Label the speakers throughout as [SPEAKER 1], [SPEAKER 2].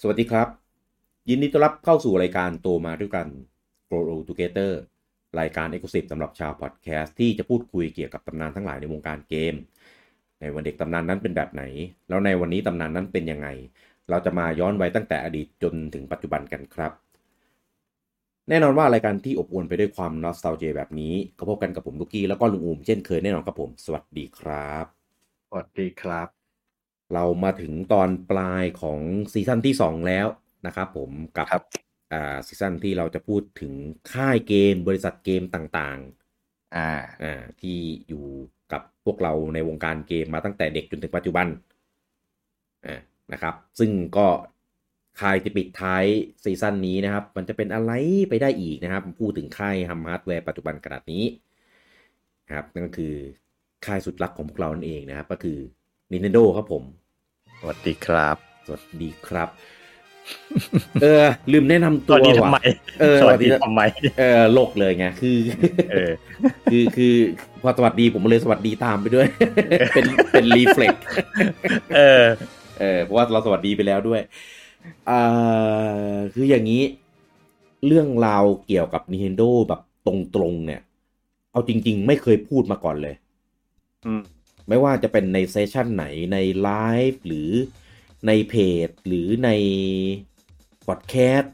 [SPEAKER 1] สวัสดีครับ ยินดีต้อนรับเข้าสู่รายการโตมาด้วยกัน Grow Together รายการ e x c l u s i v e สำหรับชาวพอดแคสต์ที่จะพูดคุยเกี่ยวกับตำนานทั้งหลายในวงการเกม ในวันเด็กตำนานนั้นเป็นแบบไหน แล้วในวันนี้ตำนานนั้นเป็นยังไง เราจะมาย้อนไว้ตั้งแต่อดีตจนถึงปัจจุบันกันครับ แน่นอนว่ารายการที่อบอวลไปด้วยความนอสตาเจแบบนี้ก็พบกันกับผมลูกกี้แล้วก็ลุงอูมเช่นเคยแน่นอนครับผมสวัสดีครับ
[SPEAKER 2] สวัสดีครับ
[SPEAKER 1] เรามาถึงตอนปลายของซีซั่นที่ 2 แล้วนะครับผมกับ
[SPEAKER 2] ครับ
[SPEAKER 1] อ่าซีซั่นที่เราจะพูดถึงค่ายเกมบริษัทเกมต่าง
[SPEAKER 2] อ่า
[SPEAKER 1] ๆอ่าที่อยู่กับพวกเราในวงการเกมมาตั้งแต่เด็กจนถึงปัจจุบันอ่านะครับ ซึ่งก็ค่ายที่ปิดท้ายซีซั่นนี้นะครับ มันจะเป็นอะไรไปได้อีกนะครับ พูดถึงค่ายฮัมฮาร์ดแวร์ปัจจุบันขนาดนี้นะครับนั่นก็คือค่ายสุดรักของพวกเรานั่นเองนะครับ ก็คือ Nintendo ครับผม
[SPEAKER 2] สวัสดีครับ
[SPEAKER 1] สวัสดีครับ เออ ลืมแนะนำตัวว่ะ เออ
[SPEAKER 2] สวัสดี
[SPEAKER 1] สวัสดี
[SPEAKER 2] ทำไม
[SPEAKER 1] เออโลกเลยไง คือ
[SPEAKER 2] เออ
[SPEAKER 1] คือ คือ พอสวัสดีผมเลยสวัสดีตามไปด้วย เป็น เป็นรีเฟล็ก
[SPEAKER 2] เออ
[SPEAKER 1] เออเพราะว่าเราสวัสดีไปแล้วด้วยอ่าคืออย่างนี้ เรื่องราวเกี่ยวกับ Nintendo แบบตรงๆเนี่ย เอาจริง ๆ ไม่เคยพูดมาก่อนเลย
[SPEAKER 2] อืม
[SPEAKER 1] ไม่ว่าจะเป็นในเซสชันไหนในไลฟ์หรือในเพจ หรือในพอดแคสต์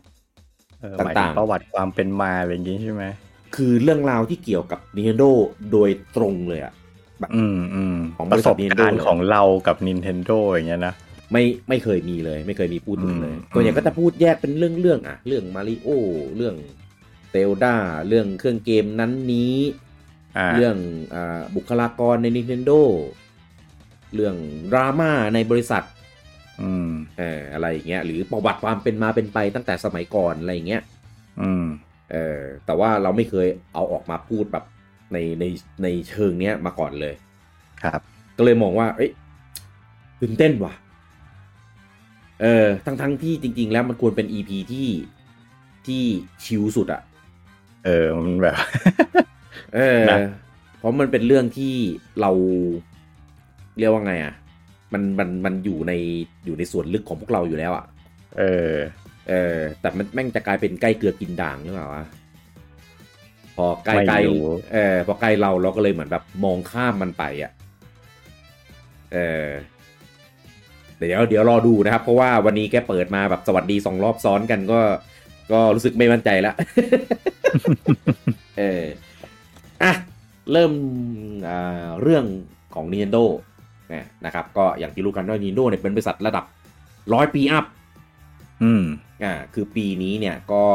[SPEAKER 2] เออหมยถึ
[SPEAKER 1] ต่างๆ
[SPEAKER 2] ประวัติความเป็นมาอะไรอย่างนี้ใช่ไหม
[SPEAKER 1] คือเรื่องราวที่เกี่ยวกับ Nintendo โดยตรงเลยอะ
[SPEAKER 2] อืมอืม
[SPEAKER 1] ของบ
[SPEAKER 2] ประ
[SPEAKER 1] ริ
[SPEAKER 2] ส
[SPEAKER 1] ษัท
[SPEAKER 2] บการณ์
[SPEAKER 1] Nintendo
[SPEAKER 2] ของเรากับ Nintendo อย่างเงี้ยนะ
[SPEAKER 1] ไม่ไม่เคยมีเลย ไม่เคยมีพูดถึงเลย
[SPEAKER 2] อืม
[SPEAKER 1] ตัวนใหญ่ก็จะพูดแยกเป็นเรื่องเรื่องๆอะเรื่องมาริโอเรื่องเซลดาเรื่องเครื่องเกมนั้นนี้
[SPEAKER 2] อ่า
[SPEAKER 1] เรื่องอาบุคลากรใน Nintendo เรื่องดราม่าในบริษัท
[SPEAKER 2] อืม
[SPEAKER 1] เอ่ออะไรอย่างเงี้ยหรือประวัติความเป็นมาเป็นไปตั้งแต่สมัยก่อนอะไรอย่างเงี้ย
[SPEAKER 2] อืม
[SPEAKER 1] เออแต่ว่าเราไม่เคยเอาออกมาพูดแบบในในในเชิงเนี้ยมาก่อนเลย
[SPEAKER 2] ครับ
[SPEAKER 1] ก็เลยมองว่า เอ้ยตื่นเต้นว่ะ เออ ทั้งทั้งๆที่จริง ๆ แล้วมันควรเป็น EP ที่ที่ชิลสุดอะ
[SPEAKER 2] เออ มันแบบ
[SPEAKER 1] เออ
[SPEAKER 2] นะ
[SPEAKER 1] เพราะมันเป็นเรื่องที่เราเรียกว่าไงอะมันมันมันอยู่ในอยู่ในส่วนลึกของพวกเราอยู่แล้วอะ
[SPEAKER 2] เออ
[SPEAKER 1] เออ แต่มันแม่งจะกลายเป็นใกล้เกลือกินด่างหรือเปล่าวะ พอใกล้
[SPEAKER 2] ไม่
[SPEAKER 1] ใกล้
[SPEAKER 2] รู้
[SPEAKER 1] เออ พอใกล้เราเราก็เลยเหมือนแบบมองข้ามมันไปอะ่ะ เออ เดี๋ยวเดี๋ยวรอดูนะครับ เพราะว่าวันนี้แกเปิดมาแบบสวัสดีสองรอบซ้อนกันก็ ก็รู้สึกไม่มั่นใจละ เออ อ่ะ เริ่มอ่าเรื่องของ Nintendo นะนะครับ ก็อย่างที่รู้กันว่า Nintendo เนี่ยเป็นบริษัทระดับร้อยปีอัพ
[SPEAKER 2] อืม
[SPEAKER 1] อ่าคือปีนี้เนี่ยก็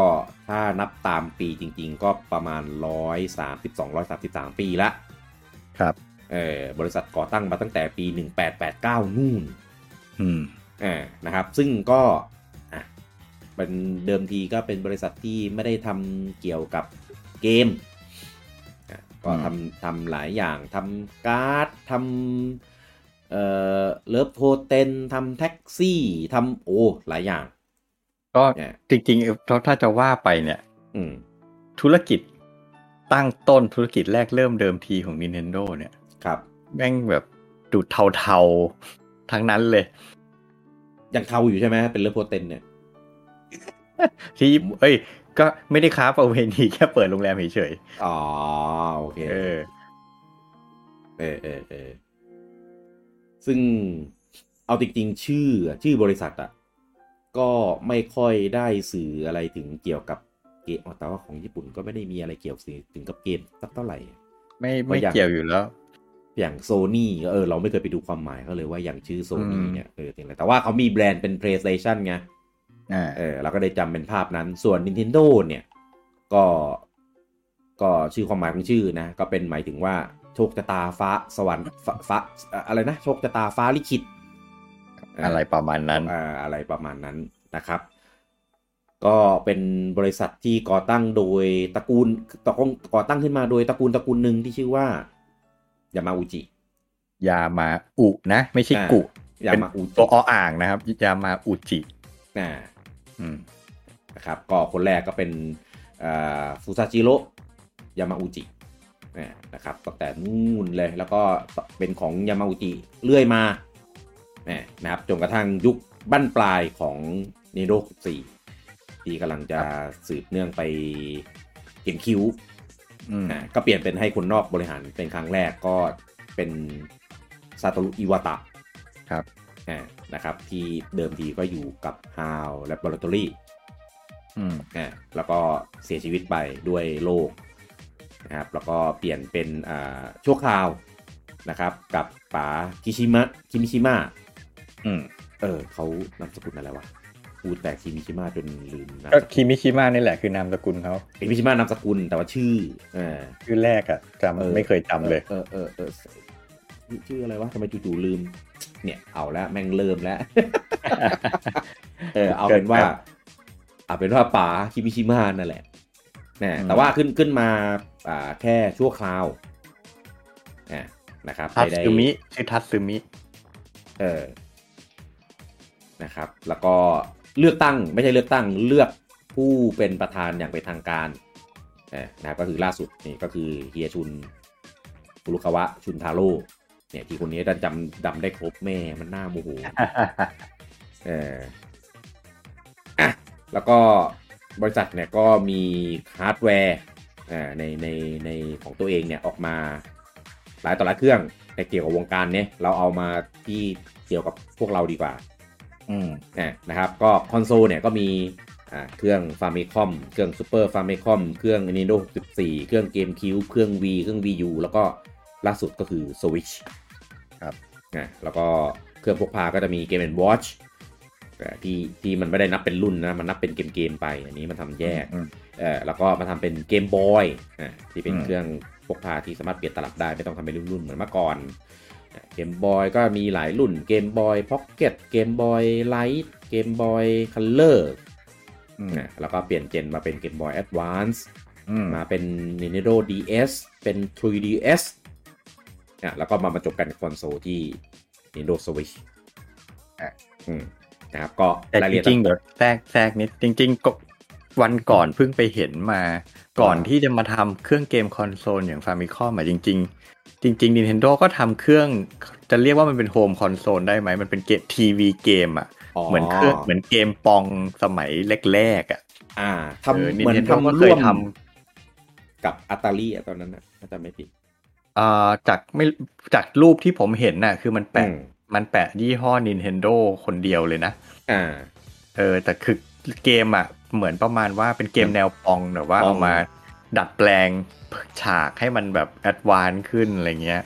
[SPEAKER 1] ถ้านับตามปีจริงๆ ก็ประมาณ 132 133 ปีละ
[SPEAKER 2] ครับ
[SPEAKER 1] เออบริษัทก่อตั้งมาตั้งแต่ปี 1889 นู่น
[SPEAKER 2] อืม
[SPEAKER 1] อ่านะครับซึ่งก็อ่ะเป็นเดิมทีก็เป็นบริษัทที่ไม่ได้ทำเกี่ยวกับเกมอ่ะก็ทำทำหลายอย่างทำการ์ดทำเอ่อเลิฟโทเทนทำแท็กซี่ทำโอ้หลายอย่าง
[SPEAKER 2] ก็
[SPEAKER 1] เนี่ย
[SPEAKER 2] จริงๆถ้าถ้าจะว่าไปเนี่ย
[SPEAKER 1] อืม
[SPEAKER 2] ธุรกิจตั้งต้นธุรกิจแรกเริ่มเดิมทีของ Nintendo เนี่ย
[SPEAKER 1] ครับ
[SPEAKER 2] แม่งแบบดูเทาๆ ทั้งนั้นเลย
[SPEAKER 1] ยังเทาอยู่ใช่ไหมเป็นเรื่องโปรเตนเนี่ย
[SPEAKER 2] ที่ เอ้ย ก็ไม่ได้ค้าประเวณีแค่เปิดโรงแรมเฉย
[SPEAKER 1] อ๋อ โอเค
[SPEAKER 2] ๆเออ
[SPEAKER 1] เออเออเออซึ่งเอาจริงๆ ชื่ออะชื่อบริษัทอะก็ไม่ค่อยได้สื่ออะไรถึงเกี่ยวกับเกมอ๋อแต่ว่าของญี่ปุ่นก็ไม่ได้มีอะไรเกี่ยวสื่อถึงกับเกมสักเท่าไหร่
[SPEAKER 2] ไม่
[SPEAKER 1] เพราะ
[SPEAKER 2] ไม่
[SPEAKER 1] อย่าง
[SPEAKER 2] เกี่ยวอยู่แล้ว
[SPEAKER 1] อย่างโซนี่เออ เราไม่เคยไปดูความหมายเขาเลยว่าอย่างชื่อโซนี่
[SPEAKER 2] อืม
[SPEAKER 1] เนี่ยเออถึงอะไรแต่ว่าเขามีแบรนด์เป็น PlayStation ไง
[SPEAKER 2] อ่า
[SPEAKER 1] เออเราก็ได้จำเป็นภาพนั้นส่วน Nintendo เนี่ย ก็ก็ชื่อความหมายของชื่อนะ ก็เป็นหมายถึงว่าโชคชะตาฟ้าสวรรค์ฟ้าฟ้าอะไรนะ โชคชะตาฟ้าลิขิตเ
[SPEAKER 2] อะไรประมาณนั้น
[SPEAKER 1] อ่าอะไรประมาณนั้นนะครับ ก็เป็นบริษัทที่ก่อตั้งโดยตระกูลตระกูลก่อตั้งขึ้นมาโดยตระกูลตระกูลหนึ่งที่ชื่อว่ายามาอุจิ
[SPEAKER 2] ยามาอุนะ ไม่ใช่
[SPEAKER 1] อ่า
[SPEAKER 2] กุ
[SPEAKER 1] ยา
[SPEAKER 2] เป็น
[SPEAKER 1] มาอุจิ
[SPEAKER 2] ตัวออ่างนะครับ ยามาอุจิ
[SPEAKER 1] อ่า
[SPEAKER 2] อืม
[SPEAKER 1] นะครับก็คนแรกก็เป็นฟูซาจิโร่ยามาอุจินะครับตั้งแต่นู่นเลยแล้วก็เป็นของยามาอุจิเรื่อยมาเนี่ยนะครับจนกระทั่งยุค บั้นปลายของเนโร14ที่กำลังจะสืบเนื่องไปเกมคิว
[SPEAKER 2] อืม
[SPEAKER 1] อ่าก็เปลี่ยนเป็นให้คนนอกบริหารเป็นครั้งแรกก็เป็นซาโตรุอิวาตะ
[SPEAKER 2] ครับ
[SPEAKER 1] อ่านะครับ ที่เดิมทีก็อยู่กับฮาวและบร a ตอรี่
[SPEAKER 2] อืม
[SPEAKER 1] อ่าแล้วก็เสียชีวิตไปด้วยโรคนะครับแล้วก็เปลี่ยนเป็นอ่าชั่วคราวนะครับ กับป๋าคิชิมะคิมิชิมะ
[SPEAKER 2] อืม
[SPEAKER 1] เออเขานามสกุลอะไรวะพูดแต่คิมิชิมะจนลืมนะ
[SPEAKER 2] ก็คิมิชิมะนี่แหละคือนามสกุลเขา
[SPEAKER 1] คิมิชิมะนามสกุลแต่ว่าชื่ออ่า
[SPEAKER 2] ชื่อแรกอะจำ
[SPEAKER 1] เออ
[SPEAKER 2] ไม่เคยจำเลย
[SPEAKER 1] เออเออเออเออชื่อชื่ออะไรวะทำไมจู่ๆลืม เนี่ย เอาแล้วแม่งเริ่ม แล้ว เออเอาเป็นว่า เอาเป็นว่าป๋าคิมิชิมะนั่นแหละนะ
[SPEAKER 2] อืม
[SPEAKER 1] แต่ว่าขึ้นขึ้นมาอ่าแค่ชั่วคราวอ่ะนะครับ
[SPEAKER 2] ทัต
[SPEAKER 1] ไม่ได้
[SPEAKER 2] ซึมิชื่อทัตซึมิ
[SPEAKER 1] เออนะครับ แล้วก็เลือกตั้งไม่ใช่เลือกตั้งเลือกผู้เป็นประธานอย่างเป็นทางการเออนะครับก็คือล่าสุดนี่ก็คือเฮียชุนบุรุคาวะชุนทาโร่เนี่ยที่คนนี้ดันจำดำได้ครบแม่มันน่าโมโห เอออ่ะ แล้วก็บริษัทเนี่ยก็มีฮาร์ดแวร์อ่าในในในของตัวเองเนี่ยออกมาหลายต่อหลายเครื่องแต่เกี่ยวกับวงการเนี่ยเราเอามาที่เกี่ยวกับพวกเราดีกว่า
[SPEAKER 2] อืม
[SPEAKER 1] อ่ะนะครับ ก็คอนโซลเนี่ยก็มีอ่าเครื่องฟาร์ม c คอมเครื่องซูเปอร์ฟาร์ม c คอมเครื่อง Nintendo 64 เครื่องเกมคิวเครื่อง V เครื่อง VU แล้วก็ล่าสุดก็คือ Switch
[SPEAKER 2] ครับ
[SPEAKER 1] นะแล้วก็เครื่องพกพาก็จะมีเกม Watch แต่ที่ที่มันไม่ได้นับเป็นรุ่นนะ มันนับเป็นเกมเกมๆไป อันนี้มันทำแยกเออแล้วก็มาทำเป็นเกมบอยอ่ะที่เป็น
[SPEAKER 2] อืม
[SPEAKER 1] เครื่องพกพาที่สามารถเปลี่ยนตลับได้ ไม่ต้องทำเป็นรุ่นๆเหมือนเมื่อก่อนเกมบอยก็มีหลายรุ่นเกมบอยพ็อกเก็ตเกมบอยไลท์เกมบอยคัลเลอร์
[SPEAKER 2] อืม
[SPEAKER 1] แล้วก็เปลี่ยนเจนมาเป็นเกมบอยแอดวานซ์
[SPEAKER 2] อืม
[SPEAKER 1] มาเป็น Nintendo DS เป็น 3DS อ่ะแล้วก็มาบรรจบกันกับคอนโซลที่ Nintendo Switch อ่ะอืมนะครับก็
[SPEAKER 2] แต่
[SPEAKER 1] รายละ
[SPEAKER 2] จ
[SPEAKER 1] เอียด
[SPEAKER 2] ริงๆเดี๋ยวแทรกแทรกนิดจริงๆก็วันก่อนเพิ่งไปเห็นมา ก่อนที่จะมาทำเครื่องเกมคอนโซลอย่างฟามิคอมอะจริง ๆ จริง ๆ Nintendo ก็ทำเครื่อง จะเรียกว่ามันเป็นโฮมคอนโซลได้ไหมมันเป็นเกมทีวีเกมอะเหมือนเครื่องเหมือนเกมปองสมัยแรกๆอะ
[SPEAKER 1] อ่าทำ
[SPEAKER 2] เออ
[SPEAKER 1] เหมือน
[SPEAKER 2] Nintendo ก็
[SPEAKER 1] ทำ
[SPEAKER 2] เค
[SPEAKER 1] ร่
[SPEAKER 2] ยว
[SPEAKER 1] ม
[SPEAKER 2] ท
[SPEAKER 1] กับอัตาลีตอนนั้นนะถ้าจำไม่ผิด
[SPEAKER 2] อ่าจากไม่จากรูปที่ผมเห็นน่ะคือมันแปะ
[SPEAKER 1] อืม
[SPEAKER 2] มันแปะยี่ห้อ Nintendo คนเดียวเลยนะ
[SPEAKER 1] อ่า
[SPEAKER 2] เออแต่คือเกมอ่ะเหมือนประมาณว่าเป็นเกมแนวปองแต่ว่า
[SPEAKER 1] ปอง
[SPEAKER 2] เอามาดัดแปลงฉากให้มันแบบแอดวานซ์ขึ้นอะไรเงี้ย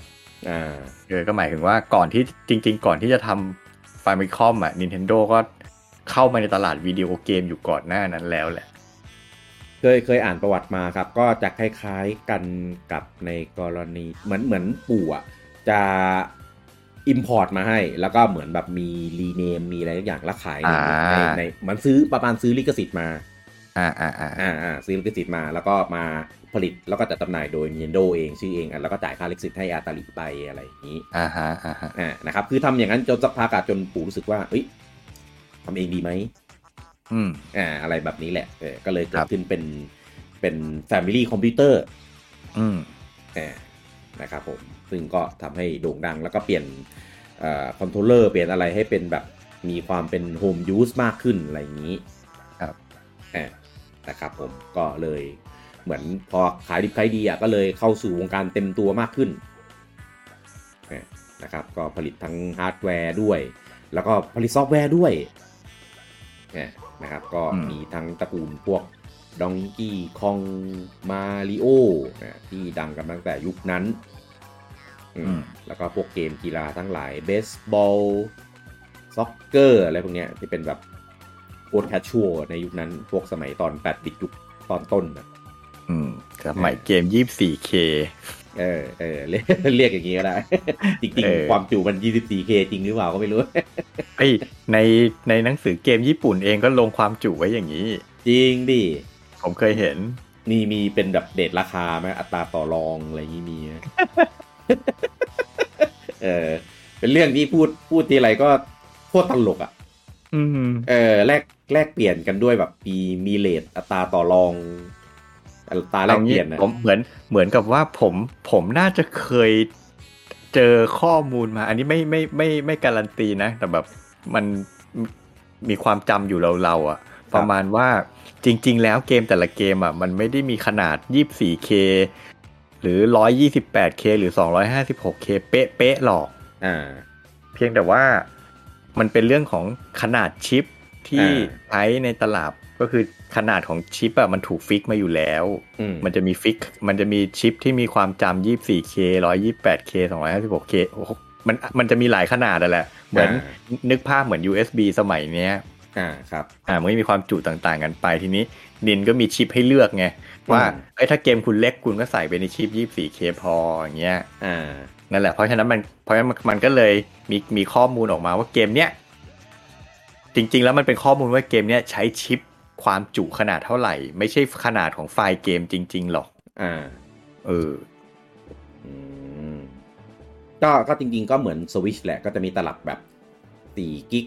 [SPEAKER 1] อ่า
[SPEAKER 2] เออก็หมายถึงว่าก่อนที่จริง ๆ ก่อนที่จะทำฟาร์มิคอมอ่ะ Nintendo ก็เข้ามาในตลาดวิดีโอเกมอยู่ก่อนหน้านั้นแล้วแหละ
[SPEAKER 1] เคยเคยอ่านประวัติมาครับ ก็จะคล้ายๆกันกับในกรณีเหมือนเหมือนปู่อะจะ Import มาให้ แล้วก็เหมือนแบบมีรีเนมมีอะไรทุกอย่างและขายใน
[SPEAKER 2] อ่า
[SPEAKER 1] ในในเหมือนซื้อประมาณซื้อลิขสิทธิ์มา
[SPEAKER 2] อ่าอ่าอ่า
[SPEAKER 1] อ่าอ่าซื้อลิขสิทธิ์มาแล้วก็มาผลิตแล้วก็จัดจำหน่ายโดย Nintendo เองชื่อเองอ่ะแล้วก็จ่ายค่าลิขสิทธิ์ให้อาตาลิไปอะไรอย่างนี้
[SPEAKER 2] อ่าฮะอ่าฮะ
[SPEAKER 1] อ่านะครับคือทำอย่างนั้นจนสักพักอะจนปู่รู้สึกว่าเอ้ยทำเองดีไหม
[SPEAKER 2] อืม
[SPEAKER 1] อ่าอะไรแบบนี้แหละเออก็เลยเกิ
[SPEAKER 2] ครั
[SPEAKER 1] ด
[SPEAKER 2] บ
[SPEAKER 1] ขึ้นเป็นเป็น Family Computer
[SPEAKER 2] อืม
[SPEAKER 1] อ่านะครับผม ซึ่งก็ทำให้โด่งดังแล้วก็เปลี่ยนคอนโทรลเลอร์เปลี่ยนอะไรให้เป็นแบบมีความเป็นโฮมยูสมากขึ้นอะไรอย่างนี้
[SPEAKER 2] ครับ
[SPEAKER 1] อ่านะครับผมก็เลยเหมือนพอขายดิบขายดีอ่ะก็เลยเข้าสู่วงการเต็มตัวมากขึ้นอ่านะครับก็ผลิตทั้งฮาร์ดแวร์ด้วย แล้วก็ผลิตซอฟต์แวร์ด้วยอ่านะครับก็
[SPEAKER 2] อืม
[SPEAKER 1] มีทั้งตระกูลพวก ดองกี้คองมาริโอนะที่ดังกันตั้งแต่ยุคนั้นอืม
[SPEAKER 2] อืม
[SPEAKER 1] แล้วก็พวกเกมกีฬาทั้งหลายเบสบอลซ็อกเกอร์อะไรพวกเนี้ยที่เป็นแบบโคตรแคชชัวในยุคนั้นพวกสมัยตอน 8 บิตยุคตอนต้นนะ
[SPEAKER 2] อืมสมัยเกม 24K
[SPEAKER 1] เออเออเรียก เรียกอย่างนี้ก็ได้ จริง
[SPEAKER 2] เออ
[SPEAKER 1] ๆ ความจุมัน 24K จริงหรือเปล่าก็ไม่รู้
[SPEAKER 2] เอ้ยในในหนังสือเกมญี่ปุ่นเองก็ลงความจุไว้อย่างนี้
[SPEAKER 1] จริงดิ
[SPEAKER 2] ผมเคยเห็น
[SPEAKER 1] มีมีเป็นแบบเดทราคาไหมอัตราต่อรองอะไรอย่างนี้มี ไหม เออเป็นเรื่องที่พูดพูดทีไรก็โคตรตลกอะ่ะ
[SPEAKER 2] อืม
[SPEAKER 1] เออแลกแลกเปลี่ยนกันด้วยแบบมีมีเลทอัตราต่อรอง อัตราแลกเปลี่ยนนะ
[SPEAKER 2] ผมเหมือนเหมือนกับว่าผมผมน่าจะเคยเจอข้อมูลมา อันนี้ไม่ไม่ไม่ไม่การันตีนะ แต่แบบมัน มีความจำอยู่เราๆอ่ะ ประมาณว่าจริง ๆ แล้วเกมแต่ละเกมอ่ะมันไม่ได้มีขนาด 24K หรือ 128K หรือ 256K เป๊ะๆหรอก
[SPEAKER 1] อ่า
[SPEAKER 2] เพียงแต่ว่ามันเป็นเรื่องของขนาดชิปที่
[SPEAKER 1] อ่า
[SPEAKER 2] ใช้ในตลับก็คือขนาดของชิปอะมันถูกฟิกมาอยู่แล้ว
[SPEAKER 1] อืม
[SPEAKER 2] มันจะมีฟิก มันจะมีชิปที่มีความจำ 24K 128K 256K โอ้โหมันมันจะมีหลายขนาดอะแหละ เหมือนนึกภาพเหมือน USB สมัยเนี้ย
[SPEAKER 1] อ่าครับ
[SPEAKER 2] อ่ามันก็มีความจุต่างๆกันไปทีนี้นินก็มีชิปให้เลือกไง ว่า
[SPEAKER 1] อืม
[SPEAKER 2] เอ้ยถ้าเกมคุณเล็กคุณก็ใส่ไปในชิป 24K พออย่างเงี้ย
[SPEAKER 1] อ่า
[SPEAKER 2] นั่นแหละเพราะฉะนั้นมันเพราะฉะนั้นมันมันก็เลยมีมีข้อมูลออกมาว่าเกมเนี้ยจริงๆแล้วมันเป็นข้อมูลว่าเกมเนี้ยใช้ชิปความจุขนาดเท่าไหร่ ไม่ใช่ขนาดของไฟล์เกมจริง ๆ หรอก
[SPEAKER 1] อ่า
[SPEAKER 2] เออ
[SPEAKER 1] อืมก็ก็จริงๆก็เหมือนสวิชแหละ ก็จะมีตลับแบบสี่กิก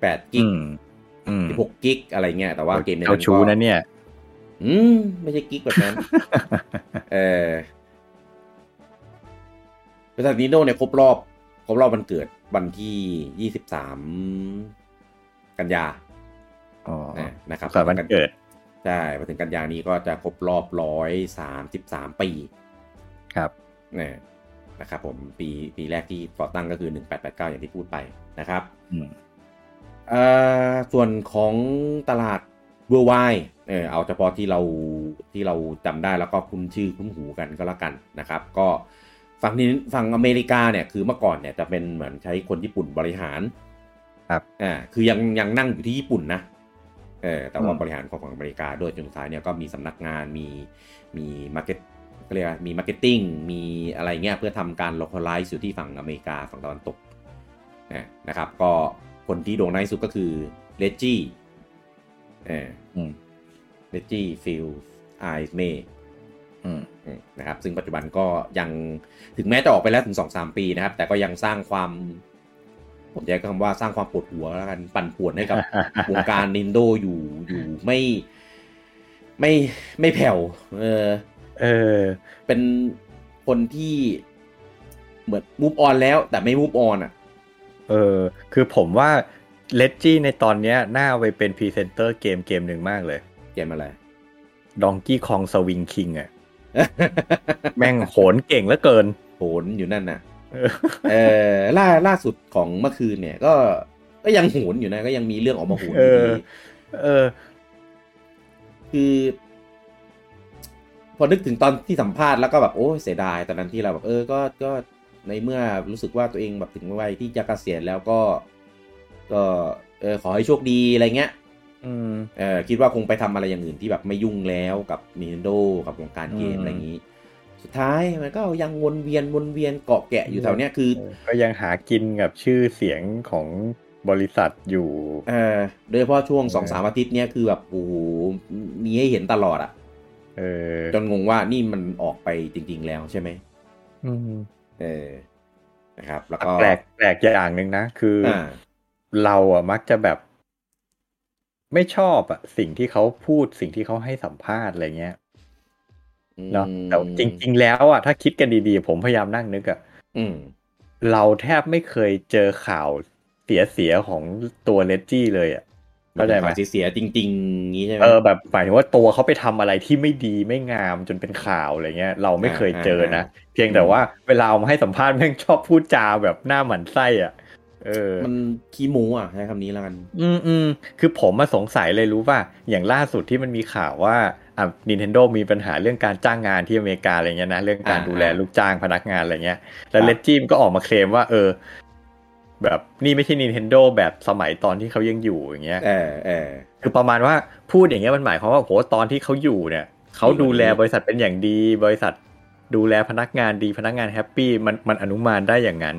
[SPEAKER 1] แปดกิ
[SPEAKER 2] อื
[SPEAKER 1] ก
[SPEAKER 2] มอืม
[SPEAKER 1] สิบหกกิกอะไรเงี้ยแต่ว่าเกมใน
[SPEAKER 2] จ้
[SPEAKER 1] ก็
[SPEAKER 2] ชู้นะเนี่ย
[SPEAKER 1] อืม ไม่ใช่กิกแบบ นั้น เออบริษัทนีโน่เนี่ยครบรอบ ครบรอบวันเกิดวันที่ยี่สิบสามกันยา
[SPEAKER 2] อ๋อ
[SPEAKER 1] นะนะครับ
[SPEAKER 2] สำหรับวันเกิด
[SPEAKER 1] ใช่มาถึงกันยานี้ก็จะครบรอบร้อยสามสิบสามปี
[SPEAKER 2] ครับ
[SPEAKER 1] นะนะครับผมปีปีแรกที่ก่อตั้งก็คือ 1889 อย่างที่พูดไปนะครับ
[SPEAKER 2] อืม
[SPEAKER 1] เอ่อส่วนของตลาด worldwide เออเอาเฉพาะที่เราที่เราจำได้แล้วก็คุ้นชื่อคุ้นหูกันก็แล้วกันนะครับ ก็ฝั่งนี้ฝั่งอเมริกาเนี่ยคือเมื่อก่อนเนี่ยจะเป็นเหมือนใช้คนญี่ปุ่นบริหาร
[SPEAKER 2] ครับ
[SPEAKER 1] อ่าคือยังยังนั่งอยู่ที่ญี่ปุ่นนะเออแต่ว่าบริหารของฝั่งอเมริกาด้วยจนสุดท้ายเนี่ยก็มีสำนักงานมี มีมาร์เก็ตเรียกว่ามีมาร์เก็ตติ้ง มีอะไรเงี้ยเพื่อทำการ localize อยู่ที่ฝั่งอเมริกาฝั่งตะวันตกนะนะครับ ก็คนที่โด่งดังที่สุดก็คือเลจี้เออ
[SPEAKER 2] อืม
[SPEAKER 1] เลจี้ฟิลไอเม
[SPEAKER 2] อืม
[SPEAKER 1] นะครับ ซึ่งปัจจุบันก็ยังถึงแม้จะออกไปแล้วถึง 2-3 ปีนะครับ แต่ก็ยังสร้างความ ผมใช้คำว่าสร้างความปวดหัวแล้วกันปั่นป่วนให้กับ วงการ Nintendo อยู่อยู่ไม่ไม่ไม่แผ่วเออ
[SPEAKER 2] เออ
[SPEAKER 1] เป็นคนที่เหมือนมูฟออนแล้วแต่ไม่มูฟออนอ่ะ
[SPEAKER 2] เออ คือผมว่าเลจจี้ในตอนเนี้ยน่าเอาไปเป็นพรีเซนเตอร์เกมเกมหนึ่งมากเลย
[SPEAKER 1] เกมอะไร
[SPEAKER 2] ดองกี้คองสวิงคิงอะ แม่งโหนเก่งเหลือเกิน
[SPEAKER 1] โหนอยู่นั่นน่ะ
[SPEAKER 2] เออ
[SPEAKER 1] เออล่าล่าสุดของเมื่อคืนเนี่ย ก็ก็ยังโหนอยู่นะ ก็ยังมีเรื่องออกมาโหนอ
[SPEAKER 2] เอยู่ อ
[SPEAKER 1] ดี
[SPEAKER 2] เออ
[SPEAKER 1] คือ พอนึกถึงตอนที่สัมภาษณ์แล้วก็แบบโอ้ยเสียดายตอนนั้นที่เราแบบเออก็ก็ในเมื่อรู้สึกว่าตัวเองแบบถึงวัยที่จะเกษียณแล้วก็ ก็เออขอให้โชคดีอะไรเงี้ย
[SPEAKER 2] อืม
[SPEAKER 1] เออคิดว่าคงไปทำอะไรอย่างอื่นที่แบบไม่ยุ่งแล้วกับ Nintendo กับวงการเกม
[SPEAKER 2] อืม
[SPEAKER 1] อะไรอย่างนี้ สุดท้ายมันก็ยังวนเวียนวนเวียนเกาะแกะอยู่แถวเนี้ยคือ
[SPEAKER 2] ก็ยังหากินกับชื่อเสียงของบริษัทอยู่
[SPEAKER 1] เออโดยเฉพาะช่วง
[SPEAKER 2] เออ
[SPEAKER 1] สองสามอาทิตย์เนี้ยคือแบบโอ้โหมีให้เห็นตลอดอะ
[SPEAKER 2] เออ
[SPEAKER 1] จนงงว่านี่มันออกไปจริง ๆ แล้วใช่ไหม
[SPEAKER 2] อืม
[SPEAKER 1] เออนะครับ แล้วก็
[SPEAKER 2] แปลกแปลกอย่างหนึ่งนะ คืออ
[SPEAKER 1] อ่า
[SPEAKER 2] เราอะมักจะแบบ ไม่ชอบอะสิ่งที่เขาพูดสิ่งที่เขาให้สัมภาษณ์อะไรเงี้ยเนาะแต่จริง ๆ แล้วอะถ้าคิดกันดีๆ ผมพยายามนั่งนึกอะ
[SPEAKER 1] ๆอืม
[SPEAKER 2] เราแทบไม่เคยเจอข่าวเสียเสียๆของตัวเลจจี้เลยอ่ะเข้าใจไหม
[SPEAKER 1] นเสียๆจริงๆงี้ใช่ไหม
[SPEAKER 2] เออแบบหมายถึงว่าตัวเขาไปทำอะไรที่ไม่ดีไม่งามจนเป็นข่าวอะไรเงี้ย เราไม่เคยเจอนะ เพียงแต่
[SPEAKER 1] อืม
[SPEAKER 2] ว่าเวลาเอามาให้สัมภาษณ์แม่งชอบพูดจาแบบหน้าหมันไส้อ่ะ เออ
[SPEAKER 1] มันขี้โม้อ่ะใช้คำนี้แล้วกัน
[SPEAKER 2] อืมอืมคือผมมาสงสัยเลยรู้ป่ะ อย่างล่าสุดที่มันมีข่าวว่าอ่ะ Nintendo มีปัญหาเรื่องการจ้างงานที่อเมริกาอะไรเงี้ยนะ เรื่องการดูแลลูกจ้างพนักงานอะไรเงี้ย แล้วเลดจิมก็ออกมาเคลมว่า เออ แบบนี่ไม่ใช่ Nintendo แบบสมัยตอนที่เขายังอยู่อย่างเงี้ย
[SPEAKER 1] เออเออ
[SPEAKER 2] คือประมาณว่าพูดอย่างเงี้ยมันหมายความว่าโหตอนที่เขาอยู่เนี่ยเขาดูแลบริษัทเป็นอย่างดี บริษัทดูแลพนักงานดีพนักงานแฮปปี้มันมันอนุมานได้อย่างนั้น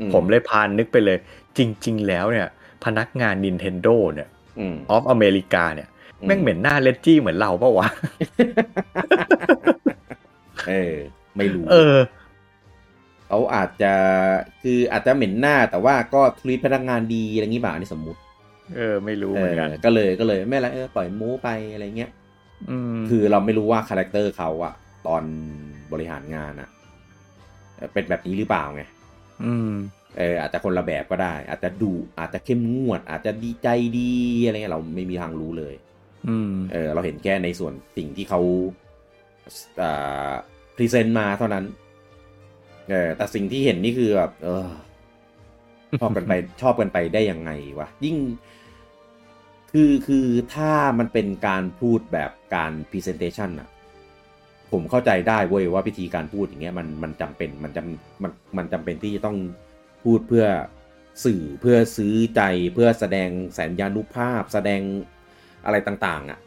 [SPEAKER 1] อืม
[SPEAKER 2] ผมเลยพานนึกไปเลย จริง ๆ แล้วเนี่ย พนักงาน Nintendo เนี่ย
[SPEAKER 1] อืม
[SPEAKER 2] ออฟอเมริกาเนี่ยแม่งเหม็นหน้าเลดจี้เหมือนเราเปะวะ
[SPEAKER 1] เออ ไม่รู้
[SPEAKER 2] เออ
[SPEAKER 1] เขาอาจจะคืออาจจะเหม็นหน้าแต่ว่าก็ทรีตพนักงานดีอะไรงี้บ่านี่สมมุติ
[SPEAKER 2] เออ ไม่รู้
[SPEAKER 1] เอ
[SPEAKER 2] เหมือ
[SPEAKER 1] อน
[SPEAKER 2] กัน
[SPEAKER 1] ก็เลยก็เลยไม่เป็นไรเออปล่อยมูไปอะไรเงี้ย
[SPEAKER 2] อืม
[SPEAKER 1] คือเราไม่รู้ว่าคาแรคเตอร์เขาอะตอนบริหารงานอะเออเป็นแบบนี้หรือเปล่าไง
[SPEAKER 2] อืม
[SPEAKER 1] เอออาจจะคนละแบบก็ได้ อาจจะดุอาจจะเข้มงวด อาจจะดีใจดีอะไรเงี้ยเราไม่มีทางรู้เลย
[SPEAKER 2] อืม
[SPEAKER 1] เออเราเห็นแค่ในส่วนสิ่งที่เขาพรีเซนต์มาเท่านั้นเออแต่สิ่งที่เห็นนี่คือแบบเออ ชอบกันไป ชอบกันไปได้ยังไงวะ ยิ่ง คือคือถ้ามันเป็นการพูดแบบการพรีเซนเตชันอะผมเข้าใจได้เว้ยว่าพิธีการพูดอย่างเงี้ยมันมันจำเป็นมันจำมันมันจำเป็นที่จะต้องพูดเพื่อสื่อเพื่อซื้อใจเพื่อแสดงแสนยานุภาพ แสดงอะไรต่างๆอะ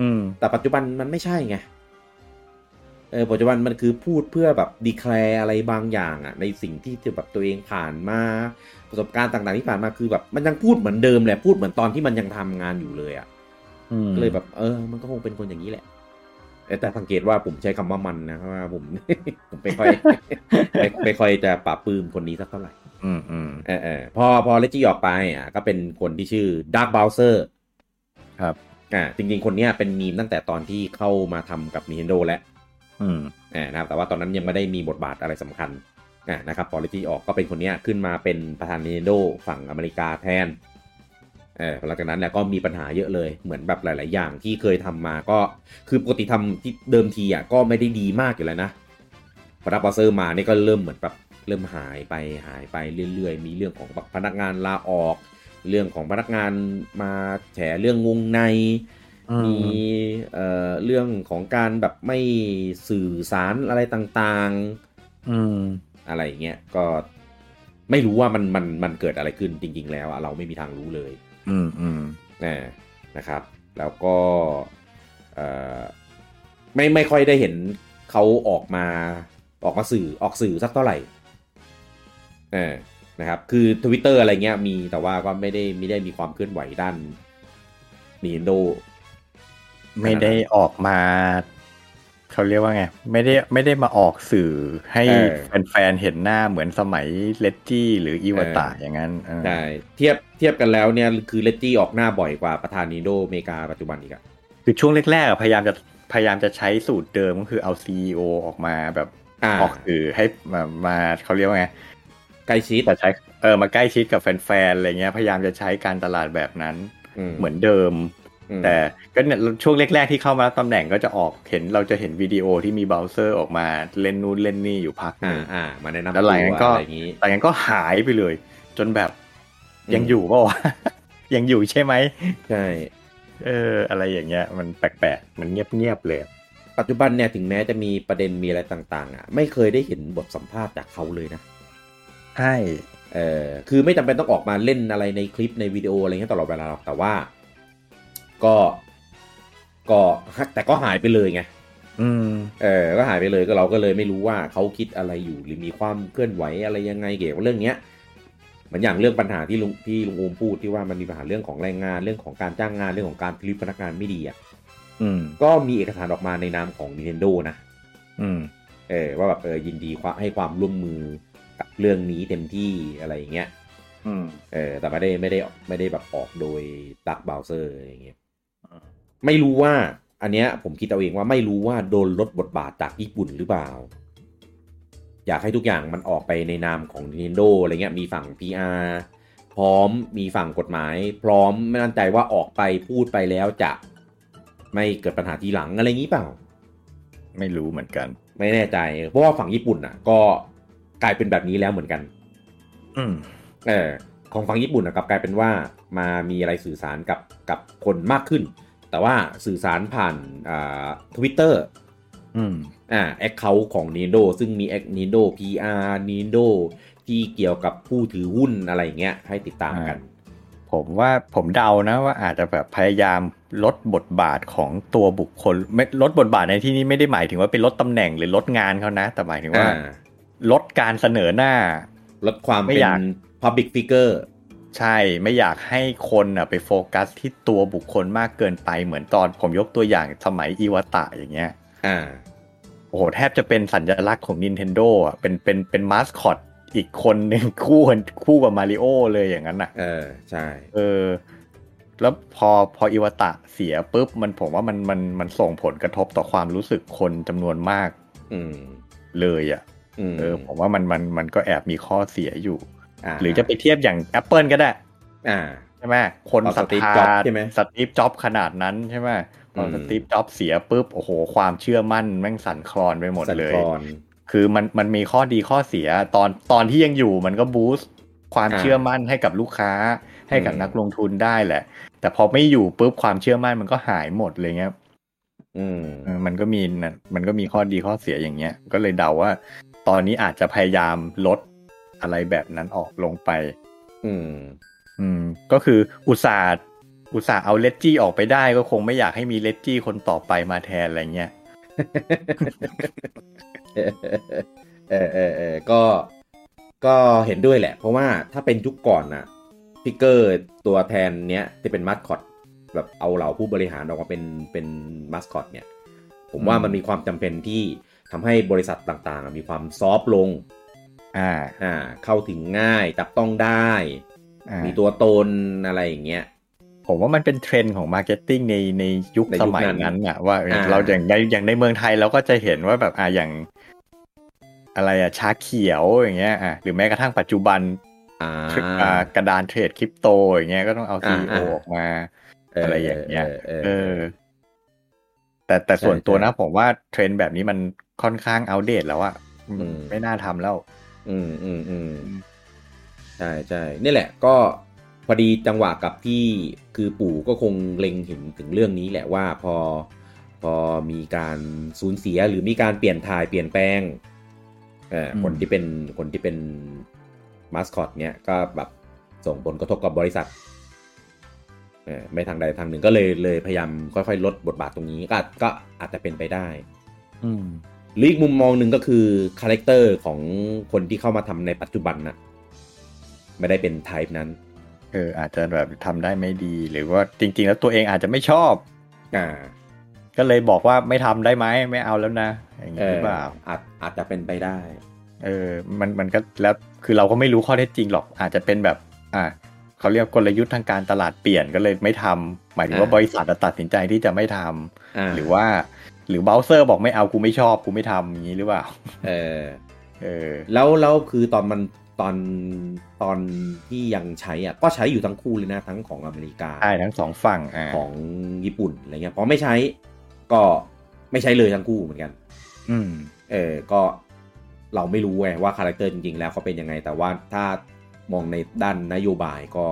[SPEAKER 2] อืม
[SPEAKER 1] แต่ปัจจุบันมันไม่ใช่ไง เออปัจจุบันมันคือพูดเพื่อแบบดีแคลร์อะไรบางอย่างอะในสิ่งที่แบบตัวเองผ่านมาประสบการณ์ต่างๆที่ผ่านมาคือแบบมันยังพูดเหมือนเดิมแหละพูดเหมือนตอนที่มันยังทำงานอยู่เลยอะ
[SPEAKER 2] อืม
[SPEAKER 1] ก็เลยแบบเออ มันก็คงเป็นคนอย่างนี้แหละเออแต่สังเกตว่าผมใช้คำว่ามันนะเพราะว่าผม ผมไม่ค่อย ไม่ไม่ค่อยจะปราบปลื้มคนนี้สักเท่าไหร่
[SPEAKER 2] อืมอืม
[SPEAKER 1] เออเออพอพอเลจิออกไปอ่ะก็เป็นคนที่ชื่อด a r k b บ o w เซอร์
[SPEAKER 2] ครับ
[SPEAKER 1] อ่าจริงๆ คนเนี้ยเป็นมีมตั้งแต่ตอนที่เข้ามาทำกับ Nintendo แล้ว
[SPEAKER 2] อืม
[SPEAKER 1] อ่านะครับแต่ว่าตอนนั้นยังไม่ได้มีบทบาทอะไรสำคัญอ่านะครับพอเลจิออกก็เป็นคนเนี้ยขึ้นมาเป็นประธาน Nintendo ฝั่งอเมริกาแทนเออหลังจากนั้นแหละก็มีปัญหาเยอะเลยเหมือนแบบหลาย ๆ อย่างที่เคยทำมาก็คือปกติทำที่เดิมทีอ่ะก็ไม่ได้ดีมากอยู่แล้วนะพอดับบอเซอร์มานี่ก็เริ่มเหมือนแบบเริ่มหายไปหายไปเรื่อย ๆ มีเรื่องของพนักงานลาออก เรื่องของพนักงานมาแฉเรื่องวงใน
[SPEAKER 2] อื
[SPEAKER 1] มี
[SPEAKER 2] ม
[SPEAKER 1] เอ่อเรื่องของการแบบไม่สื่อสารอะไรต่าง
[SPEAKER 2] อืม
[SPEAKER 1] ๆ อะไรอย่างเงี้ยก็ไม่รู้ว่ามันมันมันเกิดอะไรขึ้นจริง ๆ แล้วอะเราไม่มีทางรู้เลย
[SPEAKER 2] อืมอืม
[SPEAKER 1] นะนะครับ แล้วก็เอ่อไม่ไม่ค่อยได้เห็นเขาออกมาออกมาสื่อออกสื่อสักเท่าไหร่เออนะครับ คือ Twitter อะไรเงี้ยมีแต่ว่าก็ไม่ได้ไม่ได้มีความเคลื่อนไหวด้าน Nintendo
[SPEAKER 2] ไม่ได้ออกมา เขาเรียกว่าไง ไม่ได้ไม่ได้มาออกสื่อให้
[SPEAKER 1] เอ
[SPEAKER 2] แฟนๆเห็นหน้าเหมือนสมัยเลตจี้หรืออีวาตา
[SPEAKER 1] เอออ
[SPEAKER 2] อย่างนั้นเออ
[SPEAKER 1] ใช่เทียบเทียบกันแล้วเนี่ยคือเลตตี้ออกหน้าบ่อยกว่าประธานนิโดอเมริกาปัจจุบันอีกอะ
[SPEAKER 2] คือช่วงแรกๆอะพยายามจะพยายามจะใช้สูตรเดิมก็คือเอาซีอออกมาแบบ
[SPEAKER 1] อ่า
[SPEAKER 2] ออกสื่อให้มามาเขาเรียกว่าไง
[SPEAKER 1] ใกล้ชิด
[SPEAKER 2] แต่ใช้เออมาใกล้ชิดกับแฟนๆอะไรเงี้ยพยายามจะใช้การตลาดแบบนั้นเหมือนเดิม
[SPEAKER 1] ม
[SPEAKER 2] แต่ก็เนี่ยช่วงแรก ๆ ที่เข้ามารับตำแหน่งก็จะออกเห็นเราจะเห็นวิดีโอที่มีเบราว์เซอร์ออกมาเล่นนู้นเล่นนี่อยู่พักห
[SPEAKER 1] อ่า
[SPEAKER 2] นึ่ง
[SPEAKER 1] อ่ามาแนะนำ
[SPEAKER 2] แล้วหลังนั้นก็
[SPEAKER 1] อะไรอย่างนี้
[SPEAKER 2] แต่งั้นก็หายไปเลย จนแบบ
[SPEAKER 1] อืม
[SPEAKER 2] ยังอยู่เปล่าวะ ยังอยู่ใช่ไหม
[SPEAKER 1] ใช่
[SPEAKER 2] เอออะไรอย่างเงี้ย มันแปลกๆมันเงียบๆเลย
[SPEAKER 1] ปัจจุบันเนี่ยถึงแม้จะมีประเด็นมีอะไรต่าง ๆอ่ะไม่เคยได้เห็นบทสัมภาษณ์จากเขาเลยนะ
[SPEAKER 2] ใช่
[SPEAKER 1] เออคือไม่จำเป็นต้องออกมาเล่นอะไรในคลิปในวิดีโออะไรเงี้ยตลอดเวลาหรอกแต่ว่า ก็ก็แต่ก็หายไปเลยไง
[SPEAKER 2] อืม
[SPEAKER 1] เออก็หายไปเลยก็เราก็เลยไม่รู้ว่าเขาคิดอะไรอยู่หรือมีความเคลื่อนไหวอะไรยังไงเกี่ยวกับเรื่องเนี้ยเหมือนอย่างเรื่องปัญหาที่ลุงที่ลุงอูมพูดที่ว่ามันมีปัญหาเรื่องของแรงงานเรื่องของการจ้างงานเรื่องของการพลิตพนักงานไม่ดีอ่ะ
[SPEAKER 2] อืม
[SPEAKER 1] ก็มีเอกสารออกมาในนามของ Nintendo นะ
[SPEAKER 2] อืม
[SPEAKER 1] เออว่าแบบเออยินดีความให้ความร่วมมือกับเรื่องนี้เต็มที่อะไรอย่างเงี้ย
[SPEAKER 2] อืม
[SPEAKER 1] เออแต่ไม่ได้ไม่ได้ไม่ได้แบบออกโดยดักบาวเซอร์อะไรอย่างเงี้ย
[SPEAKER 2] อ่า
[SPEAKER 1] ไม่รู้ว่าอันเนี้ยผมคิดเอาเองว่าไม่รู้ว่าโดนลดบทบาทจากญี่ปุ่นหรือเปล่า อยากให้ทุกอย่างมันออกไปในนามของ Nintendo อะไรเงี้ย มีฝั่ง PR พร้อม มีฝั่งกฎหมาย พร้อม ไม่มั่นใจว่าออกไปพูดไปแล้วจะ ไม่เกิดปัญหาทีหลังอะไรอย่างนี้เปล่า
[SPEAKER 2] ไม่รู้เหมือนกัน
[SPEAKER 1] ไม่แน่ใจ เพราะว่าฝั่งญี่ปุ่นน่ะ ก็กลายเป็นแบบนี้แล้วเหมือนกัน
[SPEAKER 2] อืม
[SPEAKER 1] เออของฝั่งญี่ปุ่นนะกลับกลายเป็นว่ามามีอะไรสื่อสารกับกับคนมากขึ้น แต่ว่าสื่อสารผ่านอ่าทวิตเตอร์
[SPEAKER 2] อืม
[SPEAKER 1] อ่าแอคเคาท์ของ Nintendo ซึ่งมีแอค Nintendo PR Nintendo ที่เกี่ยวกับผู้ถือหุ้นอะไรอย่างเงี้ยให้ติดตามกัน
[SPEAKER 2] ผมว่าผมเดานะว่าอาจจะแบบพยายามลดบทบาทของตัวบุคคลไม่ลดบทบาทในที่นี้ไม่ได้หมายถึงว่าเป็นลดตำแหน่งหรือลดงานเขานะ แต่หมายถึงว่า
[SPEAKER 1] อ่า
[SPEAKER 2] ลดการเสนอหน้า
[SPEAKER 1] ลดความ
[SPEAKER 2] ไม่
[SPEAKER 1] เป็
[SPEAKER 2] อน ยาก
[SPEAKER 1] Public Figure
[SPEAKER 2] ใช่ไม่อยากให้คนน่ะไปโฟกัสที่ตัวบุคคลมากเกินไปเหมือนตอนผมยกตัวอย่างสมัยอีวตะอย่างเงี้ย
[SPEAKER 1] อ่า
[SPEAKER 2] โอ้โหแทบจะเป็นสัญลักษณ์ของ Nintendo อ่ะเป็นเป็นเป็นมาสคอตอีกคนหนึ่งคู่กันคู่กับมาริโอเลยอย่างนั้นน่ะ
[SPEAKER 1] เออ ใช่
[SPEAKER 2] เออแล้วพอพออิวตะเสียปุ๊บมันผมว่ามันมันมันส่งผลกระทบต่อความรู้สึกคนจำนวนมาก
[SPEAKER 1] อืม
[SPEAKER 2] เลยอะ่ะ
[SPEAKER 1] อืม
[SPEAKER 2] เออผมว่ามันมันมันก็แอบมีข้อเสียอยู่
[SPEAKER 1] า
[SPEAKER 2] หรือจะไปเทียบอย่าง Apple ก็ได้
[SPEAKER 1] อ่า
[SPEAKER 2] ใช่ไหมคน
[SPEAKER 1] เอา
[SPEAKER 2] ศรัท
[SPEAKER 1] Steve
[SPEAKER 2] ธา
[SPEAKER 1] Jobs ใช่ไหม
[SPEAKER 2] สตีฟจ็อบขนาดนั้นใช่ไหมพอ
[SPEAKER 1] ม
[SPEAKER 2] สตีฟจ็อบเสียปุ๊บโอ้โห ความเชื่อมั่นแม่งสั่นคลอนไปหมด
[SPEAKER 1] สั่น
[SPEAKER 2] เลย
[SPEAKER 1] คลอน
[SPEAKER 2] คือมันมันมีข้อดีข้อเสียตอนตอนที่ยังอยู่มันก็บูสต์ความ
[SPEAKER 1] อ่า
[SPEAKER 2] เชื่อมั่นให้กับลูกค้า ให้กับ
[SPEAKER 1] อืม
[SPEAKER 2] นักลงทุนได้แหละ แต่พอไม่อยู่ปุ๊บความเชื่อมั่นมันก็หายหมดเลยเงี้ย
[SPEAKER 1] อืม
[SPEAKER 2] เออมันก็มีนะมันก็มีข้อดีข้อเสียอย่างเงี้ย ก็เลยเดาว่า ตอนนี้อาจจะพยายามลดอะไรแบบนั้นออกลงไป
[SPEAKER 1] อืม
[SPEAKER 2] อืมก็คืออุตส่าห์อุตส่าห์เอาเลตจี้ออกไปได้ก็คงไม่อยากให้มีเลตจี้คนต่อไปมาแทนอะไรเงี้ย
[SPEAKER 1] เออเออเออก็ ก็เห็นด้วยแหละ เพราะว่าถ้าเป็นยุคก่อนน่ะพิกเกอร์ตัวแทนเนี้ยที่เป็นมัสคอตแบบเอาเหล่าผู้บริหารออกมาเป็นเป็นมัสคอตเนี่ย ผมว่า
[SPEAKER 2] อืม
[SPEAKER 1] มันมีความจำเป็นที่ทำให้บริษัทต่างๆอ่ะมีความซอฟต์ลง
[SPEAKER 2] อ่า
[SPEAKER 1] อ่า เข้าถึงง่ายจับต้องได้
[SPEAKER 2] อ่า
[SPEAKER 1] มีตัวตนอะไรอย่างเงี้ย
[SPEAKER 2] ผมว่ามันเป็นเทรนด์ของมาร์เก็ตติ้งในในยุค
[SPEAKER 1] ใน
[SPEAKER 2] ส
[SPEAKER 1] ยุค
[SPEAKER 2] มัย
[SPEAKER 1] นั้น
[SPEAKER 2] นั้นอะว่าเอออา เราอย่างในอย่างในเมืองไทยเราก็จะเห็นว่าแบบอ่ะอย่าง อะไรอะชาเขียวอย่างเงี้ยอ่ะหรือแม้กระทั่งปัจจุบัน
[SPEAKER 1] อ่า
[SPEAKER 2] คริปอ่ากระดานเทรดคริปโตอย่างเงี้ยก็ต้องเอา
[SPEAKER 1] อ่า
[SPEAKER 2] ซีโอ
[SPEAKER 1] อ่า
[SPEAKER 2] ออกมา อะไรอย่างเงี้ย
[SPEAKER 1] เออ
[SPEAKER 2] เอ
[SPEAKER 1] เออ
[SPEAKER 2] อ แต่แต่
[SPEAKER 1] ใช่
[SPEAKER 2] ส่วนตัวนะ
[SPEAKER 1] ใช่
[SPEAKER 2] ผมว่าเทรนด์แบบนี้มันค่อนข้างอัปเดตแล้วอะอืม
[SPEAKER 1] อืม
[SPEAKER 2] ไม่น่าทำแล้ว
[SPEAKER 1] อืมอืมอืม
[SPEAKER 2] อืม
[SPEAKER 1] ใช่ใช่นี่แหละก็พอดีจังหวะกับที่คือปู่ก็คงเล็งเห็นถึงเรื่องนี้แหละว่าพอพอมีการสูญเสียหรือมีการเปลี่ยนถ่ายเปลี่ยนแปลงเอ่ออ
[SPEAKER 2] ม
[SPEAKER 1] คนที่เป็นคนที่เป็นมาสคอตเนี่ยก็แบบส่งผลกระทบกับบริษัทเอ่อไม่ทางใดทางหนึ่งก็เลยเลยพยายามค่อยๆ ลดบทบาทตรงนี้ก็อาจก็อาจจะเป็นไปได้
[SPEAKER 2] อืม
[SPEAKER 1] หรืออีกมุมมองหนึ่งก็คือคาแรคเตอร์ของคนที่เข้ามาทำในปัจจุบันน่ะไม่ได้เป็นไทป์นั้น
[SPEAKER 2] เออ อาจจะแบบทำได้ไม่ดี หรือว่าจริง ๆ แล้วตัวเองอาจจะไม่ชอบ
[SPEAKER 1] อ่า
[SPEAKER 2] ก็เลยบอกว่าไม่ทำได้ไหมไม่เอาแล้วนะ อย่าง
[SPEAKER 1] เอ
[SPEAKER 2] นี้ห
[SPEAKER 1] อ
[SPEAKER 2] รือเปล่า
[SPEAKER 1] อาจอาจจะเป็นไปได้
[SPEAKER 2] เออ มันมันก็แล้วคือเราก็ไม่รู้ข้อเท็จจริงหรอก อาจจะเป็นแบบ อ่าเขาเรียกกลยุทธ์ทางการตลาดเปลี่ยนก็เลยไม่ทำหมายถึงว่า
[SPEAKER 1] อ่า
[SPEAKER 2] บริษัทตัดสินใจที่จะไม่ทำ
[SPEAKER 1] อ่า
[SPEAKER 2] หรือว่า หรือเบราว์เซอร์บอกไม่เอากูไม่ชอบกูไม่ทำอย่างนี้หรือเปล่า
[SPEAKER 1] เออ
[SPEAKER 2] เออ
[SPEAKER 1] แล้วแล้วคือตอนมันตอนตอนที่ยังใช้อ่ะก็ใช้อยู่ทั้งคู่เลยนะทั้งของอเมริกา
[SPEAKER 2] ใช่ทั้งสองฝั่งอ่า
[SPEAKER 1] ของญี่ปุ่นอะไรเงี้ยพอไม่ใช้ก็ไม่ใช้เลยทั้งคู่เหมือนกัน
[SPEAKER 2] อืม
[SPEAKER 1] เออก็เราไม่รู้ไงว่าคาแรคเตอร์จริงๆ แล้วเขาเป็นยังไง แต่ว่าถ้ามองในด้านนโยบายก็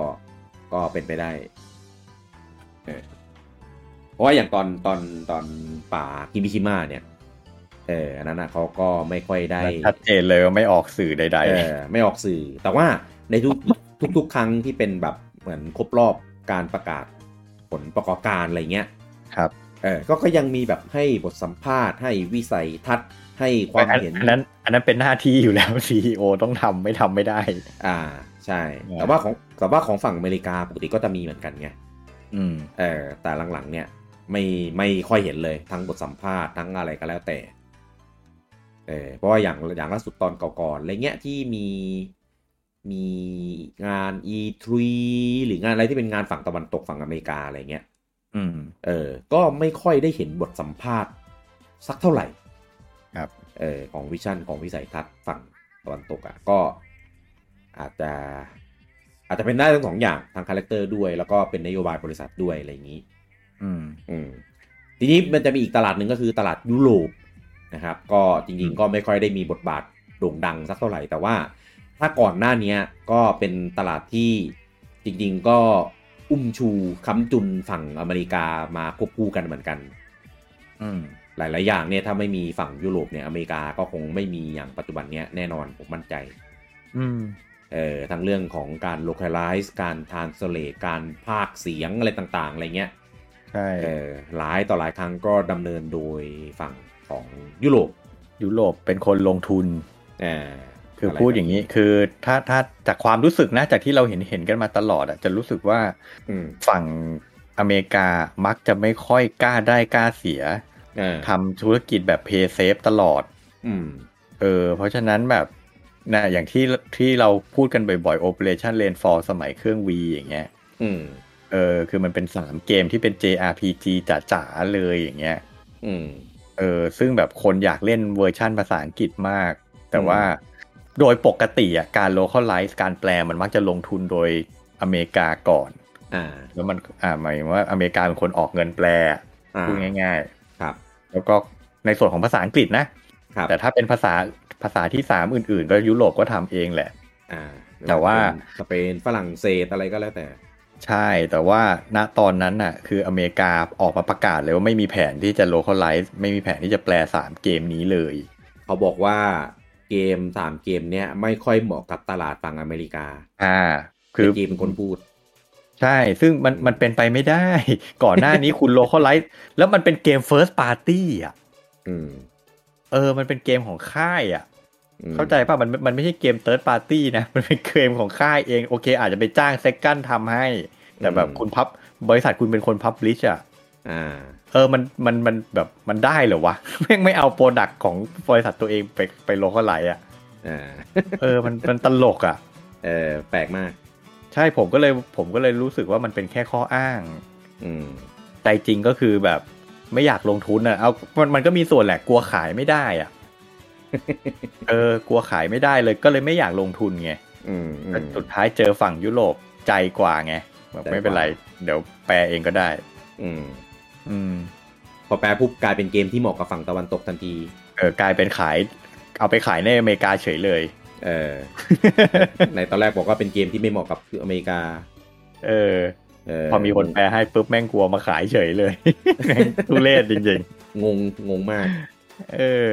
[SPEAKER 1] ก็เป็นไปได้เออเพราะว่าอย่างตอนตอนตอนป่ากิมิชิมาเนี่ยเอออันนั้นนะเขาก็ไม่ค่อยได้
[SPEAKER 2] ชัดเจนเลยว่าไม่ออกสื่อใด
[SPEAKER 1] เออไม่ออกสื่อ แต่ว่าในทุกทุกทุกครั้งที่เป็นแบบเหมือนครบรอบการประกาศผลประกอบการอะไรเงี้ย
[SPEAKER 2] ๆ ครับ
[SPEAKER 1] เออก็ก็ยังมีแบบให้บทสัมภาษณ์ ให้วิสัยทัศน์ให้ความ
[SPEAKER 2] อัน
[SPEAKER 1] เห็น
[SPEAKER 2] อันนั้น อันนั้นเป็นหน้าที่อยู่แล้ว CEO ต้องทำไม่ทำไม่ได้
[SPEAKER 1] อ่าใช่
[SPEAKER 2] เนี่ย
[SPEAKER 1] แต่ว่าของแต่ว่าของฝั่งอเมริกาปกติก็จะมีเหมือนกันไง
[SPEAKER 2] อืม
[SPEAKER 1] เออแต่หลังๆเนี่ยไม่ไม่ค่อยเห็นเลยทั้งบทสัมภาษณ์ทั้งอะไรก็แล้วแต่เออเพราะว่าอย่างอย่างล่าสุดตอนก่อนๆอะไรเงี้ยที่มีมีงาน E3 หรืองานอะไรที่เป็นงานฝั่งตะวันตกฝั่งอเมริกาอะไรเงี้ย
[SPEAKER 2] อืม
[SPEAKER 1] เออก็ไม่ค่อยได้เห็นบทสัมภาษณ์สักเท่าไหร่
[SPEAKER 2] ครับ
[SPEAKER 1] เออของวิชั่นของวิสัยทัศน์ฝั่งตะวันตกอ่ะก็อาจจะอาจจะเป็นได้ทั้งสองอย่างทางคาแรคเตอร์ด้วย แล้วก็เป็นนโยบายบริษัทด้วยอะไรอย่างนี้
[SPEAKER 2] อืม
[SPEAKER 1] อืมทีนี้มันจะมีอีกตลาดหนึ่งก็คือตลาดยุโรปนะครับ ก็จริงๆก็ไม่ค่อยได้มีบทบาทโด่งดังสักเท่าไหร่ แต่ว่าถ้าก่อนหน้าเนี้ยก็เป็นตลาดที่จริงๆก็อุ้มชูค้ำจุนฝั่งอเมริกามาควบคู่กันเหมือนกัน
[SPEAKER 2] อืม
[SPEAKER 1] หลายๆอย่างเนี่ยถ้าไม่มีฝั่งยุโรปเนี่ยอเมริกาก็คงไม่มีอย่างปัจจุบันเนี้ยแน่นอนผมมั่นใจ
[SPEAKER 2] อืม
[SPEAKER 1] เอ่อทั้งเรื่องของการ localize การ translate การภาคเสียงอะไรต่างๆอะไรเงี้ย
[SPEAKER 2] ใช่
[SPEAKER 1] เอ่อหลายต่อหลายครั้งก็ดำเนินโดยฝั่งของยุโรป
[SPEAKER 2] ยุโรปเป็นคนลงทุน
[SPEAKER 1] เอ่อ
[SPEAKER 2] คือะ อ
[SPEAKER 1] ไร
[SPEAKER 2] พูดอย่างนี้ คือถ้าถ้าจากความรู้สึกนะจากที่เราเห็นเห็นกันมาตลอดอะจะรู้สึกว่า
[SPEAKER 1] อืม
[SPEAKER 2] ฝั่งอเมริกามักจะไม่ค่อยกล้าได้กล้าเสีย
[SPEAKER 1] เออ
[SPEAKER 2] ทำธุรกิจแบบ pay safe ตลอด
[SPEAKER 1] อืม
[SPEAKER 2] เออ เพราะฉะนั้นแบบนะอย่างที่ที่เราพูดกันบ่อยๆ Operation Rainfall สมัยเครื่อง V อย่างเงี้ย
[SPEAKER 1] อืม
[SPEAKER 2] เออ คือมันเป็น 3 เกมที่เป็น JRPG จ๋าๆเลยอย่างเงี้ย
[SPEAKER 1] อืม
[SPEAKER 2] เออซึ่งแบบคนอยากเล่นเวอร์ชั่นภาษาอังกฤษมาก แต่
[SPEAKER 1] อืม
[SPEAKER 2] ว่า โดยปกติอะการ localize การแปลมันมักจะลงทุนโดยอเมริกาก่อน
[SPEAKER 1] อ่า
[SPEAKER 2] แล้วมันอ่าหมายถึงว่าอเมริกาเป็นคนออกเงินแปล
[SPEAKER 1] อ่า
[SPEAKER 2] พูดง่าย
[SPEAKER 1] ครับ
[SPEAKER 2] ๆ แล้วก็ในส่วนของภาษาอังกฤษนะ
[SPEAKER 1] ครับ
[SPEAKER 2] แต่ถ้าเป็นภาษาภาษาที่สามอื่น ๆ ก็ยุโรปก็ทำเองแหละ
[SPEAKER 1] อ่า
[SPEAKER 2] แต่ว่า
[SPEAKER 1] เป็นสเปนฝรั่งเศสอะไรก็แล้วแต่
[SPEAKER 2] ใช่แต่ว่าณตอนนั้นน่ะคืออเมริกาออกมาประกาศเลยว่าไม่มีแผนที่จะ localize ไม่มีแผนที่จะแปล 3 เกมนี้เลย
[SPEAKER 1] เขาบอกว่าเกมสามเกมเนี้ยไม่ค่อยเหมาะกับตลาดฝั่งอเมริกา
[SPEAKER 2] อ่า คื
[SPEAKER 1] คือ อจีนเป็นคนพูด
[SPEAKER 2] ใช่ ซึ่งมันมันเป็นไปไม่ได้ ก่อนหน้านี้คุณ localize แล้วมันเป็นเกม first party อ่ะ
[SPEAKER 1] อืม
[SPEAKER 2] เออ มันเป็นเกมของค่ายอ่ะ
[SPEAKER 1] อืม
[SPEAKER 2] เข้าใจป่ะ มันมันไม่ใช่เกม third party นะ มันเป็นเกมของค่ายเอง โอเค อาจจะไปจ้าง second ทำให้ แต่แบบคุณพับบริษัทคุณเป็นคน publish อ่ะ
[SPEAKER 1] อ่า
[SPEAKER 2] เออ มันมันมันแบบมันได้เหรอวะ แม่งไม่เอาโปรดักต์ของบริษัทตัวเองไปไปโลกอะไรอ่ะ
[SPEAKER 1] อ่า
[SPEAKER 2] เออ มันมันตลกอ่ะ
[SPEAKER 1] เออแปลกมาก
[SPEAKER 2] ใช่ผมก็เลยผมก็เลยรู้สึกว่ามันเป็นแค่ข้ออ้าง
[SPEAKER 1] อืม
[SPEAKER 2] ใจจริงก็คือแบบไม่อยากลงทุนอ่ะ เอา มันมันก็มีส่วนแหละกลัวขายไม่ได้อ่ะ เออกลัวขายไม่ได้เลยก็เลยไม่อยากลงทุนไง
[SPEAKER 1] อืมอืม
[SPEAKER 2] แล้วสุดท้ายเจอฝั่งยุโรปใจกว่าไงแบบ
[SPEAKER 1] ใจกว่า
[SPEAKER 2] ไม่เป็นไร เดี๋ยวแปลเองก็ได้
[SPEAKER 1] อืม
[SPEAKER 2] อืม
[SPEAKER 1] พอแปลปุ๊บกลายเป็นเกมที่เหมาะกับฝั่งตะวันตกทันที
[SPEAKER 2] เออกลายเป็นขาย เอาไปขายในอเมริกาเฉยเลย
[SPEAKER 1] เออ ในตอนแรกบอกว่าเป็นเกมที่ไม่เหมาะกับอเมริกา
[SPEAKER 2] เออ
[SPEAKER 1] เออ
[SPEAKER 2] พอมีคนแปลให้ปุ๊บแม่งกลัวมาขายเฉยเลย แม่งทุเรศจริง
[SPEAKER 1] งงงงมาก
[SPEAKER 2] ๆ เออ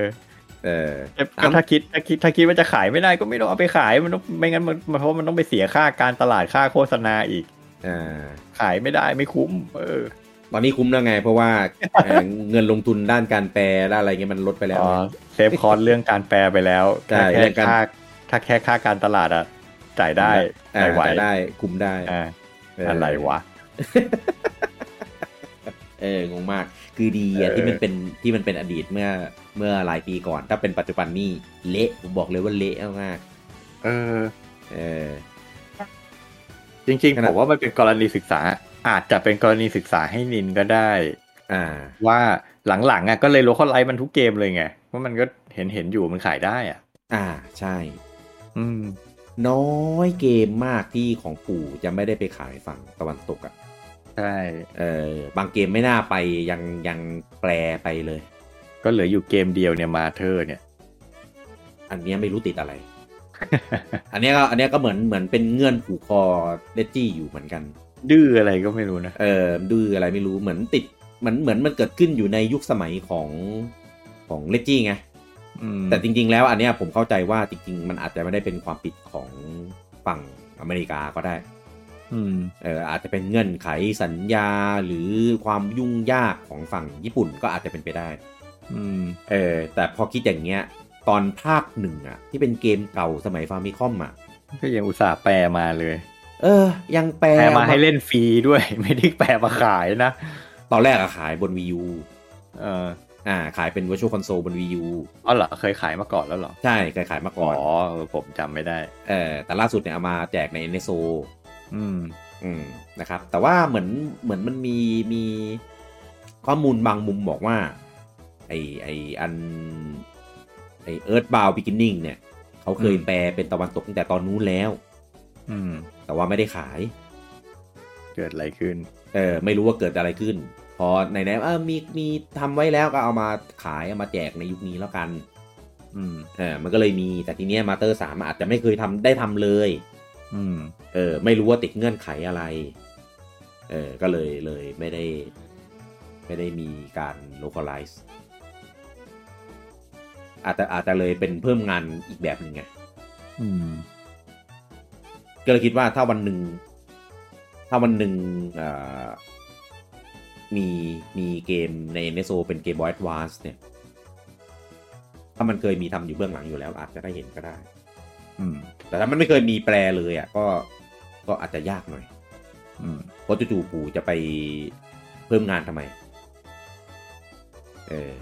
[SPEAKER 1] เออ
[SPEAKER 2] แต่
[SPEAKER 1] อ้าว
[SPEAKER 2] ถ้าคิดถ้าคิดถ้าคิดว่าจะขายไม่ได้ก็ไม่ต้องเอาไปขายมันต้องไม่งั้นมันมันเพราะมันต้องไปเสียค่าการตลาดค่าโฆษณาอีก
[SPEAKER 1] อ่า
[SPEAKER 2] ขายไม่ได้ไม่คุ้ม เออ
[SPEAKER 1] ตอนนี้คุ้มแล้วไง เพราะว่าเอ่อเงินลงทุนด้านการแปลและอะไรเงี้ยมันลดไปแล้ว
[SPEAKER 2] อ๋อเซฟคอร์สเรื่องการแปลไปแล้ว
[SPEAKER 1] ใช่
[SPEAKER 2] ถ้าแค่
[SPEAKER 1] เรื่องการ
[SPEAKER 2] ค่าถ้าแค่ค่าการตลาดอะจ่ายได้
[SPEAKER 1] อ่า
[SPEAKER 2] จ่ายไหว
[SPEAKER 1] แต่ได้คุ้มได้
[SPEAKER 2] อ่า
[SPEAKER 1] เอออ
[SPEAKER 2] อะไรวะ
[SPEAKER 1] เอองงมาก คือดีอ่ะ
[SPEAKER 2] เออ
[SPEAKER 1] ที่มันเป็นที่มันเป็นอดีตเมื่อเมื่อหลายปีก่อน ถ้าเป็นปัจจุบันนี่เละผมบอกเลยว่าเละมาก
[SPEAKER 2] เออ
[SPEAKER 1] ๆเออ
[SPEAKER 2] จริง
[SPEAKER 1] ข
[SPEAKER 2] ๆ
[SPEAKER 1] นา
[SPEAKER 2] ผ
[SPEAKER 1] ด
[SPEAKER 2] มว่ามันเป็นกรณีศึกษา อาจจะเป็นกรณีศึกษาให้นินก็ได้
[SPEAKER 1] อ่า
[SPEAKER 2] ว่าหลังๆอ่ะก็เลยโลคอลไลท์มันทุกเกมเลยไงเพราะมันก็เห็นเห็นๆอยู่มันขายได้อ่ะ
[SPEAKER 1] อ่าใช่
[SPEAKER 2] อืม
[SPEAKER 1] น้อยเกมมากที่ของปู่จะไม่ได้ไปขายฝั่งตะวันตกอ่ะ
[SPEAKER 2] ใช่
[SPEAKER 1] เออบางเกมไม่น่าไปยังยังแปลไปเลย
[SPEAKER 2] ก็เหลืออยู่เกมเดียวเนี่ยมาเธอเนี่ย
[SPEAKER 1] อันเนี้ยไม่รู้ติดอะไร อันเนี้ยก็อันเนี้ยก็เหมือนเหมือนเป็นเงื่อนผูกคอเลจี้อยู่เหมือนกัน
[SPEAKER 2] ดื้ออะไรก็ไม่รู้นะ
[SPEAKER 1] เออดื้ออะไรไม่รู้เหมือนติดเหมือนเหมือนมันเกิดขึ้นอยู่ในยุคสมัยของของเลจี้ไง
[SPEAKER 2] อืม
[SPEAKER 1] แต่จริง ๆ แล้วอันเนี้ยผมเข้าใจว่าจริง ๆ มันอาจจะไม่ได้เป็นความผิดของฝั่งอเมริกาก็ได้
[SPEAKER 2] อืม
[SPEAKER 1] เอออาจจะเป็นเงื่อนไขสัญญาหรือความยุ่งยากของฝั่งญี่ปุ่นก็อาจจะเป็นไปได้
[SPEAKER 2] อืม
[SPEAKER 1] เออแต่พอคิดอย่างเงี้ย ตอนภาคหนึ่งอะที่เป็นเกมเก่าสมัยฟาร์มิคอมอะ
[SPEAKER 2] ก็ยังอุตส่าห์แปลมาเลย
[SPEAKER 1] เออ ยังแปล
[SPEAKER 2] แปลมา
[SPEAKER 1] อ
[SPEAKER 2] ให้เล่นฟรีด้วย ไม่ได้แปลมาขายนะ
[SPEAKER 1] ตอนแรกอะขายบน Wii U
[SPEAKER 2] เออ
[SPEAKER 1] อ่าขายเป็น Virtual Console บน Wii U
[SPEAKER 2] อ๋อเหรอเคยขายมาก่อนแล้วเหรอ
[SPEAKER 1] ใช่เคยขายมา
[SPEAKER 2] อ๋
[SPEAKER 1] ก่
[SPEAKER 2] อ
[SPEAKER 1] อน
[SPEAKER 2] เออผมจำไม่ได้
[SPEAKER 1] เออแต่ล่าสุดเนี่ยเอามาแจกใน NSO
[SPEAKER 2] อืม
[SPEAKER 1] อืมนะครับแต่ว่าเหมือนเหมือนมันมีมีข้อมูลบางมุมบอกว่า ไอไออันไอเอิร์ธบาวบิกินนิ่งเนี่ย เขาเคย
[SPEAKER 2] อืม
[SPEAKER 1] แปลเป็นตะวันตกตั้งแต่ตอนนู้นแล้ว
[SPEAKER 2] อืม
[SPEAKER 1] แต่ว่าไม่ได้ขาย
[SPEAKER 2] เกิดอะไรขึ้น
[SPEAKER 1] เออไม่รู้ว่าเกิดอะไรขึ้น พอไหนๆเออมีมีทำไว้แล้วก็เอามาขายเอามาแจกในยุคนี้แล้วกัน
[SPEAKER 2] อืม
[SPEAKER 1] เออมันก็เลยมีแต่ทีเนี้ยมาเตอร์สามอาจจะไม่เคยทำได้ทำเลย
[SPEAKER 2] อืม
[SPEAKER 1] เออไม่รู้ว่าติดเงื่อนไขอะไรเออก็เลยเลยไม่ได้ ไม่ได้มีการ localize อาจจะอาจจะเลยเป็นเพิ่มงานอีกแบบหนึ่งไง
[SPEAKER 2] อืม
[SPEAKER 1] ก็เลยคิดว่าถ้าวันหนึ่ง ถ้าวันหนึ่งเอ่อมีมีเกมใน NSO เป็นเกม Boy Advance เนี่ย ถ้ามันเคยมีทำอยู่เบื้องหลังอยู่แล้วอาจจะได้เห็นก็ได้
[SPEAKER 2] อืม
[SPEAKER 1] แต่ถ้ามันไม่เคยมีแปลเลยอ่ะก็ก็อาจจะยากหน่อย
[SPEAKER 2] อืม
[SPEAKER 1] เพราะจู่ๆปู่จะไปเพิ่มงานทำไม เออ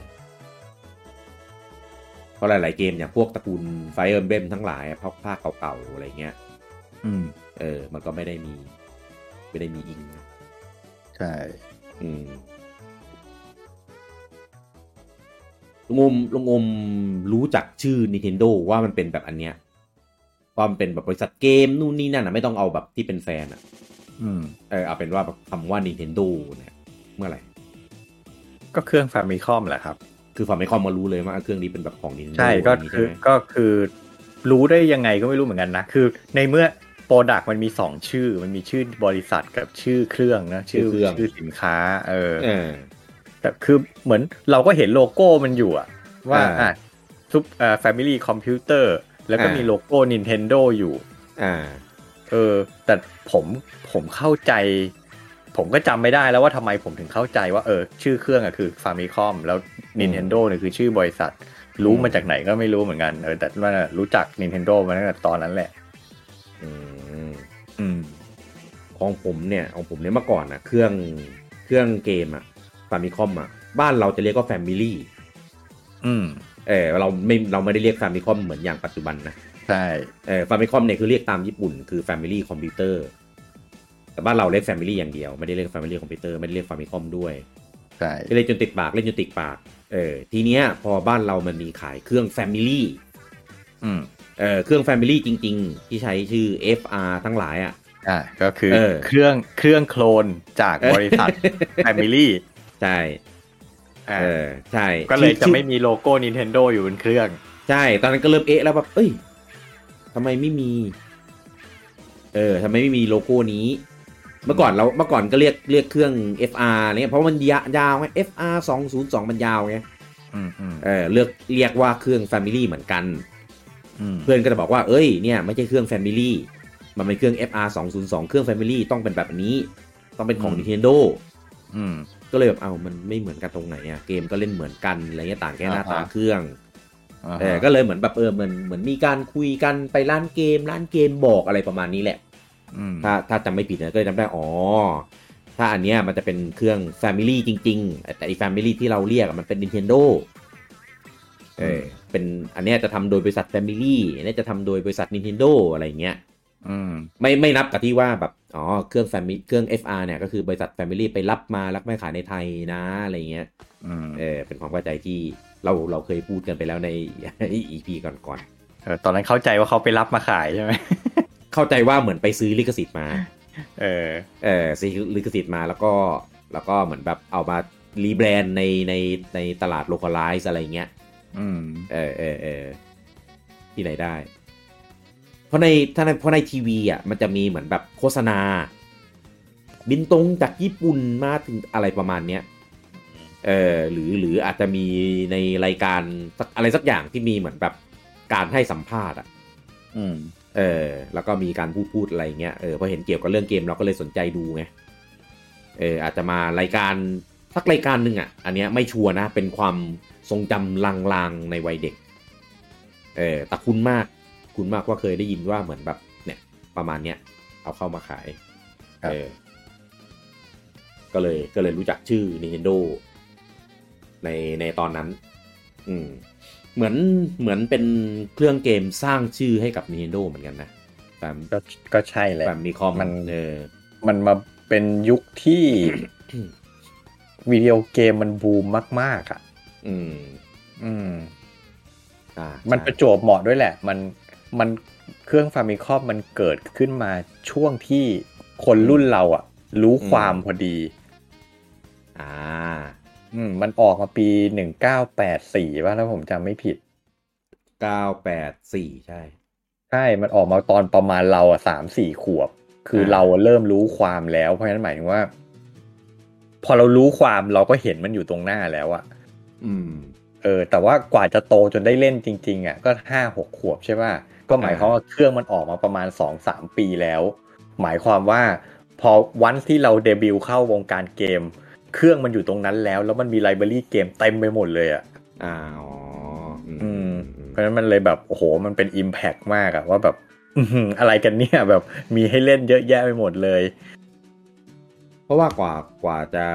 [SPEAKER 1] เพราะหลาย ๆ เกมอย่างพวกตระกูล Fire Emblem ทั้งหลายอะพวกภาคเก่า ๆ อะไรเงี้ย
[SPEAKER 2] อืม
[SPEAKER 1] เออ มันก็ไม่ได้มี ไม่ได้มีอิงนะ
[SPEAKER 2] ใช่
[SPEAKER 1] อืมลุงอมลุงอมรู้จักชื่อ Nintendo ว่ามันเป็นแบบอันเนี้ย ความเป็นแบบบริษัทเกมนู่นนี่นั่นอ่ะไม่ต้องเอาแบบที่เป็นแฟนอ่ะ
[SPEAKER 2] อืม
[SPEAKER 1] เออเอาเป็นว่าแบบคำว่า Nintendo เนี่ยเมื่อไหร่
[SPEAKER 2] ก็เครื่องฟามิคอมแหละครับ
[SPEAKER 1] คือฝั่งไมคอมมารู้เลยว่าเครื่องนี้เป็นแบบของ Nintendo
[SPEAKER 2] ใช่ก็
[SPEAKER 1] ย่างนี้
[SPEAKER 2] คื
[SPEAKER 1] ใช่
[SPEAKER 2] อ
[SPEAKER 1] ไหม
[SPEAKER 2] ก็คือรู้ได้ยังไงก็ไม่รู้เหมือนกันนะ คือในเมื่อโปรดักมันมีสองชื่อ มันมีชื่อบริษัทกับชื่อเครื่องนะชื่อสินค้า เออ
[SPEAKER 1] เออ
[SPEAKER 2] แต่คือเหมือนเราก็เห็นโลโก้มันอยู่อะว่า
[SPEAKER 1] อ่า
[SPEAKER 2] อ่ะซุปเอ่อ Family Computer แล้วก็
[SPEAKER 1] อ่ามี
[SPEAKER 2] มีโลโก้ Nintendo อยู่
[SPEAKER 1] อ่า
[SPEAKER 2] เออ แต่ผมผมเข้าใจ ผมก็จำไม่ได้แล้วว่าทำไมผมถึงเข้าใจว่าเออ ชื่อเครื่องอะคือ Famicom แล้ว Nintendo เนี่ยคือชื่อบริษัท รู้
[SPEAKER 1] อืม
[SPEAKER 2] มาจากไหนก็ไม่รู้เหมือนกันเออแต่ว่ารู้จัก Nintendo มาตั้งแต่ตอนนั้นแหละ
[SPEAKER 1] อืม
[SPEAKER 2] อืม
[SPEAKER 1] ของผมเนี่ยของผมเนี่ยเมื่อก่อนนะเครื่องเครื่องเกมอะฟามิคอมอะบ้านเราจะเรียกว่าแฟมิลี่
[SPEAKER 2] อืม
[SPEAKER 1] เออเราไม่เราไม่ได้เรียกฟามิคอมเหมือนอย่างปัจจุบันนะ
[SPEAKER 2] ใช่
[SPEAKER 1] เออฟามิคอมเนี่ยคือเรียกตามญี่ปุ่นคือแฟมิลี่คอมพิวเตอร์แต่บ้านเราเรียกแฟมิลี่อย่างเดียวไม่ได้เรียกแฟมิลี่คอมพิวเตอร์ไม่ได้เรียกฟามิคอมด้วย
[SPEAKER 2] ใช่
[SPEAKER 1] เล่นจนติดปากเล่นจนติดปากเออทีเนี้ยพอบ้านเรามันมีขายเครื่องแฟมิลี่
[SPEAKER 2] อืม
[SPEAKER 1] เออเครื่องแฟมิลี่จริง ๆ ที่ใช้ชื่อ FR ทั้งหลายอะ
[SPEAKER 2] อ่าก็คือ
[SPEAKER 1] เออ
[SPEAKER 2] เครื่องเครื่องโคลนจาก
[SPEAKER 1] เออ
[SPEAKER 2] บริษั ท Family
[SPEAKER 1] ใช่
[SPEAKER 2] อ่า
[SPEAKER 1] เออใช่
[SPEAKER 2] ก็เลยจะ
[SPEAKER 1] ชื่อ
[SPEAKER 2] ไม่มีโลโก้ Nintendo อยู่บนเครื่อง
[SPEAKER 1] ใช่ ตอนนั้นก็เริ่มเอ๊ะแล้วแบบ เอ้ยทำไมไม่มี เออทำไมไม่มีโลโก้นี้ เมื่อก่อนเรา เมื่อก่อนก็เรียก เรียกเครื่อง FR เนี่ย เพราะมันยาวไง FR 2 0 2มันยาวไง
[SPEAKER 2] อืมอืม
[SPEAKER 1] เออ เลือก เรียกว่าเครื่อง Family เหมือนกัน
[SPEAKER 2] อืม
[SPEAKER 1] เพื่อนก็จะบอกว่า เอ้ย เนี่ยไม่ใช่เครื่อง Family มันเป็นเครื่อง FR 2 0 2เครื่อง Family ต้องเป็นแบบนี้ ต้องเป็นของ Nintendo
[SPEAKER 2] อืม
[SPEAKER 1] ก็เลยแบบ เอามันไม่เหมือนกันตรงไหนอะเกมก็เล่นเหมือนกัน อะไรเงี้ย ต่างแค่หน้าตาเครื่อง
[SPEAKER 2] อ่า
[SPEAKER 1] เอ
[SPEAKER 2] ฮะ
[SPEAKER 1] อก็เลยเหมือนแบบเออเหมือนเหมือนมีการคุยกันไปร้านเกม ร้านเกมบอกอะไรประมาณนี้แหละ
[SPEAKER 2] อืม
[SPEAKER 1] ถ้าถ้าจำไม่ผิดนะก็เลยจำได้ อ๋อ ถ้าอันเนี้ยมันจะเป็นเครื่อง Family จริง ๆ แต่ไอี Family ที่เราเรียกอะมันเป็น Nintendo เออเป็นอันเนี้ยจะทำโดยบริษัท Family อันเนี้ยจะทำโดยบริษัท Nintendo อะไรอย่างเงี้ย
[SPEAKER 2] อืม
[SPEAKER 1] ไม่ไม่นับกับที่ว่าแบบอ๋อเครื่อง Family เครื่อง FR เนี่ยก็คือบริษัท Family ไปรับมาแล้วไม่ขายในไทยนะอะไรอย่างเงี้ย
[SPEAKER 2] อืม
[SPEAKER 1] เออเป็นความเข้าใจที่เราเราเคยพูดกันไปแล้วใน EP ก่อนๆ
[SPEAKER 2] เออตอนนั้นเข้าใจว่าเขาไปรับมาขายใช่ไหม
[SPEAKER 1] เข้าใจว่าเหมือนไปซื้อลิขสิทธิ์มา
[SPEAKER 2] เออ
[SPEAKER 1] เออซื้อลิขสิทธิ์มาแล้วก็แล้วก็เหมือนแบบเอามารีแบรนด์ในในในตลาดโลคอลไลซ์อะไรเงี้ย
[SPEAKER 2] อืม
[SPEAKER 1] เออเออเออที่ไหนได้ เพราะในถ้าในเพราะในทีวีอ่ะมันจะมีเหมือนแบบโฆษณา บินตรงจากญี่ปุ่นมาถึงอะไรประมาณเนี้ย เออหรือหรืออาจจะมีในรายการสักอะไรสักอย่างที่มีเหมือนแบบการให้สัมภาษณ์อ่ะ
[SPEAKER 2] อืม
[SPEAKER 1] เออแล้วก็มีการพูดพูดอะไรเงี้ยเออพอเห็นเกี่ยวกับเรื่องเกมเราก็เลยสนใจดูไงเอออาจจะมารายการสักรายการหนึ่งอ่ะ อันเนี้ยไม่ชัวร์นะ เป็นความทรงจำลางๆในวัยเด็กเออแต่คุณมากคุณมากว่าเคยได้ยินว่าเหมือนแบบเนี่ยประมาณเนี้ยเอาเข้ามาขาย
[SPEAKER 2] ครับ
[SPEAKER 1] เออก็เลยก็เลยรู้จักชื่อ Nintendo ในในตอนนั้น อืม เหมือนเหมือนเป็นเครื่องเกมสร้างชื่อให้กับ Nintendo เหมือนกันนะตาม
[SPEAKER 2] ก็ก็ใช่แหละ
[SPEAKER 1] แบบมีคอม
[SPEAKER 2] มัน
[SPEAKER 1] เออ
[SPEAKER 2] มันมาเป็นยุคที่ วิดีโอเกมมันบูมมาก ๆ อ่ะ
[SPEAKER 1] อืม
[SPEAKER 2] อืม
[SPEAKER 1] อ่ามั
[SPEAKER 2] มันประจวบเหมาะด้วยแหละ มันมันเครื่องฟามิคอมมันเกิดขึ้นมาช่วงที่คนรุ่นเราอ่ะ รู้ความพอดี
[SPEAKER 1] อ่า
[SPEAKER 2] อืม มันออกมาปีหนึ่งเก้าแปดสี่ว่าถ้าผมจำไม่ผิด
[SPEAKER 1] เก้าแปดสี่ใช่
[SPEAKER 2] ใช่ มันออกมาตอนประมาณเราอ่ะสามสี่ขวบ คือ
[SPEAKER 1] อ่า
[SPEAKER 2] เราเริ่มรู้ความแล้ว เพราะฉะนั้นหมายถึงว่า พอเรารู้ความเราก็เห็นมันอยู่ตรงหน้าแล้วอะ
[SPEAKER 1] อืม
[SPEAKER 2] เออ แต่ว่ากว่าจะโตจนได้เล่นจริง ๆอะก็ห้าหกขวบใช่ป่ะ ก็หมายความว่าเครื่องมันออกมาประมาณสองสามปีแล้ว หมายความว่า พอวันที่เราเดบิวต์เข้าวงการเกม เครื่องมันอยู่ตรงนั้นแล้ว แล้วมันมีไลบรารีเกมเต็มไปหมดเลยอะ
[SPEAKER 1] อ่า อ๋อ อืม
[SPEAKER 2] อืม
[SPEAKER 1] อืม
[SPEAKER 2] เพราะฉะนั้นมันเลยแบบโอ้โหมันเป็น Impact มากอะว่าแบบ อื้อหืออะไรกันเนี่ยแบบมีให้เล่นเยอะแยะไปหมดเลย
[SPEAKER 1] เพราะว่ากว่ากว่าจะ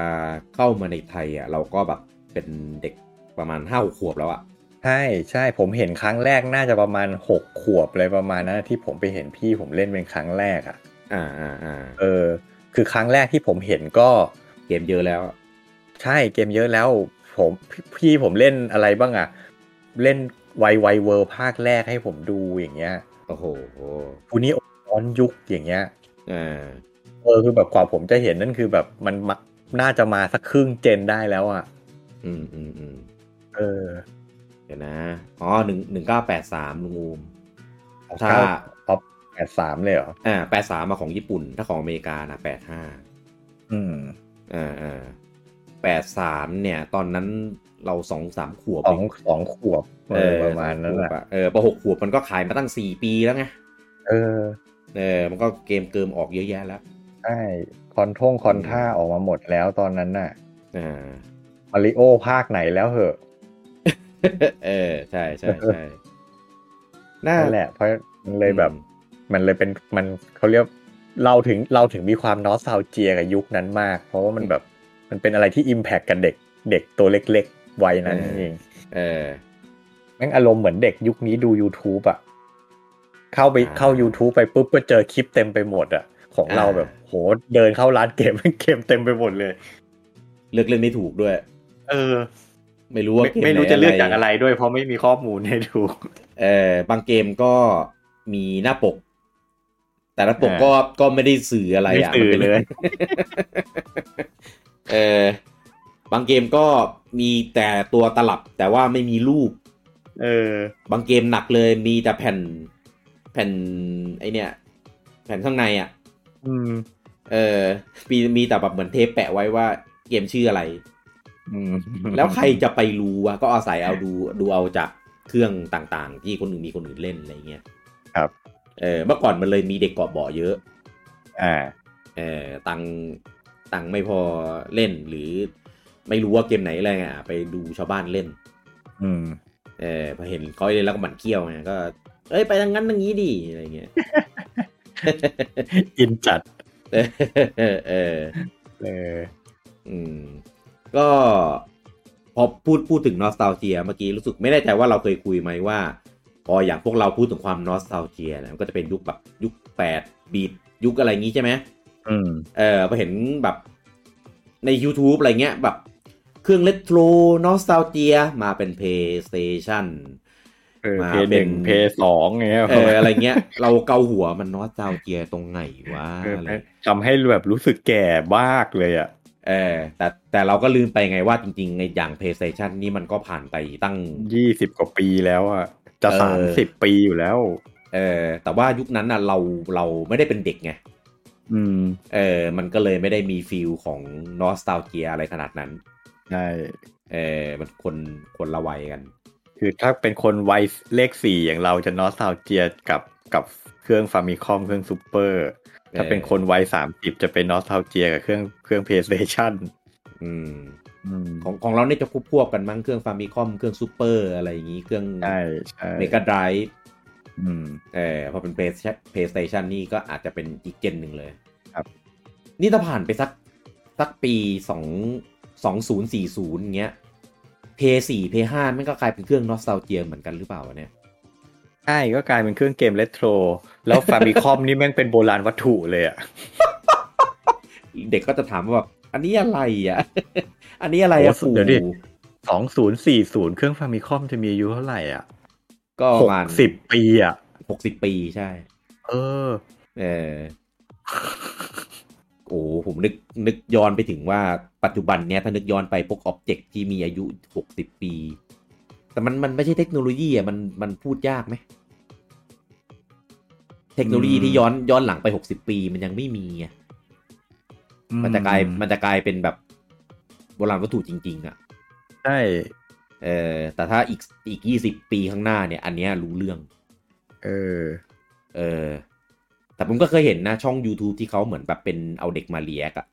[SPEAKER 1] เข้ามาในไทยอ่ะ เราก็แบบเป็นเด็กประมาณห้าขวบแล้วอ่ะ
[SPEAKER 2] ใช่ใช่ผมเห็นครั้งแรกน่าจะประมาณ 6 ขวบอะไรประมาณนั้นที่ผมไปเห็นพี่ผมเล่นเป็นครั้งแรกอะ
[SPEAKER 1] อ่าอ่าอ่า
[SPEAKER 2] เออ คือครั้งแรกที่ผมเห็นก็
[SPEAKER 1] เกมเยอะแล้วอะ
[SPEAKER 2] ใช่เกมเยอะแล้ว ผมพี่พี่ผมเล่นอะไรบ้างอะเล่นไวไวเวิร์ภาคแรกให้ผมดูอย่างเงี้ย
[SPEAKER 1] เอ โอ้โห
[SPEAKER 2] คูนี้ย้อนยุคอย่างเงี้ย
[SPEAKER 1] อ่า
[SPEAKER 2] เออคือแบบกว่าผมจะเห็นนั่นคือแบบมันมักน่าจะมาสักครึ่งเจนได้แล้วอ่ะ
[SPEAKER 1] อืมอืมอืม
[SPEAKER 2] เออ
[SPEAKER 1] เดี๋ยวนะอ๋อหนึ่งหนึ่งเก้าแปดสามลุงอูม ถ้า
[SPEAKER 2] ท็อปแปดสามเลยเหรอ
[SPEAKER 1] อ่าแปดสามมาของญี่ปุ่น ถ้าของอเมริกานะแปดห้า
[SPEAKER 2] อืม
[SPEAKER 1] อ่าอ่าแปดสามเนี่ย ตอนนั้นเราสองสามขวบ
[SPEAKER 2] สองสองขวบเออประมาณนั้น
[SPEAKER 1] แห
[SPEAKER 2] แห
[SPEAKER 1] ละ
[SPEAKER 2] ละ
[SPEAKER 1] เออประหกขวบมันก็ขายมาตั้งสี่ปีแล้วไง
[SPEAKER 2] เออ
[SPEAKER 1] เออ มันก็เกมเกิมออกเยอะแยะแล้ว
[SPEAKER 2] ใช่คอนท่งคอนท่าออกมาหมดแล้วตอนนั้นน่ะ
[SPEAKER 1] อ่า
[SPEAKER 2] มาริโอภาคไหนแล้วเหอะ
[SPEAKER 1] เออ ใช่ใช่ใช่น่า
[SPEAKER 2] นั่นแหละเพราะมันเลยแบบ มันเลยเป็นมันเขาเรียกเราถึงเราถึงมีความนอสซาวเจียกับยุคนั้นมาก เพราะว่ามันแบบมันเป็นอะไรที่อิมแพคกับเด็กเด็กตัวเล็กๆวัยนั้นเอง
[SPEAKER 1] เออ
[SPEAKER 2] แม่งอารมณ์เหมือนเด็กยุคนี้ดู YouTube อะเข้าไป
[SPEAKER 1] อ่า
[SPEAKER 2] เข้า YouTube ไปปุ๊บก็เจอคลิปเต็มไปหมดอะของเรา
[SPEAKER 1] อ่า
[SPEAKER 2] แบบโหเดินเข้าร้านเกม เกมเต็มไปหมดเลย
[SPEAKER 1] เลือกเล่นไม่ถูกด้วย
[SPEAKER 2] เออ
[SPEAKER 1] ไม่รู้ว่า
[SPEAKER 2] ไม่
[SPEAKER 1] เกมหน
[SPEAKER 2] ไม่รู้จะเลือกจากอะไรด้วย เพราะไม่มีข้อมูลให้ดู
[SPEAKER 1] เออบางเกมก็มีหน้าปก แต่ละปก
[SPEAKER 2] อ่า
[SPEAKER 1] ก็ก็ไม่ได้สื่ออะไร
[SPEAKER 2] ไม่
[SPEAKER 1] อ่ะ
[SPEAKER 2] ตื่
[SPEAKER 1] มัน
[SPEAKER 2] น
[SPEAKER 1] ป็น
[SPEAKER 2] เลย
[SPEAKER 1] เออบางเกมก็มีแต่ตัวตลับแต่ว่าไม่มีรูป
[SPEAKER 2] เออ
[SPEAKER 1] บางเกมหนักเลยมีแต่แผ่นแผ่นไอเนี่ย แผ่นข้างในอ่ะ
[SPEAKER 2] อืม
[SPEAKER 1] เออมีมีแต่แบบเหมือนเทปแปะไว้ว่าเกมชื่ออะไร
[SPEAKER 2] อืม
[SPEAKER 1] แล้วใครจะไปรู้วะก็อาศัยเอาดูดูเอาจากเครื่องต่างๆ ที่คนอื่นมีคนอื่นเล่นอะไรเงี้ย
[SPEAKER 2] ครับ
[SPEAKER 1] เออเมื่อก่อนมันเลยมีเด็กเกาะเบ่อเยอะ
[SPEAKER 2] อ่า
[SPEAKER 1] เออตังตังไม่พอเล่นหรือไม่รู้ว่าเกมไหนอะไรเงี้ยไปดูชาวบ้านเล่น
[SPEAKER 2] อืม
[SPEAKER 1] เออพอเห็นเขาเล่นแล้วก็หมันเขี้ยวไงก็ เอ้ยไปทางนั้นทางนี้ดิอะไรเงี้ย
[SPEAKER 2] อินจัด
[SPEAKER 1] เออเออเออ
[SPEAKER 2] เออ
[SPEAKER 1] อืม ก็พอพูดพูดถึงนอสตาเจียเมื่อกี้รู้สึกไม่แน่ใจว่าเราเคยคุยไหมว่า พออย่างพวกเราพูดถึงความนอสตาเจียเนี่ยมันก็จะเป็นยุคแบบยุคแปดบีดยุคอะไรงี้ใช่ไหม
[SPEAKER 2] อืม
[SPEAKER 1] เออพอเห็นแบบใน YouTube อะไรเงี้ยแบบเครื่องเลตโทรนอสตาเจียมาเป็น PlayStation
[SPEAKER 2] เออ
[SPEAKER 1] มา
[SPEAKER 2] เพย์ห
[SPEAKER 1] เป็
[SPEAKER 2] นึ่
[SPEAKER 1] น
[SPEAKER 2] งเพย์สองเงี้ย
[SPEAKER 1] เอออะไรเงี้ย เราเกาหัวมันนอสตาเจียตรงไหนวะ
[SPEAKER 2] เออ
[SPEAKER 1] อะไร
[SPEAKER 2] ทำให้แบบรู้สึกแก่มากเลยอ่ะ
[SPEAKER 1] เออแต่แต่เราก็ลืมไปไงว่าจริงๆในอย่าง PlayStation นี่มันก็ผ่านไปตั้ง
[SPEAKER 2] ยี่สิบกว่าปีแล้วอ่ะ จะ
[SPEAKER 1] เออ
[SPEAKER 2] สามสิบปีอยู่แล้ว
[SPEAKER 1] เออแต่ว่ายุคนั้นน่ะเราเราไม่ได้เป็นเด็กไง
[SPEAKER 2] อืม
[SPEAKER 1] เออมันก็เลยไม่ได้มีฟิลของนอสตาเจียอะไรขนาดนั้น
[SPEAKER 2] ใช่
[SPEAKER 1] เออมันคนคนละวัยกัน
[SPEAKER 2] คือถ้าเป็นคนวัยเลขสี่อย่างเราจะนอสซาวเจียกับกับเครื่องฟามิคอมเครื่องซูเปอร์ ถ้าเป็นคนวัยสามสิบจะเป็นนอสซาวเจียกับเครื่องเครื่องเพย์สเตชัน
[SPEAKER 1] อืม
[SPEAKER 2] อืม
[SPEAKER 1] ของของเราเนี่ยจะควบควบกันมั้งเครื่องฟามิคอมเครื่องซูเปอร์อะไรอย่างงี้เครื่อง
[SPEAKER 2] ใช่ใช่
[SPEAKER 1] เมกาไดรฟ์
[SPEAKER 2] อืม
[SPEAKER 1] เออพอเป็นเพลย์เพย์สเตชันนี่ก็อาจจะเป็นอีกเจนหนึ่งเลย
[SPEAKER 2] ครับ
[SPEAKER 1] นี่ถ้าผ่านไปสักสักปีสองสองศูนย์สี่ศูนย์เงี้ยเพย์สี่เพย์ห้ามันก็กลายเป็นเครื่องนอสตาเจียเหมือนกันหรือเปล่าวะเนี่ย
[SPEAKER 2] ใช่ก็กลายเป็นเครื่องเกมเลโทร แล้วฟามิคอมนี่แม่งเป็นโบราณวัตถุเลยอ่ะ
[SPEAKER 1] เด็กก็จะถามว่าแบบอันนี้อะไรอ่ะ อันนี้อะไรอ่ะ
[SPEAKER 2] โโห
[SPEAKER 1] ปู่
[SPEAKER 2] เดี๋ยวดิสองศูนย์สี่ศูนย์เครื่องฟามิคอมจะมีอายุเท่าไหร่อ่ะ
[SPEAKER 1] ก็
[SPEAKER 2] ห
[SPEAKER 1] ประ
[SPEAKER 2] ก
[SPEAKER 1] มาณ
[SPEAKER 2] สิบปีอ่ะ
[SPEAKER 1] หกสิบปีใช่
[SPEAKER 2] เออ
[SPEAKER 1] เออ โอ้โหผมนึกนึกย้อนไปถึงว่าปัจจุบันเนี้ยถ้านึกย้อนไปพวกอ็อบเจกต์ที่มีอายุหกสิบปี แต่มันมันไม่ใช่เทคโนโลยีอ่ะมันมันพูดยากไหม เทคโนโลยี
[SPEAKER 2] อืม
[SPEAKER 1] ที่ย้อนย้อนหลังไปหกสิบปีมันยังไม่มีอ่ะมันจะกลายมันจะกลายเป็นแบบโบราณวัตถุจริง ๆ อ่ะ
[SPEAKER 2] ใช่
[SPEAKER 1] เออแต่ถ้าอีกอีกยี่สิบปีข้างหน้าเนี่ย อันเนี้ยรู้เรื่อง
[SPEAKER 2] เออ
[SPEAKER 1] เออ แต่ผมก็เคยเห็นนะช่อง YouTube ที่เขาเหมือนแบบเป็นเอาเด็กมาเลียกอะ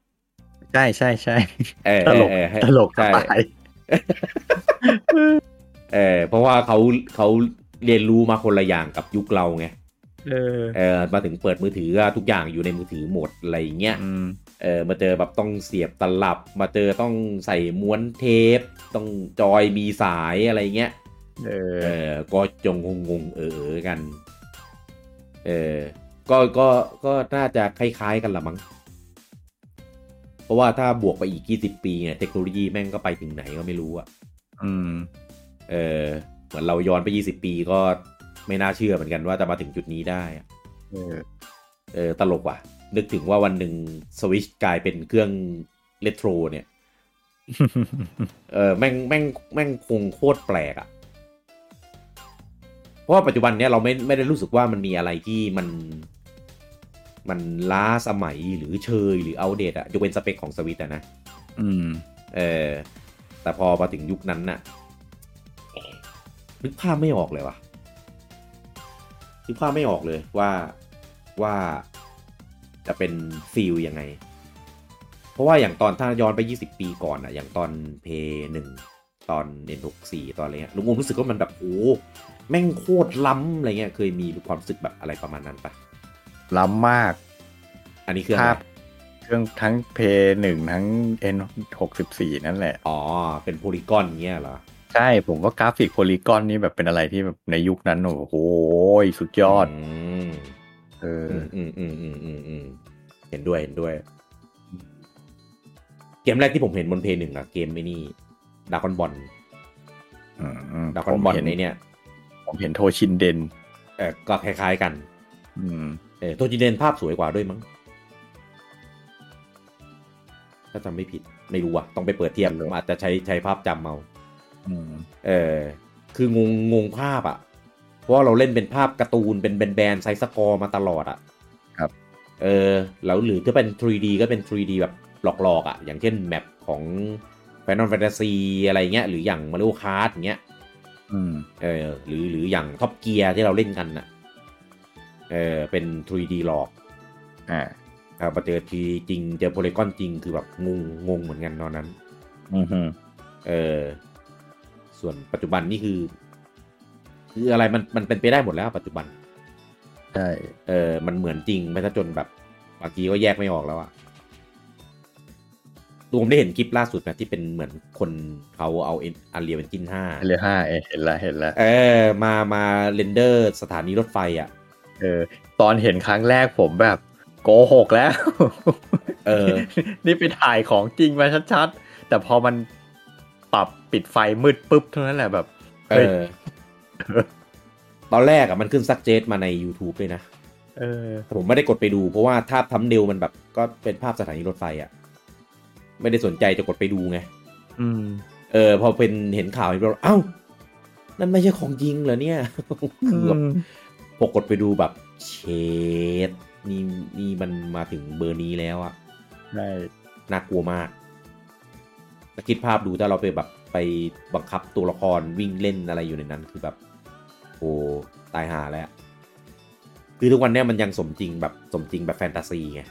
[SPEAKER 2] ใช่ใช่ใช่
[SPEAKER 1] เออ
[SPEAKER 2] ตลก
[SPEAKER 1] เออเออ
[SPEAKER 2] ตลก
[SPEAKER 1] ใช่
[SPEAKER 2] ตาย
[SPEAKER 1] เออเพราะว่าเขาเขาเรียนรู้มาคนละอย่างกับยุคเราไง
[SPEAKER 2] เออ
[SPEAKER 1] เออมาถึงเปิดมือถือก็ทุกอย่างอยู่ในมือถือหมดอะไรอย่างเงี้ย
[SPEAKER 2] อืม
[SPEAKER 1] เออมาเจอแบบต้องเสียบตลับ มาเจอต้องใส่ม้วนเทป ต้องจอยมีสายอะไรเงี้ย
[SPEAKER 2] เออ
[SPEAKER 1] เออ ก็จงงงๆเออๆกัน เออ ก็ ก็ ก็น่าจะคล้ายๆกันละมั้ง เพราะว่าถ้าบวกไปอีกกี่สิบปีเนี่ยเทคโนโลยีแม่งก็ไปถึงไหนก็ไม่รู้อะ
[SPEAKER 2] อืม
[SPEAKER 1] เออ เหมือนเราย้อนไปยี่สิบปีก็ ไม่น่าเชื่อเหมือนกันว่าจะมาถึงจุดนี้ได้อะ
[SPEAKER 2] เออ
[SPEAKER 1] เออตลกว่ะ นึกถึงว่าวันหนึ่งสวิชกลายเป็นเครื่องเลโทรเนี่ย เออแม่งแม่งแม่งคงโคตรแปลกอะ่ะ เพราะว่าปัจจุบันเนี้ยเราไม่ไม่ได้รู้สึกว่ามันมีอะไรที่มัน มันล้าสมัยหรือเชยหรืออัปเดตอะยกเว้นสเปคของสวิตอะนะ
[SPEAKER 2] อืม
[SPEAKER 1] เออ แต่พอมาถึงยุคนั้นน่ะนึกภาพไม่ออกเลยว่ะนึกภาพไม่ออกเลยว่าว่าจะเป็นฟิลยังไง เพราะว่าอย่างตอนถ้าย้อนไป 20 ปีก่อนอะอย่างตอนเพย์หนึ่งตอนเอ็นหกสี่ตอนอะไรเงี้ยลุงอมรู้สึกว่ามันแบบโอ้แม่งโคตรล้ำอะไรเงี้ยเคยมีความรู้สึกแบบอะไรประมาณนั้นปะ
[SPEAKER 2] ล้ำมาก
[SPEAKER 1] อันนี้คืออะไร
[SPEAKER 2] ภาพเครื่องทั้งเพย์หนึ่งทั้ง N หกสิบสี่นั่นแหละ
[SPEAKER 1] อ๋อ เป็นโพลีกอนเงี้ยเหรอ
[SPEAKER 2] ใช่ผมว่ากราฟิกโพลีกอนนี่แบบเป็นอะไรที่แบบในยุคนั้น โอ้โหสุดยอด
[SPEAKER 1] ม
[SPEAKER 2] เออ
[SPEAKER 1] อืมอืมอืมอืมอืมอืมเห็นด้วยเห็นด้วย เกมแรกที่ผมเห็นบนเพย์หนึ่งอะเกมไอ้นี่ดากอนบอล
[SPEAKER 2] อืมอืม
[SPEAKER 1] ดากอน
[SPEAKER 2] ผม
[SPEAKER 1] บอล
[SPEAKER 2] เห็น
[SPEAKER 1] ในเนี่ย
[SPEAKER 2] ผมเห็นโทชินเดน
[SPEAKER 1] เออก็คล้ายๆกัน
[SPEAKER 2] อืม
[SPEAKER 1] เออโทจิเดนภาพสวยกว่าด้วยมั้งถ้าจำไม่ผิดไม่รู้อะต้องไปเปิดเทียบ
[SPEAKER 2] ไม่รู้
[SPEAKER 1] ผมอาจจะใช้ใช้ภาพจำเอา
[SPEAKER 2] อืม
[SPEAKER 1] เออคืองงงงภาพอะเพราะว่าเราเล่นเป็นภาพการ์ตูนเป็นแบนๆไซส์สกอร์มาตลอดอะ
[SPEAKER 2] ครับ
[SPEAKER 1] เออแล้วหรือถ้าเป็น 3D ก็เป็น 3D แบบหลอกๆอะอย่างเช่นแมปของ Final Fantasy อะไรเงี้ยหรืออย่าง Mario Kart อย่างเงี้ย
[SPEAKER 2] อืม
[SPEAKER 1] เออหรือหรืออย่าง Top Gear ที่เราเล่นกันน่ะเออเป็น 3D หลอก
[SPEAKER 2] อ่า
[SPEAKER 1] อ่ามาเจอ 3D จริงเจอโพลีกอนจริงคือแบบงงงงเหมือนกันตอนนั้น
[SPEAKER 2] อืมฮึ
[SPEAKER 1] เออส่วนปัจจุบันนี่คือ คืออะไรมันมันเป็นไปได้หมดแล้ว ปัจจุบัน
[SPEAKER 2] ใช่
[SPEAKER 1] เออมันเหมือนจริงไปซะจนแบบบางทีก็แยกไม่ออกแล้วอะดูผมได้เห็นคลิปล่าสุดนะที่เป็นเหมือนคนเขาเอาอันเรียเป็นจินห้า
[SPEAKER 2] เลห้าเอยเห็นละเห็นละ
[SPEAKER 1] เออ มามาเรนเดอร์สถานีรถไฟอะ่ะ
[SPEAKER 2] เออ ตอนเห็นครั้งแรกผมแบบโกหกแล้ว
[SPEAKER 1] เออ
[SPEAKER 2] นี่ไปถ่ายของจริงมาชัดๆ แต่พอมันปรับปิดไฟมืดปุ๊บเท่านั้นแหละแบบ
[SPEAKER 1] เอ
[SPEAKER 2] เฮ้ย
[SPEAKER 1] อ ตอนแรกอะมันขึ้นซักเจตมาใน YouTube เลยนะ
[SPEAKER 2] เออ
[SPEAKER 1] แต่ผมไม่ได้กดไปดูเพราะว่าภาพทำเดลมันแบบก็เป็นภาพสถานีรถไฟอะ่ะ ไม่ได้สนใจจะกดไปดูไง
[SPEAKER 2] อืม
[SPEAKER 1] เออพอเป็นเห็นข่าวเห็นแบบเอ้า นั่นไม่ใช่ของจริงเหรอเนี่ย คือแบบพอกดไปดูแบบเชดนี่นี่มันมาถึงเบอร์นี้แล้วอะ
[SPEAKER 2] ใช่
[SPEAKER 1] น่ากลัวมากแล้วคิดภาพดูถ้าเราไปแบบไปบังคับตัวละครวิ่งเล่นอะไรอยู่ในนั้นคือแบบโอ้ตายหาแล้ว คือทุกวันเนี้ยมันยังสมจริงแบบสมจริงแบบแฟนตาซีไง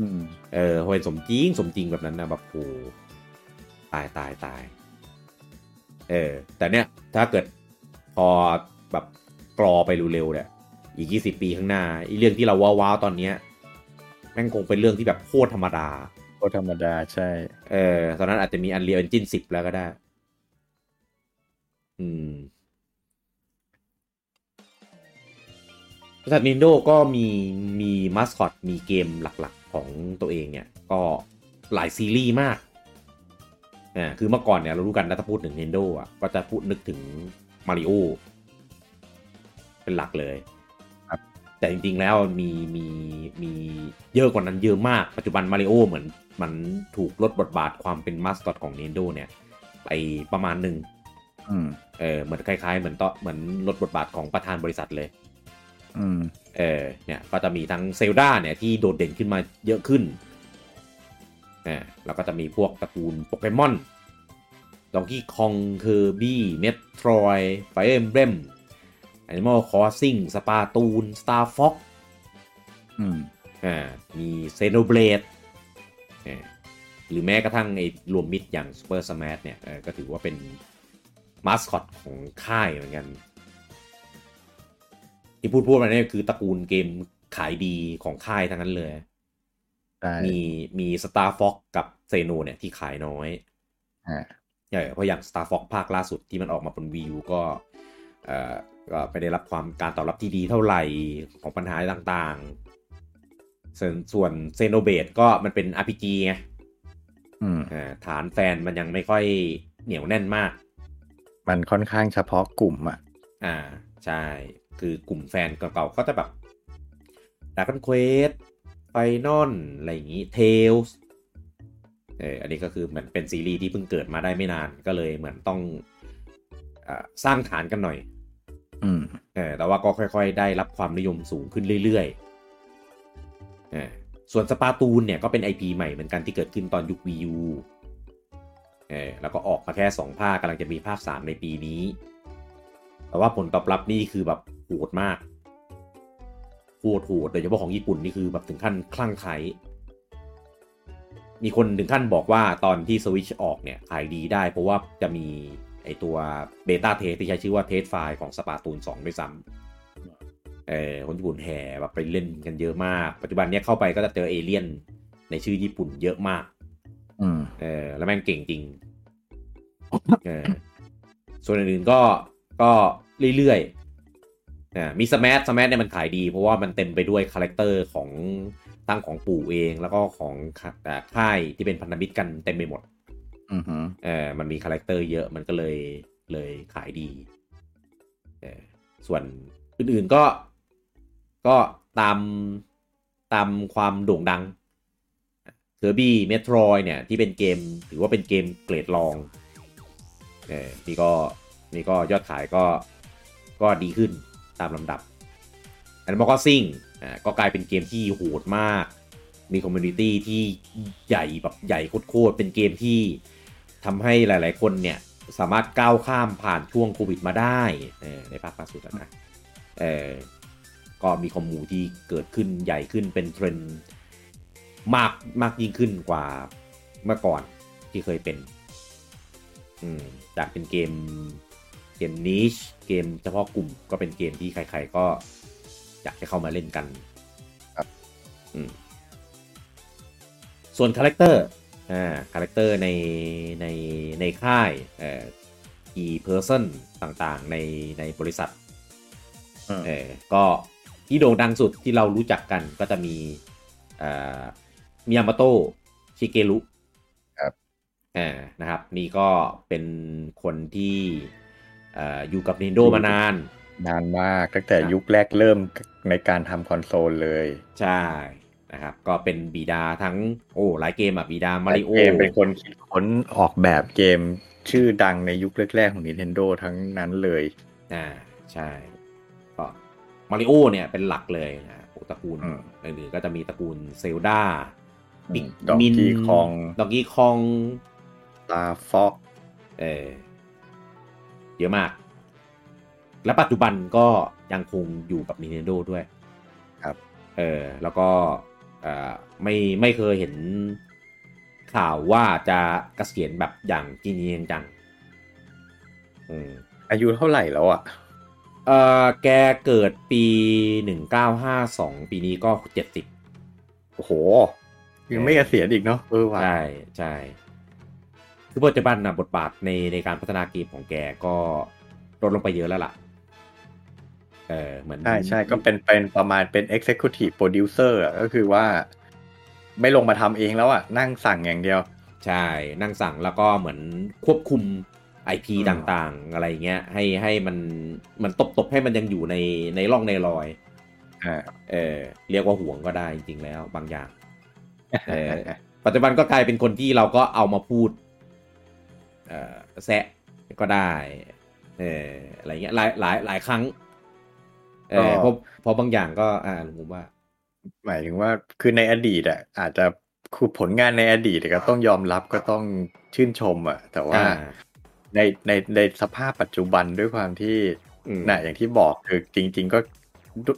[SPEAKER 2] อืม
[SPEAKER 1] เออพอเป็นสมจริงสมจริงแบบนั้นนะแบบโอ้โหตายตายตายเออ แต่เนี้ยถ้าเกิดพอแบบกรอไปเร็วๆเนี่ยอีกยี่สิบปีข้างหน้าไอีเรื่องที่เราว้าวๆตอนเนี้ยแม่งคงเป็นเรื่องที่แบบโคตรธรรมดา
[SPEAKER 2] ก็ธรรมดาใช่
[SPEAKER 1] เออตอนนั้นอาจจะมีอันเรีย n g จินสิบแล้วก็ได้ อืมบริษัท Nintendo ก็มีมีมาสคอตมีเกมหลักๆของตัวเองเนี่ย ก็หลายซีรีส์มากอ่าคือเมื่อก่อนเนี่ยเรารู้กันนะถ้าพูดถึง Nintendo อ่ะก็จะพูดนึกถึง Mario เป็นหลักเลย
[SPEAKER 2] ครับ
[SPEAKER 1] แต่จริงๆแล้วมีมีมีเยอะกว่านั้นเยอะมาก ปัจจุบัน Mario เหมือนมันถูกลดบทบาทความเป็นมาสคอตของ Nintendo เนี่ยไปประมาณหนึ่ง
[SPEAKER 2] อืม
[SPEAKER 1] เออเหมือนคล้ายๆ เหมือนต่อเหมือนลดบทบาทของประธานบริษัทเลย
[SPEAKER 2] อืม
[SPEAKER 1] เออเนี่ยก็จะมีทั้งเซลดาเนี่ยที่โดดเด่นขึ้นมาเยอะขึ้นนะแล้วก็จะมีพวกตระกูลโปเกมอนดองกี้คองเคอร์บี้เมโทรยไฟเอ็มเบรมแอนิมอลคอสซิ่งสปาตูนสตาร์ฟ็อก
[SPEAKER 2] อืม
[SPEAKER 1] อ่ามีเซโนเบลดหรือแม้กระทั่งไอ้รวมมิตรอย่างซูเปอร์สมาร์เนี่ยเออก็ถือว่าเป็นมาสคอตของค่ายเหมือนกัน ที่พูดพูดมาเนี่ยคือตระกูลเกมขายดีของค่ายทั้งนั้นเลย
[SPEAKER 2] ใช่
[SPEAKER 1] มีมี Star Fox กับเซโนเนี่ยที่ขายน้อย
[SPEAKER 2] อ่า
[SPEAKER 1] เออเพราะอย่าง Star Fox ภาคล่าสุดที่มันออกมาบน Wii U ก็เอ่อก็ไม่ได้รับความการตอบรับที่ดีเท่าไหร่ของปัญหาต่างๆ ส่วนส่วนเซโนเบดก็มันเป็น RPG ไง
[SPEAKER 2] อืม
[SPEAKER 1] อ่าฐานแฟนมันยังไม่ค่อยเหนียวแน่นมาก
[SPEAKER 2] มันค่อนข้างเฉพาะกลุ่มอ่ะ
[SPEAKER 1] อ่าใช่ คือกลุ่มแฟนเก่าๆก็จะแบบดัก n ันเควสไฟนอลอะไรอย่างนี้เทลส์เอออันนี้ก็คือเหมือนเป็นซีรีส์ที่เพิ่งเกิดมาได้ไม่นานก็เลยเหมือนต้องอาสร้างฐานกันหน่อย
[SPEAKER 2] อืม
[SPEAKER 1] เออแต่ว่าก็ค่อยๆ ได้รับความนิยมสูงขึ้นเรื่อยๆเออส่วนสปาตูนเนี่ยก็เป็น IP ใหม่เหมือนกันที่เกิดขึ้นตอนยุค Wii U เออแล้วก็ออกมาแค่ 2 ภาคกำลังจะมีภาค 3 ในปีนี้ แต่ว่าผลตอบรับนี่คือแบบโหดมากโหดโหดโดยเฉพาะของญี่ปุ่นนี่คือแบบถึงขั้นคลั่งไคล้มีคนถึงขั้นบอกว่าตอนที่สวิชออกเนี่ยขายดีได้ เพราะว่าจะมีไอตัวเบต้าเทสที่ใช้ชื่อว่าเทสไฟล์ของสปาตูน2ด้วยซ้ำเออคนญี่ปุ่นแห่แบบไปเล่นกันเยอะมาก ปัจจุบันเนี้ยเข้าไปก็จะเจอเอเลี่ยนในชื่อญี่ปุ่นเยอะมาก
[SPEAKER 2] อืม
[SPEAKER 1] เออแล้วแม่งเก่งจริง เออส่วนอื่นๆก็ก็เรื่อยๆอ่ามีสมั s สมั h เนี่ยมันขายดี เพราะว่ามันเต็มไปด้วยคาแรคเตอร์ของตั้งของปู่เองแล้วก็ของค่าแต่ค่ายที่เป็นพันธมิตรกันเต็มไปหมด
[SPEAKER 2] อืมฮึ
[SPEAKER 1] เออมันมีคาแรคเตอร์เยอะมันก็เลยเลยขายดีเออส่วนอื่นๆก็ก็ตามตามความโด่งดังเคอร์บี้เมโทรยเนี่ยที่เป็นเกมถือว่าเป็นเกมเกรดรองเออนี่ก็นี่ก็ยอดขายก็ก็ดีขึ้นตามลำดับอันนี้มันก็ซิ่งอ่าก็กลายเป็นเกมที่โหดมาก มีคอมมูนิตี้ที่ใหญ่แบบใหญ่โคตรๆเป็นเกมที่ทำให้หลายๆคนเนี่ยสามารถก้าวข้ามผ่านช่วงโควิดมาได้เออในภาคล่าสุดอะนะเออก็มีคอมมูที่เกิดขึ้นใหญ่ขึ้นเป็นเทรนด์มากมากยิ่งขึ้นกว่าเมื่อก่อนที่เคยเป็นอืมจากเป็นเกมเกมนิชเกมเฉพาะกลุ่มก็เป็นเกมที่ใครๆก็อยากจะเข้ามาเล่นกัน ส่วนคาแรคเตอร์ อ่า คาแรคเตอร์ใน ใน ในค่าย เอ่อ e person ต่างๆ ใน ในบริษัท เออก็ที่โด่งดังสุดที่เรารู้จักกันก็จะมีอ่ามิยามาโตะชิเกรุ
[SPEAKER 3] ครับ
[SPEAKER 1] อ่านะครับ นี่ก็เป็นคนที่อ่าอยู่กับ Nintendo มานาน
[SPEAKER 2] นานมากตั้งแต่
[SPEAKER 1] ครับ
[SPEAKER 2] ยุคแรกเริ่มในการทำคอนโซลเลย
[SPEAKER 1] ใช่ นะครับ ก็เป็นบิดาทั้ง โอ้ หลายเกมอ่ะบิดา มาริโอ
[SPEAKER 2] เกมเป็นคนคิดค้นออกแบบเกมชื่อดังในยุคแรกๆของ Nintendo ทั้งนั้นเลย
[SPEAKER 1] อ่าใช่ก็มาริโอเนี่ยเป็นหลักเลยนะตระกูล
[SPEAKER 2] อืม
[SPEAKER 1] อื่นๆก็จะมีตระกูลเซลดา
[SPEAKER 2] อืม
[SPEAKER 1] บิ๊ก
[SPEAKER 2] Donkey
[SPEAKER 1] มิน
[SPEAKER 2] Kong
[SPEAKER 1] ดอกกี้คอง
[SPEAKER 2] ตาฟอก
[SPEAKER 1] เออเยอะมาก และปัจจุบันก็ยังคงอยู่กับ Nintendo ด้วย
[SPEAKER 2] ครับ
[SPEAKER 1] เออแล้วก็เอ่อไม่ไม่เคยเห็นข่าวว่าจะเกษียณแบบอย่างจริงๆจังๆอืม
[SPEAKER 2] อายุเท่าไหร่แล้วอ่ะ
[SPEAKER 1] เออแกเกิดปี 1952 ปีนี้ก็ 70
[SPEAKER 2] โอ้โห ยังไม่เกษียณอีกเนาะเออว่ะ
[SPEAKER 1] ใช่ใช่คือปัจจุบันนะบทบาทในในการพัฒนาเกมของแกก็ลดลงไปเยอะแล้วล่ะ เออเหมือน
[SPEAKER 2] ใช่ใช่ก็เป็นเป็นประมาณเป็น Executive Producer อะก็คือว่า ไม่ลงมาทำเองแล้วอ่ะ นั่งสั่งอย่างเดียว
[SPEAKER 1] ใช่ นั่งสั่งแล้วก็เหมือนควบคุม IP
[SPEAKER 2] อืม
[SPEAKER 1] ต่างๆ อะไรเงี้ย ให้ให้มันมันตบตบๆให้มันยังอยู่ในในร่องในรอย
[SPEAKER 2] อ่า
[SPEAKER 1] เออเรียกว่าห่วงก็ได้จริงๆแล้วบางอย่าง เออ ปัจจุบันก็กลายเป็นคนที่เราก็เอามาพูด เอ่อแซะก็ได้เอออะไรเงี้ยหลายหลายหลายครั้งเออเพ
[SPEAKER 2] ก็
[SPEAKER 1] ราะเพราะบางอย่างก็อ่าลุงผมว่า
[SPEAKER 2] หมายถึงว่าคือในอดีตอ่ะอาจจะคือผลงานในอดีตก็ต้องยอมรับก็ต้องชื่นชมอ่ะ แต่ว่า
[SPEAKER 1] อ่า
[SPEAKER 2] ในในในสภาพปัจจุบันด้วยความที่
[SPEAKER 1] อืม
[SPEAKER 2] น่ะอย่างที่บอกคือจริง ๆ ก็ดุ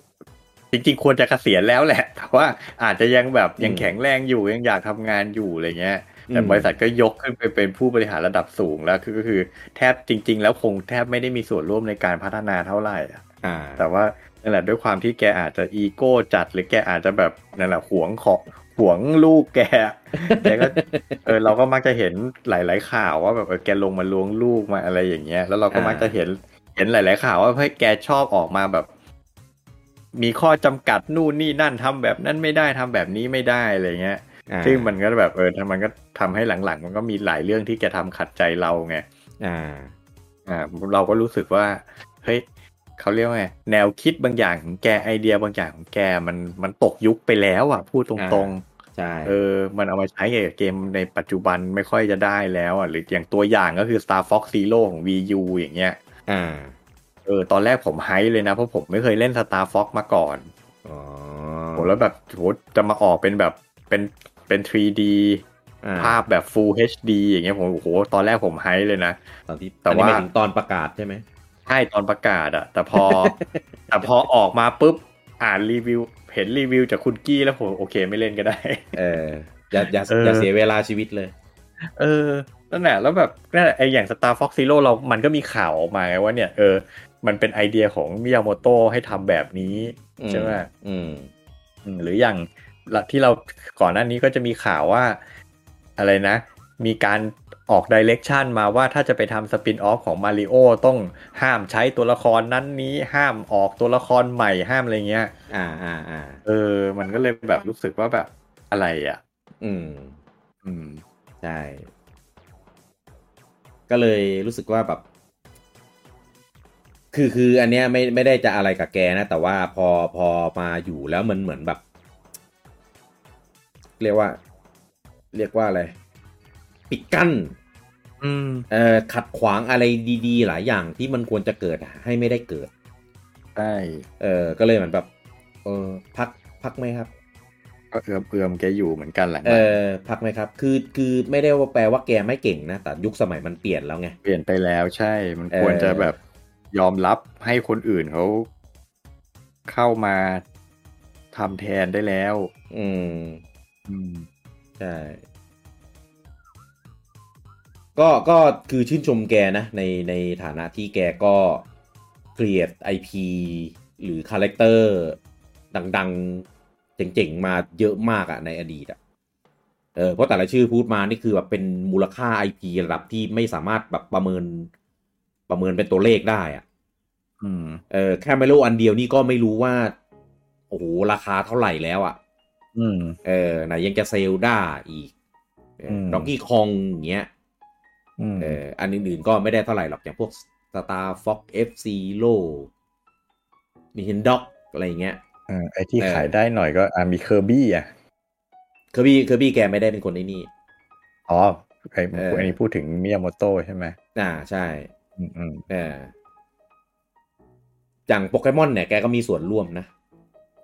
[SPEAKER 2] จริง ๆ ควรจะเกษียณแล้วแหละ แต่ว่าอาจจะยังแบบยังแข็งแรงอยู่ยังอยากทำงานอยู่อะไรเงี้ย แต่บริษัทก็ยกขึ้นไปเป็นผู้บริหารระดับสูงแล้วคือก็คือแทบจริง ๆ แล้วคงแทบไม่ได้มีส่วนร่วมในการพัฒนาเท่าไหร่อะ
[SPEAKER 1] อ่า
[SPEAKER 2] แต่ว่านั่นแหละด้วยความที่แกอาจจะอีโก้จัดหรือแกอาจจะแบบนั่นแหละหวงของหวงลูกแก แกก็เออเราก็มักจะเห็นหลาย ๆ ข่าวว่าแบบเออแกลงมาล้วงลูกมาอะไรอย่างเงี้ย แล้วเราก็มักจะเห็นเห็นหลาย ๆ ข่าวว่าเฮ้ยแกชอบออกมาแบบ มีข้อจำกัดนู่นนี่นั่นทำแบบนั้นไม่ได้ทำแบบนี้ไม่ได้อะไรเงี้ย
[SPEAKER 1] อ่า
[SPEAKER 2] ซึ่งมันก็แบบเออถ้ามันก็ทำให้หลัง ๆ มันก็มีหลายเรื่องที่แกทำขัดใจเราไง
[SPEAKER 1] อ่า
[SPEAKER 2] อ่าเราก็รู้สึกว่า เฮ้ย เขาเรียกว่าไงแนวคิดบางอย่างของแกไอเดียบางอย่างของแกมันมันตกยุคไปแล้วอ่ะพูดตรงๆ
[SPEAKER 1] ใช่
[SPEAKER 2] เออ มันเอามาใช้กับเกมในปัจจุบันไม่ค่อยจะได้แล้วอ่ะ หรืออย่างตัวอย่างก็คือ Star Fox Zero ของ VU อย่างเงี้ย
[SPEAKER 1] อ่า
[SPEAKER 2] เออ ตอนแรกผมไฮป์เลยนะ เพราะผมไม่เคยเล่น Star Fox มาก่อน
[SPEAKER 1] อ๋อ
[SPEAKER 2] โหแล้วแบบโหจะมาออกเป็นแบบเป็นเป็น 3D
[SPEAKER 1] อ่
[SPEAKER 2] ภาพแบบ Full HD อย่างเงี้ยผมโอ้โห ตอนแรกผมไฮป์เลยนะ
[SPEAKER 1] ตอนที่
[SPEAKER 2] แต่
[SPEAKER 1] แต่ว่า
[SPEAKER 2] ว่า
[SPEAKER 1] ถึงตอนประกาศใช่ไหม
[SPEAKER 2] ใช่ตอนประกาศอะแต่พ อ แต่พอออกมาปุ๊บอ่านรีวิว เห็นรีวิวจากคุณกี้แล้วผมโอเคไม่เล่นก็ได้
[SPEAKER 1] เออ อย่าอย่า
[SPEAKER 2] เออ
[SPEAKER 1] อ
[SPEAKER 2] อ
[SPEAKER 1] ย่าเสียเวลาชีวิตเลย
[SPEAKER 2] เออ นั่นแหละ แล้วแบบนั่นแหละไออย่าง Star Fox Zero เรา มันก็มีข่าวออกมาไงว่าเนี่ย เออ มันเป็นไอเดียของมิยาโมโตะให้ทำแบบนี้
[SPEAKER 1] อื
[SPEAKER 2] ใช่ไหม
[SPEAKER 1] อืม
[SPEAKER 2] อืมหรืออย่างละที่เราก่อนหน้านี้ก็จะมีข่าวว่า อะไรนะ มีการออกดิเรกชันมาว่าถ้าจะไปทำสปินออฟของมาริโอต้องห้ามใช้ตัวละครนั้นนี้ ห้ามออกตัวละครใหม่ห้ามอะไรเงี้ย
[SPEAKER 1] อ่าอ่าอ่า
[SPEAKER 2] เออ มันก็เลยแบบรู้สึกว่าแบบอะไรอ่ะ
[SPEAKER 1] อืม
[SPEAKER 2] อืม
[SPEAKER 1] ใช่ ก็เลยรู้สึกว่าแบบ คือคืออันเนี้ยไม่ไม่ได้จะอะไรกับแกนะ แต่ว่าพอพอมาอยู่แล้วมันเหมือนแบบ เรียกว่า เรียกว่าอะไร ปิดกั้น
[SPEAKER 2] อืม
[SPEAKER 1] เอ่อขัดขวางอะไรดี ๆ หลายอย่างที่มันควรจะเกิดอะให้ไม่ได้เกิด
[SPEAKER 2] ใช่
[SPEAKER 1] เออก็เลยเหมือนแบบ เออพักพักไหมครับ
[SPEAKER 2] ก็เอือมเอือมแกอยู่เหมือนกันแหละ
[SPEAKER 1] เออพักไหมครับ คือคือไม่ได้ว่าแปลว่าแกไม่เก่งนะ แต่ยุคสมัยมันเปลี่ยนแล้วไง
[SPEAKER 2] เปลี่ยนไปแล้วใช่ มัน
[SPEAKER 1] เออ
[SPEAKER 2] ควรจะแบบยอมรับให้คนอื่นเขาเข้ามาทำแทนได้แล้ว
[SPEAKER 1] อืม
[SPEAKER 2] อืม
[SPEAKER 1] ใช่ ก็ก็คือชื่นชมแกนะ ในในฐานะที่แกก็เกลียด IP หรือคาแรคเตอร์ ดังๆ เจ๋งๆ มาเยอะมากอะในอดีตอะเออเพราะแต่ละชื่อพูดมานี่คือแบบเป็นมูลค่า IP ระดับที่ไม่สามารถแบบประเมินประเมินเป็นตัวเลขได้อะ
[SPEAKER 2] อืม
[SPEAKER 1] เออแค่ไมโลอันเดียวนี่ก็ไม่รู้ว่า โอ้โห ราคาเท่าไหร่แล้วอะ่ะ
[SPEAKER 2] อืม
[SPEAKER 1] เออ ไหนยังจะเซลด้าอีก
[SPEAKER 2] อืม
[SPEAKER 1] ดองกี้คองอย่างเงี้ย
[SPEAKER 2] อืม
[SPEAKER 1] เอออันอื่นๆก็ไม่ได้เท่าไหร่หรอก อย่างพวก Star Fox F C l o มีเห็นด็อกอะไรอย่างเงี้ย
[SPEAKER 2] เออไอที่
[SPEAKER 1] เออ
[SPEAKER 2] ขายได้หน่อยก็อ่ะมีเคอร์บี้อ่ะ
[SPEAKER 1] เคอร์บี้เคอร์บี้แกไม่ได้เป็นคนไอ้นี่
[SPEAKER 2] อ๋อไอ
[SPEAKER 1] เอออั
[SPEAKER 2] อันนี้พูดถึงมิยาโมโตะใช่ไหม
[SPEAKER 1] อ่าใช่
[SPEAKER 2] อืมอืม
[SPEAKER 1] เอออย่างโปเกมอนเนี่ยแกก็มีส่วนร่วมนะ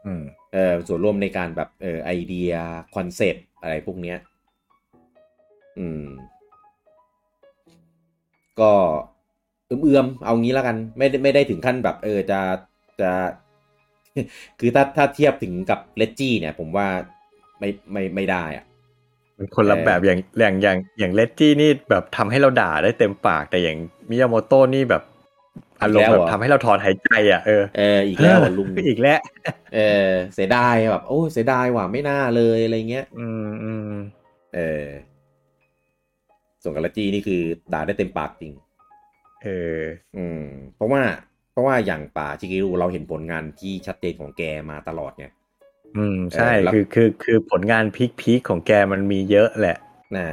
[SPEAKER 2] อืม
[SPEAKER 1] เออส่วนร่วมในการแบบเออไอเดียคอนเซปต์อะไรพวกเนี้ย อืม ก็เอื้อมๆเอางี้แล้วกัน ไม่ได้ไม่ได้ถึงขั้นแบบ เออจะจะ คือถ้าถ้าเทียบถึงกับเลจี้เนี่ย ผมว่าไม่ไม่ไม่ได้อะ
[SPEAKER 2] เป็นคนละ
[SPEAKER 1] เออ
[SPEAKER 2] แบบอย่างอย่างอย่างอย่างเลตตี้นี่แบบทำให้เราด่าได้เต็มปากแต่อย่างมิยาโมโตะนี่แบบอารมณ์แบบทำให้เราถอนหายใจอ่ะเออ
[SPEAKER 1] เอออีกแล้วอะลุง
[SPEAKER 2] อีกแล้ว
[SPEAKER 1] เออเสียดายแบบ โอ้เสียดายว่ะไม่น่าเลยอะไรเงี้ย
[SPEAKER 2] อืมอืม
[SPEAKER 1] เออ ส่วนกับเลจี้นี่คือด่าได้เต็มปากจริง
[SPEAKER 2] เออ
[SPEAKER 1] อืมเพราะว่าเพราะว่าอย่างป่าชิกิรุเราเห็นผลงานที่ชัดเจนของแกมาตลอดไง
[SPEAKER 2] อืม ใช่
[SPEAKER 1] เออแล้ว
[SPEAKER 2] คือ คือ คือผลงานพีคพีคของแกมันมีเยอะแหละ
[SPEAKER 1] น่า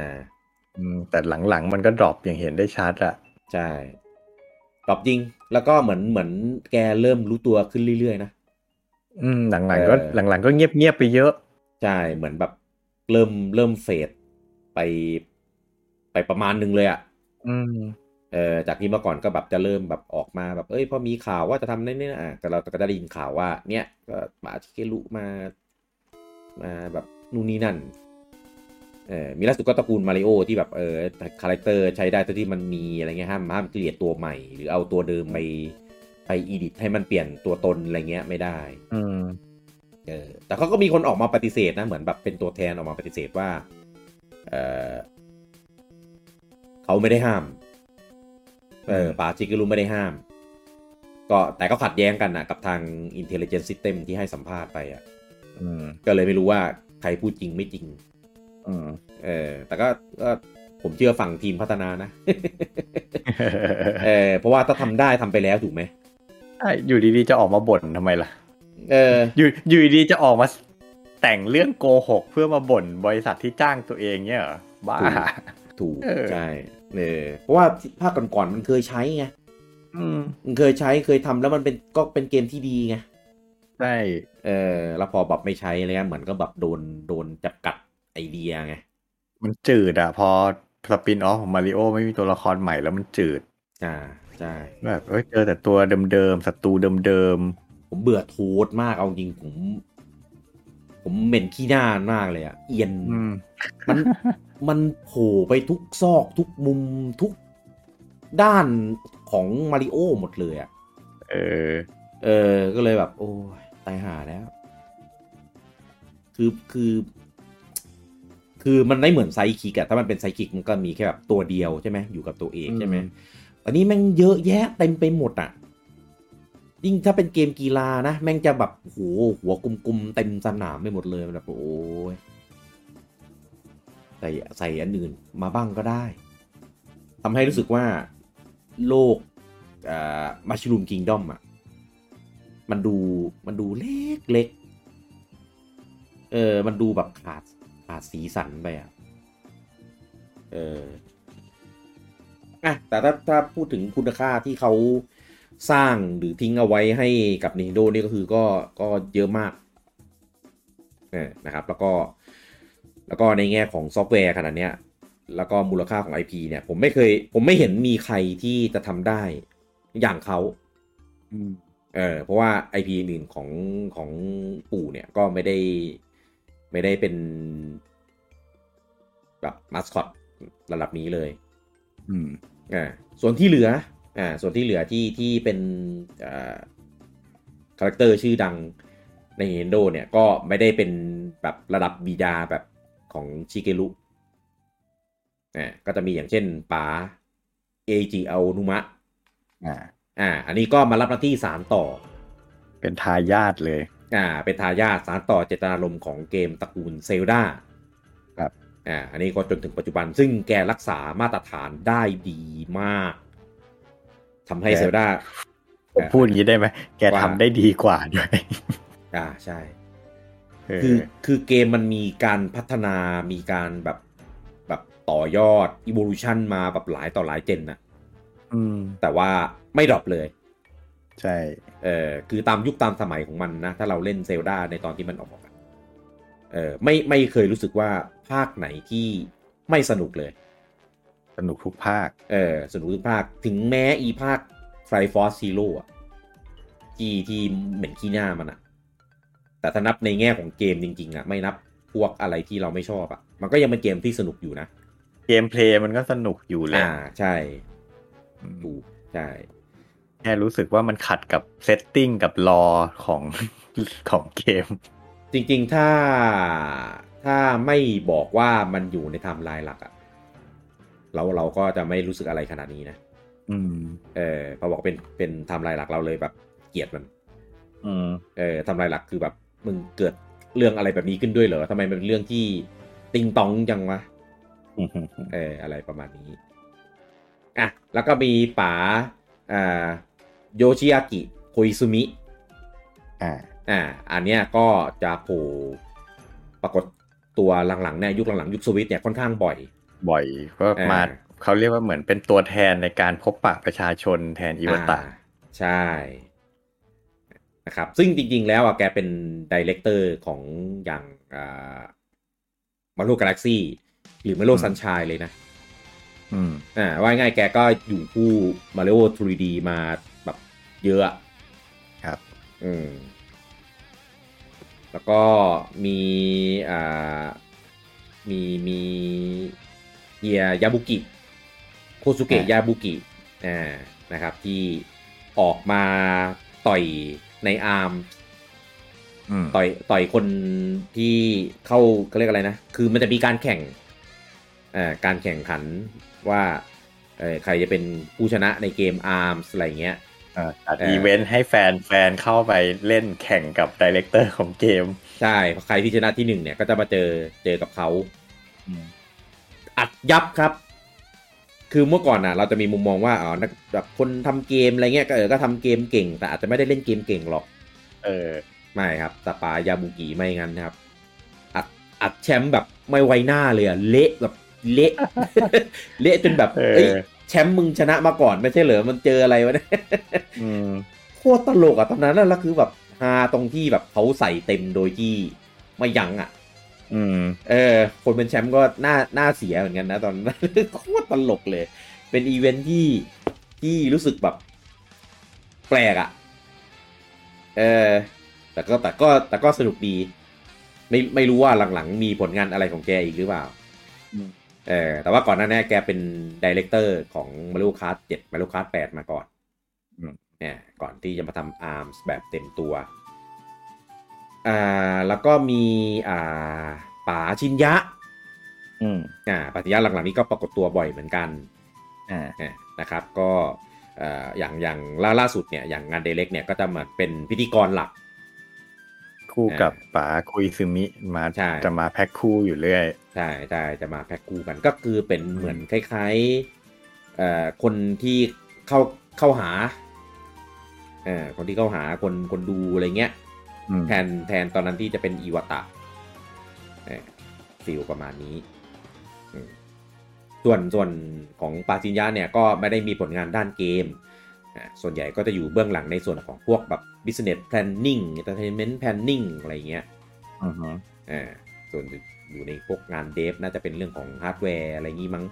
[SPEAKER 2] อืม แต่หลังๆ มันก็ดรอปอย่างเห็นได้ชัดอะ
[SPEAKER 1] ใช่ตอบจริง แล้วก็เหมือนเหมือนแกเริ่มรู้ตัวขึ้นเรื่อยๆนะ
[SPEAKER 2] อืม หลังๆ ก็
[SPEAKER 1] เออ
[SPEAKER 2] หลังๆ ก็เงียบเงียบๆไปเยอะ
[SPEAKER 1] ใช่เหมือนแบบเริ่มเริ่มเฟดไปไปประมาณนึงเลยอะ่ะ
[SPEAKER 2] อืม
[SPEAKER 1] เออจากที่เมื่อก่อนก็แบบจะเริ่มแบบออกมาแบบเอ้ยพอมีข่าวว่าจะทำนั่นนี่นะอ่ะแต่เราก็ได้ยินข่าวว่า เนี่ยก็ป่าชิกิรุมา มาแบบนู่นนี่นั่น เออมีล่าสุดก็ตระกูลมาริโอที่แบบเออคาแรคเตอร์ใช้ได้เท่าที่มันมีอะไรเงี้ยห้ามห้ามเกลียดตัวใหม่ หรือเอาตัวเดิมไปไปอีดิทให้มันเปลี่ยนตัวตนอะไรเงี้ยไม่ได้
[SPEAKER 2] อืม
[SPEAKER 1] เออแต่เขาก็มีคนออกมาปฏิเสธนะเหมือนแบบเป็นตัวแทนออกมาปฏิเสธว่า เออเขาไม่ได้ห้าม เออป่าชิกิรุไม่ได้ห้าม ก็แต่ก็ขัดแย้งกันนะกับทาง Intelligence System ที่ให้สัมภาษณ์ไปอ่ะ
[SPEAKER 2] อืม
[SPEAKER 1] ก็เลยไม่รู้ว่าใครพูดจริงไม่จริง
[SPEAKER 2] อื ม
[SPEAKER 1] เออแต่ก็ก็ผมเชื่อฝั่งทีมพัฒนานะ เออเพราะว่าถ้าทำได้ทำไปแล้วถูกไหม
[SPEAKER 2] ใช่ อยู่ดีๆ จะออกมาบ่นทำไมล่ะ
[SPEAKER 1] เออ
[SPEAKER 2] อยู่ อยู่ดีๆ จะออกมาแต่งเรื่องโกหกเพื่อมาบ่นบริษัทที่จ้างตัวเองเนี่ยเหรอ บ้า
[SPEAKER 1] ถูก
[SPEAKER 2] เออ
[SPEAKER 1] ใช่เออเพราะว่าภาคก่อนๆมันเคยใช้ไง
[SPEAKER 2] อืม
[SPEAKER 1] เคยใช้เคยทำแล้วมันเป็นก็เป็นเกมที่ดีไง
[SPEAKER 2] ใช่
[SPEAKER 1] เออแล้วพอแบบไม่ใช้อะไรเงี้ยเหมือนก็แบบโดนโดนจำกัดไอเดียไง
[SPEAKER 2] มันจืดอะพอสปินออฟของมาริโอไม่มีตัวละครใหม่แล้วมันจืด
[SPEAKER 1] อ่าใช่
[SPEAKER 2] แบบเอ้ยเจอแต่ตัวเดิมๆศัตรูเดิม
[SPEAKER 1] ผมเบื่อโทษมากเอาจริงผม ผมเหม็นขี้หน้ามากเลยอะเอียน
[SPEAKER 2] ๆอืม
[SPEAKER 1] มัน มันโผล่ไปทุกซอกทุกมุมทุกด้านของมาริโอหมดเลยอะ
[SPEAKER 2] เออ
[SPEAKER 1] เออ ก็เลยแบบ โอ้ยตายหาแล้ว คือคือ คือมันไม่เหมือนไซด์คิกอะถ้ามันเป็นไซด์คิกมันก็มีแค่แบบตัวเดียวใช่ไหมอยู่กับตัวเองใช่ไหม
[SPEAKER 2] อืม
[SPEAKER 1] อันนี้แม่งเยอะแยะเต็มไปหมดอะยิ่งถ้าเป็นเกมกีฬานะ แม่งจะแบบโอ้โหหัวกลมๆเต็มสนามไปหมดเลยมันแบบโอ้ยใส่ใส่อันอื่นมาบ้างก็ได้ทำให้รู้สึกว่าโลกมาชลูมกิงดอมอะมันดูมันดูเล็กเล็กๆเออ มันดูแบบขาด ขาดสีสันไปอ่ะ เอออ่ะแต่ถ้าถ้าพูดถึงคุณค่าที่เขาสร้างหรือทิ้งเอาไว้ให้กับ Nintendo นี่ก็คือก็ก็เยอะมากเออนะครับ แล้วก็ แล้วก็ในแง่ของซอฟต์แวร์ขนาดเนี้ย แล้วก็มูลค่าของ IP เนี่ย ผมไม่เคย ผมไม่เห็นมีใครที่จะทำได้อย่างเขา
[SPEAKER 2] อืม
[SPEAKER 1] เออเพราะว่า IP อื่นของของปู่เนี่ยก็ไม่ได้ไม่ได้เป็นแบบมาสคอตระดับนี้เลย
[SPEAKER 2] อืม
[SPEAKER 1] อ่าส่วนที่เหลืออ่าส่วนที่เหลือที่ที่เป็นอ่าคาแรคเตอร์ชื่อดังใน Nintendo เนี่ยก็ไม่ได้เป็นแบบระดับบีดาแบบของชิเกรุอ่าก็จะมีอย่างเช่นป๋าเอจิอาโนุมะ
[SPEAKER 2] อ่า
[SPEAKER 1] อ่าอันนี้ก็มารับหน้าที่สารต่อ
[SPEAKER 2] เป็นทายาทเลย
[SPEAKER 1] อ่าเป็นทายาทสารต่อเจตนารมณ์ของเกมตระกูลเซลดา
[SPEAKER 2] ครับ
[SPEAKER 1] อ่าอันนี้ก็จนถึงปัจจุบัน ซึ่งแกรักษามาตรฐานได้ดีมากทำให้เซลดา
[SPEAKER 2] ผมพูดอย่างนี้ได้ไหม แก
[SPEAKER 1] ว่า
[SPEAKER 2] ทำได้ดีกว่าด้วย
[SPEAKER 1] อ่าใช่
[SPEAKER 2] เออ
[SPEAKER 1] คือคือเกมมันมีการพัฒนามีการแบบแบบต่อยอดอี o l ลูชันมาแบบหลายต่อหลายเจนนะ
[SPEAKER 2] อืม
[SPEAKER 1] แต่ว่าไม่ดรอปเลย
[SPEAKER 2] ใช่
[SPEAKER 1] เออคือตามยุคตามสมัยของมันนะ ถ้าเราเล่นเซลดาในตอนที่มันออกอะเออไม่ไม่เคยรู้สึกว่าภาคไหนที่ไม่สนุกเลย
[SPEAKER 2] สนุกทุกภาค
[SPEAKER 1] เออสนุกทุกภาคถึงแม้อีภาคไฟฟอสซีโร่อะที่ที่เหม็นขี้หน้ามันอะแต่ถ้านับในแง่ของเกมจริงๆอะไม่นับพวกอะไรที่เราไม่ชอบอะมันก็ยังเป็นเกมที่สนุกอยู่นะ
[SPEAKER 2] เกมเพลย์มันก็สนุกอยู่แหละ
[SPEAKER 1] อ่าใช่
[SPEAKER 2] อืม
[SPEAKER 1] ถูกใช่
[SPEAKER 2] แค่รู้สึกว่ามันขัดกับเซตติ้งกับรอของ ของเกม
[SPEAKER 1] จริงๆถ้าถ้าไม่บอกว่ามันอยู่ในไทม์ไลน์หลักอะเราเราก็จะไม่รู้สึกอะไรขนาดนี้นะ
[SPEAKER 2] อืม
[SPEAKER 1] เออพอบอกเป็นเป็นไทม์ไลน์หลักเราเลยแบบเกลียดมัน
[SPEAKER 2] อืม
[SPEAKER 1] เออทำลายหลักคือแบบมึงเกิดเรื่องอะไรแบบนี้ขึ้นด้วยเหรอทำไมมันเป็นเรื่องที่ติงตองจังวะเอออะไรประมาณนี้อ่ะแล้วก็มีป๋าอ่าโยชิอากิโคอิซุมิ
[SPEAKER 2] อ่า
[SPEAKER 1] อ่าอันเนี้ยก็จะโผล่ปรากฏตัวหลังๆเนี่ยยุคหลังๆ ยุคสวิตเนี่ยค่อนข้างบ่อย
[SPEAKER 2] บ่อยก็
[SPEAKER 1] อ่าม
[SPEAKER 2] มาเขาเรียกว่าเหมือนเป็นตัวแทนในการพบปะประชาชนแทนอิวตา
[SPEAKER 1] อ่ใช่นะครับซึ่งจริงๆแล้วอ่ะแกเป็นดีเลกเตอร์ของอย่างมาโลกาแล็กซี่า Mario Galaxy หรือมาโล
[SPEAKER 2] อืม
[SPEAKER 1] ซันช n ยเลยนะ
[SPEAKER 2] อืม
[SPEAKER 1] อ่าว่าง่ายๆแกก็อยู่คู่มาริโอ 3D มาแบบเยอะอะ
[SPEAKER 2] ครับ
[SPEAKER 1] อืมแล้วก็มีอ่ามีมีเฮียยาบุกิโคสุเกะ
[SPEAKER 2] อ่าย
[SPEAKER 1] ยาบุกิอ่านะครับที่ออกมาต่อยในอาร์ม
[SPEAKER 2] อืม
[SPEAKER 1] ต่อยต่อยคนที่เข้าเขาเรียกอะไรนะ คือมันจะมีการแข่งเอ่อการแข่งขันว่าเอ่อใครจะเป็นผู้ชนะในเกม ARMS อะไรเงี้ย
[SPEAKER 2] อ่าจัด
[SPEAKER 1] เอ่ออี
[SPEAKER 2] อีเวนต์ให้แฟนแฟนเข้าไปเล่นแข่งกับดีเลกเตอร์ของเกม
[SPEAKER 1] ใช่ใครที่ชนะที่หนึ่งเนี่ยก็จะมาเจอเจอกับเขา อัดยับครับ คือเมื่อก่อนน่ะ เราจะมีมุมมองว่าอ๋อนักแบบคนทำเกมอะไรเงี้ยก็เออก็ทำเกมเก่ง แต่อาจจะไม่ได้เล่นเกมเก่งหรอก
[SPEAKER 2] เออ
[SPEAKER 1] ไม่ครับสปายาบุกิไม่งั้นนะครับ อัดอั ดแชมป์แบบไม่ไวหน้าเลยอะเละแบบเละ เละจนแบบ
[SPEAKER 2] เออ
[SPEAKER 1] เอ้ยแช แชมป์มึงชนะมาก่อนไม่ใช่เหรอมันเจออะไรวะเนี่ย
[SPEAKER 2] อืม
[SPEAKER 1] โคตรตลกอะตอนนั้นน่ะแล้วคือแบบฮาตรงที่แบบเขาใส่เต็มโดยที่ไม่ยั้งอะ
[SPEAKER 2] อืม
[SPEAKER 1] เออ คนเป็นแชมป์ก็หน้าหน้าเสียเหมือนกันนะตอน นั้น โคตรตลกเลย เป็นอีเวนท์ที่ที่รู้สึกแบบแปลกอะเออ แต่ก็แต่ก็แต่ก็สนุกดี ไม่ไม่รู้ว่าหลังๆ มีผลงานอะไรของแกอีกหรือเปล่า
[SPEAKER 2] อืม
[SPEAKER 1] เออ แต่ว่าก่อนหน้านี้แกเป็นดีเลกเตอร์ของมารูคาร์ดเจ็ดมารูคาร์ดแปดมาก่อน เนี่ยก่อนที่จะมาทำอาร์มแบบเต็มตัว อ่า แล้วก็มีอ่าป๋าชินยะ
[SPEAKER 2] อืม
[SPEAKER 1] อ่าป๋าชินยะหลังๆนี้ก็ปรากฏตัวบ่อยเหมือนกัน
[SPEAKER 2] อ่า
[SPEAKER 1] เนี่ยนะครับ ก็เอ่ออย่างอย่างล่าล่าสุดเนี่ย อย่างงานเดเล็กเนี่ยก็จะมาเป็นพิธีกรหลัก
[SPEAKER 2] คู่กับป๋าคุยซึมิมา
[SPEAKER 1] ใช่
[SPEAKER 2] จะมาแพ็คคู่อยู่เรื่อย
[SPEAKER 1] ใช่ใช่จะมาแพ็กคู่กันก็คือเป็นเหมือนคล้ายๆเอ่อคนที่เข้าเข้าหาเอ่อคนที่เข้าหาคนคนดูอะไรเงี้ย
[SPEAKER 2] อืม
[SPEAKER 1] แทนแทนตอนนั้นที่จะเป็นอีวตะเอ่อฟิลประมาณนี้อืมส่วนส่วนของปาจินยะเนี่ยก็ไม่ได้มีผลงานด้านเกมอ่ะส่วนใหญ่ก็จะอยู่เบื้องหลังในส่วนของพวกแบบ business planning entertainment planning อะไรเงี้ย
[SPEAKER 2] อือฮึ
[SPEAKER 1] อ่าส่วนอยู่ในพวกงานเดฟน่าจะเป็นเรื่องของฮาร์ดแวร์อะไรงี้มั้ง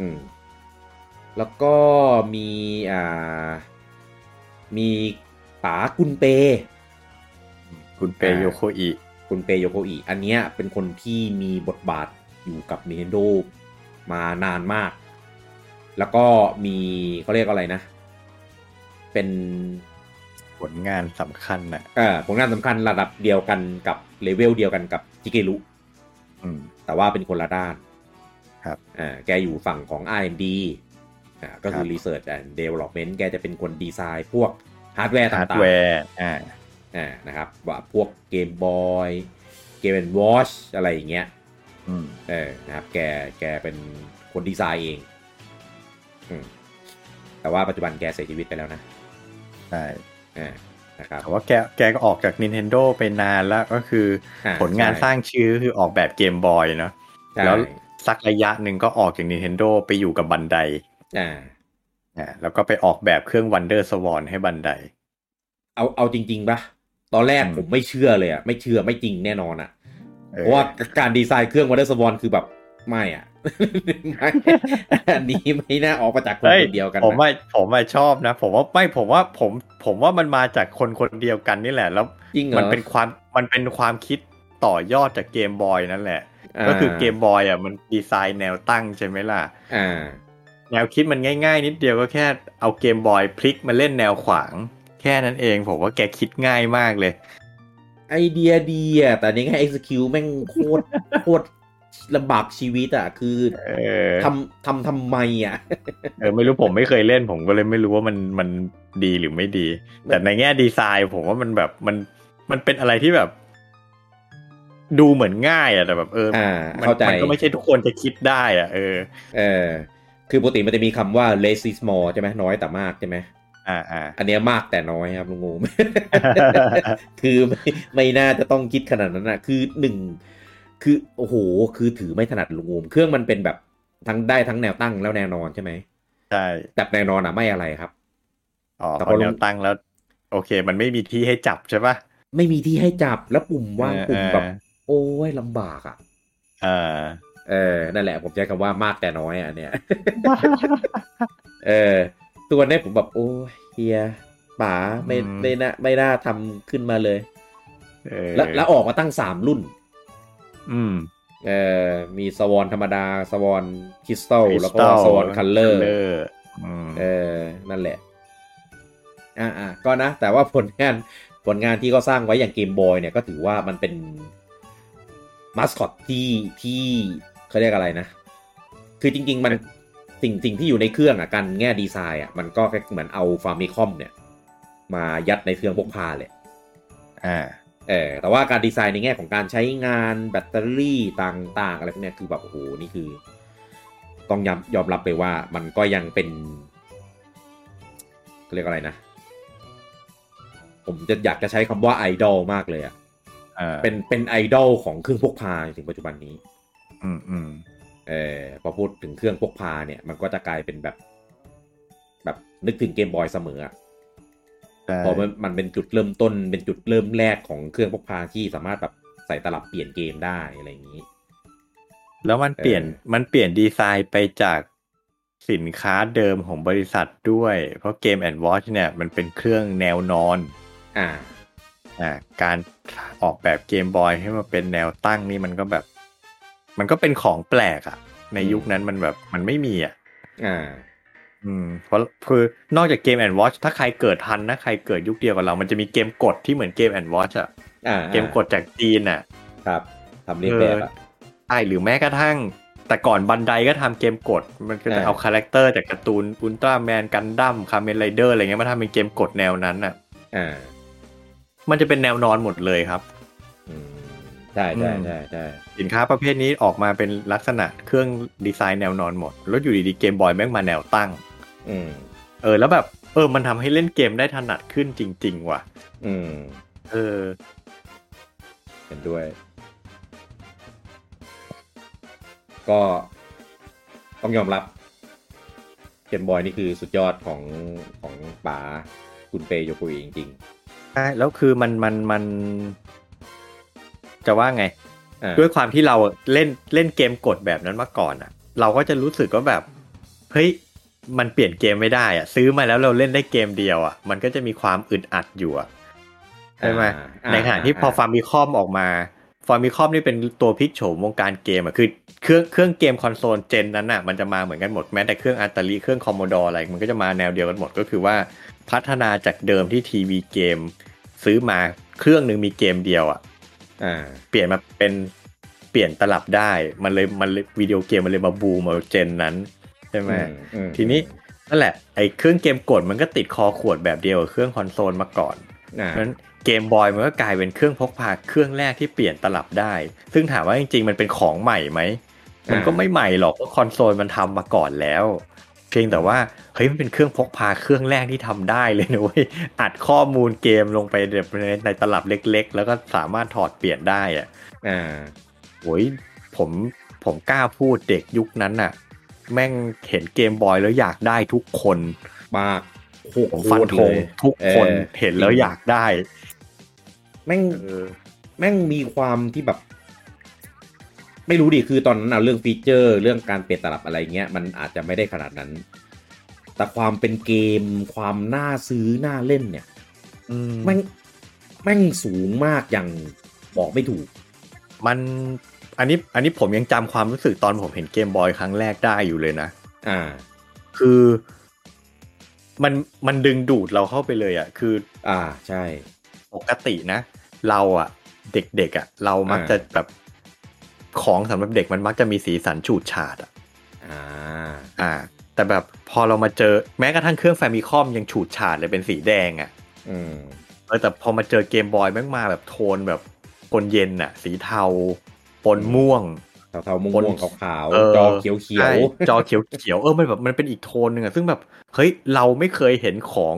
[SPEAKER 1] อืมแล้วก็มีอ่ามีป๋ากุนเป
[SPEAKER 2] คุณเปโยโคอิ
[SPEAKER 1] คุณเปโยโกอิอันเนี้ยเป็นคนที่มีบทบาทอยู่กับ Nintendo มานานมาก แล้วก็มีเขาเรียกอะไรนะ เป็น
[SPEAKER 2] ผลงานสำคัญน่ะ
[SPEAKER 1] เอ่อผลงานสำคัญระดับเดียวกันกับเลเวลเดียวกันกับจิเกรุ
[SPEAKER 2] อืม
[SPEAKER 1] แต่ว่าเป็นคนละด้าน
[SPEAKER 2] ครับ
[SPEAKER 1] อ่าแกอยู่ฝั่งของ R&D อ่าก็คือ
[SPEAKER 2] ครับ
[SPEAKER 1] Research and Development แกจะเป็นคนดีไซน์พวกฮาร์ดแวร์
[SPEAKER 2] ฮาร์ด
[SPEAKER 1] ต่าง
[SPEAKER 2] แว
[SPEAKER 1] ๆ
[SPEAKER 2] ร์อ่า
[SPEAKER 1] อ่านะครับว่าพวกเกมบอยเกมแอนด์วอชอะไรอย่างเงี้ย
[SPEAKER 2] อืม
[SPEAKER 1] เออนะครับแกแกเป็นคนดีไซน์เองอืมแต่ว่าปัจจุบันแกเสียชีวิตไปแล้วนะ
[SPEAKER 2] ใช่
[SPEAKER 1] เอ่านะครับ
[SPEAKER 2] แต่ว่าแกแกก็ออกจาก Nintendo ไปนานแล้วก็คือ
[SPEAKER 1] อ่
[SPEAKER 2] ผลงานสร้างชื่อก็คือออกแบบเกมบอยเนาะ
[SPEAKER 1] ใช่
[SPEAKER 2] แล้ว สักระยะหนึ่งก็ออกจาก Nintendo ไปอยู่กับบันได
[SPEAKER 1] อ่า
[SPEAKER 2] อ่าแล้วก็ไปออกแบบเครื่อง Wonder Swan ให้บันได
[SPEAKER 1] เอาเอาจริงๆปะตอนแรก
[SPEAKER 2] อืม
[SPEAKER 1] ผมไม่เชื่อเลยอะไม่เชื่อไม่จริงแน่นอนอะ
[SPEAKER 2] เอ
[SPEAKER 1] เพ
[SPEAKER 2] อ
[SPEAKER 1] ราะว่าการดีไซน์เครื่องวันเดอร์สวอนคือแบบไม่อะ ไม่อันนี้ไม่น่าออกมาจากคน
[SPEAKER 2] เฮ้ย
[SPEAKER 1] คนเดียวกัน
[SPEAKER 2] ผม
[SPEAKER 1] นะ
[SPEAKER 2] ว่าผมว่าชอบนะ ผมว่าไม่ผมว่าผมผมว่ามันมาจากคนคนเดียวกันนี่แหละ แล้ว
[SPEAKER 1] จริงเหรอ
[SPEAKER 2] มันเป็นความมันเป็นความคิดต่อยอดจากเกมบอยนั่นแหละ ก็คือเกมบอยอ่ะมันดีไซน์แนวตั้งใช่ไหมล่ะ
[SPEAKER 1] อ่า
[SPEAKER 2] แนวคิดมันง่ายๆ นิดเดียวก็แค่เอาเกมบอยพลิกมาเล่นแนวขวาง แค่นั้นเองผมว่าแกคิดง่ายมากเลย
[SPEAKER 1] ไอเดียดีอ่ะ แต่ในแง่ execute แม่งโคตร โคตรลำบากชีวิตอ่ะ คือ
[SPEAKER 2] เออ
[SPEAKER 1] ทำทำทำไมอ่ะ
[SPEAKER 2] เออไม่รู้ผมไม่เคยเล่นผมก็เลยไม่รู้ว่ามันมันดีหรือไม่ดี แต่ในแง่ดีไซน์ผมว่ามันแบบมันมันเป็นอะไรที่แบบ ดูเหมือนง่ายอะแต่แบบเออ
[SPEAKER 1] อ่า
[SPEAKER 2] มัน
[SPEAKER 1] เข้าใจ
[SPEAKER 2] มันก็ไม่ใช่ทุกคนจะคิดได้อะเออ
[SPEAKER 1] เออ คือปกติมันจะมีคำว่า less is more ใช่ไหมน้อยแต่มากใช่ไหม
[SPEAKER 2] อ่า อ่า
[SPEAKER 1] อันเนี้ยมากแต่น้อยครับลุงงู คือไม่ไม่น่าจะต้องคิดขนาดนั้นนะคือหนึ่งคือโอ้โห คือถือไม่ถนัดลุงงูเครื่องมันเป็นแบบทั้งได้ทั้งแนวตั้งแล้วแนวนอนใช่ไหม
[SPEAKER 2] ใช่
[SPEAKER 1] แต่แนวนอนอ่ะไม่อะไรครับ
[SPEAKER 2] อ๋อ
[SPEAKER 1] แต่
[SPEAKER 2] พ
[SPEAKER 1] พอ
[SPEAKER 2] อ
[SPEAKER 1] ลง
[SPEAKER 2] แนวตั้งแล้ว โอเค มันไม่มีที่ให้จับใช่ปะ
[SPEAKER 1] ไม่มีที่ให้จับแล้วปุ่มว่างปุ่มแบบ
[SPEAKER 2] เออ
[SPEAKER 1] โอ้ยลำบากอ่ะ
[SPEAKER 2] เออ
[SPEAKER 1] เออ นั่นแหละผมใช้คำว่ามากแต่น้อยอ่ะเนี่ย เออ ตัวนนี้ผมแบบ โอ้ยเฮียป๋าไม่
[SPEAKER 2] อืม
[SPEAKER 1] ไม่น่าไม่น่าทำขึ้นมาเลย
[SPEAKER 2] เออ
[SPEAKER 1] แล้วแล้วออกมาตั้งสามรุ่น
[SPEAKER 2] อืม
[SPEAKER 1] เออ มีสวอนธรรมดา สวอนคริสตัล
[SPEAKER 2] Crystal
[SPEAKER 1] แล้วก็สวอนคัลเลอร์
[SPEAKER 2] Color อืม
[SPEAKER 1] เออ นั่นแหละ อ่าอ่ะก็นะ แต่ว่าผลงานผลงานที่เขาสร้างไว้อย่างเกมบอยเนี่ยก็ถือว่ามันเป็นมาสคอตที่ที่เขาเรียกอะไรนะ คือจริง ๆ มันสิ่งสิ่งที่อยู่ในเครื่องอ่ะกันแง่ดีไซน์อ่ะมันก็เหมือนเอาฟาร์มิคอมเนี่ย มายัดในเครื่องพกพาเลย
[SPEAKER 2] อ่า
[SPEAKER 1] เออแต่ว่าการดีไซน์ในแง่ของการใช้งานแบตเตอรี่ต่างๆ อะไรพวกเนี้ยคือแบบโอ้โหนี่คือ ต้องยอมยอมรับไปว่ามันก็ยังเป็นเขาเรียกอะไรนะ ผมจะอยากจะใช้คำว่าไอดอลมากเลยอะ
[SPEAKER 2] อ่า
[SPEAKER 1] เป็นเป็นไอดอลของเครื่องพกพาจนถึงปัจจุบันนี้
[SPEAKER 2] อืมอืม
[SPEAKER 1] เออพอพูดถึงเครื่องพกพาเนี่ย มันก็จะกลายเป็นแบบ แบบนึกถึงเกมบอยเสมออะ
[SPEAKER 2] ใช่
[SPEAKER 1] เพอมันมันเป็นจุดเริ่มต้น เป็นจุดเริ่มแรกของเครื่องพกพาที่สามารถแบบใส่ตลับเปลี่ยนเกมได้อะไรอย่างนี้
[SPEAKER 2] แล้วมันเปลี่ยน
[SPEAKER 1] เออ
[SPEAKER 2] มันเปลี่ยนดีไซน์ไปจากสินค้าเดิมของบริษัทด้วย เพราะเกมแอนด์วอชเนี่ยมันเป็นเครื่องแนวนอน
[SPEAKER 1] อ่า
[SPEAKER 2] อ่าการออกแบบเกมบอยให้มันเป็นแนวตั้งนี่มันก็แบบ มันก็เป็นของแปลกอะ่ะ ในยุคนั้นมันแบบมันไม่มีอะ่ะ
[SPEAKER 1] อ่า
[SPEAKER 2] อืม เพราะคือนอกจากเกมแอนด์วอชถ้าใครเกิดทันนะ ใครเกิดยุคเดียวกับเรา มันจะมีเกมกดที่เหมือนเกมแอนด์วอชอ่ะ
[SPEAKER 1] อ่า
[SPEAKER 2] เกมกดจากจีนอ่ะ
[SPEAKER 1] ครับทำเรียนแบบอ่ะ
[SPEAKER 2] ใช่หรือแม้กระทั่ง แต่ก่อนบันไดก็ทำเกมกด มันก็จะ
[SPEAKER 1] อ่า
[SPEAKER 2] เอาคาแรคเตอร์จากการ์ตูนอุลตร้าแมนกันดั้มคาเมนไรเดอร์อะไรเงี้ยมาทำเป็นเกมกดแนวนั้นอ่ะ
[SPEAKER 1] อ่า
[SPEAKER 2] มันจะเป็นแนวนอนหมดเลยครับ
[SPEAKER 1] อืมใช่ใช่ใช่ใช่
[SPEAKER 2] สินค้าประเภทนี้ออกมาเป็นลักษณะเครื่องดีไซน์แนวนอนหมด แล้วอยู่ดีๆเกมบอยแม่งมาแนวตั้ง
[SPEAKER 1] อืม
[SPEAKER 2] เออ แล้วแบบเออมันทำให้เล่นเกมได้ถนัดขึ้นจริง ๆ ว่ะ
[SPEAKER 1] อืม
[SPEAKER 2] เออ
[SPEAKER 1] เห็นด้วย ก็ ต้องยอมรับเกมบอยนี่คือสุดยอดของของป๋าคุณเปโยโกอิจริง
[SPEAKER 2] ใช่ แล้วคือมันมันมัน จะว่าไง
[SPEAKER 1] ๆอ่า
[SPEAKER 2] ด้วยความที่เราเล่นเล่นเกมกดแบบนั้นมาก่อนอ่ะ เราก็จะรู้สึกว่าแบบเฮ้ยมันเปลี่ยนเกมไม่ได้อ่ะ ซื้อมาแล้วเราเล่นได้เกมเดียวอ่ะ มันก็จะมีความอึดอัดอยู่อ่ะ ใช่ไหม
[SPEAKER 1] อ่าอ่
[SPEAKER 2] ในขณะที่พอฟาร์มีคอมออกมาฟาร์มีคอมนี่เป็นตัวพลิกโฉมวงการเกมอะคือเครื่องเครื่องเกมคอนโซลเจนนั้นน่ะมันจะมาเหมือนกันหมดแม้แต่เครื่องอัตลีเครื่องคอมโมดออะไรมันก็จะมาแนวเดียวกันหมดก็คือว่าพัฒนาจากเดิมที่ทีวีเกม ซื้อมาเครื่องหนึ่งมีเกมเดียวอ่ะ
[SPEAKER 1] อ่า
[SPEAKER 2] เปลี่ยนมาเป็นเปลี่ยนตลับได้ มันเลยมันเลยวิดีโอเกมมันเลยมาบูมมาเจนนั้นใช่ไหม
[SPEAKER 1] อืม
[SPEAKER 2] ทีนี้ นั่นแหละไอ้เครื่องเกมกดมันก็ติดคอขวดแบบเดียวกับเครื่องคอนโซลมาก่อน
[SPEAKER 1] อ่า
[SPEAKER 2] เพราะฉะนั้นเกมบอยมันก็กลายเป็นเครื่องพกพาเครื่องแรกที่เปลี่ยนตลับได้ ซึ่งถามว่าจริงๆ มันเป็นของใหม่ไหม มันก็ไม่ใหม่หรอกเพราะคอนโซลมันทำมาก่อนแล้ว เพียงแต่ว่าเฮ้ยมันเป็นเครื่องพกพาเครื่องแรกที่ทำได้เลยนะเว้ยอัดข้อมูลเกมลงไปแบบในในตลับเล็ก ๆ แล้วก็สามารถถอดเปลี่ยนได้อะ
[SPEAKER 1] อ่า
[SPEAKER 2] โอ้ยผมผมกล้าพูดเด็กยุคนั้นน่ะ แม่งเห็นเกมบอยแล้วอยากได้ทุกคน
[SPEAKER 1] ปากโคก
[SPEAKER 2] ผมฟันธงทุกคนเห็นแล้วอยากได้
[SPEAKER 1] แม่ง
[SPEAKER 2] เออ
[SPEAKER 1] แม่งมีความที่แบบ ไม่รู้ดิคือตอนนั้นเอาเรื่องฟีเจอร์เรื่องการเปลี่ยนตลับอะไรเงี้ยมันอาจจะไม่ได้ขนาดนั้น แต่ความเป็นเกมความน่าซื้อน่าเล่นเนี่ย
[SPEAKER 2] อืม
[SPEAKER 1] แม่งแม่งสูงมากอย่างบอกไม่ถูก
[SPEAKER 2] มันอันนี้อันนี้ผมยังจำความรู้สึกตอนผมเห็นเกมบอยครั้งแรกได้อยู่เลยนะ
[SPEAKER 1] อ่า
[SPEAKER 2] คือมันมันดึงดูดเราเข้าไปเลยอะ่ะ คือ
[SPEAKER 1] อ่าใช่
[SPEAKER 2] ปกตินะ เราอะ่ะ เด็กๆอะ่ะ เรามักจะแบบของสำหรับเด็กมันมักจะมีสีสันฉูดฉาดอะ่ะ
[SPEAKER 1] อ่า
[SPEAKER 2] อ่า แต่แบบพอเรามาเจอแม้กระทั่งเครื่องแฟมิคอมยังฉูดฉาดเลยเป็นสีแดงอ่ะ
[SPEAKER 1] อืม
[SPEAKER 2] เออแต่พอมาเจอเกมบอยแม่งมาแบบโทนแบบปนเย็นอ่ะ สีเทาปนม่วง
[SPEAKER 1] เทาๆม่วงๆขาว
[SPEAKER 2] เ
[SPEAKER 1] ๆจอเขียว
[SPEAKER 2] ใช่จอเขียวเขียวๆเออมันแบบมันเป็นอีกโทนหนึ่งอะซึ่งแบบเฮ้ยเราไม่เคยเห็นของ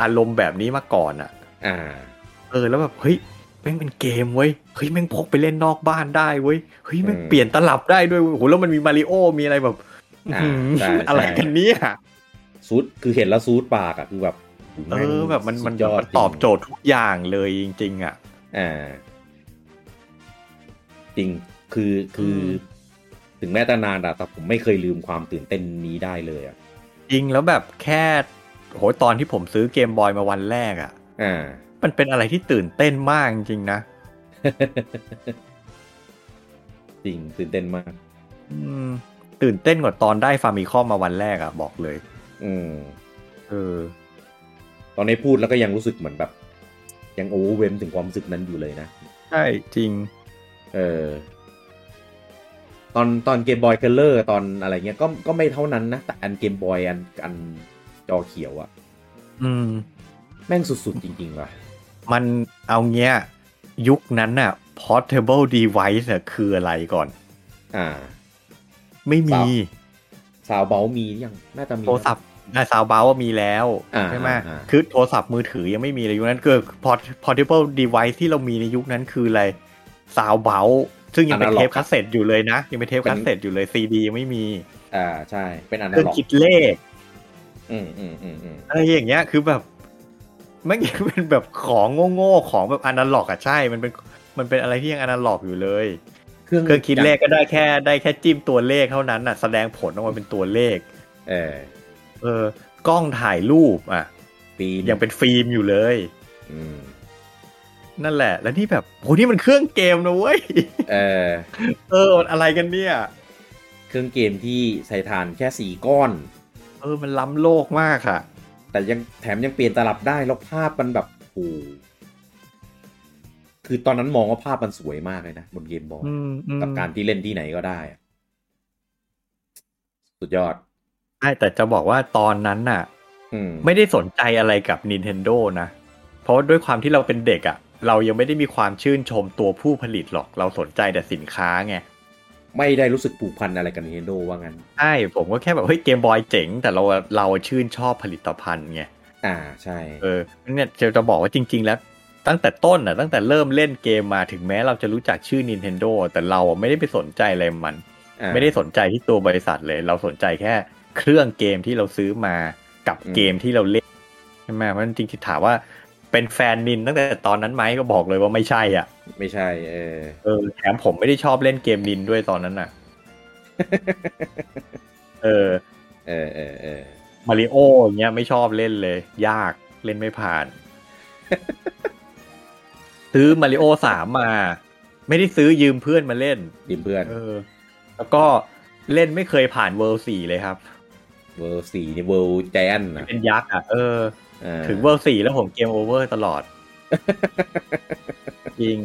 [SPEAKER 2] อารมณ์แบบนี้มาก่อนอะ
[SPEAKER 1] ๆอ่า
[SPEAKER 2] เออแล้วแบบเฮ้ยแม่งเป็นเกมเว้ยเฮ้ยแม่งพกไปเล่นนอกบ้านได้เว้ยเฮ้ยแม่ง
[SPEAKER 1] อืม
[SPEAKER 2] เปลี่ยนตลับได้ด้วยเว้ยโอ้โหแล้วมันมีมาริโอมีอะไรแบบ
[SPEAKER 1] อ่าใช่ใช่
[SPEAKER 2] อะไรกันเนี้ย
[SPEAKER 1] ซูดคือเห็นแล้วซูดปากอ่ะคือแบบ
[SPEAKER 2] เอ
[SPEAKER 1] แม่ง
[SPEAKER 2] อแบบมันมัน
[SPEAKER 1] สุดยด
[SPEAKER 2] มันตอบโจทย์ทุกอย่างเลยจริง ๆ อ่ะ
[SPEAKER 1] อ่า จริง คือ คือ
[SPEAKER 2] อืม
[SPEAKER 1] ถึงแม้จะนานอะแต่ผมไม่เคยลืมความตื่นเต้นนี้ได้เลยอะ
[SPEAKER 2] จริงแล้วแบบแค่โหตอนที่ผมซื้อเกมบอยมาวันแรกอ่ะ
[SPEAKER 1] อ่า
[SPEAKER 2] มันเป็นอะไรที่ตื่นเต้นมากจริงๆนะ
[SPEAKER 1] จริง ตื่นเต้นมาก
[SPEAKER 2] อืมตื่นเต้นกว่าตอนได้ฟาร์มีคอมมาวันแรกอะบอกเลย
[SPEAKER 1] อืม
[SPEAKER 2] เออ
[SPEAKER 1] ตอนนี้พูดแล้วก็ยังรู้สึกเหมือนแบบ ยังโอเวอร์เวมถึงความรู้สึกนั้นอยู่เลยนะ
[SPEAKER 2] ใช่จริง
[SPEAKER 1] เออ ตอน ตอนเกมบอยเคลเลอร์ ตอนอะไรเงี้ย ก็ ก็ไม่เท่านั้นนะ แต่อันเกมบอย อัน อันจอเขียวอะ
[SPEAKER 2] อืม
[SPEAKER 1] แม่งสุด ๆ จริง ๆ ว่ะ
[SPEAKER 2] มันเอาเงี้ย ยุคนั้นน่ะ portable device น่ะคืออะไรก่อน
[SPEAKER 1] อ่า
[SPEAKER 2] ไม่มี
[SPEAKER 1] ซาวเบลมีหรือยัง น่าจะมี
[SPEAKER 2] โทรศัพท์นะซาวบาว่ามีแล้ว
[SPEAKER 1] อ่า
[SPEAKER 2] ใช่ไหม
[SPEAKER 1] อ่าอ่า
[SPEAKER 2] คือโทรศัพท์มือถือยังไม่มีเลยยุคนั้นคือ port- portable device ที่เรามีในยุคนั้นคืออะไรซาวบา ซึ่งยังเป็น
[SPEAKER 1] Analog
[SPEAKER 2] เทปคาสเซ็ตอยู่เลยนะ ยังเป็นเทป
[SPEAKER 1] เป็น
[SPEAKER 2] คาสเซ็ตอยู่เลยซีดียังไม่มี
[SPEAKER 1] อ่าใช่เป็นอ
[SPEAKER 2] เค
[SPEAKER 1] นา
[SPEAKER 2] รื่อง
[SPEAKER 1] ล็อก
[SPEAKER 2] คิดเลข
[SPEAKER 1] อืมอืมอืมอืม
[SPEAKER 2] อะไรอย่างเงี้ยคือแบบไม่ยังเป็น แบบของโง่ๆของแบบอนาล็อกอะใช่ มันเป็นมันเป็นอะไรที่ยังอนาล็อกอยู่เลย เครื่องคิดเลขก็ได้แค่ได้แค่จิ้มตัวเลขเท่านั้นน่ะแสดงผลออกมาเป็นตัวเลข
[SPEAKER 1] เออ
[SPEAKER 2] เออกล้องถ่ายรูปอ่ะ
[SPEAKER 1] ปีน
[SPEAKER 2] ยังเป็นฟิล์มอยู่เลย
[SPEAKER 1] อืม
[SPEAKER 2] นั่นแหละ แล้วนี่แบบโหนี่มันเครื่องเกมนะเว้ย
[SPEAKER 1] เออ
[SPEAKER 2] เออมันอะไรกันเนี่ย
[SPEAKER 1] เครื่องเกมที่ใส่ฐานแค่สี่ก้อน
[SPEAKER 2] เออมันล้ำโลกมากค่ะ
[SPEAKER 1] แต่ยังแถมยังเปลี่ยนตลับได้แล้วภาพมันแบบโอ้โหคือตอนนั้นมองว่าภาพมันสวยมากเลยนะบนเกมบอย
[SPEAKER 2] อืมอืม
[SPEAKER 1] กับการที่เล่นที่ไหนก็ได้อะสุดยอด
[SPEAKER 2] ใช่แต่จะบอกว่าตอนนั้นน่ะ
[SPEAKER 1] อืม
[SPEAKER 2] ไม่ได้สนใจอะไรกับ Nintendo นะ เพราะด้วยความที่เราเป็นเด็กอะ่ะ เรายังไม่ได้มีความชื่นชมตัวผู้ผลิตหรอก เราสนใจแต่สินค้าไง
[SPEAKER 1] ไม่ได้รู้สึกผูกพันอะไรกับ Nintendo ว่างั้น
[SPEAKER 2] ใช่ ผมก็แค่แบบ เฮ้ยเกมบอยเจ๋ง แต่เราเราชื่นชอบผลิตภัณฑ์ไง
[SPEAKER 1] อ่าใช่
[SPEAKER 2] เออเนี่ยจะจะบอกว่าจริง ๆ แล้ว ตั้งแต่ต้นอ่ะ ตั้งแต่เริ่มเล่นเกมมาถึงแม้เราจะรู้จักชื่อ Nintendo แต่เราอะไม่ได้ไปสนใจอะไรมัน
[SPEAKER 1] อ่า
[SPEAKER 2] ไม่ได้สนใจที่ตัวบริษัทเลย เราสนใจแค่เครื่องเกมที่เราซื้อมากับ
[SPEAKER 1] อืม
[SPEAKER 2] เกมที่เราเล่นใช่ไหมเพราะฉะนั้นจริงๆถามว่าเป็นแฟนนินตั้งแต่ตอนนั้นไหมก็บอกเลยว่าไม่ใช่อ่ะ
[SPEAKER 1] ไม่ใช่ เออ
[SPEAKER 2] เออแถมผมไม่ได้ชอบเล่นเกมนินด้วยตอนนั้นน่ะ เออ
[SPEAKER 1] เออเออเออ
[SPEAKER 2] มาริโออย่างเงี้ยไม่ชอบเล่นเลย ยากเล่นไม่ผ่าน ซื้อมาริโอสามมา ไม่ได้ซื้อยืมเพื่อนมาเล่น
[SPEAKER 1] ดิมเพื่อน
[SPEAKER 2] เออ แล้วก็เล่นไม่เคยผ่านเวอร์สี่เลยครับ
[SPEAKER 1] เวอร์สี่นี่เวอร์แจนนะ
[SPEAKER 2] เป็นยักษ์อ่ะเออ
[SPEAKER 1] อ่า
[SPEAKER 2] ถึงเวอร์สี่แล้วผมเกมโอเวอร์ตลอด จริง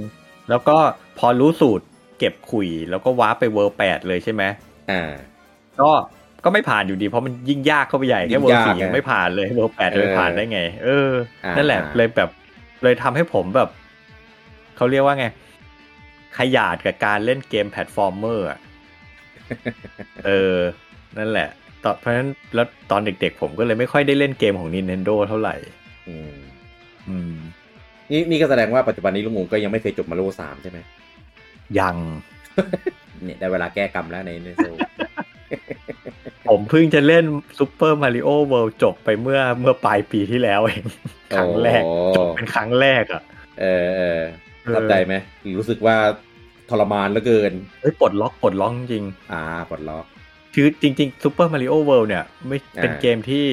[SPEAKER 2] แล้วก็พอรู้สูตรเก็บขุย แล้วก็ว้าร์ปไปเวอร์แปดเลยใช่ไหม
[SPEAKER 1] อ่า
[SPEAKER 2] ก็ก็ไม่ผ่านอยู่ดี เพราะมันยิ่งยากเข้าไปใหญ่
[SPEAKER 1] ยิ่
[SPEAKER 2] แค่
[SPEAKER 1] ง
[SPEAKER 2] เวอร์
[SPEAKER 1] ยาก
[SPEAKER 2] สี่ยัง
[SPEAKER 1] ไง
[SPEAKER 2] ไม่ผ่านเลยเวอร์แปดจะไปผ่านได้ไง เออ
[SPEAKER 1] อ่านั่
[SPEAKER 2] นั่นแหละ
[SPEAKER 1] อ่า
[SPEAKER 2] เลยแบบ เลยทำให้ผมแบบ เขาเรียกว่าไง ขยาดกับการเล่นเกมแพลตฟอร์มเมอ ร์อะ เออ นั่นแหละตอนเพราะฉะนั้นแล้วตอนเด็กๆ ผมก็เลยไม่ค่อยได้เล่นเกมของ Nintendo เท่าไหร่
[SPEAKER 1] อืม
[SPEAKER 2] อืม
[SPEAKER 1] นี่นี่ก็แสดงว่าปัจจุบันนี้ลุงงงก็ยังไม่เคยจบมาโลสามใช่ไหม
[SPEAKER 2] ยัง
[SPEAKER 1] เนี่ยได้เวลาแก้กรรมแล้วในในโซ
[SPEAKER 2] ผมเพิ่งจะเล่น Super Mario World จบไปเมื่อเมื่อปลายปีที่แล้วเอง ครั้งแรก
[SPEAKER 1] โอ้
[SPEAKER 2] จบเป็นครั้งแรกอะ่ะ
[SPEAKER 1] เออเออเข้าใจไหมรู้สึกว่าทรมานเหลือเกิน
[SPEAKER 2] เฮ้ยปลดล็อกปลดล็อกจริง
[SPEAKER 1] อ่าปลดล็อก
[SPEAKER 2] คือจริง ๆ Super Mario World เนี่ย ไม่
[SPEAKER 1] อ่า
[SPEAKER 2] เป็นเกมที่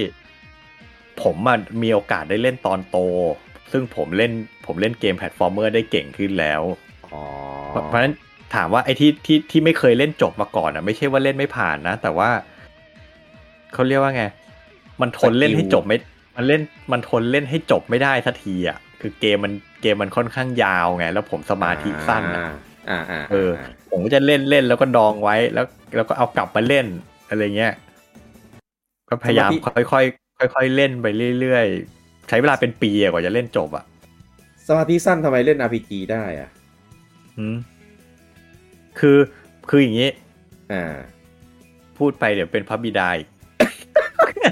[SPEAKER 2] ผมอะมีโอกาสได้เล่นตอนโต ซึ่งผมเล่นผมเล่นเกมแพลตฟอร์มเมอร์ได้เก่งขึ้นแล้ว
[SPEAKER 1] อ๋อ
[SPEAKER 2] เพราะเพราะฉะนั้นถามว่าไอ้ที่ที่ที่ไม่เคยเล่นจบมาก่อนอ่ะ ไม่ใช่ว่าเล่นไม่ผ่านนะ แต่ว่าเขาเรียกว่าไง มันทนเล่นให้จบไม่มันเล่นมันทนเล่นให้จบไม่ได้สักทีอ่ะคือเกมมันเกมมันค่อนข้างยาวไง แล้วผมสมาธิสั้นอะ
[SPEAKER 1] อ่าอ่า
[SPEAKER 2] เออ ผมก็จะเล่นเล่นแล้วก็ดองไว้แล้วแล้วก็เอากลับมาเล่นอะไรเงี้ยก็พยายามค่อยค่อยค่อยๆค่อยๆเล่นไปเรื่อยๆใช้เวลาเป็นปีอะกว่าจะเล่นจบอ่ะ
[SPEAKER 1] สมาธิสั้นทำไมเล่น RPG ได้อ่ะ
[SPEAKER 2] อืมคือคืออย่างนี้
[SPEAKER 1] อ่า
[SPEAKER 2] พูดไปเดี๋ยวเป็นพระบิดาอีก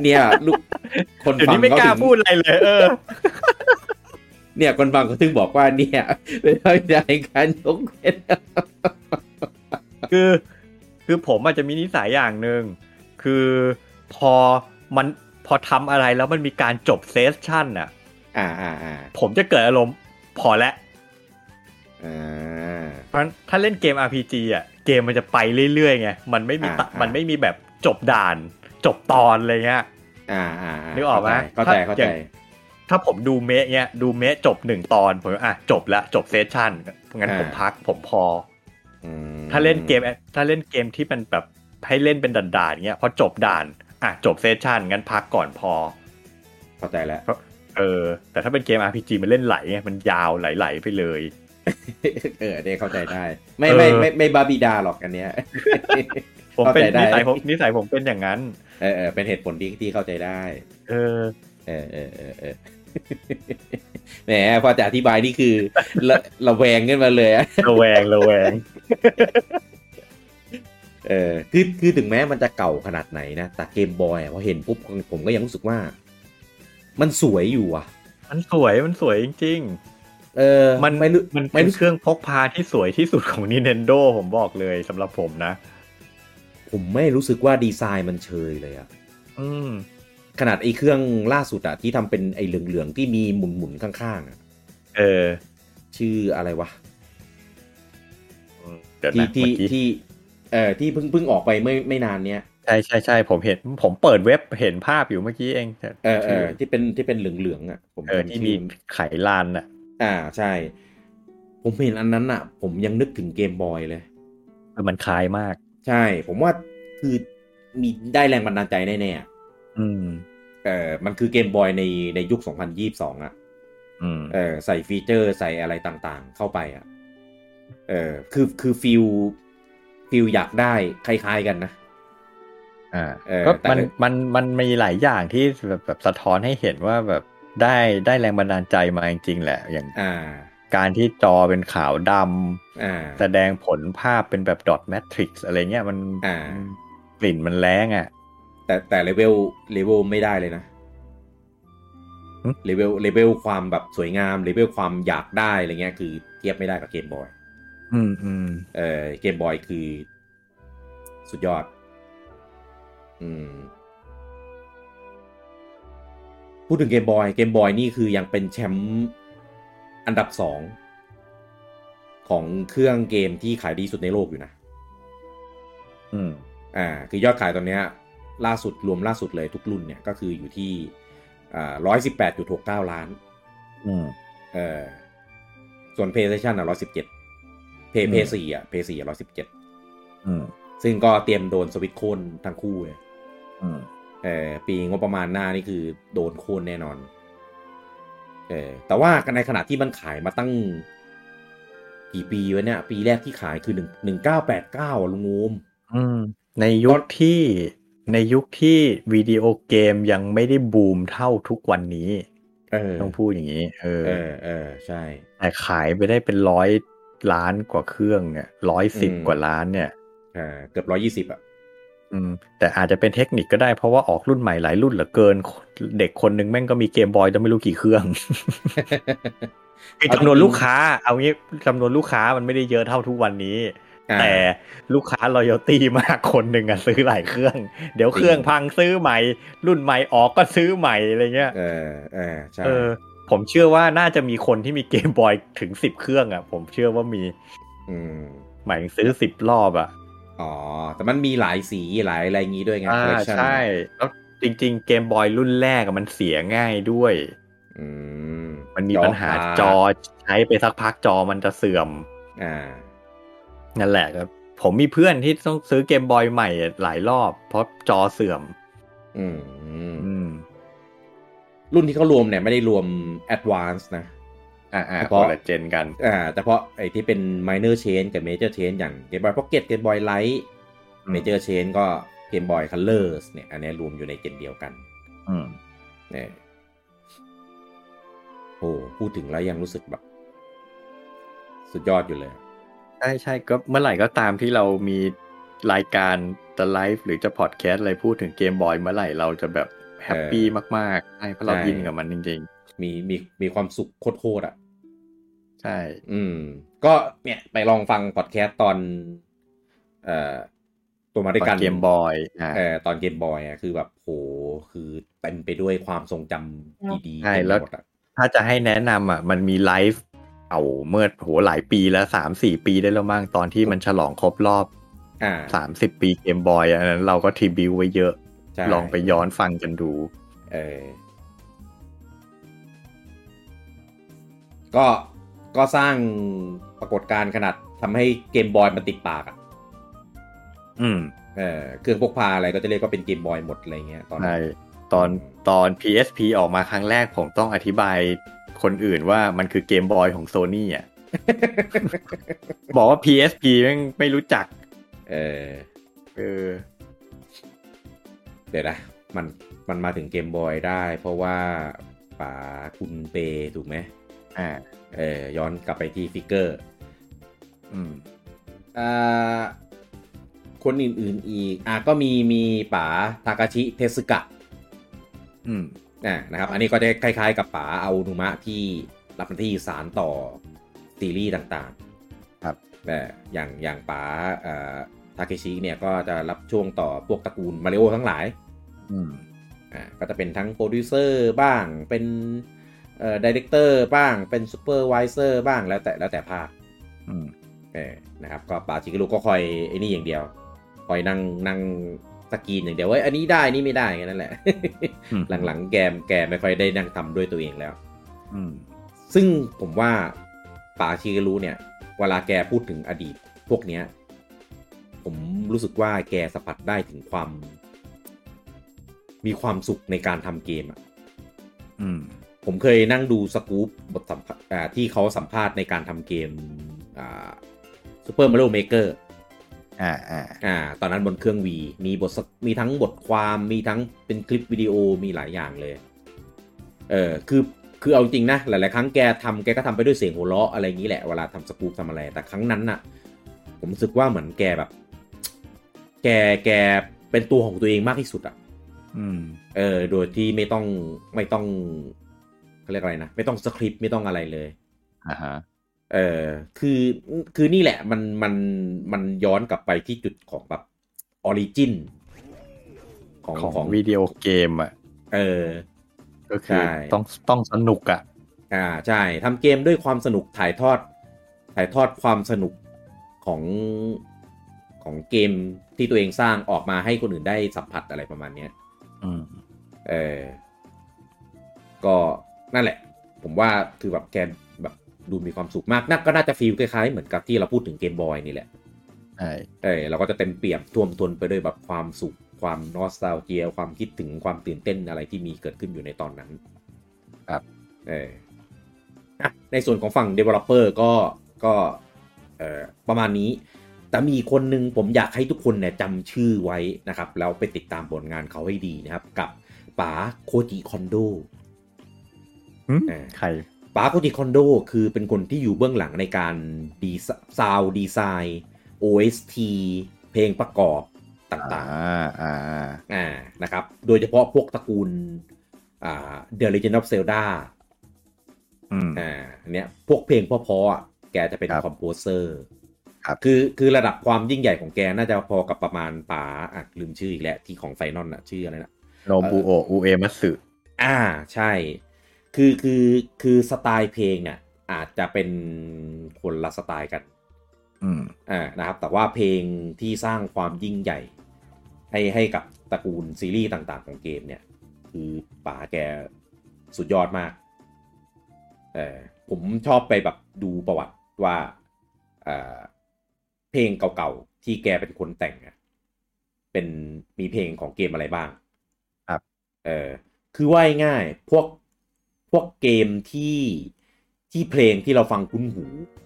[SPEAKER 1] เนี่ยลูกคน
[SPEAKER 2] เดี๋ยว
[SPEAKER 1] ฟัง
[SPEAKER 2] นี้ไม่
[SPEAKER 1] เขา
[SPEAKER 2] กล้า
[SPEAKER 1] ถึง
[SPEAKER 2] พูดอะไรเลย เออ
[SPEAKER 1] เนี่ยคนฟังเขาถึงบอกว่าเนี่ย เป็นเรื่องในการยกเว้น
[SPEAKER 2] คือ คือผมอาจจะมีนิสัยอย่างหนึ่งคือพอมันพอทำอะไรแล้วมันมีการจบเซสชั่นน่ะ
[SPEAKER 1] อ่าอ่าอ่า
[SPEAKER 2] ผมจะเกิดอารมณ์พอแล้ว
[SPEAKER 1] อ่า
[SPEAKER 2] เพราะฉะนั้นถ้าเล่นเกม RPG อ่ะเกมมันจะไปเรื่อยๆไงมันไม่มีตะ
[SPEAKER 1] อ่าอ่ามั
[SPEAKER 2] มันไม่มีแบบจบด่านจบตอนอะไรเงี้ย
[SPEAKER 1] อ่าอ่า
[SPEAKER 2] นึกออกไหม
[SPEAKER 1] เข้าใจ
[SPEAKER 2] ถ้า
[SPEAKER 1] เข้าใจ
[SPEAKER 2] อย่าง ถ้าผมดูเมะเนี้ยดูเมะจบหนึ่งตอนผมอ่ะจบละจบเซสชั่นงั้นผมพักผมพอ
[SPEAKER 1] อืม
[SPEAKER 2] ถ้าเล่นเกมถ้าเล่นเกมที่มันแบบให้เล่นเป็นด่านๆเงี้ยพอจบด่านอ่ะจบเซสชันงั้นพักก่อนพอ
[SPEAKER 1] เข้าใจแล้ว
[SPEAKER 2] เออ แต่ถ้าเป็นเกม RPG มันเล่นไหลไงมันยาวไหลๆไปเลย
[SPEAKER 1] เออเนี่ยเข้าใจได้ ไม่ไม่
[SPEAKER 2] เออ
[SPEAKER 1] ไม่ไม่บาบิดาหรอกอันเนี้ย
[SPEAKER 2] ผมเป็น
[SPEAKER 1] เข้าใจได้
[SPEAKER 2] นิสัยผมนิสัยผมเป็นอย่างนั้น
[SPEAKER 1] เออเออเป็นเหตุผลที่ที่เข้าใจได้
[SPEAKER 2] เออ
[SPEAKER 1] เออเออเออเอ อ แหมพอจะอธิบายนี่คือ ระระแวงขึ้นมาเลยอะ
[SPEAKER 2] ระแวงระแว ง
[SPEAKER 1] เออคือคือถึงแม้มันจะเก่าขนาดไหนนะ แต่เกมบอยอะพอเห็นปุ๊บผมก็ยังรู้สึกว่า มันสวยอยู่อ่ะ
[SPEAKER 2] มันสวยมันสวยจริง
[SPEAKER 1] เออ
[SPEAKER 2] มัน
[SPEAKER 1] ไม่รู้
[SPEAKER 2] มัน
[SPEAKER 1] ไม่
[SPEAKER 2] เป็น
[SPEAKER 1] รู้
[SPEAKER 2] เครื่องพกพาที่สวยที่สุดของ Nintendo ผมบอกเลยสำหรับผมนะ
[SPEAKER 1] ผมไม่รู้สึกว่าดีไซน์มันเชยเลยอะ
[SPEAKER 2] อืม
[SPEAKER 1] ขนาดไอ้เครื่องล่าสุดอะที่ทำเป็นไอ้เหลืองๆที่มีหมุนๆข้างๆอะ
[SPEAKER 2] เออ
[SPEAKER 1] ชื่ออะไรวะ
[SPEAKER 2] อืมเดี๋ยว
[SPEAKER 1] ที่
[SPEAKER 2] นะ
[SPEAKER 1] ที่
[SPEAKER 2] เมื่อกี้
[SPEAKER 1] ที่เอ่อที่เพิ่งเพิ่งออกไปไม่ไม่นานเนี้ย
[SPEAKER 2] ใช่ใช่ใช่ผมเห็นผมเปิดเว็บเห็นภาพอยู่เมื่อกี้เอง
[SPEAKER 1] เออเออที่เป็นที่เป็นเหลืองๆอ่ะผม
[SPEAKER 2] เออที่
[SPEAKER 1] จำ
[SPEAKER 2] มี
[SPEAKER 1] ชื่อ
[SPEAKER 2] ไขลานน่ะ
[SPEAKER 1] อ่าใช่ ผมเห็นอันนั้นอ่ะ ผมยังนึกถึงเกมบอยเลย
[SPEAKER 2] คือมันคล้ายมาก
[SPEAKER 1] ใช่ ผมว่าคือมีได้แรงบันดาลใจแน่ๆอะ
[SPEAKER 2] อืม
[SPEAKER 1] เออมันคือเกมบอยในในยุค 2022 อ่ะ
[SPEAKER 2] อืม
[SPEAKER 1] เออใส่ฟีเจอร์ใส่อะไรต่างๆ เข้าไปอ่ะเออคือคือฟิลฟิลอยากได้คล้ายๆกันนะ
[SPEAKER 2] อ่า
[SPEAKER 1] เออ
[SPEAKER 2] ก็
[SPEAKER 1] แต่
[SPEAKER 2] มันมันมันมีหลายอย่างที่แบบแบบสะท้อนให้เห็นว่าแบบได้ได้แรงบันดาลใจมาจริงๆแหละ อย่าง
[SPEAKER 1] อ่า
[SPEAKER 2] การที่จอเป็นขาวด
[SPEAKER 1] อ่า
[SPEAKER 2] ำแสดงผลภาพเป็นแบบดอทแมทริกซ์อะไรเงี้ยมัน
[SPEAKER 1] อ่า
[SPEAKER 2] กลิ่นมันแรงอ่ะ
[SPEAKER 1] แต่แต่เลเวลเลเวลไม่ได้เลยนะ
[SPEAKER 2] หึ
[SPEAKER 1] เลเวลเลเวลความแบบสวยงามเลเวลความอยากได้อะไรเงี้ยคือเทียบไม่ได้กับเกมบอย
[SPEAKER 2] อืมอืม
[SPEAKER 1] เออเกมบอยคือ สุดยอด อืม พูดถึงเกมบอยเกมบอยนี่คือยังเป็นแชมป์อันดับสองของเครื่องเกมที่ขายดีสุดในโลกอยู่นะ
[SPEAKER 2] อืม
[SPEAKER 1] อ่าคือยอดขายตอนเนี้ยล่าสุดรวมล่าสุดเลยทุกรุ่นเนี่ยก็คืออยู่ที่ร้อยสิบแปดจุดหกเก้า118.69 ล้าน
[SPEAKER 2] อืม
[SPEAKER 1] เออส่วน PlayStation อ่ะร้อยสิบเจ็ดเพย์
[SPEAKER 2] อืม
[SPEAKER 1] เพย์สี่อ่ะเพย์สี่ร้อยสิบเจ็ด
[SPEAKER 2] อืม
[SPEAKER 1] ซึ่งก็เตรียมโดนสวิตช์โค่นทั้งคู่เลย
[SPEAKER 2] อืม
[SPEAKER 1] เออปีงบประมาณหน้านี่คือโดนโค่นแน่นอนเออแต่ว่าในขณะที่มันขายมาตั้ง กี่ปีวะเนี่ย ปีแรกที่ขายคือหนึ่งหนึ่งเก้าแปดเก้าลุงงูม
[SPEAKER 2] อืมในยุคที่ในยุคที่วิดีโอเกมยังไม่ได้บูมเท่าทุกวันนี้
[SPEAKER 1] เออ
[SPEAKER 2] ต้องพูดอย่างนี้เออ
[SPEAKER 1] เออเออใช่
[SPEAKER 2] แต่ขายไปได้เป็นร้อยล้านกว่าเครื่องเนี่ยร้อยสิบ
[SPEAKER 1] อืม
[SPEAKER 2] กว่าล้านเนี่ย
[SPEAKER 1] อ่าเกือบร้อยยี่สิบ120 อ่ะ
[SPEAKER 2] อืม แต่อาจจะเป็นเทคนิคก็ได้เพราะว่าออกรุ่นใหม่หลายรุ่นเหลือเกิน เด็กคนหนึงแม่งก็มีเกมบอยต้องไม่รู้กี่เครื่อง คือจำนวนลูกค้า เอางี้จำนวนลูกค้ามันไม่ได้เยอะเท่าทุกวันนี้
[SPEAKER 1] อ่า
[SPEAKER 2] แต่ลูกค้ารอยตี้มากคนหนึ่งอะซื้อหลายเครื่อง เดี๋ยว
[SPEAKER 1] จริง
[SPEAKER 2] เครื่องพังซื้อใหม่ รุ่นใหม่ออกก็ซื้อใหม่อะไรเงี้ย
[SPEAKER 1] เออเออใช่
[SPEAKER 2] เออ ผมเชื่อว่าน่าจะมีคนที่มีเกมบอยถึงสิบเครื่องอะผมเชื่อว่ามี
[SPEAKER 1] อืม
[SPEAKER 2] หมายถึงซื้อสิบรอบอ่ะ
[SPEAKER 1] อ๋อ แต่มันมีหลายสีหลายอะไรอย่างงี้ด้วยไง
[SPEAKER 2] อ่า
[SPEAKER 1] collection
[SPEAKER 2] ใช่ แล้วจริง ๆ เกมบอยรุ่นแรกอะมันเสียง่ายด้วย
[SPEAKER 1] อืม
[SPEAKER 2] มันมี
[SPEAKER 1] จอ
[SPEAKER 2] ปัญหา
[SPEAKER 1] ฟ้
[SPEAKER 2] จอใช้ไปสักพักจอมันจะเสื่อม
[SPEAKER 1] อ่า
[SPEAKER 2] นั่นแหละครับ ผมมีเพื่อนที่ต้องซื้อเกมบอยใหม่หลายรอบ เพราะจอเสื่อม
[SPEAKER 1] อืม
[SPEAKER 2] อืม
[SPEAKER 1] รุ่นที่เขารวมเนี่ยไม่ได้รวม Advance นะ
[SPEAKER 2] อ่าอ่า
[SPEAKER 1] เฉ
[SPEAKER 2] พอ
[SPEAKER 1] พาะ
[SPEAKER 2] ละเจนกัน
[SPEAKER 1] อ่าแต่เพราะไอ้ที่เป็น minor change กับ major change อย่าง Game Boy Pocket Game Boy Light
[SPEAKER 2] อืม
[SPEAKER 1] major change ก็ Game Boy Colors เนี่ย อันเนี้ยรวมอยู่ในเกณฑ์เดียวกัน
[SPEAKER 2] อืม
[SPEAKER 1] เนี่ยโอ้พูดถึงแล้วยังรู้สึกแบบ สุดยอดอยู่เลย
[SPEAKER 2] ใช่ใช่ก็เมื่อไหร่ก็ตามที่เรามีรายการ The Life หรือจะพอดแคสต์อะไรพูดถึงเกมบอยเมื่อไหร่เราจะแบบแฮปปี้มากๆใช่เพราะเรา
[SPEAKER 1] ใช่
[SPEAKER 2] อินกับมันจริง
[SPEAKER 1] มีมีมีความสุขโคตรๆอ่ะ
[SPEAKER 2] ๆ ใช่
[SPEAKER 1] อืม ก็เนี่ยไปลองฟังพอดแคสต์ตอน เอ่อ ตัวมาด้วยกัน
[SPEAKER 2] เกมบอยอ่า
[SPEAKER 1] เออตอนเกมบอยอ่ะคือแบบโหคือเต็มไปด้วยความทรงจำดีๆ
[SPEAKER 2] ใช่
[SPEAKER 1] เต็มไป
[SPEAKER 2] แล้ว
[SPEAKER 1] หมดอ่ะ
[SPEAKER 2] ถ้าจะให้แนะนำอ่ะ มันมีไลฟ์เก่าเมื่อโหหลายปีแล้วสามสี่ปีได้แล้วมั้งตอนที่มันฉลองครบรอบ
[SPEAKER 1] อ่า
[SPEAKER 2] สามสิบปีเกมบอยอะอันนั้นเราก็ทริบิวไว้เยอะ
[SPEAKER 1] ใช่
[SPEAKER 2] ลองไปย้อนฟังกันดู
[SPEAKER 1] เออ ก็ก็สร้างปรากฏการณ์ขนาดทำให้เกมบอยมันติดปากอ่ะ
[SPEAKER 2] อืม
[SPEAKER 1] เออเครื่องพกพาอะไรก็จะเรียกว่าเป็นเกมบอยหมดอะไรเงี้ยตอนนั้
[SPEAKER 2] ใช่
[SPEAKER 1] น
[SPEAKER 2] ตอนตอน PSP ออกมาครั้งแรกผมต้องอธิบายคนอื่นว่ามันคือเกมบอยของโซนี่ อ่ะ บอกว่า PSP แม่งไม่รู้จัก
[SPEAKER 1] เออ
[SPEAKER 2] เออ
[SPEAKER 1] เดี๋ยวนะมันมันมาถึงเกมบอยได้เพราะว่าป๋าคุณเปถูกไหม
[SPEAKER 2] อ่า
[SPEAKER 1] เออย้อนกลับไปที่ฟิกเกอร์
[SPEAKER 2] อืม
[SPEAKER 1] อ่าคนอื่นๆอีกอ่ะก็มีมีป๋าทากาชิเทสึกะ
[SPEAKER 2] อืม
[SPEAKER 1] นะนะครับ อันนี้ก็จะคล้ายๆกับป๋าเอานุมะที่ รับหน้าที่สารต่อซีรีส์ต่างๆ
[SPEAKER 2] ครับ
[SPEAKER 1] แต่อย่างอย่างป๋าทาเคชิเนี่ยก็จะรับช่วงต่อพวกตระกูลมาริโอทั้งหลาย
[SPEAKER 2] อืม
[SPEAKER 1] อ่าก็จะเป็นทั้งโปรดิวเซอร์บ้างเป็นเอ่อดีเรคเตอร์บ้างเป็นซูเปอร์วิเซอร์บ้างแล้วแต่แล้วแต่ภาค
[SPEAKER 2] อืม
[SPEAKER 1] เออนะครับก็ปาชิกิรุก็คอยไอ้นี่อย่างเดียว คอยนั่งนั่งสกรีนอย่างเดียวว่าอันนี้ได้นี่ไม่ได้แค่นั้นแหละ
[SPEAKER 2] อืม
[SPEAKER 1] หลังๆแกมแกไม่ค่อยได้นั่งทำด้วยตัวเองแล้ว
[SPEAKER 2] อืม
[SPEAKER 1] ซึ่งผมว่าป่าชิกิรุเนี่ย เวลาแกพูดถึงอดีตพวกเนี้ย ผมรู้สึกว่าแกสัมผัสได้ถึงความ มีความสุขในการทำเกมอะ
[SPEAKER 2] อืม
[SPEAKER 1] ผมเคยนั่งดูสกู๊ปบทสัมภาษณ์อ่าที่เขาสัมภาษณ์ในการทำเกมซูเปอร์มาริโอเมเกอร์
[SPEAKER 2] อ่าอ่า
[SPEAKER 1] อ่าตอนนั้นบนเครื่องวีมีบทสักมีทั้งบทความมีทั้งเป็นคลิปวิดีโอมีหลายอย่างเลยเออคือคือเอาจริงนะ หลาย ๆ ครั้งแกทำแกก็ทำไปด้วยเสียงหัวเราะอะไรอย่างนี้แหละ เวลาทำสกู๊ปทำอะไร แต่ครั้งนั้นน่ะ ผมรู้สึกว่าเหมือนแกแบบ แกแกเป็นตัวของตัวเองมากที่สุดอะ
[SPEAKER 2] อืม
[SPEAKER 1] เออ โดยที่ไม่ต้องไม่ต้องเขาเรียกอะไรนะ ไม่ต้องสคริปต์ไม่ต้องอะไรเลย
[SPEAKER 2] อ่าฮะ
[SPEAKER 1] เออคือคือนี่แหละมันมันมันย้อนกลับไปที่จุดของแบบออริจินของ
[SPEAKER 2] ของ
[SPEAKER 1] ของ
[SPEAKER 2] วิดีโอเกมอ่ะ
[SPEAKER 1] เออ
[SPEAKER 2] ก็คือ
[SPEAKER 1] ใช่
[SPEAKER 2] ต้องต้องสนุกอ่ะ
[SPEAKER 1] อ่าใช่ทำเกมด้วยความสนุกถ่ายทอด ถ่ายทอดความสนุกของของเกมที่ตัวเองสร้างออกมาให้คนอื่นได้สัมผัสอะไรประมาณเนี้ย
[SPEAKER 2] อืม
[SPEAKER 1] เออ ก็นั่นแหละ ผมว่าคือแบบแกแบบดูมีความสุขมากนักก็น่าจะฟีลคล้ายๆ เหมือนกับที่เราพูดถึงเกมบอยนี่แหละ
[SPEAKER 2] ใช่
[SPEAKER 1] เออเราก็จะเต็มเปี่ยมท่วมท้นไปด้วยแบบความสุข ความนอสตาเจีย ความคิดถึงความตื่นเต้นอะไรที่มีเกิดขึ้นอยู่ในตอนนั้น
[SPEAKER 2] ครับ
[SPEAKER 1] เอออ่ะในส่วนของฝั่ง Developer ก็ก็เออประมาณนี้ แต่มีคนหนึ่งผมอยากให้ทุกคนเนี่ยจำชื่อไว้นะครับ แล้วไปติดตามผลงานเขาให้ดีนะครับ กับป๋าโคจิคอนโด
[SPEAKER 2] อืม
[SPEAKER 1] เออ
[SPEAKER 2] ใคร
[SPEAKER 1] ปาโกจิคอนโดคือเป็นคนที่อยู่เบื้องหลังในการดีซาวดีไซน์ OST เพลงประกอบต่า
[SPEAKER 2] อ่าง อ่า
[SPEAKER 1] ๆอ่านะครับ โดยเฉพาะพวกตระกูลอ่า The Legend of Zelda
[SPEAKER 2] อืม
[SPEAKER 1] อ่าเนี่ยพวกเพลงเพอๆอ่ะแกจะเป็น
[SPEAKER 2] ครับ
[SPEAKER 1] คอมโพเซอร์
[SPEAKER 2] ครับ
[SPEAKER 1] คือคือระดับความยิ่งใหญ่ของแกน่าจะพอกับประมาณป๋าอ่ะลืมชื่ออีกแล้วที่ของไฟนอลน่ะชื่ออะไรนะ
[SPEAKER 2] โนบุโอะอุเอมัตสึ
[SPEAKER 1] อ่าใช่ คือคือคือสไตล์เพลงเนี่ยอาจจะเป็นคนละสไตล์กัน
[SPEAKER 2] อืม
[SPEAKER 1] อ่านะครับ แต่ว่าเพลงที่สร้างความยิ่งใหญ่ ให้ให้กับตระกูลซีรีส์ต่างๆของเกมเนี่ย คือป๋าแกสุดยอดมากเออผมชอบไปแบบดูประวัติว่าเอ่อเพลงเก่าๆ ที่แกเป็นคนแต่งอะเป็นมีเพลงของเกมอะไรบ้าง
[SPEAKER 2] ครับ
[SPEAKER 1] เออ คือว่าง่ายๆพวกพวกเกมที่ที่เพลงที่เราฟังคุ้นหู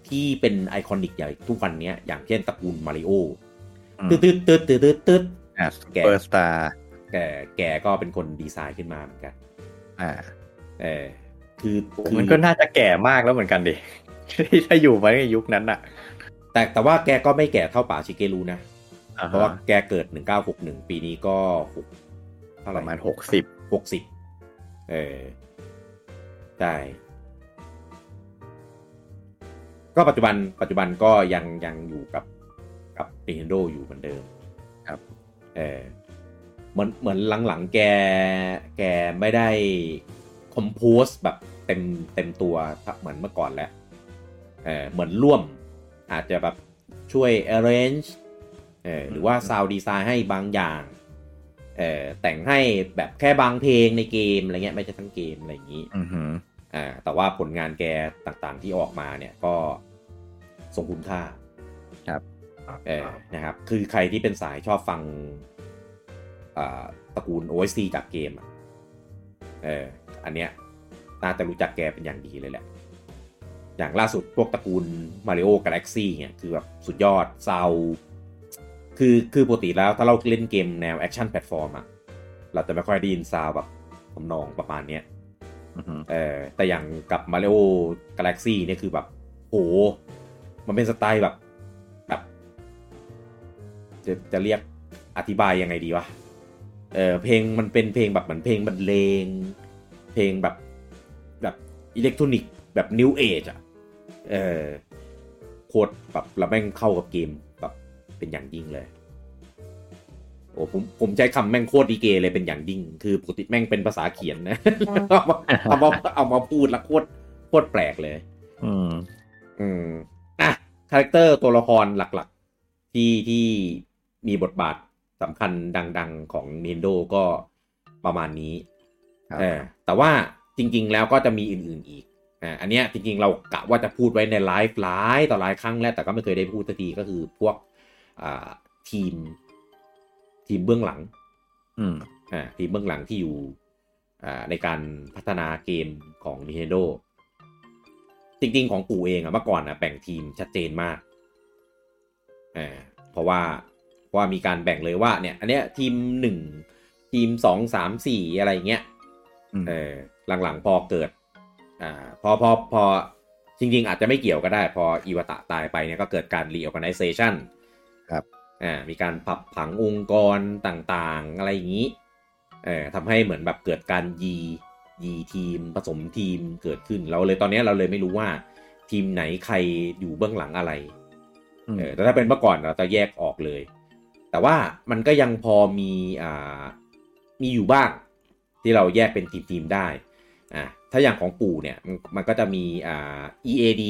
[SPEAKER 1] ที่เป็นไอคอนิกใหญ่ทุกวันเนี้ยอย่างเช่นตระกูลมาริโอ
[SPEAKER 2] อืม
[SPEAKER 1] ตึ๊ดตึ๊ดตึ๊ดตึ๊ดตึ๊ดตึ๊ด
[SPEAKER 2] อ่าส
[SPEAKER 1] แกะ
[SPEAKER 2] เปอร์สตาร์
[SPEAKER 1] แกแกก็เป็นคนดีไซน์ขึ้นมาเหมือนกัน
[SPEAKER 2] อ่า
[SPEAKER 1] เออคือคื
[SPEAKER 2] มันก็น่าจะแก่มากแล้วเหมือนกันดิ ที่ถ้าอยู่มาในยุคนั้นอ่ะ
[SPEAKER 1] แต่แต่ว่าแกก็ไม่แก่เท่าป่าชิเกรูนะ
[SPEAKER 2] อ่า
[SPEAKER 1] เพ
[SPEAKER 2] ฮะ
[SPEAKER 1] ราะว่าแกเกิด 1961 ปีนี้ก็หกเท่าไห
[SPEAKER 2] ป
[SPEAKER 1] ร่
[SPEAKER 2] ระมาณหกสิบ
[SPEAKER 1] หกสิบเออใช่ ก็ปัจจุบันปัจจุบันก็ยังยังอยู่กับกับ Nintendo อยู่เหมือนเดิมเออเหมือนเหมือนหลังๆ แกแกไม่ได้คอมโพสแบบเต็มเต็มตัวเหมือนเมื่อก่อนแล้วเออเหมือนร่วมอาจจะแบบช่วย arrange เออหรือว่า sound design ให้บางอย่างเออแต่งให้แบบแค่บางเพลงในเกมอะไรเงี้ยไม่ใช่ทั้งเกมอะไรอย่างนี้
[SPEAKER 2] อือหือ
[SPEAKER 1] อ่าแต่ว่าผลงานแกต่างๆที่ออกมาเนี่ยก็ทรงคุณค่า
[SPEAKER 2] ครับ
[SPEAKER 1] เออนะครับ คือใครที่เป็นสายชอบฟังอ่าตระกูล OST จากเกมอะเอออันเนี้ยน่าจะรู้จักแกเป็นอย่างดีเลยแหละ อย่างล่าสุดพวกตระกูล Mario Galaxy เนี่ยคือแบบสุดยอดซาวคือคือปกติแล้วถ้าเราเล่นเกมแนวแอคชั่นแพลตฟอร์มอะเราจะไม่ค่อยได้ยินซาวแบบทำนองประมาณเนี้ย
[SPEAKER 2] อือหือ
[SPEAKER 1] เออแต่อย่างกับ Mario Galaxy เนี่ยคือแบบโห มันเป็นสไตล์แบบแบบจะจะเรียกอธิบายยังไงดีวะเออเพลงมันเป็นเพลงแบบเหมือนเพลงบรรเลง เพลงแบบแบบอิเล็กทรอนิกส์ แบบนิวเอจอ่ะเออโคตรแบบแล้วแม่งเข้ากับเกมแบบเป็นอย่างยิ่งเลย โอ้ผมผมใช้คำแม่งโคตรดีเกเลยเป็นอย่างยิ่ง คือปกติแม่งเป็นภาษาเขียนนะ เอามาเอามาเอามาพูดแล้วโคตรโคตรแปลกเลย
[SPEAKER 2] อืม
[SPEAKER 1] อืมอ่ะคาแรคเตอร์ตัวละครหลักๆ ที่ที่มีบทบาทสำคัญดังๆของ Nintendo ก็ประมาณนี้
[SPEAKER 2] ครับ
[SPEAKER 1] เออแต่ว่าจริงๆแล้วก็จะมีอื่นๆอีกอ่าอันเนี้ยจริงๆเรากะว่าจะพูดไว้ในไลฟ์หลายต่อหลายครั้งแล้ว แต่ก็ไม่เคยได้พูดสักทีก็คือพวกอ่าทีม ทีมเบื้องหลัง
[SPEAKER 2] อืม
[SPEAKER 1] อ่าทีมเบื้องหลังที่อยู่อ่าในการพัฒนาเกมของ Nintendo จริงๆ ของปู่เองอะเมื่อก่อนอะแบ่งทีมชัดเจนมากอ่าเพราะว่าเพราะว่ามีการแบ่งเลยว่าเนี่ย อันเนี้ยทีมหนึ่งทีมสองสามสี่อะไรอย่างเงี้ย
[SPEAKER 2] อืม
[SPEAKER 1] เออหลังๆพอเกิด อ่าพอพอพอจริงๆ อาจจะไม่เกี่ยวก็ได้ พออิวตะตายไปเนี่ยก็เกิดการรีออแกไนเซชัน
[SPEAKER 2] ครับ
[SPEAKER 1] อ่ามีการปรับผังองค์กรต่างๆ อะไรอย่างนี้เออทำให้เหมือนแบบเกิดการยียีทีมผสมทีมเกิดขึ้นเราเลยตอนเนี้ยเราเลยไม่รู้ว่าทีมไหนใครอยู่เบื้องหลังอะไร
[SPEAKER 2] อืม
[SPEAKER 1] เออแต่ถ้าเป็นเมื่อก่อนเราจะแยกออกเลย แต่ว่ามันก็ยังพอมีอ่ามีอยู่บ้างที่เราแยกเป็นทีมทีมๆได้อ่ะถ้าอย่างของปู่เนี่ยมันมันก็จะมีอ่า EAD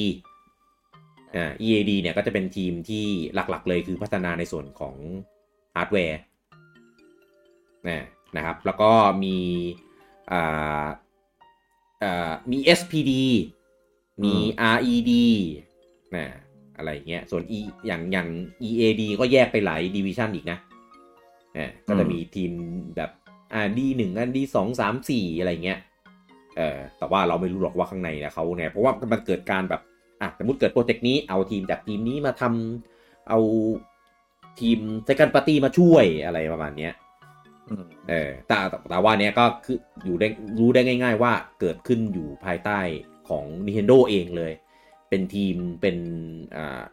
[SPEAKER 1] อ่า EAD เนี่ยก็จะเป็นทีมที่หลักๆเลยคือพัฒนาในส่วนของฮาร์ดแวร์นะนะครับ แล้วก็มีอ่าอ่ามี SPD มี RED นะอะไรอย่างเงี้ย ส่วน E อย่างอย่าง EAD ก็แยกไปหลายดิวิชันอีกนะเออก็จะมีทีมแบบอ่าดีหนึ่งอันดีสองสามสี่อะไรเงี้ย เออแต่ว่าเราไม่รู้หรอกว่าข้างในนะเขาไง เพราะว่ามันเกิดการแบบ อ่ะสมมติเกิดโปรเจกต์นี้เอาทีมจากทีมนี้มาทำเอาทีม second party มาช่วยอะไรประมาณเนี้ย
[SPEAKER 2] อืม
[SPEAKER 1] เออแต่แต่ว่าเนี้ยก็คืออยู่ได้รู้ได้ง่าย ๆ ว่าเกิดขึ้นอยู่ภายใต้ของ Nintendo เองเลย เป็นทีมเป็นอ่า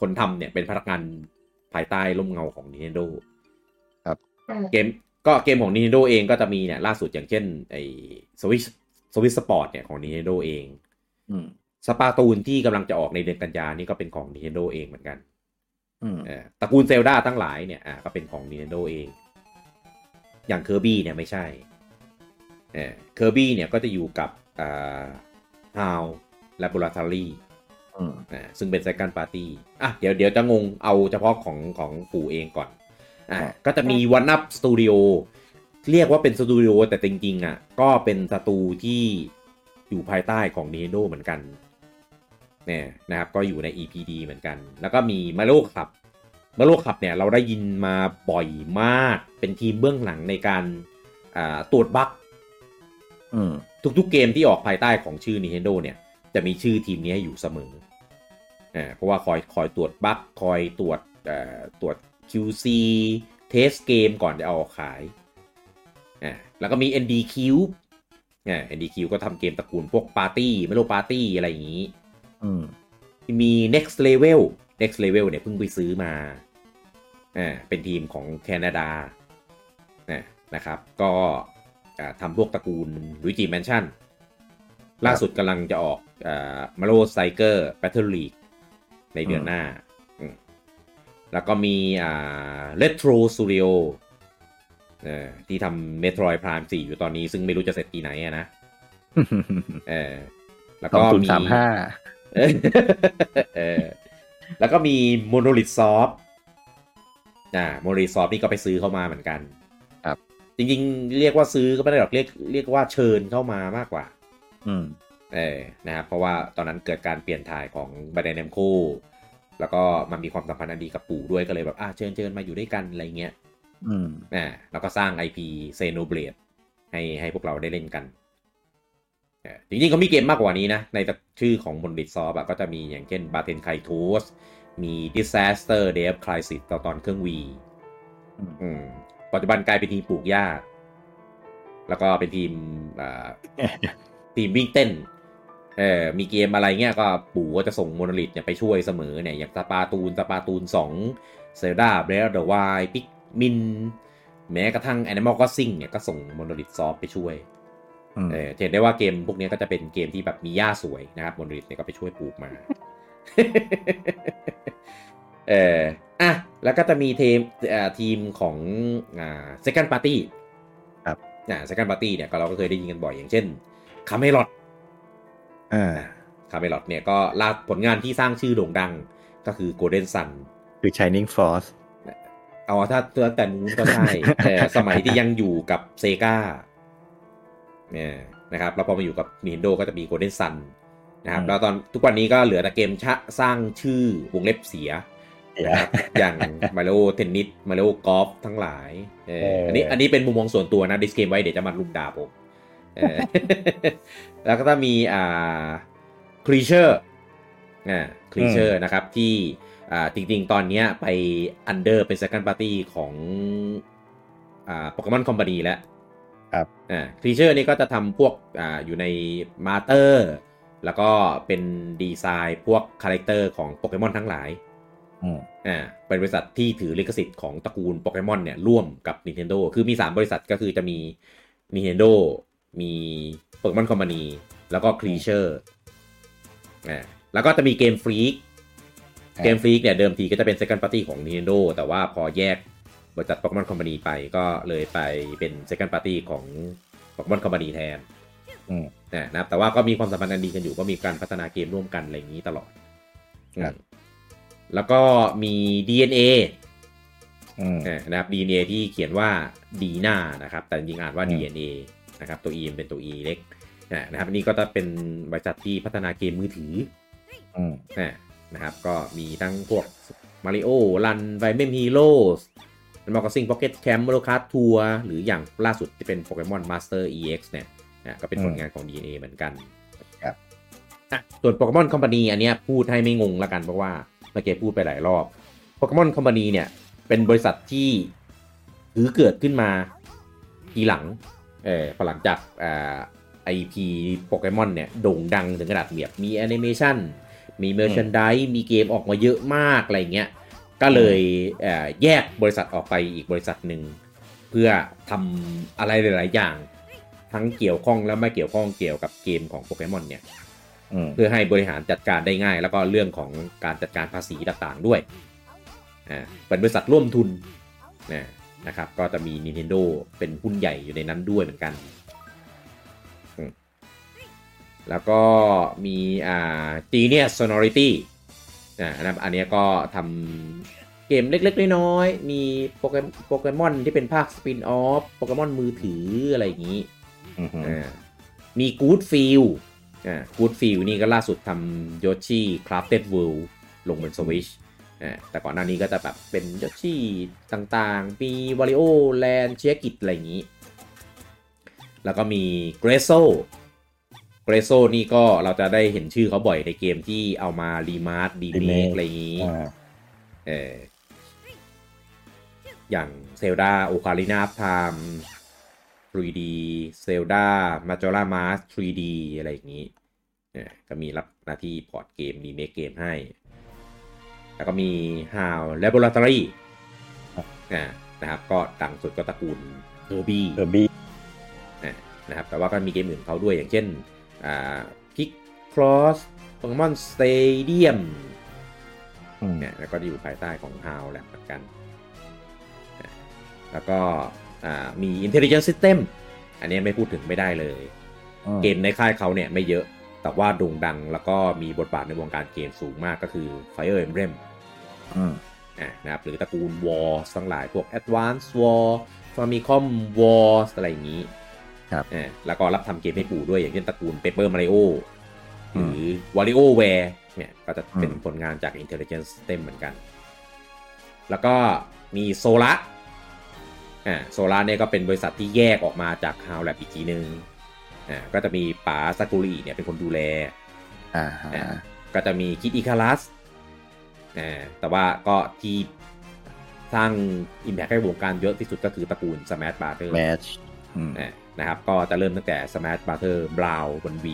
[SPEAKER 1] คนทำเนี่ยเป็นพนักงานภายใต้ร่มเงาของ Nintendo เกมก็เกมของ Nintendo เองก็จะมีเนี่ยล่าสุดอย่างเช่นไอ้ Switch Switch Sport เนี่ยของ Nintendo เอง
[SPEAKER 2] อืม
[SPEAKER 1] สปาตูนที่กำลังจะออกในเดือนกันยานี่ก็เป็นของ Nintendo เองเหมือนกัน
[SPEAKER 2] อืม
[SPEAKER 1] เออตระกูลเซลดาทั้งหลายเนี่ยอ่ะก็เป็นของ Nintendo เอง อย่างเคอร์บี้เนี่ยไม่ใช่เคอร์บี้เนี่ยก็จะอยู่กับฮาวและบูราทารี
[SPEAKER 2] อืม
[SPEAKER 1] ซึ่งเป็น second party อ่ะเดี๋ยวเดี๋ยวจะงงเอาเฉพาะของของปู่เองก่อนอ่ะก็จะมีวัน Up Studio เรียกว่าเป็นสตูดิโอแต่จริงๆอ่ะก็เป็นสตูที่อยู่ภายใต้ของ Nintendo เหมือนกันเนี่ยนะครับก็อยู่ใน EPD เหมือนกัน แล้วก็มีมาโลคับมาโลคับเนี่ยเราได้ยินมาบ่อยมาก เป็นทีมเบื้องหลังในการอ่าตรวจบั๊ก
[SPEAKER 2] อืม
[SPEAKER 1] ทุกๆเกมที่ออกภายใต้ของชื่อ Nintendo เนี่ย จะมีชื่อทีมนี้อยู่เสมออ่าเพราะว่าคอยคอยตรวจบั๊กคอยตรวจเอ่อตรวจ QC เทสเกมก่อนจะเอาออกขายอ่าแล้วก็มี NDQ อ่า NDQ ก็ทำเกมตระกูลพวกปาร์ตี้ไม่รู้ปาร์ตี้อะไรอย่างนี้
[SPEAKER 2] อืม
[SPEAKER 1] มี next level next level เนี่ยเพิ่งไปซื้อมา อ่า เป็นทีมของแคนาดานะนะครับ ก็อ่าทำพวกตระกูลลุยจิแมนชั่น ล่าสุดกำลังจะออกอ่ามาโลไซเกอร์แบทเทิลลีกในเดือนหน้าอืมแล้วก็มีอ่าเลตโทรสตูดิโออที่ทำเมโทรไพร i ม e 4อยู่ตอนนี้ซึ่งไม่รู้จะเสร็จปีไหนอะนะ เออ แล้ว
[SPEAKER 2] สอ
[SPEAKER 1] ก็
[SPEAKER 2] งศูน
[SPEAKER 1] มี
[SPEAKER 2] ย์สามห้า
[SPEAKER 1] เออเออแล้วก็มีโมโนลิ t ซอฟอ่าโมโนลิ t ซอฟนี่ก็ไปซื้อเข้ามาเหมือนกัน
[SPEAKER 2] ครับ
[SPEAKER 1] จริงๆ เรียกว่าซื้อก็ไม่ได้หรอกเรียกเรียกว่าเชิญเข้ามามากกว่า
[SPEAKER 2] อืม
[SPEAKER 1] เออนะครับเพราะว่าตอนนั้นเกิดการเปลี่ยนถ่ายของบาเดนเนมโคแล้วก็มันมีความสัมพันธ์อันดีกับปู่ด้วยก็เลยแบบอ่าเชิญเชิญมาอยู่ด้วยกันอะไรเงี้ย
[SPEAKER 2] อืม
[SPEAKER 1] อ่าแล้วก็สร้าง IP s e n o b l a d e ให้ให้พวกเราได้เล่นกันเอ่อจริงๆเขามีเกมมากกว่านี้นะ ในชื่อของบนดิตซอฟก็จะมีอย่างเช่น b a t e n k a i t o s มี Disaster d e v Crisis ตอนตอนเครื่องวี
[SPEAKER 2] อืม
[SPEAKER 1] อืมปัจจุบันกลายเป็นทีมปลูกหญ้า แล้วก็เป็นทีม อ่า ทีมวิ่งเต้น เออมีเกมอะไรเงี้ยก็ปู่ก็จะส่งโมโนลิทเนี่ยไปช่วยเสมอเนี่ย อย่างสปาตูนสปาตูน2เซลดาเบรดเดอร์วายปิกมิน แม้กระทั่ง Animal Crossing เนี่ยก็ส่งโมโนลิทซอฟไปช่วย
[SPEAKER 2] อืม
[SPEAKER 1] เออจะเห็นได้ว่าเกมพวกเนี้ยก็จะเป็นเกมที่แบบมีหญ้าสวยนะครับมอนริทเนี่ยก็ไปช่วยปลูกมา เอออ่ะ แล้วก็จะมีทีมเอ่อทีมของอ่า second party
[SPEAKER 2] ครับ
[SPEAKER 1] อ่า second party เนี่ยก็เราก็เคยได้ยินกันบ่อยอย่างเช่นคาเมลอด
[SPEAKER 2] อ่า
[SPEAKER 1] คาเมลอดเนี่ยก็ล่าผลงานที่สร้างชื่อโด่งดังก็คือโกลเด้นซัน
[SPEAKER 2] คือ Shining Force
[SPEAKER 1] เอาถ้าตั้งแต่นู้นก็ใช่ แต่สมัยที่ยังอยู่กับเซกาเนี่ยนะครับแล้วพอมาอยู่กับ Nintendo ก็จะมีโกลเด้นซันนะครับ
[SPEAKER 2] อืม
[SPEAKER 1] แล้วตอนทุกวันนี้ก็เหลือแต่เกมชะสร้างชื่อวงเล็บเสีย นะครับอย่างมาริโอเทนนิสมาริโอกอล์ฟทั้งหลายเออ
[SPEAKER 2] เอออั
[SPEAKER 1] อันนี้อันนี้เป็นมุมมองส่วนตัวนะดิสเกมไว้เดี๋ยวจะมาลุมด่าผมเอ อ แล้วก็จะมีอ่าครีเชอร์อ่าครีเชอร์นะครับที่อ่าจริงๆ ตอนเนี้ยไปอันเดอร์เป็น second party ของอ่าโปเกมอนคอมพานีแล้ว
[SPEAKER 2] ครับ
[SPEAKER 1] อ่าครีเชอร์นี่ก็จะทำพวกอ่าอยู่ในมาเตอร์ แล้วก็เป็นดีไซน์พวกคาแรคเตอร์ของโปเกมอนทั้งหลาย
[SPEAKER 2] อืม
[SPEAKER 1] อ่าเป็นบริษัทที่ถือลิขสิทธิ์ของตระกูลโปเกมอนเนี่ยร่วมกับ Nintendo คือมี 3 บริษัทก็คือจะมี Nintendo มีโปเกมอนคอมพานีแล้วก็ Creature อ่าแล้วก็จะมีเกมฟรีกเกมฟรีกเนี่ยเดิมทีก็จะเป็น Second Party ของ Nintendo แต่ว่าพอแยกบริษัทโปเกมอนคอมพานีไปก็เลยไปเป็น Second Party ของโปเกมอนคอมพานีแทน
[SPEAKER 2] อืม
[SPEAKER 1] นะนะครับแต่ว่าก็มีความสัมพันธ์อันดีกันอยู่ก็มีการพัฒนาเกมร่วมกันอะไรอย่างนี้ตลอด
[SPEAKER 2] ครับ
[SPEAKER 1] อืมแล้วก็มี DNA
[SPEAKER 2] อืม
[SPEAKER 1] อ่านะครับ DNA ที่เขียนว่าดีนานะครับ แต่จริงๆอ่านว่า
[SPEAKER 2] อืม
[SPEAKER 1] DNA นะครับ ตัว E เป็นตัว E เล็กอ่านะครับอันนี่ก็จะเป็นบริษัทที่พัฒนาเกมมือถือ
[SPEAKER 2] อืม
[SPEAKER 1] อ่านะครับ ก็มีทั้งพวก Mario Run v i m e m Heroes m a r c o s i n g Pocket Camp Mario Kart Tour หรืออย่างล่าสุดที่เป็น Pokemon Master EX เนี่ยอ่ะก็เป็นผลงานของ DNA เหมือนกัน
[SPEAKER 2] ครับ
[SPEAKER 1] อ่ะส่วน Pokemon Company อันเนี้ยพูดให้ไม่งงละกันเพราะว่าเมื่อกี้พูดไปหลายรอบ โปเกมอนคอมพานีเนี่ยเป็นบริษัทที่ถือเกิดขึ้นมาทีหลังเออพอหลังจากอ่าไอพีโปเกมอนเนี่ยโด่งดังถึงขนาดแบบมีแอนิเมชันมีเมอร์ชันด e มีเกมออกมาเยอะมากอะไรเงี้ยก็เลยเอ่อแยกบริษัทออกไปอีกบริษัทหนึ่ง เพื่อทำอะไรหลาย ๆ อย่าง ทั้งเกี่ยวข้องและไม่เกี่ยวข้องเกี่ยวกับเกมของโปเกมอนเนี่ย
[SPEAKER 2] อืม
[SPEAKER 1] เพื่อให้บริหารจัดการได้ง่าย แล้วก็เรื่องของการจัดการภาษีต่างๆด้วยอ่าเป็นบริษัทร่วมทุนนะนะครับ ก็จะมี Nintendo เป็นหุ้นใหญ่อยู่ในนั้นด้วยเหมือนกันอืมแล้วก็มีอ่า Genius Sonority อ่าอันนั้นอันเนี้ยก็ทำเกมเล็กๆ น้อยๆ มีโปเกมโปเกมอนที่เป็นภาคสปินออฟโปเกมอนมือถืออะไรอย่างนี้
[SPEAKER 2] อืมอืม
[SPEAKER 1] อ่ามีกู๊ดฟิลอ่ากู๊ดฟิลนี่ก็ล่าสุดทำโยชิคราฟเต็ดเวิลด์ลงบนสวิชอ่าแต่ก่อนหน้านี้ก็จะแบบเป็นโยชิต่างๆ มีวาริโอแลนเชียกิตอะไรอย่างนี้ แล้วก็มีเกรโซเกรโซนี่ก็เราจะได้เห็นชื่อเขาบ่อยในเกมที่เอามารีมาร์ดีเมคอะไรอย่างนี้
[SPEAKER 2] อ่า
[SPEAKER 1] เอออย่างเซลดาโอคาลินาพาม 3D เซลดามาจอร่ามาส 3D อะไรอย่างนี้เนี่ยก็มีรับหน้าที่พอร์ตเกมรีเมคเกมให้ แล้วก็มี How Laboratory
[SPEAKER 2] ครับ
[SPEAKER 1] อ่านะครับก็ดังสุดก็ตระกูล Kirby
[SPEAKER 2] เออบี้
[SPEAKER 1] อ่ะนะครับแต่ว่าก็มีเกมอื่นเขาด้วยอย่างเช่นพิกครอสโปเกมอนสเตเดียม
[SPEAKER 2] อืม
[SPEAKER 1] เนี่ยแล้วก็อยู่ภายใต้ของ HAL แหละเหมือนกันนะแล้วก็อ่ามี Intelligent System อันเนี้ยไม่พูดถึงไม่ได้เลย
[SPEAKER 2] อืม
[SPEAKER 1] เกมในค่ายเขาเนี่ยไม่เยอะ แต่ว่าโด่งดังแล้วก็มีบทบาทในวงการเกมสูงมากก็คือ Fire Emblem
[SPEAKER 2] อืม
[SPEAKER 1] อ่ะนะครับหรือตระกูล Wars ทั้งหลายพวก Advance War Famicom Wars อะไรอย่างนี้อ่ะแล้วก็รับทำเกมให้ปู่ด้วยอย่างเช่นตระกูล Paper Mario หรือ WarioWare เนี่ยก็จะเป็นผลงานจาก Intelligent System เหมือนกัน แล้วก็มีโซละอ่าโซละเนี่ยก็เป็นบริษัทที่แยกออกมาจาก h o w l a b อีกทีนึงอ่าก็จะมีป๋าซากุริเนี่ยเป็นคนดูแล
[SPEAKER 2] อ่าฮะ
[SPEAKER 1] ก็จะมีคิดอิคารัสอ่าแต่ว่าก็ที่สร้าง Impact ให้วงการเยอะที่สุดก็คือตระกูล Smash b r o t h e r
[SPEAKER 2] แมชอืม
[SPEAKER 1] นะครับ ก็จะเริ่มตั้งแต่ Smash b r o t h e r Brown บน V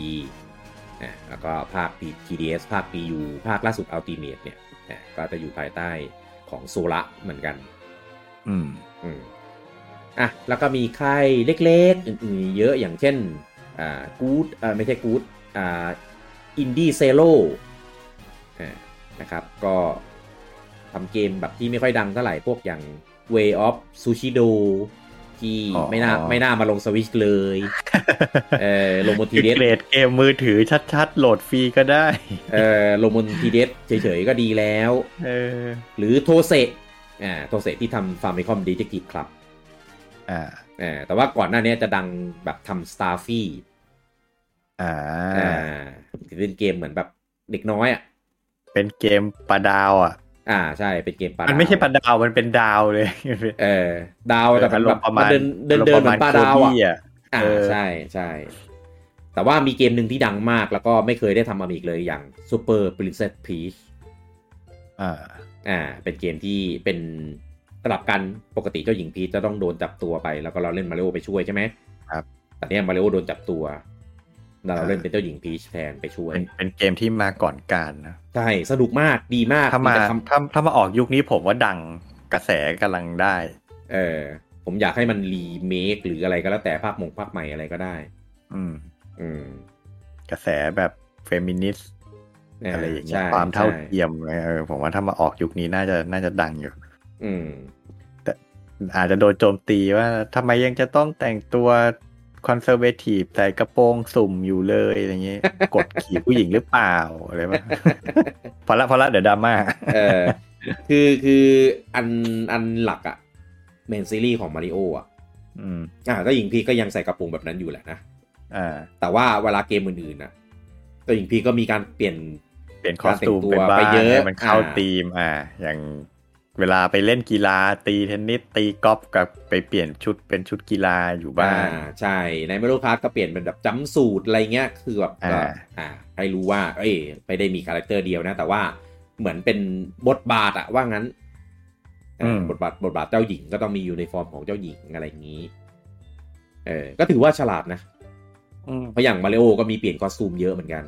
[SPEAKER 1] อ่าแล้วก็ภาค PDS ภาค PU ภาคล่าสุด Ultimate เนี่ยอ่าก็จะอยู่ภายใต้ของโซละเหมือนกัน
[SPEAKER 2] อืม
[SPEAKER 1] อืมอ่ะแล้วก็มีค่ายเล็กๆอื่นๆเยอะอย่างเช่น อ่ากู๊ดเอ่อไม่ใช่กู๊ดอ่าอินดี้เซโลนะครับก็ทำเกมแบบที่ไม่ค่อยดังเท่าไหร่ พวกอย่าง Way of Sushido ที่
[SPEAKER 2] อ๋อ
[SPEAKER 1] ไม่น่าไม่น่ามาลงสวิช เลยเออลงบนที
[SPEAKER 2] คือ
[SPEAKER 1] เดส
[SPEAKER 2] เกรดเกมมือถือชัดๆ โหลดฟรีก็ได้
[SPEAKER 1] เออลงบนทีเดสเฉยๆก็ดีแล้ว
[SPEAKER 2] เออ
[SPEAKER 1] หรือโทเซะอ่าโทเซะที่ทำฟาร์มคอมดีจิกิครับ
[SPEAKER 2] อ่า
[SPEAKER 1] เออแต่ว่าก่อนหน้านี้จะดังแบบทำสตาร์ฟี่
[SPEAKER 2] อ่า
[SPEAKER 1] อ่าเป็นเกมเหมือนแบบเด็กน้อยอ่ะ
[SPEAKER 2] เป็นเกมปลาดาวอ่ะ
[SPEAKER 1] อ่าใช่เป็นเกมปลา
[SPEAKER 2] มั
[SPEAKER 1] มัน
[SPEAKER 2] ไม่ใช่ปลาดาว มันเป็นดาวเลย
[SPEAKER 1] เออดาวแต่มันแบบ
[SPEAKER 2] อารมณ์ประมาณ
[SPEAKER 1] มันเดินเดินเดินเหมือนปลาดาว
[SPEAKER 2] รมณ์ประมณ
[SPEAKER 1] อ่ะ
[SPEAKER 2] Kirby
[SPEAKER 1] อ่า
[SPEAKER 2] เออ
[SPEAKER 1] ใช่ใช่แต่ว่ามีเกมหนึ่งที่ดังมากแล้วก็ไม่เคยได้ทำมาอีกเลยอย่าง Super Princess Peach
[SPEAKER 2] อ่า
[SPEAKER 1] อ่าเป็นเกมที่เป็นสลับกันปกติเจ้าหญิงพีชจะต้องโดนจับตัวไป แล้วก็เราเล่นมาริโอไปช่วยใช่ไหม
[SPEAKER 2] ครับ
[SPEAKER 1] แต่เนี้ยมาริโอโดนจับตัวแล้วเรา
[SPEAKER 2] อ่า
[SPEAKER 1] เล่นเป็นเจ้าหญิงพีชแทนไปช่วย
[SPEAKER 2] เป็นเป็นเกมที่มาก่อนการนะ
[SPEAKER 1] ใช่ สนุกมากดีมาก
[SPEAKER 2] ถ้ามา
[SPEAKER 1] แต่ค
[SPEAKER 2] ถ้าถ้ามาออกยุคนี้ผมว่าดังกระแสกำลังได้
[SPEAKER 1] ำเออผมอยากให้มันรีเมคหรืออะไรก็แล้วแต่ภาคมงภาคใหม่อะไรก็ได้
[SPEAKER 2] อืม
[SPEAKER 1] อืม
[SPEAKER 2] กระแสแบบเฟมินิสต์
[SPEAKER 1] เนี่ย
[SPEAKER 2] อะไรอย่างเงี้ย
[SPEAKER 1] ใช่
[SPEAKER 2] ความเท่า
[SPEAKER 1] ใช่
[SPEAKER 2] เทียมอะไรเออผมว่าถ้ามาออกยุคนี้น่าจะน่าจะดังอยู่
[SPEAKER 1] อืม
[SPEAKER 2] อาจจะโดนโจมตีว่าทำไมยังจะต้องแต่งตัวคอนเซอร์เวทีฟใส่กระโปรงสุ่มอยู่เลยอะไรเงี้ย กดขี่ผู้หญิงหรือเปล่าอะไรแบบ พอละพอละเดี๋ยวดราม่า
[SPEAKER 1] เออ คือคืออันอันหลักอะเมนซีรีส์ของมาริโออะ
[SPEAKER 2] อืม
[SPEAKER 1] อ่าเจ้าหญิงพีชก็ยังใส่กระโปรงแบบนั้นอยู่แหละนะ
[SPEAKER 2] อ่า
[SPEAKER 1] แต่ว่าเวลาเกมอื่นๆนะเจ้าหญิงพีชก็มีการเปลี่ยน
[SPEAKER 2] เปลี่ยนคอ
[SPEAKER 1] การ
[SPEAKER 2] ส
[SPEAKER 1] แต่ง
[SPEAKER 2] ตูม
[SPEAKER 1] ตัว
[SPEAKER 2] เป็นบ้า
[SPEAKER 1] ไป
[SPEAKER 2] ง
[SPEAKER 1] เยอะ
[SPEAKER 2] ให้มันเข้า
[SPEAKER 1] อ่า
[SPEAKER 2] ธีม อ่า อย่างเวลาไปเล่นกีฬาตีเทนนิสตีกอล์ฟกับไปเปลี่ยนชุดเป็นชุดกีฬาอยู่บ้าง
[SPEAKER 1] อ่ใช่ในมาริโอคาร์ก็เปลี่ยนเป็นแบบจัมป์สูตรอะไรเงี้ยคือแบบ
[SPEAKER 2] อ่า
[SPEAKER 1] ก็อ่าให้รู้ว่า เอ้ยไม่ได้มีคาแรคเตอร์เดียวนะ แต่ว่าเหมือนเป็นบทบาทอะว่างั้นอ่าบทบาทบทบาทเจ้าหญิงก็ต้องมีอยู่ในฟอร์มของเจ้าหญิงอะไรอย่างนี้เออก็ถือว่าฉลาดนะ
[SPEAKER 2] อืม
[SPEAKER 1] เพราะอย่างมาริโอก็มีเปลี่ยนคอสตูมเยอะเหมือนกัน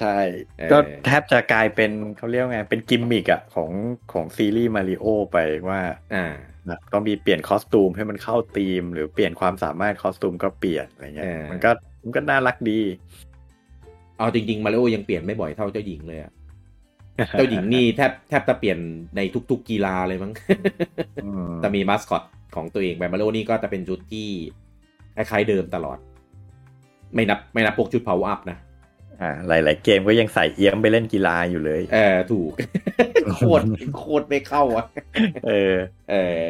[SPEAKER 2] ใช่
[SPEAKER 1] เออ
[SPEAKER 2] ก็แทบจะกลายเป็นเขาเรียกว่าไง เป็นกิมมิกอะของของซีรีส์มาริโอไปว่า
[SPEAKER 1] อ่า
[SPEAKER 2] นะต้องมีเปลี่ยนคอสตูมให้มันเข้าธีม หรือเปลี่ยนความสามารถคอสตูมก็เปลี่ยนอะไรเงี้ย
[SPEAKER 1] เออ
[SPEAKER 2] มันก็มันก็น่ารักดี
[SPEAKER 1] เอาจริงๆมาริโอยังเปลี่ยนไม่บ่อยเท่าเจ้าหญิงเลยอะ เจ้าหญิงนี่แทบแทบจะเปลี่ยนในทุก ๆ กีฬาเลยมั้ง
[SPEAKER 2] อืม
[SPEAKER 1] แต่มีมาสคอตของตัวเองไปมาริโอนี่ก็จะเป็นชุดที่คล้ายๆเดิมตลอด ไม่นับไม่นับพวกชุด power up นะ
[SPEAKER 2] อ่าหลาย ๆ เกมก็ยังใส่เอี้ยมไปเล่นกีฬาอยู่เลย
[SPEAKER 1] เออถูก โคตรโคตรไม่เข้าอ่ะ
[SPEAKER 2] เออ
[SPEAKER 1] เออ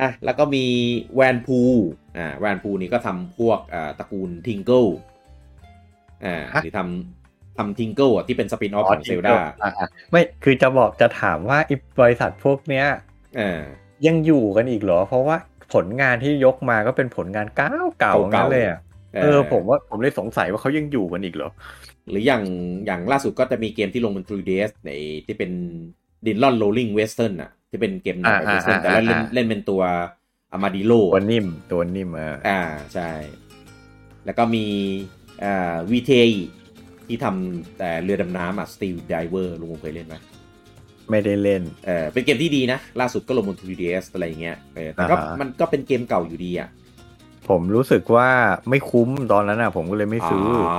[SPEAKER 1] อ่ะแล้วก็มีแวนพูอ่าแวนพูนี่ก็ทำพวกอ่าตระกูลทิงเกิลอ่า
[SPEAKER 2] ฮะ
[SPEAKER 1] หรือทำทำทิงเกิลอ่ะที่เป็นสปินออฟของเซลดา
[SPEAKER 2] อ่ะๆไม่คือจะบอกจะถามว่าไอ้บริษัทพวกเนี้ย
[SPEAKER 1] เออ
[SPEAKER 2] ยังอยู่กันอีกเหรอ เพราะว่าผลงานที่ยกมาก็เป็นผลงานเก่าๆเก่า
[SPEAKER 1] เก่า
[SPEAKER 2] เก่า
[SPEAKER 1] ๆ
[SPEAKER 2] เลยอะเออผมว่าผมเลยสงสัยว่าเขายังอยู่กันอีกเหรอ
[SPEAKER 1] หรืออย่างอย่างล่าสุดก็จะมีเกมที่ลงบน 3DS ในที่เป็นดินลอนโรลลิงเวสเทิร์นอ่ะที่เป็นเกมหนังแบบเวสเทิร์นแต่ว่าเล่นเล่นเป็นตัวอามาดิโล
[SPEAKER 2] ตัวนิ่มตัวนิ่มเออ
[SPEAKER 1] อ่าใช่ แล้วก็มีอ่าวีเทที่ทำแต่เรือดำน้ำอ่ะสตีลไดเวอร์ลุงคงเคยเล่นไหม
[SPEAKER 2] ไม่ได้เล่น
[SPEAKER 1] เออเป็นเกมที่ดีนะ ล่าสุดก็ลงบน 3DS อะไรเงี้ยเออแต่ก็
[SPEAKER 2] อ่าฮะ
[SPEAKER 1] มันก็เป็นเกมเก่าอยู่ดีอ่ะ
[SPEAKER 2] ผมรู้สึกว่าไม่คุ้มตอนนั้นอ่ะ ผมก็เลยไม่ซื้ออ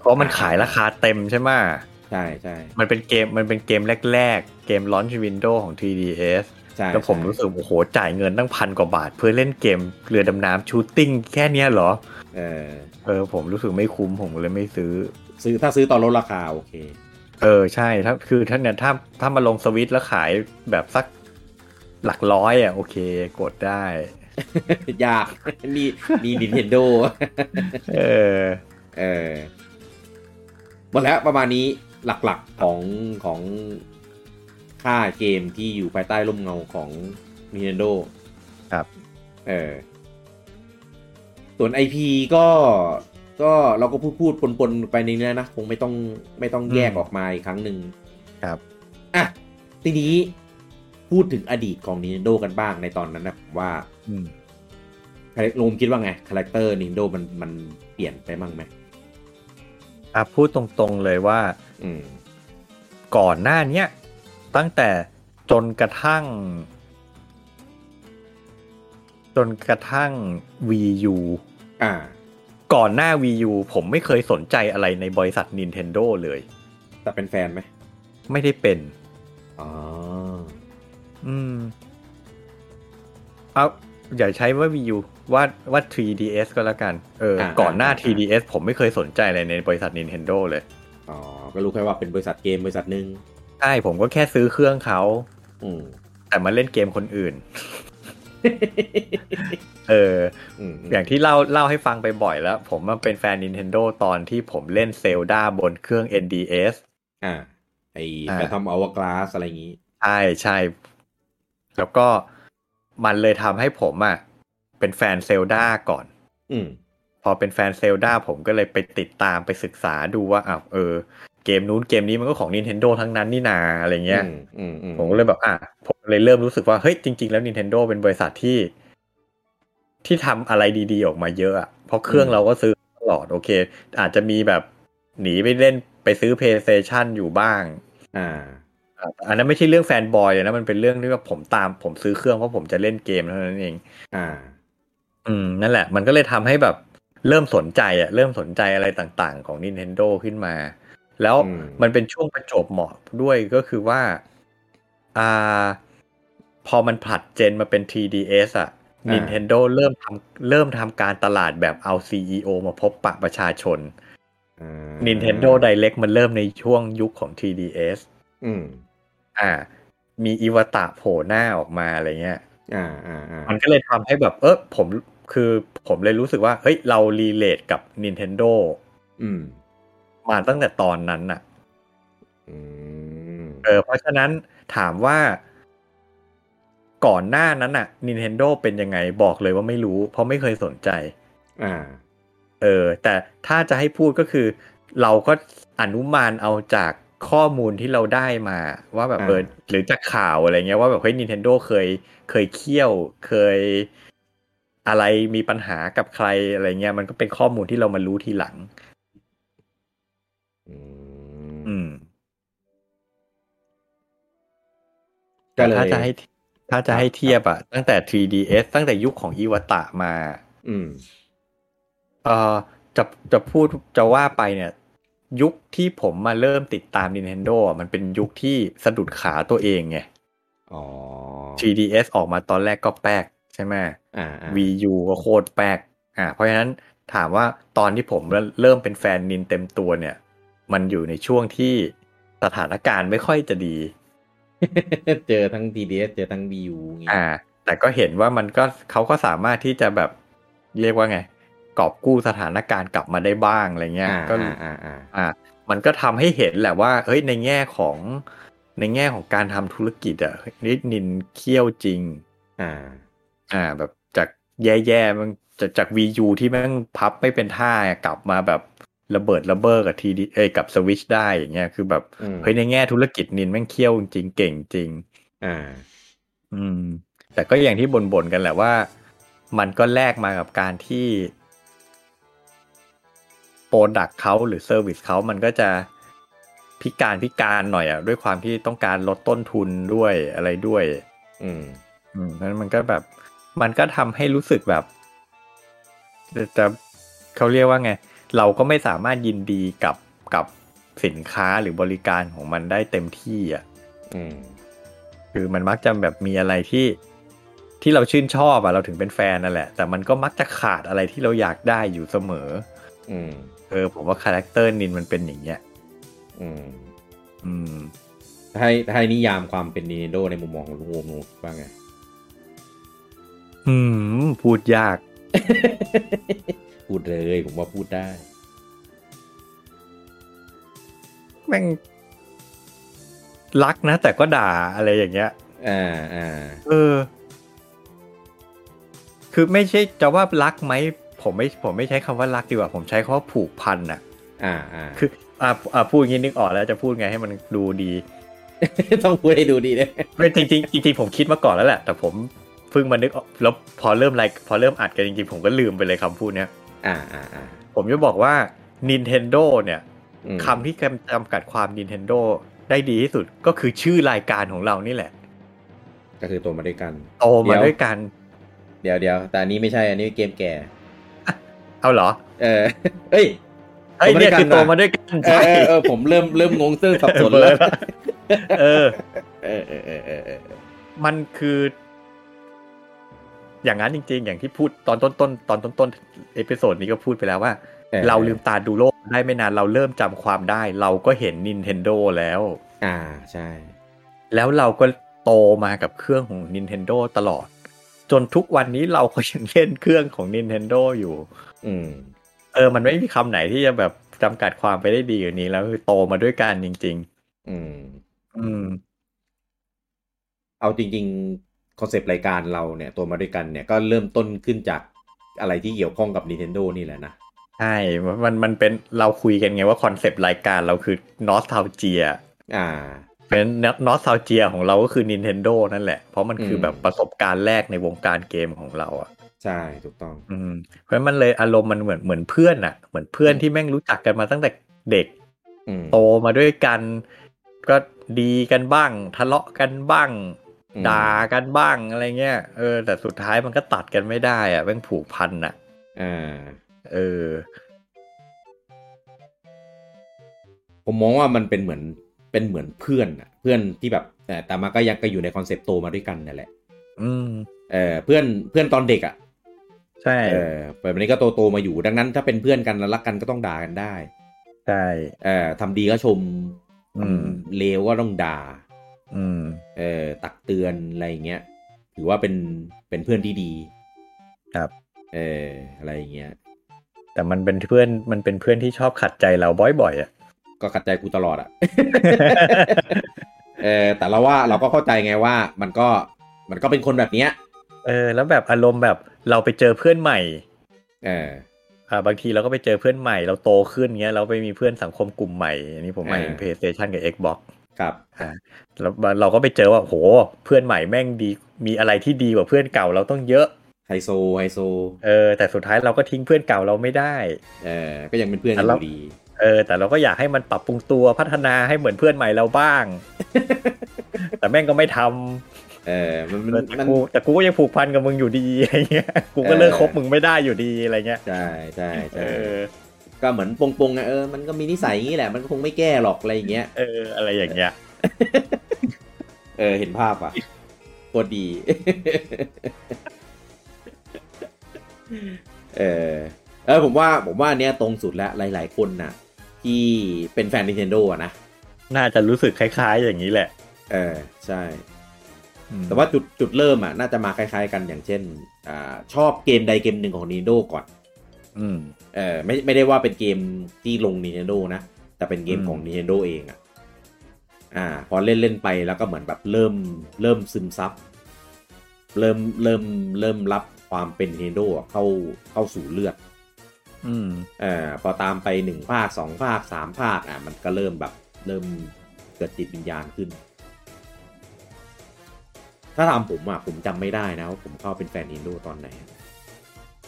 [SPEAKER 2] เพราะมันขายราคาเต็มใช่ไหมะ
[SPEAKER 1] ใช่ใช่
[SPEAKER 2] มันเป็นเกม มันเป็นเกมแรก ๆ เกม Launch Windows ของ 3DS
[SPEAKER 1] ใช่
[SPEAKER 2] แล้วผม
[SPEAKER 1] ใช่
[SPEAKER 2] รู้สึก โอ้โห จ่ายเงินตั้งพันกว่าบาท เพื่อเล่นเกมเรือดำน้ำชูตติ้งแค่เนี้ยเหรอ
[SPEAKER 1] เออ
[SPEAKER 2] เออ ผมรู้สึกไม่คุ้ม ผมเลยไม่ซื้อ
[SPEAKER 1] ซื้อถ้าซื้อตอนลดราคาโอเค
[SPEAKER 2] เออ ใช่ ถ้า คือถ้าเนี่ย ถ้า ถ้ามาลงสวิตช์แล้วขายแบบสักหลักร้อยอ่ะ โอเค กดได้
[SPEAKER 1] ยาก มีมี Nintendo
[SPEAKER 2] เออ
[SPEAKER 1] เออหมดแล้วประมาณนี้หลักๆของของค่าเกมที่อยู่ภายใต้ร่มเงาของ Nintendo
[SPEAKER 2] ครับ
[SPEAKER 1] เออส่วน IP ก็ก็เราก็พูดพูดปนๆ ไปในนี้นะ คงไม่ต้องไม่ต้องแยกออกมาอีกครั้งหนึ่ง
[SPEAKER 2] ครับ
[SPEAKER 1] อ่ะ ทีนี้พูดถึงอดีตของ Nintendo กันบ้างในตอนนั้นนะผมว่า
[SPEAKER 2] อืม
[SPEAKER 1] ลุงคิดว่าไง คาแรคเตอร์นินโดมันมันเปลี่ยนไปบ้างไหม
[SPEAKER 2] อ่ะ พูดตรงๆเลยว่า
[SPEAKER 1] อืม
[SPEAKER 2] ก่อนหน้าเนี้ยตั้งแต่จนกระทั่ง จนกระทั่ง VU
[SPEAKER 1] อ่า
[SPEAKER 2] ก่อนหน้า Wii U ผมไม่เคยสนใจอะไรในบริษัท Nintendo เลย
[SPEAKER 1] แต่เป็นแฟนไหม
[SPEAKER 2] ไม่ได้เป็น
[SPEAKER 1] อ๋อ
[SPEAKER 2] อืมเอาอย่าใช้ว่า Wii U ว่าว่า 3DS ก็แล้วกัน เอออา ก่อนหน้า 3DS ผมไม่เคยสนใจอะไรในบริษัท Nintendo เลย
[SPEAKER 1] อ๋อก็รู้แค่ว่าเป็นบริษัทเกมบริษัทหนึ่ง
[SPEAKER 2] ใช่ ผมก็แค่ซื้อเครื่องเขา
[SPEAKER 1] อืม
[SPEAKER 2] แต่มาเล่นเกมคนอื่น เออ
[SPEAKER 1] อืม
[SPEAKER 2] อย่างที่เล่าเล่าให้ฟังไปบ่อยแล้ว ผมมาเป็นแฟน Nintendo ตอนที่ผมเล่นเซลดาบนเครื่อง NDS
[SPEAKER 1] อ่าไอ้
[SPEAKER 2] อ่า
[SPEAKER 1] แฟนทอมอวกาสอะไรอย่างงี้
[SPEAKER 2] ใช่ใช่ แล้วก็มันเลยทำให้ผมอะ่ะ เป็นแฟนเซลดาก่อน
[SPEAKER 1] อืม
[SPEAKER 2] พอเป็นแฟนเซลดาผมก็เลยไปติดตามไปศึกษาดูว่าอ้าวเออ เกมนู้นเกมนี้มันก็ของ Nintendo ทั้งนั้นนี่นาอะไรเงี้ย
[SPEAKER 1] อืมอืมอืม
[SPEAKER 2] ผมก็เลยแบบอ่ะผมเลยเริ่มรู้สึกว่า เฮ้ย จริง ๆ แล้ว Nintendo เป็นบริษัทที่ ที่ทำอะไรดีๆ ออกมาเยอะอะเพราะเครื่องเราก็ซื้อตลอดโอเค อาจจะมีแบบหนีไปเล่นไปซื้อ PlayStation อยู่บ้าง
[SPEAKER 1] อ่า
[SPEAKER 2] อ่ะอันนั้นไม่ใช่เรื่องแฟนบอยเลยนะ มันเป็นเรื่องที่ว่าผมตามผมซื้อเครื่องเพราะผมจะเล่นเกมเท่านั้นเอง
[SPEAKER 1] อ่า
[SPEAKER 2] อืม นั่นแหละ มันก็เลยทำให้แบบเริ่มสนใจอะเริ่มสนใจอะไรต่างๆ ของ Nintendo ขึ้นมา แล้ว
[SPEAKER 1] อืม
[SPEAKER 2] มันเป็นช่วงประจวบเหมาะด้วยก็คือว่า อ่า พอมันผลัดเจนมาเป็น 3DS อะ
[SPEAKER 1] อ่า
[SPEAKER 2] Nintendo เริ่มทำเริ่มทำการตลาดแบบเอา CEO มาพบปะประชาชน
[SPEAKER 1] อ่า
[SPEAKER 2] Nintendo Direct มันเริ่มในช่วงยุคของ 3DS
[SPEAKER 1] อืม
[SPEAKER 2] อ่า มีอิวตะโผล่หน้าออกมาอะไรเงี้ย
[SPEAKER 1] อ่าอ่าอ่า
[SPEAKER 2] มันก็เลยทำให้แบบ เออผมคือผมเลยรู้สึกว่า เฮ้ย เรารีเลทกับ Nintendo
[SPEAKER 1] อืม
[SPEAKER 2] มาตั้งแต่ตอนนั้นน่ะ
[SPEAKER 1] อืม
[SPEAKER 2] เออ เพราะฉะนั้นถามว่า ก่อนหน้านั้นน่ะ Nintendo เป็นยังไงบอกเลยว่าไม่รู้ เพราะไม่เคยสนใจ
[SPEAKER 1] อ่า
[SPEAKER 2] เออ แต่ถ้าจะให้พูดก็คือ เราก็อนุมานเอาจากข้อมูลที่เราได้มา ว่าแบบ
[SPEAKER 1] อ่า
[SPEAKER 2] เออหรือจากข่าวอะไรเงี้ยว่าแบบเฮ้ย Nintendo เคยเคยเคี่ยวเคยอะไรมีปัญหากับใครอะไรเงี้ยมันก็เป็นข้อมูลที่เรามารู้ทีหลัง
[SPEAKER 1] อืม
[SPEAKER 2] อืม
[SPEAKER 1] ก็เลย
[SPEAKER 2] ถ้าจะให้ถ้าจะให้เทียบอะตั้งแต่ 3DS ตั้งแต่ยุคของอีวตะมา
[SPEAKER 1] อืม
[SPEAKER 2] เออจะจะพูดจะว่าไปเนี่ย ยุคที่ผมมาเริ่มติดตาม Nintendo อ่ะมันเป็นยุคที่สะดุดขาตัวเองไง
[SPEAKER 1] อ๋อ
[SPEAKER 2] 3DS ออกมาตอนแรกก็แป๊กใช่ไหม
[SPEAKER 1] อ่าอ่า
[SPEAKER 2] Wii U ก็โคตรแป๊กอ่าเพราะฉะนั้นถามว่าตอนที่ผมเริ่มเป็นแฟนนินเต็มตัวเนี่ย มันอยู่ในช่วงที่สถานการณ์ไม่ค่อยจะดี
[SPEAKER 1] เจอทั้ง TDS เจอทั้ง BU อย่างงี้
[SPEAKER 2] อ่า แต่ก็เห็นว่ามันก็เขาก็สามารถที่จะแบบเรียกว่าไง กอบกู้สถานการณ์กลับมาได้บ้างอะไรเงี้ย
[SPEAKER 1] อ่า
[SPEAKER 2] ก็
[SPEAKER 1] อ่าอ่าอ่า
[SPEAKER 2] อ่ะมันก็ทำให้เห็นแหละว่า เฮ้ย ในแง่ของ ในแง่ของการทำธุรกิจอะเฮ้ยนิดนินเคี่ยวจริง
[SPEAKER 1] อ่า
[SPEAKER 2] อ่า แบบจากแย่ๆ มันจะจากวีูที่แม่งพับไม่เป็นท่าอะกลับมาแบบระเบิดระเบ้อกับทีดีเอยกับสวิชได้อย่างเงี้ย คือแบบ
[SPEAKER 1] อืม
[SPEAKER 2] เฮ้ย ในแง่ธุรกิจนินแม่งเคี่ยวจริงเก่งจริง
[SPEAKER 1] อ่า
[SPEAKER 2] อืม แต่ก็อย่างที่บ่นๆกันแหละว่า มันก็แลกมากับการที่โปรดักเขาหรือเซอร์วิสเขามันก็จะพิการพิการหน่อยอ่ะ ด้วยความที่ต้องการลดต้นทุนด้วยอะไรด้วย
[SPEAKER 1] อืม
[SPEAKER 2] อืมเพราะฉะนั้นมันก็แบบ มันก็ทำให้รู้สึกแบบจะจะเขาเรียกว่าไง เราก็ไม่สามารถยินดีกับกับสินค้าหรือบริการของมันได้เต็มที่อ่ะ
[SPEAKER 1] อืม
[SPEAKER 2] คือมันมักจะแบบมีอะไรที่ที่เราชื่นชอบอะเราถึงเป็นแฟนนั่นแหละ แต่มันก็มักจะขาดอะไรที่เราอยากได้อยู่เสมอ
[SPEAKER 1] อืม
[SPEAKER 2] เออ ผมว่าคาแรคเตอร์นินมันเป็นอย่างเงี้ย
[SPEAKER 1] อืม
[SPEAKER 2] อืม
[SPEAKER 1] ให้ให้นิยามความเป็น Nintendo ในมุมมองของลุงโอมบ้างไง
[SPEAKER 2] อืม พูดยาก
[SPEAKER 1] พูดเลยผมว่าพูดได้
[SPEAKER 2] แม่ง รักนะแต่ก็ด่าอะไรอย่างเงี้ย
[SPEAKER 1] อ่าอ่า
[SPEAKER 2] เออ คือไม่ใช่จะว่ารักไหมผมไม่ ผมไม่ใช้คำว่ารักดีกว่า ผมใช้คำว่าผูกพันอะ
[SPEAKER 1] อ่าอ่า
[SPEAKER 2] คือ อ่ะอ่ะพูดอย่างนี้นึกออกแล้วจะพูดไงให้มันดูดี
[SPEAKER 1] ต้องพูดให้ดูดีเลย
[SPEAKER 2] ไม่จริงจริงๆจริงๆผมคิดมาก่อนแล้วแหละ แต่ผมเพิ่งมานึกออกแล้วพอเริ่มไลฟ์พอเริ่มอัดกันจริงๆ ผมก็ลืมไปเลยคำพูดเนี้ย
[SPEAKER 1] อ่าอ่าอ่า
[SPEAKER 2] ผมจะบอกว่า Nintendo เนี่ย
[SPEAKER 1] อืม
[SPEAKER 2] คำที่จำกัดความ Nintendo ได้ดีที่สุดก็คือชื่อรายการของเรานี่แหละ
[SPEAKER 1] ก็คือโตมาด้วยกัน
[SPEAKER 2] โตมา
[SPEAKER 1] เดี๋ยว
[SPEAKER 2] ด้วยกัน
[SPEAKER 1] เดี๋ยวเดี๋ยวแต่อันนี้ไม่ใช่อันนี้เกมแก่
[SPEAKER 2] เอาเหรอ
[SPEAKER 1] เอ อเอ้ย
[SPEAKER 2] เฮ้ย
[SPEAKER 1] โตมาด้
[SPEAKER 2] เนี่
[SPEAKER 1] วยยกันนะ
[SPEAKER 2] คือโตมาด้วยกัน
[SPEAKER 1] เอ
[SPEAKER 2] ใช่
[SPEAKER 1] อเออเออผมเริ่มเริ่มงงเสื้อสับสนแล้ว
[SPEAKER 2] เออ
[SPEAKER 1] เออเออเออเออเออ
[SPEAKER 2] มันคือ อย่างนั้นจริง ๆ อย่างที่พูดตอนต้นๆตอนต้นๆเอพิโซดนี้ก็พูดไปแล้วว่า เราลืมตาดูโลกได้ไม่นานเราเริ่มจำความได้ เราก็เห็น Nintendo แล้ว
[SPEAKER 1] อ่าใช่
[SPEAKER 2] แล้วเราก็โตมากับเครื่องของ Nintendo ตลอด จนทุกวันนี้เราก็ยังเล่นเครื่องของ Nintendo อยู่
[SPEAKER 1] อืม
[SPEAKER 2] เออ มันไม่มีคำไหนที่จะแบบจำกัดความไปได้ดีอยู่านี้แล้วคือโตมาด้วยกันจริง
[SPEAKER 1] อืม
[SPEAKER 2] ๆ อืม
[SPEAKER 1] เอาจริงๆคอนเซปต์รายการเราเนี่ยตัวมาด้วยกันเนี่ยก็เริ่มต้นขึ้นจากอะไรที่เกี่ยวข้องกับ Nintendo นี่แหละนะ
[SPEAKER 2] ใช่ มันมันเป็นเราคุยกันไงว่าคอนเซปต์รายการเราคือนอสทาเจีย
[SPEAKER 1] อ่า
[SPEAKER 2] เพราะฉะนั้นนอสทาเจียของเราก็คือ Nintendo นั่นแหละ เพราะมันคืออ
[SPEAKER 1] ม
[SPEAKER 2] แบบประสบการณ์แรกในวงการเกมของเราอ่ะ
[SPEAKER 1] ใช่ถูกต้อง
[SPEAKER 2] อืมเพราะฉะนั้นมันเลยอารมณ์มันเหมือนเหมือนเพื่อนอะเหมือนเพื่อน
[SPEAKER 1] อืม
[SPEAKER 2] ที่แม่งรู้จักกันมาตั้งแต่เด็ก
[SPEAKER 1] อืม
[SPEAKER 2] โตมาด้วยกัน ก็ดีกันบ้าง ทะเลาะกันบ้าง
[SPEAKER 1] อืม
[SPEAKER 2] ด่ากันบ้างอะไรเงี้ยเออแต่สุดท้ายมันก็ตัดกันไม่ได้อะแม่งผูกพันอะ
[SPEAKER 1] อ่า
[SPEAKER 2] เออ
[SPEAKER 1] ผมมองว่ามันเป็นเหมือนเป็นเหมือนเพื่อนอะเพื่อนที่แบบแต่แต่มาก็ยังก็อยู่ในคอนเซปต์โตมาด้วยกันนั่นแหละ
[SPEAKER 2] อืม
[SPEAKER 1] เออเพื่อนเพื่อนตอนเด็กอะ
[SPEAKER 2] ใช่
[SPEAKER 1] เออแบบนี้ก็โตโตๆมาอยู่ดังนั้นถ้าเป็นเพื่อนกันแล้วรักกันก็ต้องด่ากันได้
[SPEAKER 2] ใช่
[SPEAKER 1] เออทำดีก็ชม
[SPEAKER 2] อืม
[SPEAKER 1] ทำเลวก็ต้องด่า
[SPEAKER 2] อืม
[SPEAKER 1] เออตักเตือนอะไรอย่างเงี้ยถือว่าเป็นเป็นเพื่อนที่ดี
[SPEAKER 2] ครับ
[SPEAKER 1] เอออะไรอย่างเงี้ย
[SPEAKER 2] แต่มันเป็นเพื่อนมันเป็นเพื่อนที่ชอบขัดใจเราบ่อยๆอะ
[SPEAKER 1] ก็ขัดใจกูตลอดอะ่ะ เออแต่เราว่าเราก็เข้าใจไงว่ามันก็มันก็เป็นคนแบบเนี้ย
[SPEAKER 2] เออ แล้วแบบอารมณ์แบบเราไปเจอเพื่อนใหม่
[SPEAKER 1] เออ
[SPEAKER 2] อ่าบางทีเราก็ไปเจอเพื่อนใหม่เราโตขึ้นเงี้ยเราไปมีเพื่อนสังคมกลุ่มใหม่อันนี้ผมหมายถึง
[SPEAKER 1] อ่า
[SPEAKER 2] PlayStation กับ Xbox
[SPEAKER 1] ครับ
[SPEAKER 2] แล้วเราก็ไปเจอว่าโหเพื่อนใหม่แม่งดี มีอะไรที่ดีกว่าเพื่อนเก่าเราต้องเยอะ
[SPEAKER 1] ไฮโซไฮโซ
[SPEAKER 2] เออแต่สุดท้ายเราก็ทิ้งเพื่อนเก่าเราไม่ได้
[SPEAKER 1] เออก็ยังเป็นเพื่อนกัน
[SPEAKER 2] แล้
[SPEAKER 1] อ
[SPEAKER 2] ว
[SPEAKER 1] ยู่ดี
[SPEAKER 2] เออแต่เราก็อยากให้มันปรับปรุงตัวพัฒนาให้เหมือนเพื่อนใหม่เราบ้าง แต่แม่งก็ไม่ท
[SPEAKER 1] เออมัน
[SPEAKER 2] ำ
[SPEAKER 1] มัน
[SPEAKER 2] แต่
[SPEAKER 1] มัน
[SPEAKER 2] กูแต่กูก็ยังผูกพันกับมึงอยู่ดีอะไรเงี้ยกูก็เลิก
[SPEAKER 1] เออ
[SPEAKER 2] คบมึงไม่ได้อยู่ดีอะไรเงี้ย
[SPEAKER 1] ใช่ใช่
[SPEAKER 2] เอ
[SPEAKER 1] ใช่
[SPEAKER 2] อ
[SPEAKER 1] ก็เหมือนปงปงๆอะเออมันก็มีนิสัยอย่างนี้แหละมันก็คงไม่แก้หรอกอะไรอย่างเงี้ย
[SPEAKER 2] เอออะไรอย่างเงี้ย
[SPEAKER 1] เออเห็นภาพอ่ะโคตรดี เออเออผมว่าผมว่าอันเนี้ยตรงสุดแล้วหลาย ๆ คนน่ะ ที่เป็นแฟน Nintendo อะนะ
[SPEAKER 2] น่าจะรู้สึกคล้าย ๆ อย่างนี้แหละ
[SPEAKER 1] เออใช่ แต่ว่าจุดจุดเริ่มอ่ะน่าจะมาคล้ายๆกันอย่างเช่นอ่าชอบเกมใดเกมหนึ่งของ Nintendo ก่อน
[SPEAKER 2] อืม
[SPEAKER 1] เออไม่ไม่ได้ว่าเป็นเกมที่ลง Nintendo นะ แต่เป็นเกม
[SPEAKER 2] อืม
[SPEAKER 1] ของ Nintendo เองอ่ะอ่า พอเล่นเล่นไปแล้วก็เหมือนแบบเริ่มเริ่มซึมซับเริ่มเริ่มเริ่มรับความเป็น Nintendo อะเข้าเข้าสู่เลือด
[SPEAKER 2] อืม
[SPEAKER 1] เอ่อพอตามไปหนึ่งภาคสองภาคสามภาคอ่ะมันก็เริ่มแบบเริ่มเกิดจิตวิญญาณขึ้น ถ้าถามผมอ่ะผมจำไม่ได้นะว่าผมเข้าเป็นแฟนนินโดตอนไหน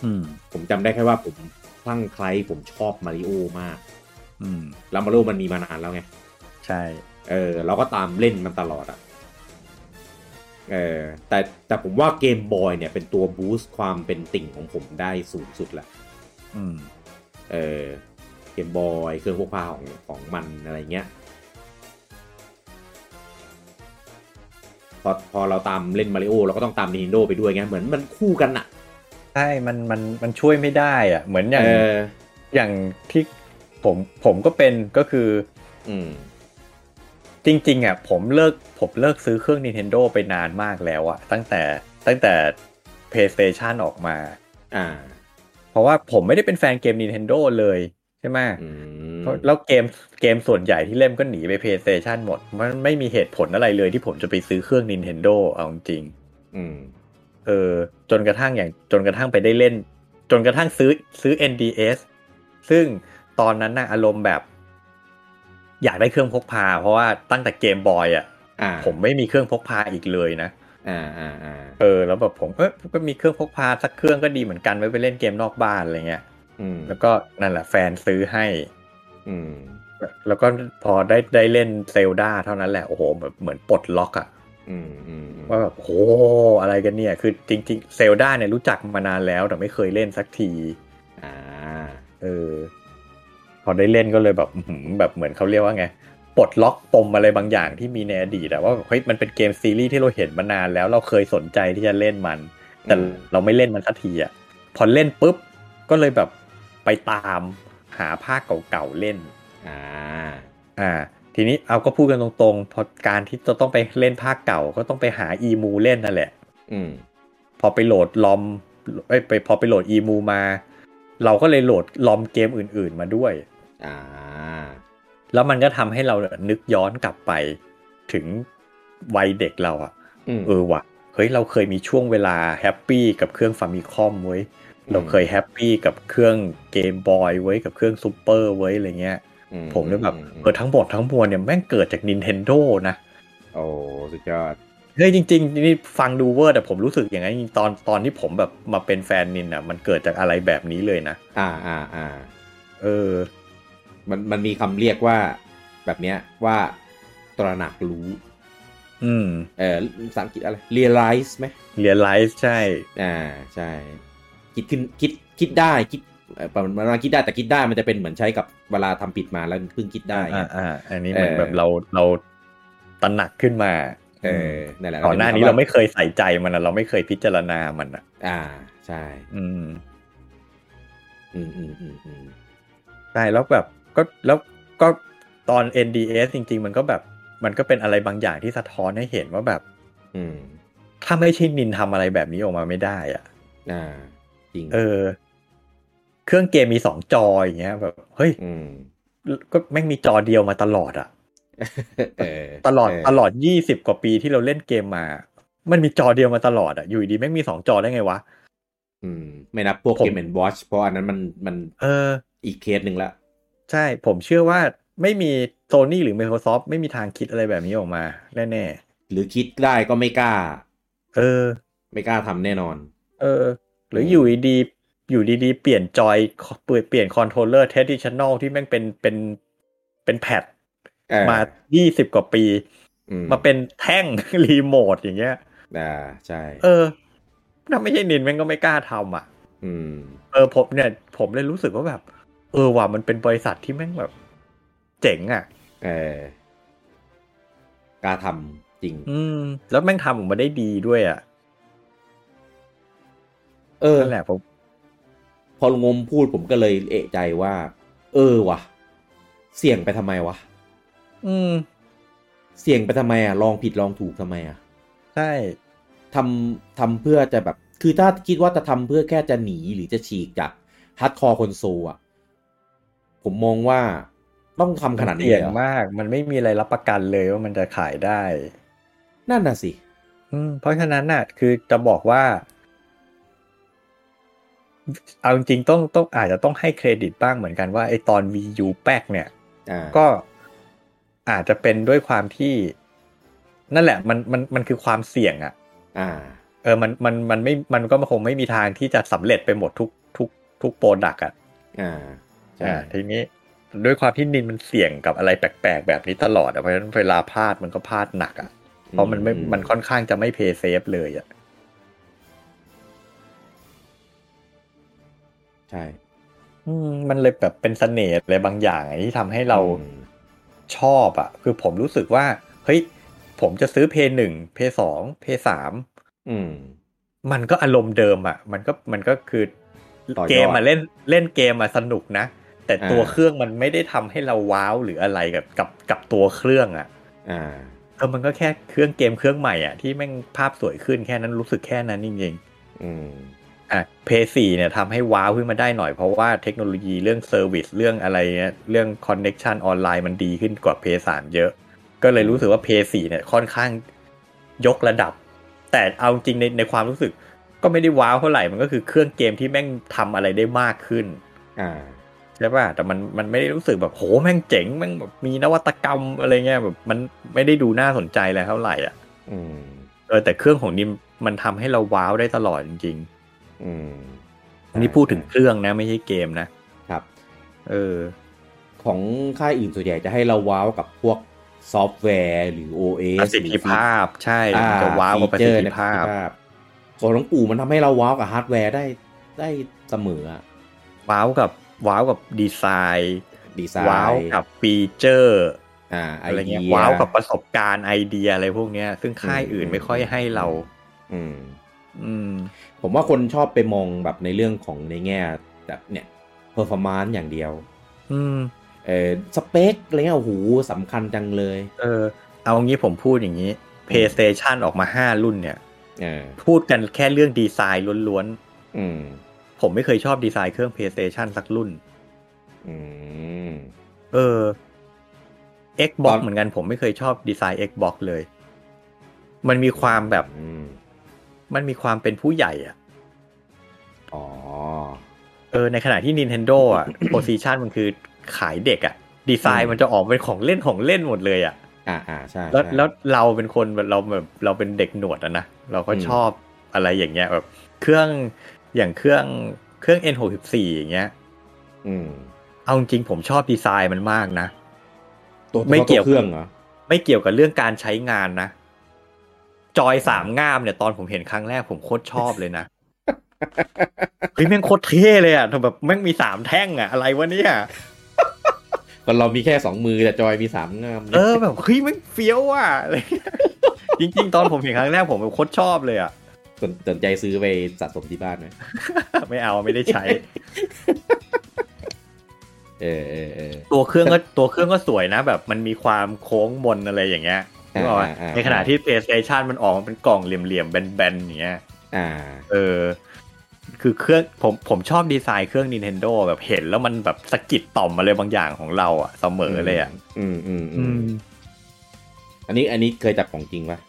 [SPEAKER 2] อืม
[SPEAKER 1] ผมจำได้แค่ว่าผมคลั่งไคล้ผมชอบมาริโอมาก
[SPEAKER 2] อืม
[SPEAKER 1] แล้วมาริโอมันมีมานานแล้วไง
[SPEAKER 2] ใช่
[SPEAKER 1] เออเราก็ตามเล่นมันตลอดอะ่ะเออแต่แต่ผมว่าเกมบอยเนี่ยเป็นตัวบูสต์ความเป็นติ่งของผมได้สูงสุดแหละ
[SPEAKER 2] อืม
[SPEAKER 1] เออเกมบอยเครื่องพกพาของของมันอะไรเงี้ยพอพอเราตามเล่นมาริโอเราก็ต้องตาม Nintendo ไปด้วยไงเหมือนมันคู่กันอะ
[SPEAKER 2] ใช่ มัน มัน มันช่วยไม่ได้อะเหมือนอย่าง
[SPEAKER 1] เออ
[SPEAKER 2] อย่างที่ผม ผมก็เป็น ก็คือ
[SPEAKER 1] อืม
[SPEAKER 2] จริง ๆ อ่ะ ผมเลิก ผมเลิกซื้อเครื่อง Nintendo ไปนานมากแล้วอะตั้งแต่ ตั้งแต่ PlayStation ออกมา
[SPEAKER 1] อ่า
[SPEAKER 2] เพราะว่าผมไม่ได้เป็นแฟนเกม Nintendo เลย ใช่ไหม
[SPEAKER 1] อืม
[SPEAKER 2] เพราะแล้วเกม เกมส่วนใหญ่ที่เล่นก็หนีไป PlayStation หมด มันไม่มีเหตุผลอะไรเลยที่ผมจะไปซื้อเครื่อง Nintendo เอาจริง
[SPEAKER 1] อืม
[SPEAKER 2] เออจนกระทั่งอย่างจนกระทั่งไปได้เล่น จนกระทั่งซื้อซื้อ NDS ซึ่งตอนนั้นน่ะอารมณ์แบบ อยากได้เครื่องพกพา เพราะว่าตั้งแต่เกมบอยอ่ะ
[SPEAKER 1] อ่า
[SPEAKER 2] ผมไม่มีเครื่องพกพาอีกเลยนะ
[SPEAKER 1] อ่าอ่าอ่า
[SPEAKER 2] เออแล้วแบบผมเออก็มีเครื่องพกพาสักเครื่องก็ดีเหมือนกันไว้ไปเล่นเกมนอกบ้านอะไรเงี้ย
[SPEAKER 1] อืม
[SPEAKER 2] แล้วก็นั่นแหละแฟนซื้อให้
[SPEAKER 1] อืม
[SPEAKER 2] แล้วก็พอได้ได้เล่นเซลดาเท่านั้นแหละโอ้โหแบบเหมือนปลดล็อกอะ
[SPEAKER 1] อืมอืม
[SPEAKER 2] ว่าแบบโหอะไรกันเนี่ย คือจริงๆเซลดาเนี่ยรู้จักมานานแล้วแต่ไม่เคยเล่นสักที
[SPEAKER 1] อ่า
[SPEAKER 2] ออ พอได้เล่นก็เลยแบบอื้อหือแบบเหมือนเขาเรียกว่าไงปลดล็อกปมอะไรบางอย่างที่มีในอดีตอะว่าแบบเฮ้ยมันเป็นเกมซีรีส์ที่เราเห็นมานานแล้วเราเคยสนใจที่จะเล่นมัน แต่
[SPEAKER 1] อืม
[SPEAKER 2] เราไม่เล่นมันสักทีอะพอเล่นปุ๊บก็เลยแบบไปตามหาภาคเก่าๆเล่น
[SPEAKER 1] อ่า
[SPEAKER 2] อ่า ทีนี้เอาก็พูดกันตรงๆ พอการที่จะต้องไปเล่นภาคเก่าก็ต้องไปหาอีมูเล่นนั่นแหละ
[SPEAKER 1] อืม
[SPEAKER 2] พอไปโหลดลอมเอ้ยไปพอไปโหลดอีมูมา เราก็เลยโหลดลอมเกมอื่นๆมาด้วย
[SPEAKER 1] อ่า
[SPEAKER 2] แล้วมันก็ทำให้เรานึกย้อนกลับไปถึงวัยเด็กเราอะ
[SPEAKER 1] อืม
[SPEAKER 2] เออว่ะเฮ้ยเราเคยมีช่วงเวลาแฮปปี้กับเครื่องฟามิคอมเว้ยเราเคยแฮปปี้กับเครื่องเกมบอยเว้ยกับเครื่องซูเปอร์เว้ยอะไรเงี้ย
[SPEAKER 1] อื
[SPEAKER 2] ผมเลยแบบ
[SPEAKER 1] ม
[SPEAKER 2] เออทั้งหมดทั้งมวลเนี่ยแม่งเกิดจาก Nintendo นะ
[SPEAKER 1] โอ้สุดยอด
[SPEAKER 2] เฮ้ยจริงๆนี่ฟังดูเวอร์แต่ผมรู้สึกอย่างนั้นจริงๆตอนตอนที่ผมแบบมาเป็นแฟนนินอ่ะมันเกิดจากอะไรแบบนี้เลยนะ
[SPEAKER 1] อ่าอ่าอ่า
[SPEAKER 2] เออ
[SPEAKER 1] มันมันมีคำเรียกว่าแบบเนี้ยว่าตระหนักรู้
[SPEAKER 2] อืม
[SPEAKER 1] เออภาษาอังกฤษอะไร realize ไหม
[SPEAKER 2] เรียลไลซ์ใช่
[SPEAKER 1] อ่า ใช่ คิดขึ้นคิดคิดได้คิดเอ่อประมาณประมาณคิดได้แต่คิดได้มันจะเป็นเหมือนใช้กับเวลาทำผิดมาแล้วเพิ่งคิดได้ไง
[SPEAKER 2] อ่าอ่าอันนี้เหมือน
[SPEAKER 1] เออ
[SPEAKER 2] แบบเราเราตระหนักขึ้นมา
[SPEAKER 1] เออนั่นแหละ
[SPEAKER 2] ก่อนหน้านี้เราไม่เคยใส่ใจมันอะเราไม่เคยพิจารณามันอ่ะ
[SPEAKER 1] อ่า ใช่
[SPEAKER 2] อืม
[SPEAKER 1] อืมอืมอืมอืม
[SPEAKER 2] ใช่แล้วแบบก็แล้วก็ตอน NDS จริง ๆ มันก็แบบมันก็เป็นอะไรบางอย่างที่สะท้อนให้เห็นว่าแบบ
[SPEAKER 1] อืม
[SPEAKER 2] ถ้าไม่ใช่นินทำอะไรแบบนี้ออกมาไม่ได้อ่ะ
[SPEAKER 1] อ่า จริง
[SPEAKER 2] เออ เครื่องเกมมีสองจออย่างเงี้ยแบบเฮ้ย
[SPEAKER 1] อืม
[SPEAKER 2] ก็แม่งมีจอเดียวมาตลอดอะ
[SPEAKER 1] เออ
[SPEAKER 2] ตลอด
[SPEAKER 1] เ
[SPEAKER 2] ตลอดยี่สิบกว่าปีที่เราเล่นเกมมา มันมีจอเดียวมาตลอดอะอยู่ดีๆแม่งมีสองจอได้ไงวะ
[SPEAKER 1] อืม ไม่นับพวก
[SPEAKER 2] ผม
[SPEAKER 1] เกมแอนด์วอชเพราะอันนั้นมันมัน
[SPEAKER 2] เออ
[SPEAKER 1] อีกเคสหนึ่งละ
[SPEAKER 2] ใช่ ผมเชื่อว่าไม่มีโซนี่หรือ Microsoft ไม่มีทางคิดอะไรแบบนี้ออกมาแน่
[SPEAKER 1] หรือคิดได้ก็ไม่กล้า
[SPEAKER 2] ๆเออ
[SPEAKER 1] ไม่กล้าทำแน่นอน
[SPEAKER 2] เออ หรืออยู่ดีๆอยู่ดีๆเปลี่ยนจอยเปลี่ยนเปลี่ยนคอนโทรลเลอร์เทสดิชันแนลที่แม่งเป็นเป็นเป็นแพด
[SPEAKER 1] เออ
[SPEAKER 2] มายี่สิบกว่าปี
[SPEAKER 1] อื
[SPEAKER 2] มาเป็นแท่ง รีโมทอย่างเงี้ย
[SPEAKER 1] อ่าใช่
[SPEAKER 2] เออถ้าไม่ใช่นินแม่งก็ไม่กล้าทำอ่ะ
[SPEAKER 1] อืม
[SPEAKER 2] เออผมเนี่ย ผมเลยรู้สึกว่าแบบ เออว่ะมันเป็นบริษัทที่แม่งแบบ เจ๋งอ่ะ
[SPEAKER 1] เออกล้าทำจริง
[SPEAKER 2] อืม แล้วแม่งทำออกมาได้ดีด้วยอ่ะ
[SPEAKER 1] เออ
[SPEAKER 2] นั่นแหละผม
[SPEAKER 1] พอลุงงมพูดผมก็เลยเอะใจว่า เออว่ะ เสี่ยงไปทำไมวะ
[SPEAKER 2] อืม
[SPEAKER 1] เสี่ยงไปทำไมอ่ะ ลองผิดลองถูกทำไมอ่ะ
[SPEAKER 2] ใช่
[SPEAKER 1] ทำทำเพื่อจะแบบ คือถ้าคิดว่าจะทำเพื่อแค่จะหนีหรือจะฉีกจากฮาร์ดคอร์คอนโซลอ่ะ ผมมองว่าต้องทำขนาดนี้
[SPEAKER 2] เสี่ย
[SPEAKER 1] เลย
[SPEAKER 2] ง
[SPEAKER 1] เหรอ
[SPEAKER 2] มาก มันไม่มีอะไรรับประกันเลยว่ามันจะขายได้
[SPEAKER 1] นั่นน่ะสิ
[SPEAKER 2] อืม เพราะฉะนั้นน่ะ คือจะบอกว่า เอาจริงๆต้องต้องอาจจะต้องให้เครดิตบ้างเหมือนกันว่าไอตอน VU แป๊กเนี่ย
[SPEAKER 1] อ่า
[SPEAKER 2] ก็อาจจะเป็นด้วยความที่ นั่นแหละ มันมันมันคือความเสี่ยงอะ่ะ
[SPEAKER 1] อ่า
[SPEAKER 2] เออมันมันมันไม่มันก็คงไม่มีทางที่จะสำเร็จไปหมดทุกทุกทุกโปรดักต์อ่ะ
[SPEAKER 1] อ่าใช่
[SPEAKER 2] อ่าทีนี้ด้วยความที่นินมันเสี่ยงกับอะไรแปลกๆ แบบนี้ตลอดอะเพราะฉะนั้นเวลาพลาดมันก็พลาดหนักอ่ะเพราะมันไม่
[SPEAKER 1] อืม
[SPEAKER 2] มันค่อนข้างจะไม่เพย์เซฟเลยอ่ะ
[SPEAKER 1] ใช่
[SPEAKER 2] อืมมันเลยแบบเป็นเสน่ห์อะไรบางอย่างที่ทำให้เรา
[SPEAKER 1] อืม
[SPEAKER 2] ชอบอะคือผมรู้สึกว่า เฮ้ย ผมจะซื้อเพย์หนึ่งเพย์สองเพย์สาม
[SPEAKER 1] อืม
[SPEAKER 2] มันก็อารมณ์เดิมอะ่ะ มันก็มันก็คือ
[SPEAKER 1] ต่อยอด
[SPEAKER 2] เกมมาเล่นเล่นเกมมาสนุกนะ แต่ตัว
[SPEAKER 1] อ่า
[SPEAKER 2] เครื่องมันไม่ได้ทำให้เราว้าวหรืออะไรกับกับกับตัวเครื่องอะ่ะ
[SPEAKER 1] อ่า
[SPEAKER 2] เออมันก็แค่เครื่องเกมเครื่องใหม่อะ่ะที่แม่งภาพสวยขึ้นแค่นั้นรู้สึกแค่นั้นจริง
[SPEAKER 1] อืม
[SPEAKER 2] ๆอ่ะเพย์สี่เนี่ยทำให้ว้าวขึ้นมาได้หน่อยเพราะว่าเทคโนโลยีเรื่องเซอร์วิสเรื่องอะไรเนี่ยเรื่องคอนเน็ชันออนไลน์มันดีขึ้นกว่าเพย์สามเยอะ ก็เลยรู้สึกว่าเพย์สี่เนี่ยค่อนข้างยกระดับ แต่เอาจริงในในความรู้สึก ก็ไม่ได้ว้าวเท่าไหร่ มันก็คือเครื่องเกมที่แม่งทำอะไรได้มากขึ้น
[SPEAKER 1] อ่า
[SPEAKER 2] ใช่ป่ะ แต่มันมันไม่ได้รู้สึกแบบโหแม่งเจ๋งแม่งแบบมีนวัตกรรมอะไรเงี้ยแบบมันไม่ได้ดูน่าสนใจอะไรเท่าไหร่อ่ะ
[SPEAKER 1] อืม
[SPEAKER 2] เออแต่เครื่องของนิมมันทำให้เราว้าวได้ตลอดจริง
[SPEAKER 1] อืม
[SPEAKER 2] ๆอันนี้พูดถึงเครื่องนะไม่ใช่เกมนะ
[SPEAKER 1] ครับ
[SPEAKER 2] เออ
[SPEAKER 1] ของค่ายอื่นส่วนใหญ่จะให้เราว้าวกับพวกซอฟต์แวร์หรือ OS
[SPEAKER 2] ประสิทธิภาพใช่
[SPEAKER 1] หรืออ่
[SPEAKER 2] มันจะว้าวกับประสิทธิภาพ
[SPEAKER 1] ฟีเจอร์ในประสิทธิของหลวงปู่มันทำให้เราว้าวกับฮาร์ดแวร์ได้ได้เสมออะ
[SPEAKER 2] ว้าวกับ ว้าวกับดีไซน์
[SPEAKER 1] ดีไซ
[SPEAKER 2] ว้าว
[SPEAKER 1] น์
[SPEAKER 2] กับฟีเจอร์
[SPEAKER 1] อ่าไอ
[SPEAKER 2] อะไร
[SPEAKER 1] เดี
[SPEAKER 2] เงี้ย
[SPEAKER 1] ย
[SPEAKER 2] ว้าวกับประสบการณ์ไอเดียอะไรพวกเนี้ย ซึ่งค่าย
[SPEAKER 1] อืม
[SPEAKER 2] อื่นไม่ค่อยให้เรา
[SPEAKER 1] อืม
[SPEAKER 2] อืม
[SPEAKER 1] ผมว่าคนชอบไปมองแบบในเรื่องของในแง่แบบเนี่ยเพอร์ฟอร์มานซ์อย่างเดียว
[SPEAKER 2] อืม
[SPEAKER 1] เออสเปคอะไรเงี้ยโอ้โหสำคัญจังเลย
[SPEAKER 2] เออ เอางี้ผมพูดอย่างนี้ PlayStation ออกมา 5 รุ่นเนี่ย
[SPEAKER 1] เออ
[SPEAKER 2] พูดกันแค่เรื่องดีไซน์ล้วน
[SPEAKER 1] อืม
[SPEAKER 2] ๆ ผมไม่เคยชอบดีไซน์เครื่อง PlayStation สักรุ่น
[SPEAKER 1] อืม
[SPEAKER 2] เออ Xbox
[SPEAKER 1] ตอน
[SPEAKER 2] เหมือนกันผมไม่เคยชอบดีไซน์ Xbox เลย มันมีความแบบ
[SPEAKER 1] อืม
[SPEAKER 2] มันมีความเป็นผู้ใหญ่อะ
[SPEAKER 1] อ๋อ
[SPEAKER 2] เออในขณะที่ Nintendo อ่ะ position มันคือขายเด็กอ่ะ ดีไซ
[SPEAKER 1] อื
[SPEAKER 2] น์
[SPEAKER 1] ม
[SPEAKER 2] มันจะออกเป็นของเล่นของเล่นหมดเลยอ่ะ
[SPEAKER 1] อ่าอ่าใช่
[SPEAKER 2] แล้ว
[SPEAKER 1] ใช่
[SPEAKER 2] แล้วเราเป็นคนแบบเราแบบเราเป็นเด็กหนวดอะนะเราก็
[SPEAKER 1] อืม
[SPEAKER 2] ชอบอะไรอย่างเงี้ยแบบเครื่องอย่างเครื่องเครื่อง N64 อย่างเงี้ย
[SPEAKER 1] อืม
[SPEAKER 2] เอาจริงๆผมชอบดีไซน์มันมากนะ
[SPEAKER 1] ตัว
[SPEAKER 2] ไม่
[SPEAKER 1] ไม่เกี่ย
[SPEAKER 2] เกี่ย
[SPEAKER 1] ว วเครื่องเหรอ
[SPEAKER 2] ไม่เกี่ยวกับเรื่องการใช้งานนะ จอยสามง่ามเนี่ยตอนผมเห็นครั้งแรกผมโคตรชอบเลยนะ เฮ้ยแม่งโคตรเท่เลยอะแต่แบบแม่งมีสามแท่งอะอะไรวะเนี่ย
[SPEAKER 1] คนเรามีแค่สองมือแต่จอยมีสามงาม
[SPEAKER 2] เออแบบเฮ้ยแม่งเฟี้ยวอะ อะไรเงี้ยจริง ๆ ตอนผมเห็นครั้งแรกผมแบบโคตรชอบเลยอะ
[SPEAKER 1] สนสนใจซื้อไปสะสมที่บ้านไหม
[SPEAKER 2] ไม่เอาไม่ได้ใช้
[SPEAKER 1] เออเออเออ
[SPEAKER 2] ตัวเครื่องก็ตัวเครื่องก็สวยนะ แบบมันมีความโค้งมนอะไรอย่างเงี้ยนึกออกไหม
[SPEAKER 1] อ่าอ่าอ่า
[SPEAKER 2] ในขณะที่ PlayStation มันออกมาเป็นกล่องเหลี่ยมๆแบนๆอย่างเงี้ย
[SPEAKER 1] อ่า
[SPEAKER 2] เออ คือเครื่องผมผมชอบดีไซน์เครื่อง Nintendo แบบเห็นแล้วมันแบบสะกิดต่อมอะไรบางอย่างของเราอะเสมอเลยอะ
[SPEAKER 1] อืมอืมอืมอันนี้อันนี้เคยจับของจริงปะ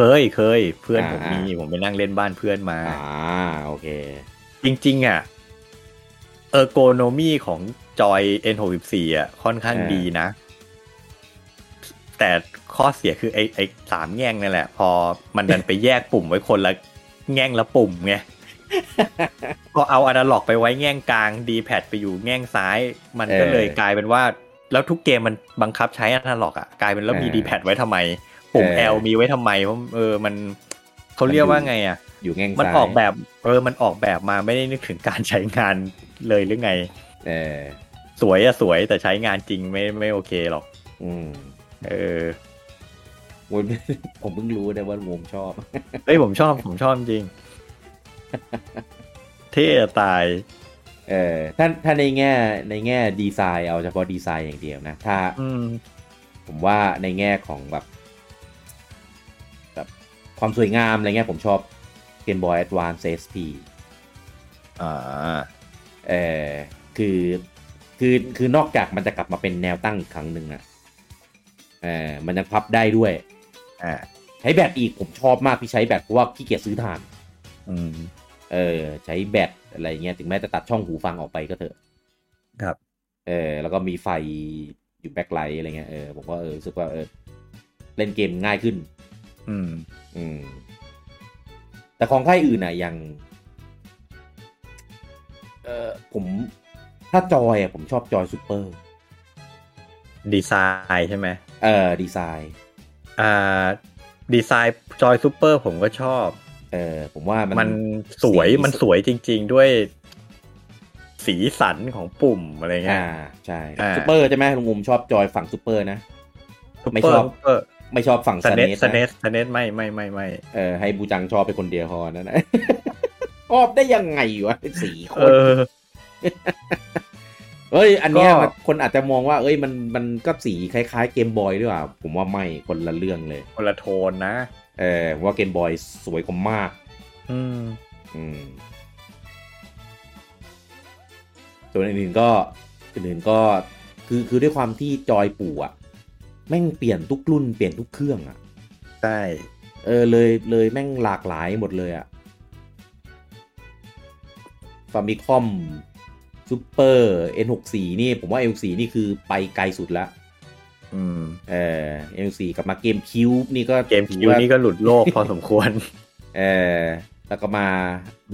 [SPEAKER 2] เคยเคยเพื่อนผม
[SPEAKER 1] อ่า
[SPEAKER 2] มี
[SPEAKER 1] อ่ามี
[SPEAKER 2] ผมไปนั่งเล่นบ้านเพื่อนมา
[SPEAKER 1] อ่าโอเค
[SPEAKER 2] จริงๆอะเออโกโนมีของจอย N64 อ่ะค่อนข้าง
[SPEAKER 1] อ่า
[SPEAKER 2] ดีนะ แต่ข้อเสียคือไอ้ไอ้สามแง่งนั่นแหละ พอมันดันไปแยกปุ่มไว้คนละแง่งละปุ่มไง พอเอาอนาล็อกไปไว้แง่งกลางดีแพดไปอยู่แง่งซ้าย มันก็เลย
[SPEAKER 1] เออก
[SPEAKER 2] ลายเป็นว่า แล้วทุกเกมมันบังคับใช้อนาล็อกอ่ะกลายเป็นแล้วมี
[SPEAKER 1] เออ
[SPEAKER 2] ดีแพดไว้ทำไม ปุ่ม
[SPEAKER 1] เออ
[SPEAKER 2] L มีไว้ทำไมเพราะเออมันเขาเรียกว่าไงอ่ะ
[SPEAKER 1] อยู่แง่งซ้าย
[SPEAKER 2] มันออกแบบเออ มันออกแบบมาไม่ได้นึกถึงการใช้งานเลยหรือไง
[SPEAKER 1] เออ
[SPEAKER 2] สวยอะสวยแต่ใช้งานจริงไม่ไม่โอเคหรอก
[SPEAKER 1] อืม
[SPEAKER 2] เออ
[SPEAKER 1] วม ผมเพิ่งรู้นะว่าวมชอบ
[SPEAKER 2] เฮ้ยผมชอบผมชอบจริง เท่ตาย
[SPEAKER 1] เออถ้าถ้าในแง่ในแง่ดีไซน์เอาเฉพาะดีไซน์อย่างเดียวนะ ถ้า
[SPEAKER 2] อืม
[SPEAKER 1] ผมว่าในแง่ของแบบแบบความสวยงามอะไรเงี้ยผมชอบเกมบอยแอดวานซ์ SP
[SPEAKER 2] อ่า
[SPEAKER 1] เออคือคือคือนอกจากมันจะกลับมาเป็นแนวตั้งอีกครั้งหนึ่งอะเออมันยังพับได้ด้วย
[SPEAKER 2] อ่า
[SPEAKER 1] ใช้แบตอีกผมชอบมากที่ใช้แบตเพราะว่าขี้เกียจซื้อถ่าน
[SPEAKER 2] อืม
[SPEAKER 1] เออใช้แบตอะไรเงี้ยถึงแม้จะตัดช่องหูฟังออกไปก็เถอะ
[SPEAKER 2] ครับ
[SPEAKER 1] เออแล้วก็มีไฟอยู่แบ็คไลท์อะไรเงี้ยเออผมก็เออรู้สึกว่าเออเล่นเกมง่ายขึ้น
[SPEAKER 2] อืม
[SPEAKER 1] อืม แต่ของค่ายอื่นอ่ะอย่างเออผมถ้าจอยอ่ะผมชอบจอยซูเปอร์
[SPEAKER 2] ดีไซน์ใช่ไหม
[SPEAKER 1] เออดีไซน์
[SPEAKER 2] อ่า ดีไซน์จอยซูเปอร์ผมก็ชอบ
[SPEAKER 1] เออผมว่ามัน
[SPEAKER 2] มันสวย
[SPEAKER 1] สี
[SPEAKER 2] มันสวยจริง ๆ ด้วย สีสันของปุ่มอะไรเงี้
[SPEAKER 1] อ่าย ใช่
[SPEAKER 2] อ่า
[SPEAKER 1] ซูเปอร์ใช่ไหมลุงงมชอบจอยฝั่งซูเปอร์นะ
[SPEAKER 2] ซู
[SPEAKER 1] ไม่
[SPEAKER 2] เปอ
[SPEAKER 1] ช
[SPEAKER 2] ร์
[SPEAKER 1] อบ
[SPEAKER 2] ซูเปอร์
[SPEAKER 1] ไม่ชอบฝั่ง
[SPEAKER 2] ส
[SPEAKER 1] ส
[SPEAKER 2] เน
[SPEAKER 1] เน
[SPEAKER 2] ส
[SPEAKER 1] ส
[SPEAKER 2] สเน
[SPEAKER 1] นะ
[SPEAKER 2] สสเนสไม่ไม่ไม่ไม่
[SPEAKER 1] เออให้บูจังชอบเป็นคนเดียวพอนั่นนะ ชอบได้ยังไงวะสีค
[SPEAKER 2] เอน อ
[SPEAKER 1] เอ้ย อันเนี้ย
[SPEAKER 2] ก็
[SPEAKER 1] มันคนอาจจะมองว่า เอ้ยมันมันก็สีคล้ายๆเกมบอยด้วยอ่ะผมว่าไม่คนละเรื่องเลย
[SPEAKER 2] คนละโทนนะ
[SPEAKER 1] เออผมว่าเกมบอยสวยกว่ามาก
[SPEAKER 2] อืม
[SPEAKER 1] อืม ส่วนอื่นๆก็อื่นๆก็คือคือด้วยความที่จอยปู่อ่ะแม่งเปลี่ยนทุกรุ่นเปลี่ยนทุกเครื่องอ่ะ
[SPEAKER 2] ใช่
[SPEAKER 1] เออเลยเลยแม่งหลากหลายหมดเลยอะฟามิคอมซูเปอร์ N64 นี่ผมว่า N64 นี่คือไปไกลสุดละ
[SPEAKER 2] อืม
[SPEAKER 1] เออ N64 กลับมาเกมคิวนี่ก็
[SPEAKER 2] เกมคิ
[SPEAKER 1] ถื
[SPEAKER 2] ว
[SPEAKER 1] อา
[SPEAKER 2] นี่ก็หลุดโลกพอสมคว ร
[SPEAKER 1] เออแล้วก็มา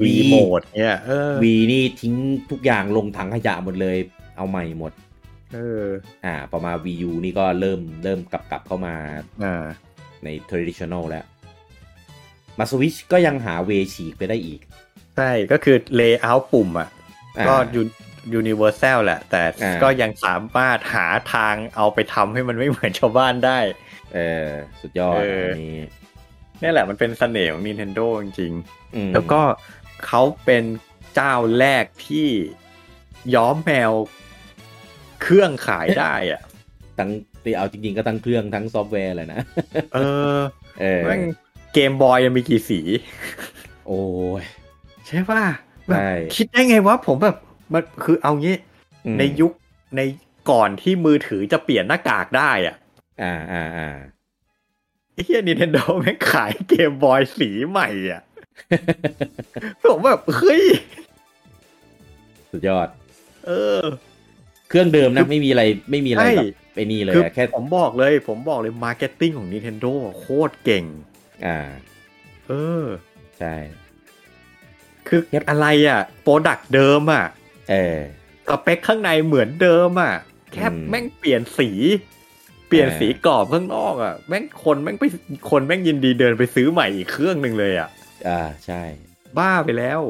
[SPEAKER 2] วีโหมดเนี่ยเออ
[SPEAKER 1] V นี่ทิ้งทุกอย่างลงถังขยะหมดเลย เอาใหม่หมด
[SPEAKER 2] เออ
[SPEAKER 1] อ่า ประมาณ VU นี่ก็เริ่มเริ่มกลับกลับเข้ามา
[SPEAKER 2] อ่า
[SPEAKER 1] ใน traditional แล้ว มาสวิชก็ยังหาเวฉีกไปได้อีก
[SPEAKER 2] ใช่ก็คือเลเยอร์ปุ่มอ่ะ
[SPEAKER 1] อ่า
[SPEAKER 2] ก็อยู่ Universal แหละ แต่
[SPEAKER 1] อ่า
[SPEAKER 2] ก็ยังสามารถหาทางเอาไปทำให้มันไม่เหมือนชาวบ้านได้
[SPEAKER 1] เออสุดยอด
[SPEAKER 2] เอออั
[SPEAKER 1] นนี้
[SPEAKER 2] นี่แหละมันเป็นเสน่ห์ของ Nintendo จริง
[SPEAKER 1] อืม
[SPEAKER 2] ๆ แล้วก็เขาเป็นเจ้าแรกที่ย้อมแมวเครื่องขายได้อะ
[SPEAKER 1] ทั้งที่เอาจริงๆก็ทั้งเครื่องทั้งซอฟต์แวร์เลยนะ
[SPEAKER 2] เออ
[SPEAKER 1] เออ
[SPEAKER 2] แม่งเกมบอยยังมีกี่สี
[SPEAKER 1] โอ้ย
[SPEAKER 2] ใช่ป่ะแบบ
[SPEAKER 1] ใช่
[SPEAKER 2] คิดได้ไงวะผมแบบมันคือเอางี้
[SPEAKER 1] อืม
[SPEAKER 2] ในยุคในก่อนที่มือถือจะเปลี่ยนหน้ากากได้อะ
[SPEAKER 1] อ่าอ่าอ่า
[SPEAKER 2] ไอ้เฮีย Nintendo แม่งขายเกมบอยสีใหม่ อ่ะ ผมแบบเฮ้ย
[SPEAKER 1] สุดยอด
[SPEAKER 2] เออ
[SPEAKER 1] เครื่องเดิมนะไม่มีอะไรไม่มีอะไร
[SPEAKER 2] ใช่
[SPEAKER 1] แบบไอ้นี่เลย
[SPEAKER 2] คือ
[SPEAKER 1] อะแค่
[SPEAKER 2] ผมบอกเลย ผมบอกเลยมาร์เก็ตติ้งของ Nintendo อะโคตรเก่ง
[SPEAKER 1] อ่า
[SPEAKER 2] เออ
[SPEAKER 1] ใช่
[SPEAKER 2] คือ
[SPEAKER 1] ครับ
[SPEAKER 2] อะไรอ่ะโปรดักต์เดิมอ่ะ
[SPEAKER 1] เออ
[SPEAKER 2] สเปคข้างในเหมือนเดิมอ่ะ แค่
[SPEAKER 1] อืม
[SPEAKER 2] แม่งเปลี่ยนสี เปลี่ยน
[SPEAKER 1] อ่า
[SPEAKER 2] สีกรอบข้างนอกอ่ะแม่งคนแม่งไปคนแม่งยินดีเดินไปซื้อใหม่อีกเครื่องหนึ่งเลยอ่ะ
[SPEAKER 1] อ่าใช่
[SPEAKER 2] บ้าไปแล้ว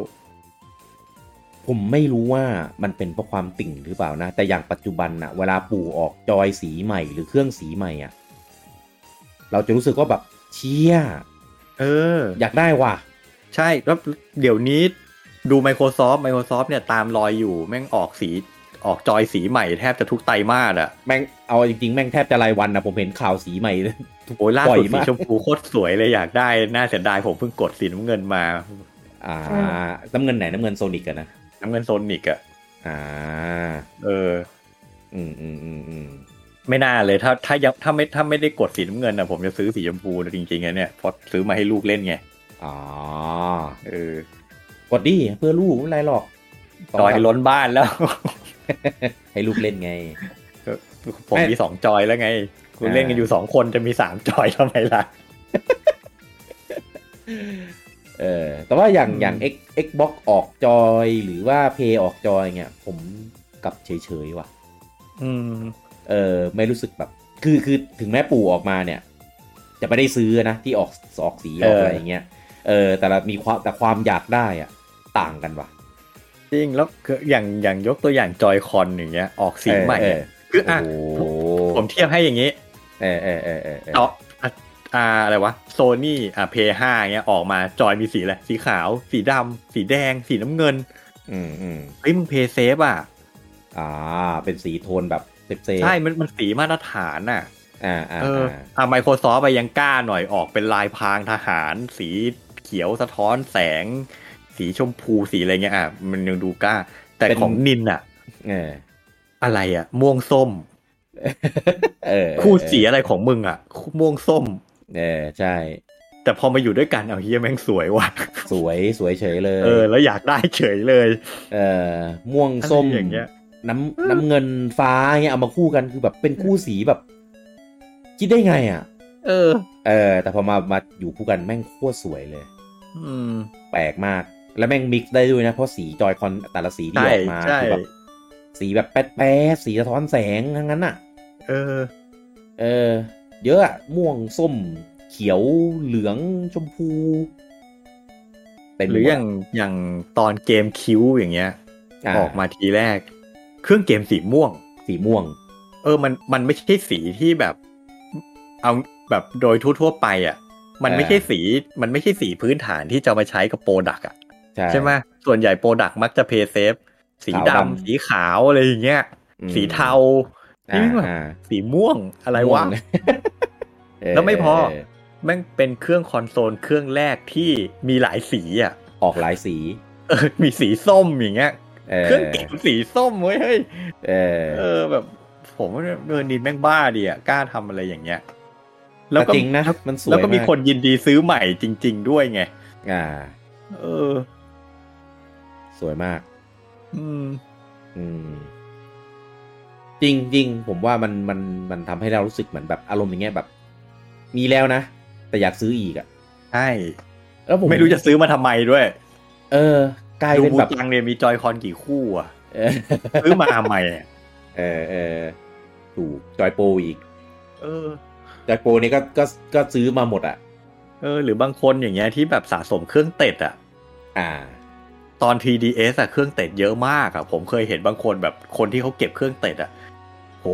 [SPEAKER 1] ผมไม่รู้ว่ามันเป็นเพราะความติ่งหรือเปล่านะ แต่อย่างปัจจุบันอะเวลาปู่ออกจอยสีใหม่หรือเครื่องสีใหม่อะเราจะรู้สึกว่าแบบเชี่ย
[SPEAKER 2] เออ
[SPEAKER 1] อยากได้ว่ะ
[SPEAKER 2] ใช่แล้วเดี๋ยวนี้ดู Microsoft Microsoft เนี่ยตามรอยอยู่แม่งออกสีออกจอยสีใหม่แทบจะทุกไตรมาสอ่ะ
[SPEAKER 1] แม่งเอาจริงๆ แม่งแทบจะรายวันนะผมเห็นข่าวสีใหม่
[SPEAKER 2] โอ้ยล่า
[SPEAKER 1] บ่อ
[SPEAKER 2] สุด
[SPEAKER 1] ย
[SPEAKER 2] สี
[SPEAKER 1] มาก
[SPEAKER 2] ชมพูโคตรสวยเลยอยากได้ น่าเสียดายผมเพิ่งกดสีน้ำเงินมา
[SPEAKER 1] อ่า น้ำเงินไหนน้ำเงินโซนิกอะนะ
[SPEAKER 2] น้ำเงินโซนิกอ่ะ
[SPEAKER 1] อ่า
[SPEAKER 2] เออ
[SPEAKER 1] อืมอืมอืมอืม
[SPEAKER 2] ไม่น่าเลยถ้าถ้ายังถ้าไม่ถ้าไม่ได้กดสีน้ำเงินอ่ะผมจะซื้อสีชมพูจริงๆนะเนี่ยเพราะซื้อมาให้ลูกเล่นไง
[SPEAKER 1] อ๋อ
[SPEAKER 2] เออก
[SPEAKER 1] ดดิเพื่อลูกไม่เป็นไรหรอก
[SPEAKER 2] จอยล้นบ้านแล้ว
[SPEAKER 1] ให้ลูกเล่นไง
[SPEAKER 2] ผมมีสองจอยแล้วไง คุณเล่นกันอยู่สองคนจะมีสามจอยทำไมล่ะ
[SPEAKER 1] เออแต่ว่าอย่าง
[SPEAKER 2] อืม
[SPEAKER 1] อย่าง X Xbox ออกจอยหรือว่า Play ออกจอยเนี่ยผมกลับเฉยๆว่ะ
[SPEAKER 2] อืม
[SPEAKER 1] เออไม่รู้สึกแบบ คือคือถึงแม้ปู่ออกมาเนี่ย จะไม่ได้ซื้อนะที่ออกออกสีออก
[SPEAKER 2] เอออ
[SPEAKER 1] อะไรอย่างเงี้ยเออแต่ละมีความแต่ความอยากได้อะต่างกันว่ะ
[SPEAKER 2] จริงแล้วคืออย่างอย่างยกตัวอย่างจอยคอนอย่างเงี้ยออกสีใหม่
[SPEAKER 1] เออ
[SPEAKER 2] อะ
[SPEAKER 1] เออ
[SPEAKER 2] คืออ่ะ
[SPEAKER 1] โอ้โห
[SPEAKER 2] ผมเทียบให้อย่างงี้
[SPEAKER 1] เออเออเออเออเออ
[SPEAKER 2] เนาะอ่ะอ่าอะไรวะโซนี่อ่ะเพย์ห้าเงี้ยออกมาจอยมีสีอะไรสีขาว สีดำสีแดง สีน้ำเงิน
[SPEAKER 1] อืมอืม
[SPEAKER 2] เฮ้ยมึงเพย์เซฟอ่ะ
[SPEAKER 1] อ่า เป็นสีโทนแบบเซฟเซฟ
[SPEAKER 2] ใช่มันมันสีมาตรฐานอ่ะ
[SPEAKER 1] อ่าอ่า
[SPEAKER 2] เออ
[SPEAKER 1] อ่า
[SPEAKER 2] อ่ะไมโครซอฟไปยังกล้าหน่อยออกเป็นลายพรางทหาร สีเขียวสะท้อนแสง สีชมพูสีอะไรเงี้ยอ่ะมันยังดูกล้า แต่ของนินอ่ะ
[SPEAKER 1] เออ
[SPEAKER 2] อะไรอ่ะ ม่วงส้ม
[SPEAKER 1] เออเออ
[SPEAKER 2] คู่สีอะไรของมึงอ่ะม่วงส้ม
[SPEAKER 1] เออใช่
[SPEAKER 2] แต่พอมาอยู่ด้วยกันเอาเฮียแม่งสวยว่ะ
[SPEAKER 1] สวยสวยเฉยเลย
[SPEAKER 2] เออ แล้วอยากได้เฉยเลย
[SPEAKER 1] เอ่อม่วงส้ม
[SPEAKER 2] อะไรอย่างเงี้ย
[SPEAKER 1] น้ำน้ำเงินฟ้าเงี้ยเอามาคู่กันคือแบบเป็นคู่สีแบบ คิดได้ไงอ่ะ
[SPEAKER 2] เออ
[SPEAKER 1] เออ แต่พอมามาอยู่คู่กันแม่งโคตรสวยเลย
[SPEAKER 2] อืม
[SPEAKER 1] แปลกมาก แล้วแม่งมิกซ์ได้ด้วยนะ เพราะสีจอยคอนแต่ละสีที่
[SPEAKER 2] ใช่
[SPEAKER 1] ออกมา
[SPEAKER 2] ใช่
[SPEAKER 1] คือแบบสีแบบแป๊ดแป๊ดสีสะท้อนแสงทั้งนั้นอ่ะ
[SPEAKER 2] เออ
[SPEAKER 1] เออ เยอะอะม่วงส้ม เขียวเหลืองชมพูเต็ม
[SPEAKER 2] หรือ
[SPEAKER 1] มด
[SPEAKER 2] อย่างอย่างตอนเกมคิวอย่างเงี้ย ออกมาทีแรก เครื่องเกมสีม่วง
[SPEAKER 1] สีม่วง
[SPEAKER 2] เออมันมันไม่ใช่สีที่แบบ เอาแบบโดยทั่วๆไปอ่ะ มันไม่ใช่
[SPEAKER 1] เออ
[SPEAKER 2] สีมันไม่ใช่สีพื้นฐานที่จะเอามาใช้กับโปรดักอ่ะ
[SPEAKER 1] ใช่
[SPEAKER 2] ใช่ไหมส่วนใหญ่โปรดักมักจะเพย์เซฟสี
[SPEAKER 1] ขาว
[SPEAKER 2] ดำ
[SPEAKER 1] ดำ
[SPEAKER 2] สีขาวอะไรอย่างเงี้ย
[SPEAKER 1] อืม
[SPEAKER 2] สีเทา
[SPEAKER 1] อ่า
[SPEAKER 2] นี่แม่งแบบ
[SPEAKER 1] อ่า
[SPEAKER 2] สีม่วงอะไร
[SPEAKER 1] ม่
[SPEAKER 2] วะ
[SPEAKER 1] ง เ
[SPEAKER 2] แล้วไม่พอ แม่งเป็นเครื่องคอนโซลเครื่องแรกที่มีหลายสีอ่ะ
[SPEAKER 1] ออกหลายสี
[SPEAKER 2] เออมีสีส้มอย่างเงี้ย เครื่องเก็บสีส้มเว้ยเฮ้ย
[SPEAKER 1] เออ
[SPEAKER 2] เออแบบ ผมว่าเดินดินแม่งบ้าดีอ่ะกล้าทำอะไรอย่างเงี้ย แล้วก็
[SPEAKER 1] จริงนะมันสวย
[SPEAKER 2] แล้วก็มี
[SPEAKER 1] า
[SPEAKER 2] คนยินดีซื้อใหม่จริง ๆ ด้วยไง
[SPEAKER 1] อ่า
[SPEAKER 2] เออ
[SPEAKER 1] สวยมาก
[SPEAKER 2] อืม
[SPEAKER 1] อืม จริงจริงผมว่ามันมันมันทำให้เรารู้สึกเหมือนแบบอารมณ์อย่างเงี้ยแบบ มีแล้วนะ แต่อยากซื้ออีกอะ
[SPEAKER 2] ใช่
[SPEAKER 1] แล้วผม
[SPEAKER 2] ไม่รู้จะซื้อมาทำไมด้วย
[SPEAKER 1] เออกลาย
[SPEAKER 2] ดู
[SPEAKER 1] เป็น
[SPEAKER 2] บู
[SPEAKER 1] แบบ
[SPEAKER 2] ตังเนี่ยมีจอยคอนกี่คู่อ่ะ
[SPEAKER 1] เออ
[SPEAKER 2] ซื้อมาใหม่อะ
[SPEAKER 1] เออเออถูกจอยโปรอีก
[SPEAKER 2] เออ
[SPEAKER 1] จอยโปรนี่ก็ก็ก็ซื้อมาหมดอะ
[SPEAKER 2] เออ หรือบางคนอย่างเงี้ยที่แบบสะสมเครื่องเต็ดอ่ะ
[SPEAKER 1] อ่า
[SPEAKER 2] ตอน 3DS อะเครื่องเตะเยอะมากอะผมเคยเห็นบางคนแบบคนที่เขาเก็บเครื่องเตะอะโห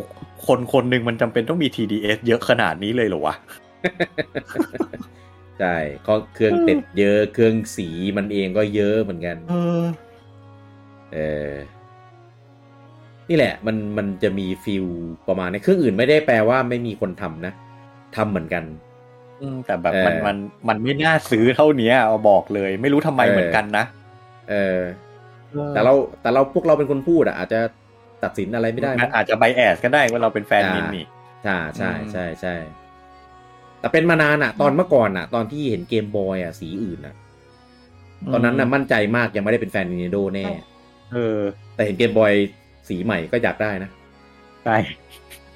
[SPEAKER 2] คนคนหนึ่งมันจำเป็นต้องมี 3DS เยอะขนาดนี้เลยเหรอวะ
[SPEAKER 1] ใช่ก็เครื่องติดเยอะเครื่องสีมันเองก็เยอะเหมือนกัน
[SPEAKER 2] เออ
[SPEAKER 1] เออ นี่แหละ มันมันจะมีฟิลประมาณนี้เครื่องอื่นไม่ได้แปลว่าไม่มีคนทำนะทำเหมือนกัน
[SPEAKER 2] อืมแต่แบบ
[SPEAKER 1] เออ
[SPEAKER 2] มันมันมันไม่น่าซื้อเท่าเนี้ยเอาบอกเลย ไม่รู้ทำไม
[SPEAKER 1] เออ
[SPEAKER 2] เหมือนกันนะ
[SPEAKER 1] เออ แต่เราแต่เราพวกเราเป็นคนพูดอะอาจจะตัดสินอะไรไม่ได้
[SPEAKER 2] มั
[SPEAKER 1] มั้
[SPEAKER 2] น
[SPEAKER 1] ง
[SPEAKER 2] อาจจะไบแอสก็ได้ว่าเราเป็นแฟนมินนี่
[SPEAKER 1] ใช่ใช่
[SPEAKER 2] อืม
[SPEAKER 1] ใช่ใช่ แต่เป็นมานานอะตอนเมื่อก่อนอะตอนที่เห็นเกมบอยอะสีอื่นอะตอนนั้นน่ะมั่นใจมากยังไม่ได้เป็นแฟน n ิ n เ e n d o แน่
[SPEAKER 2] เออ
[SPEAKER 1] แต่เห็นเกมบอยสีใหม่ก็อยากได้นะ
[SPEAKER 2] ใช่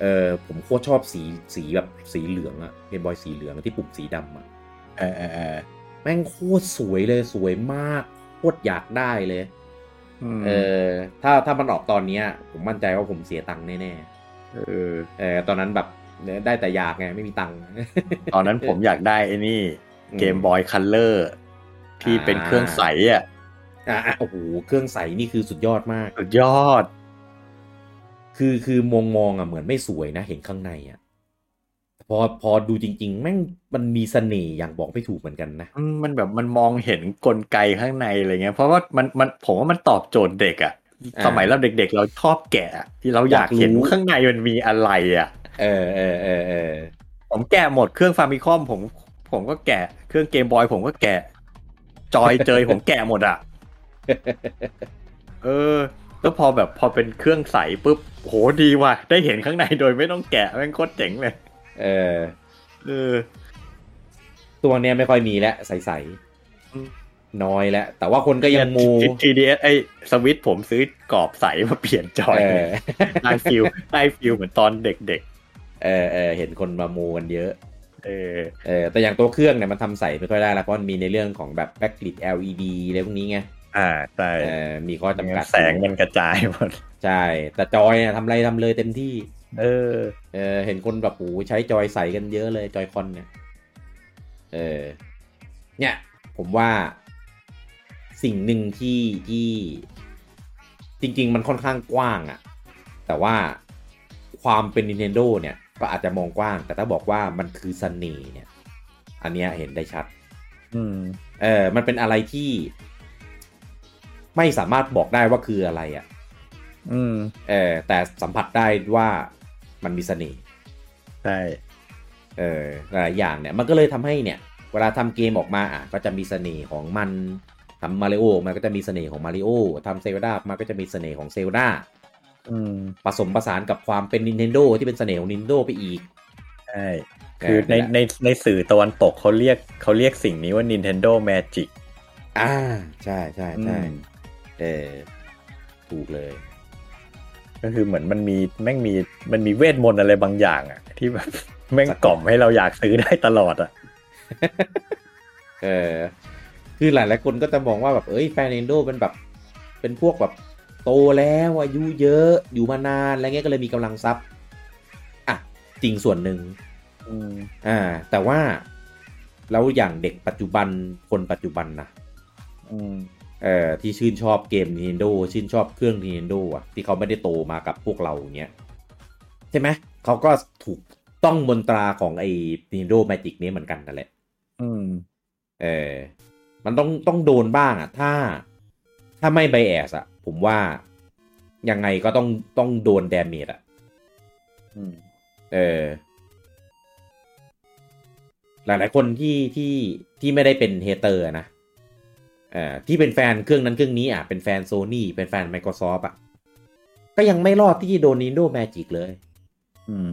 [SPEAKER 1] เออผมโคตรชอบสีสีแบบสีเหลืองอะเกมบอยสีเหลืองที่ปุ่มสีดำอะ
[SPEAKER 2] เออเออเออ
[SPEAKER 1] แม่งโคตรสวยเลยสวยมากโคตรอยากได้เลย
[SPEAKER 2] ม
[SPEAKER 1] เออถ้าถ้ามันออกตอนเนี้ย ผมมั่นใจว่าผมเสียตังค์แน่
[SPEAKER 2] เออ
[SPEAKER 1] ๆเออตอนนั้นแบบได้แต่อยากไงไม่มีตังค์
[SPEAKER 2] ตอนนั้นผมอยากได้ไอ้นี่เกมบอยคัลเลอร์ที่เป็น
[SPEAKER 1] อ่า
[SPEAKER 2] เครื่องใสอ่ะ
[SPEAKER 1] อ่ะอ่ะโอ้โหเครื่องใสนี่คือสุดยอดมาก
[SPEAKER 2] สุดยอด
[SPEAKER 1] คือคือมองมองอ่ะเหมือนไม่สวยนะ เห็นข้างในอ่ะพอพอดูจริง ๆ แม่งมันมีเสน่ห์อย่างบอกไม่ถูกเหมือนกันนะ
[SPEAKER 2] อืมมันแบบมันมองเห็นกลไกข้างในอะไรเงี้ยเพราะว่ามันมันผมว่ามันตอบโจทย์เด็กอะ
[SPEAKER 1] อ่า
[SPEAKER 2] สมัยเราเด็ก ๆ เราชอบแกะอะที่เราอยากเห็น
[SPEAKER 1] อยากรู้
[SPEAKER 2] ข้างในมันมีอะไรอะ
[SPEAKER 1] เออเออเออเออ
[SPEAKER 2] ผมแกะหมดเครื่องฟาร์มิคอมผมผมก็แกะเครื่องเกมบอยผมก็แกะ จอยเจย ผมแกะหมดอะ เออ แล้วพอแบบพอเป็นเครื่องใสปุ๊บโหดีว่ะ ได้เห็นข้างในโดยไม่ต้องแกะแม่งโคตรเจ๋งเลย
[SPEAKER 1] เออ
[SPEAKER 2] เออ
[SPEAKER 1] ตัวเนี้ยไม่ค่อยมีแล้วใส
[SPEAKER 2] อืม
[SPEAKER 1] ๆน้อยแล้ว แต่ว่าคนก็ยังมู
[SPEAKER 2] GDS ไอ้สวิตช์ผมซื้อกรอบใสมาเปลี่ยนจอย
[SPEAKER 1] เอ
[SPEAKER 2] เล
[SPEAKER 1] อย
[SPEAKER 2] ได้ฟิลได้ฟิลเหมือนตอนเด็ก
[SPEAKER 1] เออเออเห็นคนมามูกันเยอะ
[SPEAKER 2] ๆ เออ
[SPEAKER 1] เออแต่อย่างตัวเครื่องเนี่ยมันทำใสไม่ค่อยได้ละเพราะมันมีในเรื่องของแบบแบ็กลิต LED อะไรพวกนี้ไง
[SPEAKER 2] อ่าใช่
[SPEAKER 1] เออมีข้อจำกัด
[SPEAKER 2] แสงมันกระจายหมด
[SPEAKER 1] ใช่แต่จอยเนี่ยทำอะไรทำเลยเต็มที่
[SPEAKER 2] เออ
[SPEAKER 1] เออเห็นคนแบบโอ้โหใช้จอยใสกันเยอะเลยจอยคอนเนี่ย เออ เนี่ย ผมว่าสิ่งหนึ่งที่ที่จริง ๆ มันค่อนข้างกว้างอะแต่ว่าความเป็น Nintendo เนี่ย ก็อาจจะมองกว้าง แต่ถ้าบอกว่ามันคือเสน่ห์เนี่ย อันเนี้ยเห็นได้ชัด
[SPEAKER 2] อืม
[SPEAKER 1] เออมันเป็นอะไรที่ ไม่สามารถบอกได้ว่าคืออะไรอะ
[SPEAKER 2] อืม
[SPEAKER 1] เออแต่สัมผัสได้ว่ามันมีเสน่ห์
[SPEAKER 2] ใช่
[SPEAKER 1] เออหลายอย่างเนี่ยมันก็เลยทำให้เนี่ย เวลาทำเกมออกมาอ่ะก็จะมีเสน่ห์ของมันทำมาริโอมาก็จะมีเสน่ห์ของมาริโอทำเซลดามาก็จะมีเสน่ห์ของเซลดา
[SPEAKER 2] อืม
[SPEAKER 1] ผสมผสานกับความเป็น Nintendo ที่เป็นเสน่ห์ของ Nintendo ไปอีก
[SPEAKER 2] ใช่คือใน
[SPEAKER 1] แหละ
[SPEAKER 2] ในในสื่อตะวันตกเขาเรียกเขาเรียกสิ่งนี้ว่า Nintendo Magic
[SPEAKER 1] อ่าใช่ใช่ใช่
[SPEAKER 2] อืม
[SPEAKER 1] เออถูกเลย
[SPEAKER 2] ก็คือเหมือนมันมีแม่งมีมันมีเวทมนต์อะไรบางอย่างอะที่แบบแม่งกล่อมให้เราอยากซื้อได้ตลอดอะ
[SPEAKER 1] เออคือหลายหลายๆคนก็จะมองว่าแบบเอ้ยแฟน Nintendo เป็นแบบ เป็นพวกแบบโตแล้วอายุเยอะอยู่มานานอะไรเงี้ยก็เลยมีกำลังทรัพย์อ่ะจริงส่วนหนึ่ง
[SPEAKER 2] อืม
[SPEAKER 1] อ่าแต่ว่าแล้วอย่างเด็กปัจจุบันคนปัจจุบันนะ
[SPEAKER 2] อืม
[SPEAKER 1] เอ่อที่ชื่นชอบเกม Nintendo ชื่นชอบเครื่อง Nintendo อ่ะที่เขาไม่ได้โตมากับพวกเราอย่างเงี้ยใช่ไหมเขาก็ถูกต้องมนตราของไอ้ Nintendo Magic นี้เหมือนกันนั่นแหละ
[SPEAKER 2] อืม
[SPEAKER 1] เออมันต้องต้องโดนบ้างอ่ะถ้าถ้าไม่ไบแอสอ่ะผมว่ายังไงก็ต้องต้องโดน a ดเมจอ่ะ
[SPEAKER 2] อืม
[SPEAKER 1] เออหลายๆคนที่ที่ที่ไม่ได้เป็นเฮเตอร์นะเอ่อที่เป็นแฟนเครื่องนั้นเครื่องนี้อ่ะเป็นแฟน Sony เป็นแฟน Microsoft อ่ะ ก็ยังไม่รอดที่จะโดน Nintendo Magic เลย
[SPEAKER 2] อืม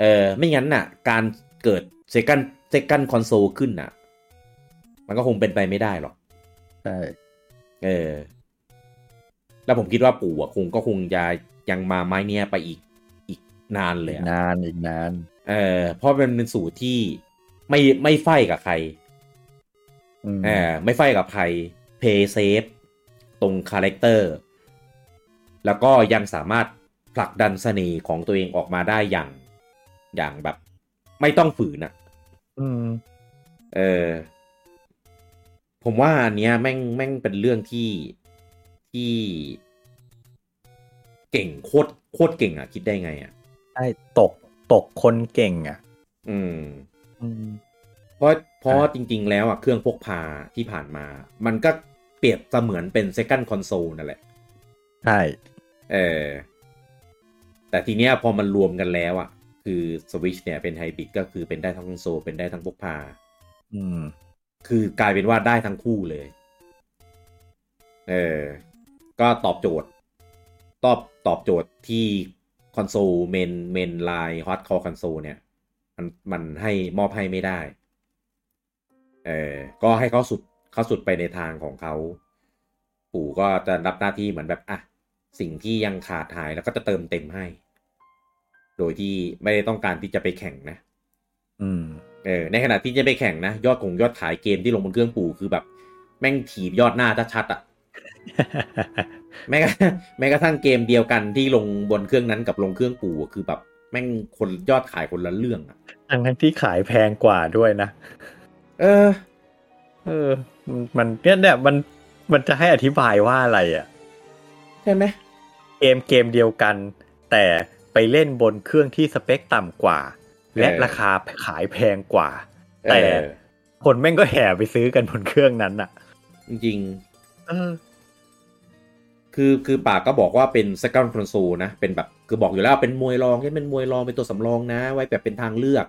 [SPEAKER 1] เออไม่งั้นน่ะ การเกิด Second Second Console ขึ้นน่ะ มันก็คงเป็นไปไม่ได้หรอก
[SPEAKER 2] ใช่
[SPEAKER 1] เออ แล้วผมคิดว่าปู่อ่ะคงก็คงจะยังมาไม้เนี้ยไปอีกอีกนานเลยอะ
[SPEAKER 2] นานอีกนาน
[SPEAKER 1] เออเพราะมันเป็นสูตรที่ไม่ไม่ไฟกับใคร
[SPEAKER 2] อืม
[SPEAKER 1] เออไม่ไฟกับใคร เพย์เซฟตรงคาแรคเตอร์ แล้วก็ยังสามารถผลักดันเสน่ห์ของตัวเองออกมาได้อย่างอย่างแบบ ไม่ต้องฝืนอ่ะ
[SPEAKER 2] อืม
[SPEAKER 1] เออผมว่าอันเนี้ยแม่งแม่งเป็นเรื่องที่ ที่เก่งโคตรโคตรเก่งอ่ะ คิดได้ไงอ่ะ
[SPEAKER 2] ใช่ตกตกคนเก่งอ่ะ
[SPEAKER 1] อืม
[SPEAKER 2] อืม
[SPEAKER 1] เพราะเพราะ
[SPEAKER 2] อ่า
[SPEAKER 1] จริง ๆ แล้วอ่ะ เครื่องพกพาที่ผ่านมา มันก็เปรียบเสมือนเป็น second console นั่นแหละ
[SPEAKER 2] ใช่
[SPEAKER 1] เออ แต่ทีเนี้ยพอมันรวมกันแล้วอ่ะ คือสวิชเนี่ยเป็นไฮบริดก็คือเป็นได้ทั้งคอนโซลเป็นได้ทั้งพกพา
[SPEAKER 2] อืม
[SPEAKER 1] คือกลายเป็นว่าได้ทั้งคู่เลย เออ ก็ตอบโจทย์ ตอบตอบโจทย์ที่คอนโซลเมนเมนไลน์ฮอตคอร์คอนโซลเนี่ย มันมันให้มอบให้ไม่ได้ เออ ก็ให้เขาสุดเขาสุดไปในทางของเขา ปู่ก็จะรับหน้าที่เหมือนแบบอ่ะ สิ่งที่ยังขาดหายแล้วก็จะเติมเต็มให้ โดยที่ไม่ได้ต้องการที่จะไปแข่งนะ
[SPEAKER 2] อืม
[SPEAKER 1] เออในขณะที่จะไปแข่งนะ ยอดของยอดขายเกมที่ลงบนเครื่องปู่คือแบบ แม่งถีบยอดหน้าชัดๆอะแม้กระ แม้กระทั่งเกมเดียวกันที่ลงบนเครื่องนั้นกับลงเครื่องปู่อะคือแบบ แม่งคนยอดขายคนละเรื่องอะ
[SPEAKER 2] ทั้งๆที่ขายแพงกว่าด้วยนะ
[SPEAKER 1] เออ
[SPEAKER 2] เออ มันมันเนี่ยเนี่ยมันมันจะให้อธิบายว่าอะไรอ่ะ
[SPEAKER 1] ใช่ไหม
[SPEAKER 2] เกมเกมเดียวกัน แต่ไปเล่นบนเครื่องที่สเปคต่ำกว่า และราคาขายแพงกว่า แต่
[SPEAKER 1] เออ
[SPEAKER 2] คนแม่งก็แห่ไปซื้อกันบนเครื่องนั้นอ่ะ
[SPEAKER 1] จริง
[SPEAKER 2] เออ
[SPEAKER 1] ๆคือคือปากก็บอกว่าเป็น second console นะ เป็นแบบคือบอกอยู่แล้วเป็นมวยรองใช่เป็นมวยรองเป็นตัวสำรองนะ ไว้แบบเป็นทางเลือก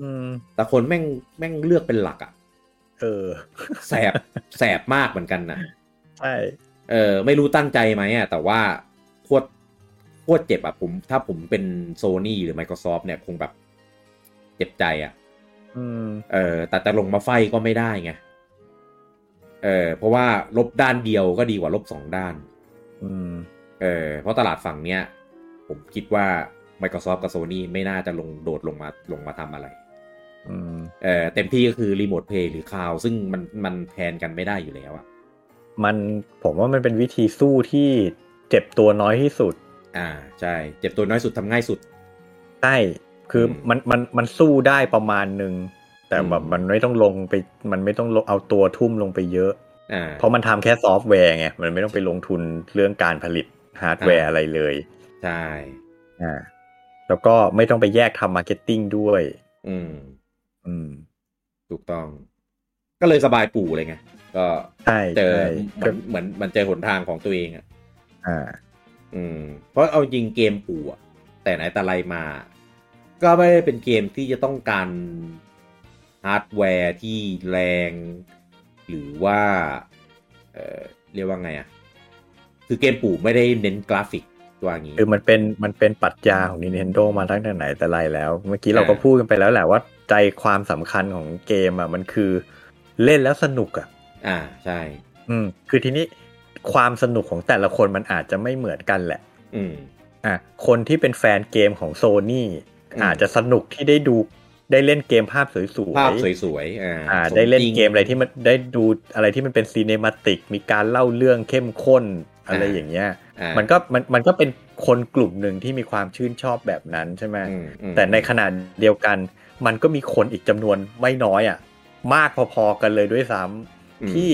[SPEAKER 2] อืม
[SPEAKER 1] แต่คนแม่งแม่งเลือกเป็นหลักอะ
[SPEAKER 2] เออ
[SPEAKER 1] แสบแสบมากเหมือนกันนะ
[SPEAKER 2] ใช่
[SPEAKER 1] เออไม่รู้ตั้งใจไหมอ่ะแต่ว่าโคตรโคตรเจ็บอ่ะผมถ้าผมเป็นโซ n y หรือ Microsoft เนี่ยคงแบบเจ็บใจอ่ะ
[SPEAKER 2] อืม
[SPEAKER 1] เออแต่แต่ลงมาไฟก็ไม่ได้ไงเออเพราะว่าลบด้านเดียวก็ดีกว่าลบสองด้าน
[SPEAKER 2] อืม
[SPEAKER 1] เออเพราะตลาดฝั่งเนี้ยผมคิดว่า Microsoft กับ Sony ไม่น่าจะลงโดดลงมาลงมาทำอะไร
[SPEAKER 2] อืม
[SPEAKER 1] เออเต็มที่ก็คือรีโมทเพย์หรือคลาวซึ่งมันมันแทนกันไม่ได้อยู่แล้วอ่ะ
[SPEAKER 2] มันผมว่ามันเป็นวิธีสู้ที่เจ็บตัวน้อยที่สุด
[SPEAKER 1] อ่าใช่เจ็บตัวน้อยสุดทำง่ายสุด
[SPEAKER 2] ใช่ คืออ
[SPEAKER 1] ม
[SPEAKER 2] มันมันมันสู้ได้ประมาณหนึ่ง แต่แบบ
[SPEAKER 1] อืม
[SPEAKER 2] มันไม่ต้องลงไป มันไม่ต้องลงเอาตัวทุ่มลงไปเยอะ
[SPEAKER 1] อ่า
[SPEAKER 2] เพราะมันทำแค่ซอฟต์แวร์ไง มันไม่ต้องไปลงทุนเรื่องการผลิตฮาร์ดแวร์
[SPEAKER 1] อ่า
[SPEAKER 2] อะไรเลย
[SPEAKER 1] ใช่
[SPEAKER 2] อ่า แล้วก็ไม่ต้องไปแยกทำมาร์เก็ตติ้งด้วย
[SPEAKER 1] อืม
[SPEAKER 2] อืม
[SPEAKER 1] ถูกต้อง ก็เลยสบายปู่เลยไง ก็
[SPEAKER 2] ใช่
[SPEAKER 1] เจอ
[SPEAKER 2] ใช่
[SPEAKER 1] เหมือนเหมือนมันเจอหนทางของตัวเองอ่ะ
[SPEAKER 2] อ่า
[SPEAKER 1] อืม เพราะเอาจริงเกมปู่อะแต่ไหนแต่ไรมา ก็ไม่ได้เป็นเกมที่จะต้องการฮาร์ดแวร์ที่แรง หรือว่า เออเรียกว่าไงอ่ะ คือเกมปู่ไม่ได้เน้นกราฟิกตัวอย่างนี้
[SPEAKER 2] คือมันเป็นมันเป็นปรัชญาของ Nintendo มาตั้งแต่ไหนแต่ไรแล้ว เมื่อกี้เราก็
[SPEAKER 1] อ่า
[SPEAKER 2] พูดกันไปแล้วแหละว่าใจความสำคัญของเกมอ่ะมันคือเล่นแล้วสนุกอ่ะ
[SPEAKER 1] อ่า ใช่
[SPEAKER 2] อืม คือทีนี้ความสนุกของแต่ละคนมันอาจจะไม่เหมือนกันแหละ
[SPEAKER 1] อืม
[SPEAKER 2] อ่ะคนที่เป็นแฟนเกมของโซนี่
[SPEAKER 1] อืม
[SPEAKER 2] อาจจะสนุกที่ได้ดูได้เล่นเกมภาพสวยๆ
[SPEAKER 1] ภาพสวยๆ อ่า
[SPEAKER 2] อ่า
[SPEAKER 1] สม
[SPEAKER 2] ได้เล่น
[SPEAKER 1] จริง
[SPEAKER 2] เกมอะไรที่มันได้ดูอะไรที่มันเป็นซีเนมาติกมีการเล่าเรื่องเข้มข้นอะไร
[SPEAKER 1] อ่า
[SPEAKER 2] อย่างเงี้ย
[SPEAKER 1] อ่า
[SPEAKER 2] มันก็มันมันก็เป็นคนกลุ่มหนึ่งที่มีความชื่นชอบแบบนั้นใช่ไหม
[SPEAKER 1] อืมอืม
[SPEAKER 2] แต่ในขณะเดียวกัน มันก็มีคนอีกจำนวนไม่น้อยอะ่ะ มากพอๆกันเลยด้วยซ้
[SPEAKER 1] อืม
[SPEAKER 2] ำที่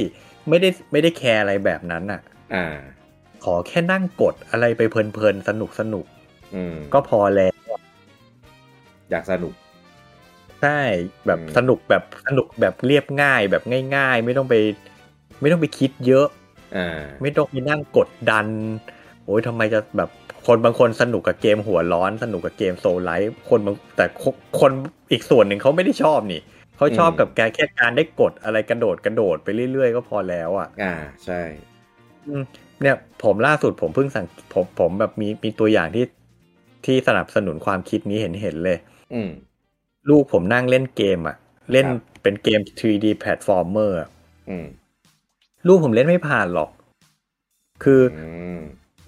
[SPEAKER 2] ไม่ได้ไม่ได้แคร์อะไรแบบนั้นอ่ะ
[SPEAKER 1] อ่า
[SPEAKER 2] ขอแค่นั่งกดอะไรไปเพลินๆสนุกสนุก
[SPEAKER 1] อืม
[SPEAKER 2] ๆก็พอแล้ว
[SPEAKER 1] อยากสนุก
[SPEAKER 2] ใช่แบบ
[SPEAKER 1] อืม
[SPEAKER 2] สนุกแบบสนุกแบบเรียบง่ายแบบง่าย ๆ ไม่ต้องไป ไม่ต้องไปคิดเยอะ
[SPEAKER 1] อ่า
[SPEAKER 2] ไม่ต้องไปนั่งกดดัน โอ้ยทำไมจะแบบคนบางคนสนุกกับเกมหัวร้อน สนุกกับเกมโซลไลท์คนบางแต่คคนอีกส่วนหนึ่งเขาไม่ได้ชอบนี่เขาชอบ
[SPEAKER 1] อืม
[SPEAKER 2] กับการแค่การได้กดอะไรกระโดดกระโดดไปเรื่อยๆ ก็พอแล้วอ่ะ
[SPEAKER 1] อ่าใช่
[SPEAKER 2] อืมเนี่ยผมล่าสุดผมเพิ่งสั่งผมผมแบบมีมีตัวอย่างที่ที่สนับสนุนความคิดนี้เห็นเห็นๆเลย
[SPEAKER 1] อืม
[SPEAKER 2] ลูกผมนั่งเล่นเกมอ่ะ เล่น
[SPEAKER 1] ครับ
[SPEAKER 2] เป็นเกม 3D platformer อะ
[SPEAKER 1] อืม
[SPEAKER 2] ลูกผมเล่นไม่ผ่านหรอก คือ
[SPEAKER 1] อืม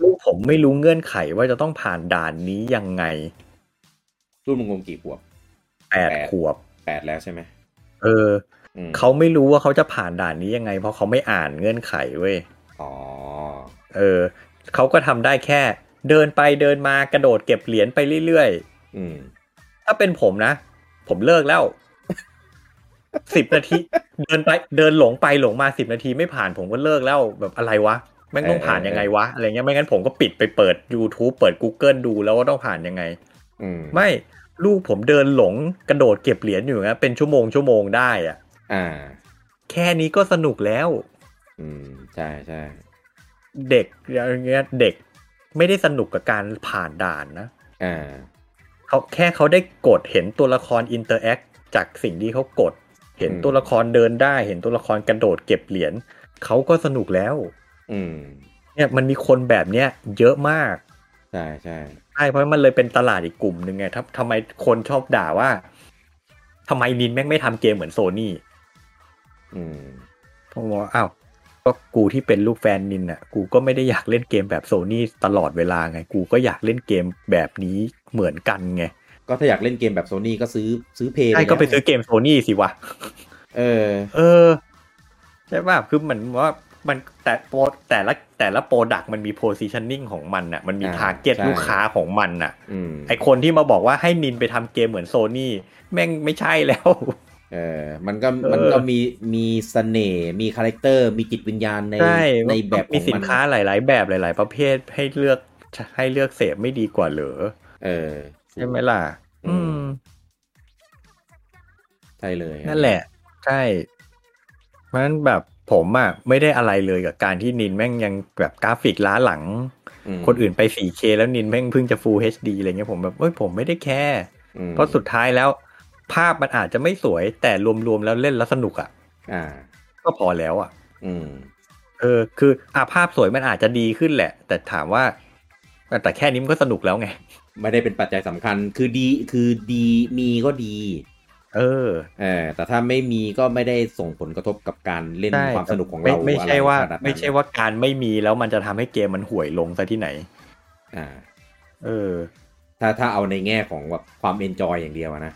[SPEAKER 2] ลูกผมไม่รู้เงื่อนไขว่าจะต้องผ่านด่านนี้ยังไง
[SPEAKER 1] รุ่นมึงงงกี่ขวบ
[SPEAKER 2] แปด
[SPEAKER 1] แปด
[SPEAKER 2] ขวบ
[SPEAKER 1] แปดแล้วใช่ไหม
[SPEAKER 2] เออ
[SPEAKER 1] อืม
[SPEAKER 2] เขาไม่รู้ว่าเขาจะผ่านด่านนี้ยังไง เพราะเขาไม่อ่านเงื่อนไขเว้ย
[SPEAKER 1] อ๋อ
[SPEAKER 2] เออเขาก็ทำได้แค่ เดินไปเดินมากระโดดเก็บเหรียญไปเรื่อย
[SPEAKER 1] อืม
[SPEAKER 2] ๆ ถ้าเป็นผมนะ ผมเลิกแล้ว สิบนาที เดินไปเดินหลงไปหลงมาสิบนาทีไม่ผ่านผมก็เลิกแล้วแบบอะไรวะ แม่งต้องผ่านยังไงวะอะไรเงี้ยไม่งั้นผมก็ปิดไปเปิด YouTube เปิด Google ดูแล้วว่าต้องผ่านยังไง
[SPEAKER 1] อืม
[SPEAKER 2] ไม่ลูกผมเดินหลงกระโดดเก็บเหรียญอยู่นะเป็นชั่วโมงชั่วโมงได้อะ
[SPEAKER 1] อ่า
[SPEAKER 2] แค่นี้ก็สนุกแล้ว
[SPEAKER 1] อืมใช่ใช่
[SPEAKER 2] เด็กอย่างเงี้ยเด็กไม่ได้สนุกกับการผ่านด่านนะ
[SPEAKER 1] อ่า
[SPEAKER 2] เขาแค่เขาได้กดเห็นตัวละครอินเตอร์แอคจากสิ่งที่เขากด เห็น
[SPEAKER 1] อืม
[SPEAKER 2] ตัวละครเดินได้ เห็นตัวละครกระโดดเก็บเหรียญเขาก็สนุกแล้ว
[SPEAKER 1] อืม
[SPEAKER 2] เนี่ยมันมีคนแบบเนี้ยเยอะมาก
[SPEAKER 1] ใช่ใช่
[SPEAKER 2] ใช่เพราะมันเลยเป็นตลาดอีกกลุ่มหนึ่งไงทำทำไมคนชอบด่าว่าทำไมนินแม่งไม่ทำเกมเหมือนโซนี่
[SPEAKER 1] อืม
[SPEAKER 2] ผมบอกว่าอ้าวก็กูที่เป็นลูกแฟนนินอ่ะ กูก็ไม่ได้อยากเล่นเกมแบบโซนี่ตลอดเวลาไง กูก็อยากเล่นเกมแบบนี้เหมือนกันไง
[SPEAKER 1] ก็ถ้าอยากเล่นเกมแบบโซนี่ก็ซื้อซื้อเพย์
[SPEAKER 2] ใช่ก็ไปซื้อเกมโซนี่สิวะ
[SPEAKER 1] เออ
[SPEAKER 2] เออ ใช่ป่ะ คือเหมือนว่ามันแต่โปรแต่ละแต่ละโปรดักมันมีโพ i ิชันนิ่งของมันอ่ะ มันมี
[SPEAKER 1] อ่า
[SPEAKER 2] ทาร์เก็ต
[SPEAKER 1] ใช่
[SPEAKER 2] ลูกค้าของมันอ่ะ
[SPEAKER 1] อืม
[SPEAKER 2] ไอคนที่มาบอกว่าให้นินไปทำเกมเหมือนโซนี่แม่งไม่ใช่แล้ว
[SPEAKER 1] เออมันก็
[SPEAKER 2] เออ
[SPEAKER 1] มันก็มีมีเสน่ห์มีคาแรคเตอร์มีจิตวิญญาณใน
[SPEAKER 2] ใช่
[SPEAKER 1] ในแบบข
[SPEAKER 2] มี
[SPEAKER 1] อง
[SPEAKER 2] สิน
[SPEAKER 1] มัน
[SPEAKER 2] ค้าหลาย ๆ แบบหลาย ๆ ประเภทให้เลือกให้เลือกเสพไม่ดีกว่าเหรอ
[SPEAKER 1] เออ
[SPEAKER 2] ใช่ไหมล่ะ
[SPEAKER 1] อื
[SPEAKER 2] อื
[SPEAKER 1] ม
[SPEAKER 2] ม
[SPEAKER 1] ใช่เลย
[SPEAKER 2] นั่นแหละ ใช่ เพราะฉะนั้นแบบผมอะไม่ได้อะไรเลยกับการที่นินแม่งยังแบบกราฟิกล้าหลัง
[SPEAKER 1] ม
[SPEAKER 2] คนอื่นไป 4K แล้วนินแม่งเพิ่งจะ Full HD อะไรเงี้ยผมแบบเอ้ยผมไม่ได้แคร์
[SPEAKER 1] อืม
[SPEAKER 2] เพราะสุดท้ายแล้ว ภาพมันอาจจะไม่สวย แต่รวมๆแล้วเล่นแล้วสนุกอะ
[SPEAKER 1] อ่า
[SPEAKER 2] ก็พอแล้วอะ
[SPEAKER 1] อืม
[SPEAKER 2] เออ คืออ่ะภาพสวยมันอาจจะดีขึ้นแหละ แต่ถามว่า แต่แค่นี้มันก็สนุกแล้วไง
[SPEAKER 1] ไม่ได้เป็นปัจจัยสำคัญ คือดี คือดีมีก็ดี
[SPEAKER 2] เออ
[SPEAKER 1] เออ แต่ถ้าไม่มีก็ไม่ได้ส่งผลกระทบกับการเล่น
[SPEAKER 2] ใช่
[SPEAKER 1] ความสนุกของ
[SPEAKER 2] ไม่
[SPEAKER 1] เรา
[SPEAKER 2] ไม่ใช่
[SPEAKER 1] อะร
[SPEAKER 2] ว่า
[SPEAKER 1] ขนดนั้น
[SPEAKER 2] ไม่ใช่ว่าการไม่มีแล้วมันจะทำให้เกมมันห่วยลงซะที่ไหน
[SPEAKER 1] อ่า
[SPEAKER 2] เออ
[SPEAKER 1] ถ้าถ้าเอาในแง่ของแบบความเอนจอยอย่างเดียวอะนะ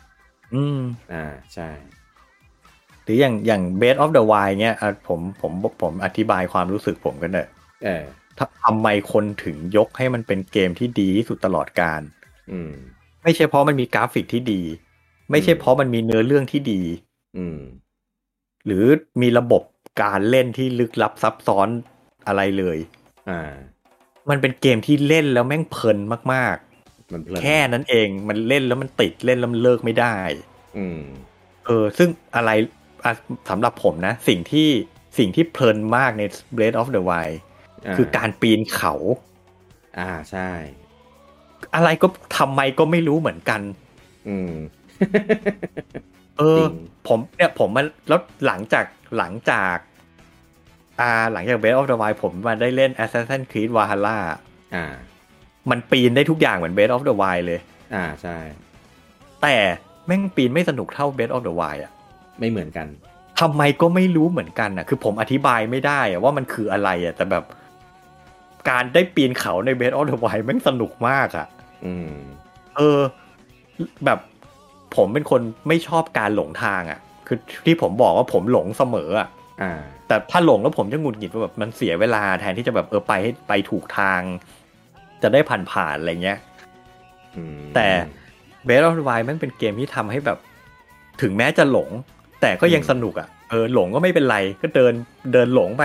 [SPEAKER 2] อืม
[SPEAKER 1] อ่า ใช่
[SPEAKER 2] หรืออย่างอย่าง Base of the Wild เงี้ยอ่ะผมผมผมอธิบายความรู้สึกผมกันเนอะ
[SPEAKER 1] เออ
[SPEAKER 2] ทำทำไมคนถึงยกให้มันเป็นเกมที่ดีที่สุดตลอดการ
[SPEAKER 1] อืม
[SPEAKER 2] ไม่ใช่เพราะมันมีกราฟิกที่ดี ไม่ใช่เพราะมันมีเนื้อเรื่องที่ดี
[SPEAKER 1] อืม
[SPEAKER 2] หรือมีระบบการเล่นที่ลึกลับซับซ้อนอะไรเลย
[SPEAKER 1] อ่า
[SPEAKER 2] มันเป็นเกมที่เล่นแล้วแม่งเพลินมาก
[SPEAKER 1] มันเพลิน
[SPEAKER 2] ๆ แค่นั้นเองมันเล่นแล้วมันติดเล่นแล้วมันเลิกไม่ได้
[SPEAKER 1] อืม
[SPEAKER 2] เออซึ่งอะไรอ่ะสำหรับผมนะ สิ่งที่สิ่งที่เพลินมากใน Blade of the Wild คือการปีนเขา
[SPEAKER 1] อ่า ใช่
[SPEAKER 2] อะไรก็ทำไมก็ไม่รู้เหมือนกัน
[SPEAKER 1] อืม
[SPEAKER 2] เอ
[SPEAKER 1] จ
[SPEAKER 2] อ
[SPEAKER 1] ริง
[SPEAKER 2] ผมเนี่ยผมมันแล้วหลังจากหลังจากอ่าหลังจาก Blade of the Wild ผมมาได้เล่น Assassin's Creed Valhalla
[SPEAKER 1] อ่า
[SPEAKER 2] มันปีนได้ทุกอย่างเหมือน Blade of the Wild เลย
[SPEAKER 1] อ่า ใช่
[SPEAKER 2] แต่แม่งปีนไม่สนุกเท่า Blade of the Wild อะ
[SPEAKER 1] ไม่เหมือนกัน
[SPEAKER 2] ทำไมก็ไม่รู้เหมือนกันอะคือผมอธิบายไม่ได้อะว่ามันคืออะไรอะแต่แบบการได้ปีนเขาใน Blade of the Wild แม่งสนุกมากอะ
[SPEAKER 1] อืม
[SPEAKER 2] เออ แบบผมเป็นคนไม่ชอบการหลงทางอะ่ะ คือที่ผมบอกว่าผมหลงเสมออะ
[SPEAKER 1] อ่า
[SPEAKER 2] แต่ถ้าหลงแล้วผมจะหงุดหงิดว่าแบบมันเสียเวลาแทนที่จะแบบเออไปให้ไปถูกทาง จะได้ผ่านผ่านๆอะไรเงี้ย
[SPEAKER 1] อืม
[SPEAKER 2] แต่ เบสออฟไวมันเป็นเกมที่ทำให้แบบ ถึงแม้จะหลง แต่ก็ยังสนุกอะ่ะเออหลงก็ไม่เป็นไร ก็เดินเดินหลงไป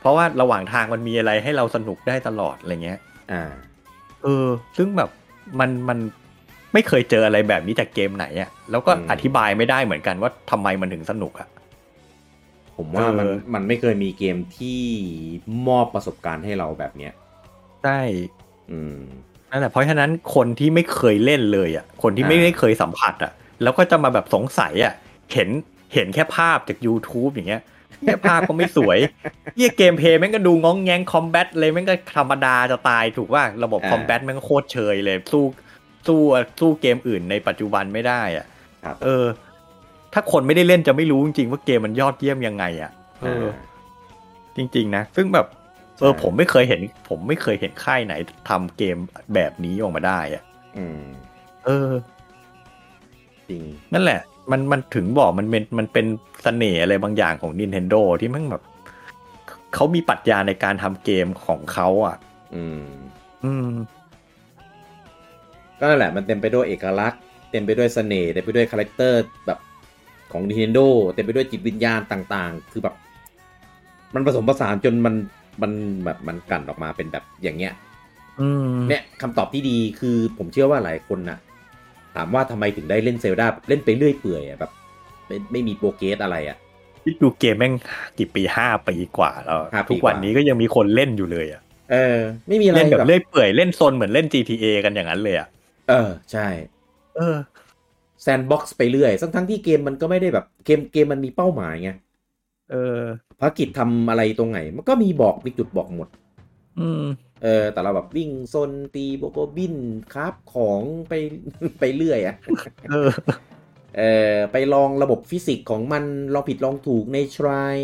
[SPEAKER 2] เพราะว่าระหว่างทางมันมีอะไรให้เราสนุกได้ตลอดอะไรเงี้ย
[SPEAKER 1] อ่า
[SPEAKER 2] เออ ซึ่งแบบมันมันไม่เคยเจออะไรแบบนี้จากเกมไหนอะแล้วก็
[SPEAKER 1] อืม
[SPEAKER 2] อธิบายไม่ได้เหมือนกันว่าทำไมมันถึงสนุกอะ
[SPEAKER 1] ผมว่ามัน
[SPEAKER 2] เออ
[SPEAKER 1] มันไม่เคยมีเกมที่มอบประสบการณ์ให้เราแบบเนี้ย
[SPEAKER 2] ใช่
[SPEAKER 1] อืม
[SPEAKER 2] นั่นแหละเพราะฉะนั้นคนที่ไม่เคยเล่นเลยอะคนที่ไม่
[SPEAKER 1] อ่า
[SPEAKER 2] ได้เคยสัมผัสอะแล้วก็จะมาแบบสงสัยอะเห็นเห็นแค่ภาพจาก YouTube อย่างเงี้ยแค่ภาพก็ไม่ส วยเยี่ยเกมเพลย์แม่งก็ดูง้องแงงคอมแบทเลยแม่งก็ธรรมดาจะตายถูกว่าระบบคอมแบทแม่งโคตรเชยเลยสู้สู้สู้เกมอื่นในปัจจุบันไม่ได้อะ
[SPEAKER 1] ครับ
[SPEAKER 2] เออ ถ้าคนไม่ได้เล่นจะไม่รู้จริงๆว่าเกมมันยอดเยี่ยมยังไงอะ่ะ เออ จริง ๆ นะ ซึ่งแบบ เออ ผมไม่เคยเห็น ผมไม่เคยเห็นค่ายไหนทำเกมแบบนี้ออกมาได้อะ่ะ
[SPEAKER 1] อืม
[SPEAKER 2] เออ
[SPEAKER 1] จริง
[SPEAKER 2] นั่นแหละ มันมันถึงบอกมันเป็นมันเป็นเสน่ห์อะไรบางอย่างของ Nintendo ที่แมันแบบ เขามีปรัชญาในการทำเกมของเขาอะ่ะ
[SPEAKER 1] อืม
[SPEAKER 2] อืม
[SPEAKER 1] ก็นั่นแหละมันเต็มไปด้วยเอกลักษณ์ เต็มไปด้วยเสน่ห์เต็มไปด้วยคาแรคเตอร์แบบของ Nintendo เต็มไปด้วยจิตวิญญาณต่าง ๆ คือแบบ มันผสมผสานจนมัน มันแบบมันกลั่นออกมาเป็นแบบอย่างเงี้ย
[SPEAKER 2] อืม
[SPEAKER 1] เนี่ยคำตอบที่ดีคือผมเชื่อว่าหลายคนน่ะ ถามว่าทำไมถึงได้เล่นเซลดาเล่นไปเรื่อยเปื่อยอะแบบไม่ไม่มีโปรเกรสอะไรอ่ะ
[SPEAKER 2] คิดดูเกมแม่งกี่ปีห้าปีกว่าแล้ว
[SPEAKER 1] ห้าปี
[SPEAKER 2] ทุกวัน
[SPEAKER 1] กว่า
[SPEAKER 2] นี้ก็ยังมีคนเล่นอยู่เลยอะ
[SPEAKER 1] เออ ไม่มีอะไร
[SPEAKER 2] เล่นแบบ
[SPEAKER 1] แบบ
[SPEAKER 2] เล่อยเปื่อยเล่นโซนเหมือนเล่น GTA กันอย่างนั้นเลยอะ
[SPEAKER 1] เออใช่
[SPEAKER 2] เออ
[SPEAKER 1] แซนด์บ็อกซ์ไปเรื่อยทั้งทั้งที่เกมมันก็ไม่ได้แบบเกมเกมมันมีเป้าหมายไง
[SPEAKER 2] เออ
[SPEAKER 1] ภารกิจทำอะไรตรงไหน มันก็มีบอกมีจุดบอกหมด
[SPEAKER 2] อืม
[SPEAKER 1] เออ แต่เราแบบวิ่งซนตีโบโกบินคราบของไป ไปเรื่อยอ่ะ
[SPEAKER 2] เออ
[SPEAKER 1] เอ่อไปลองระบบฟิสิกส์ของมันลองผิดลองถูกในทราย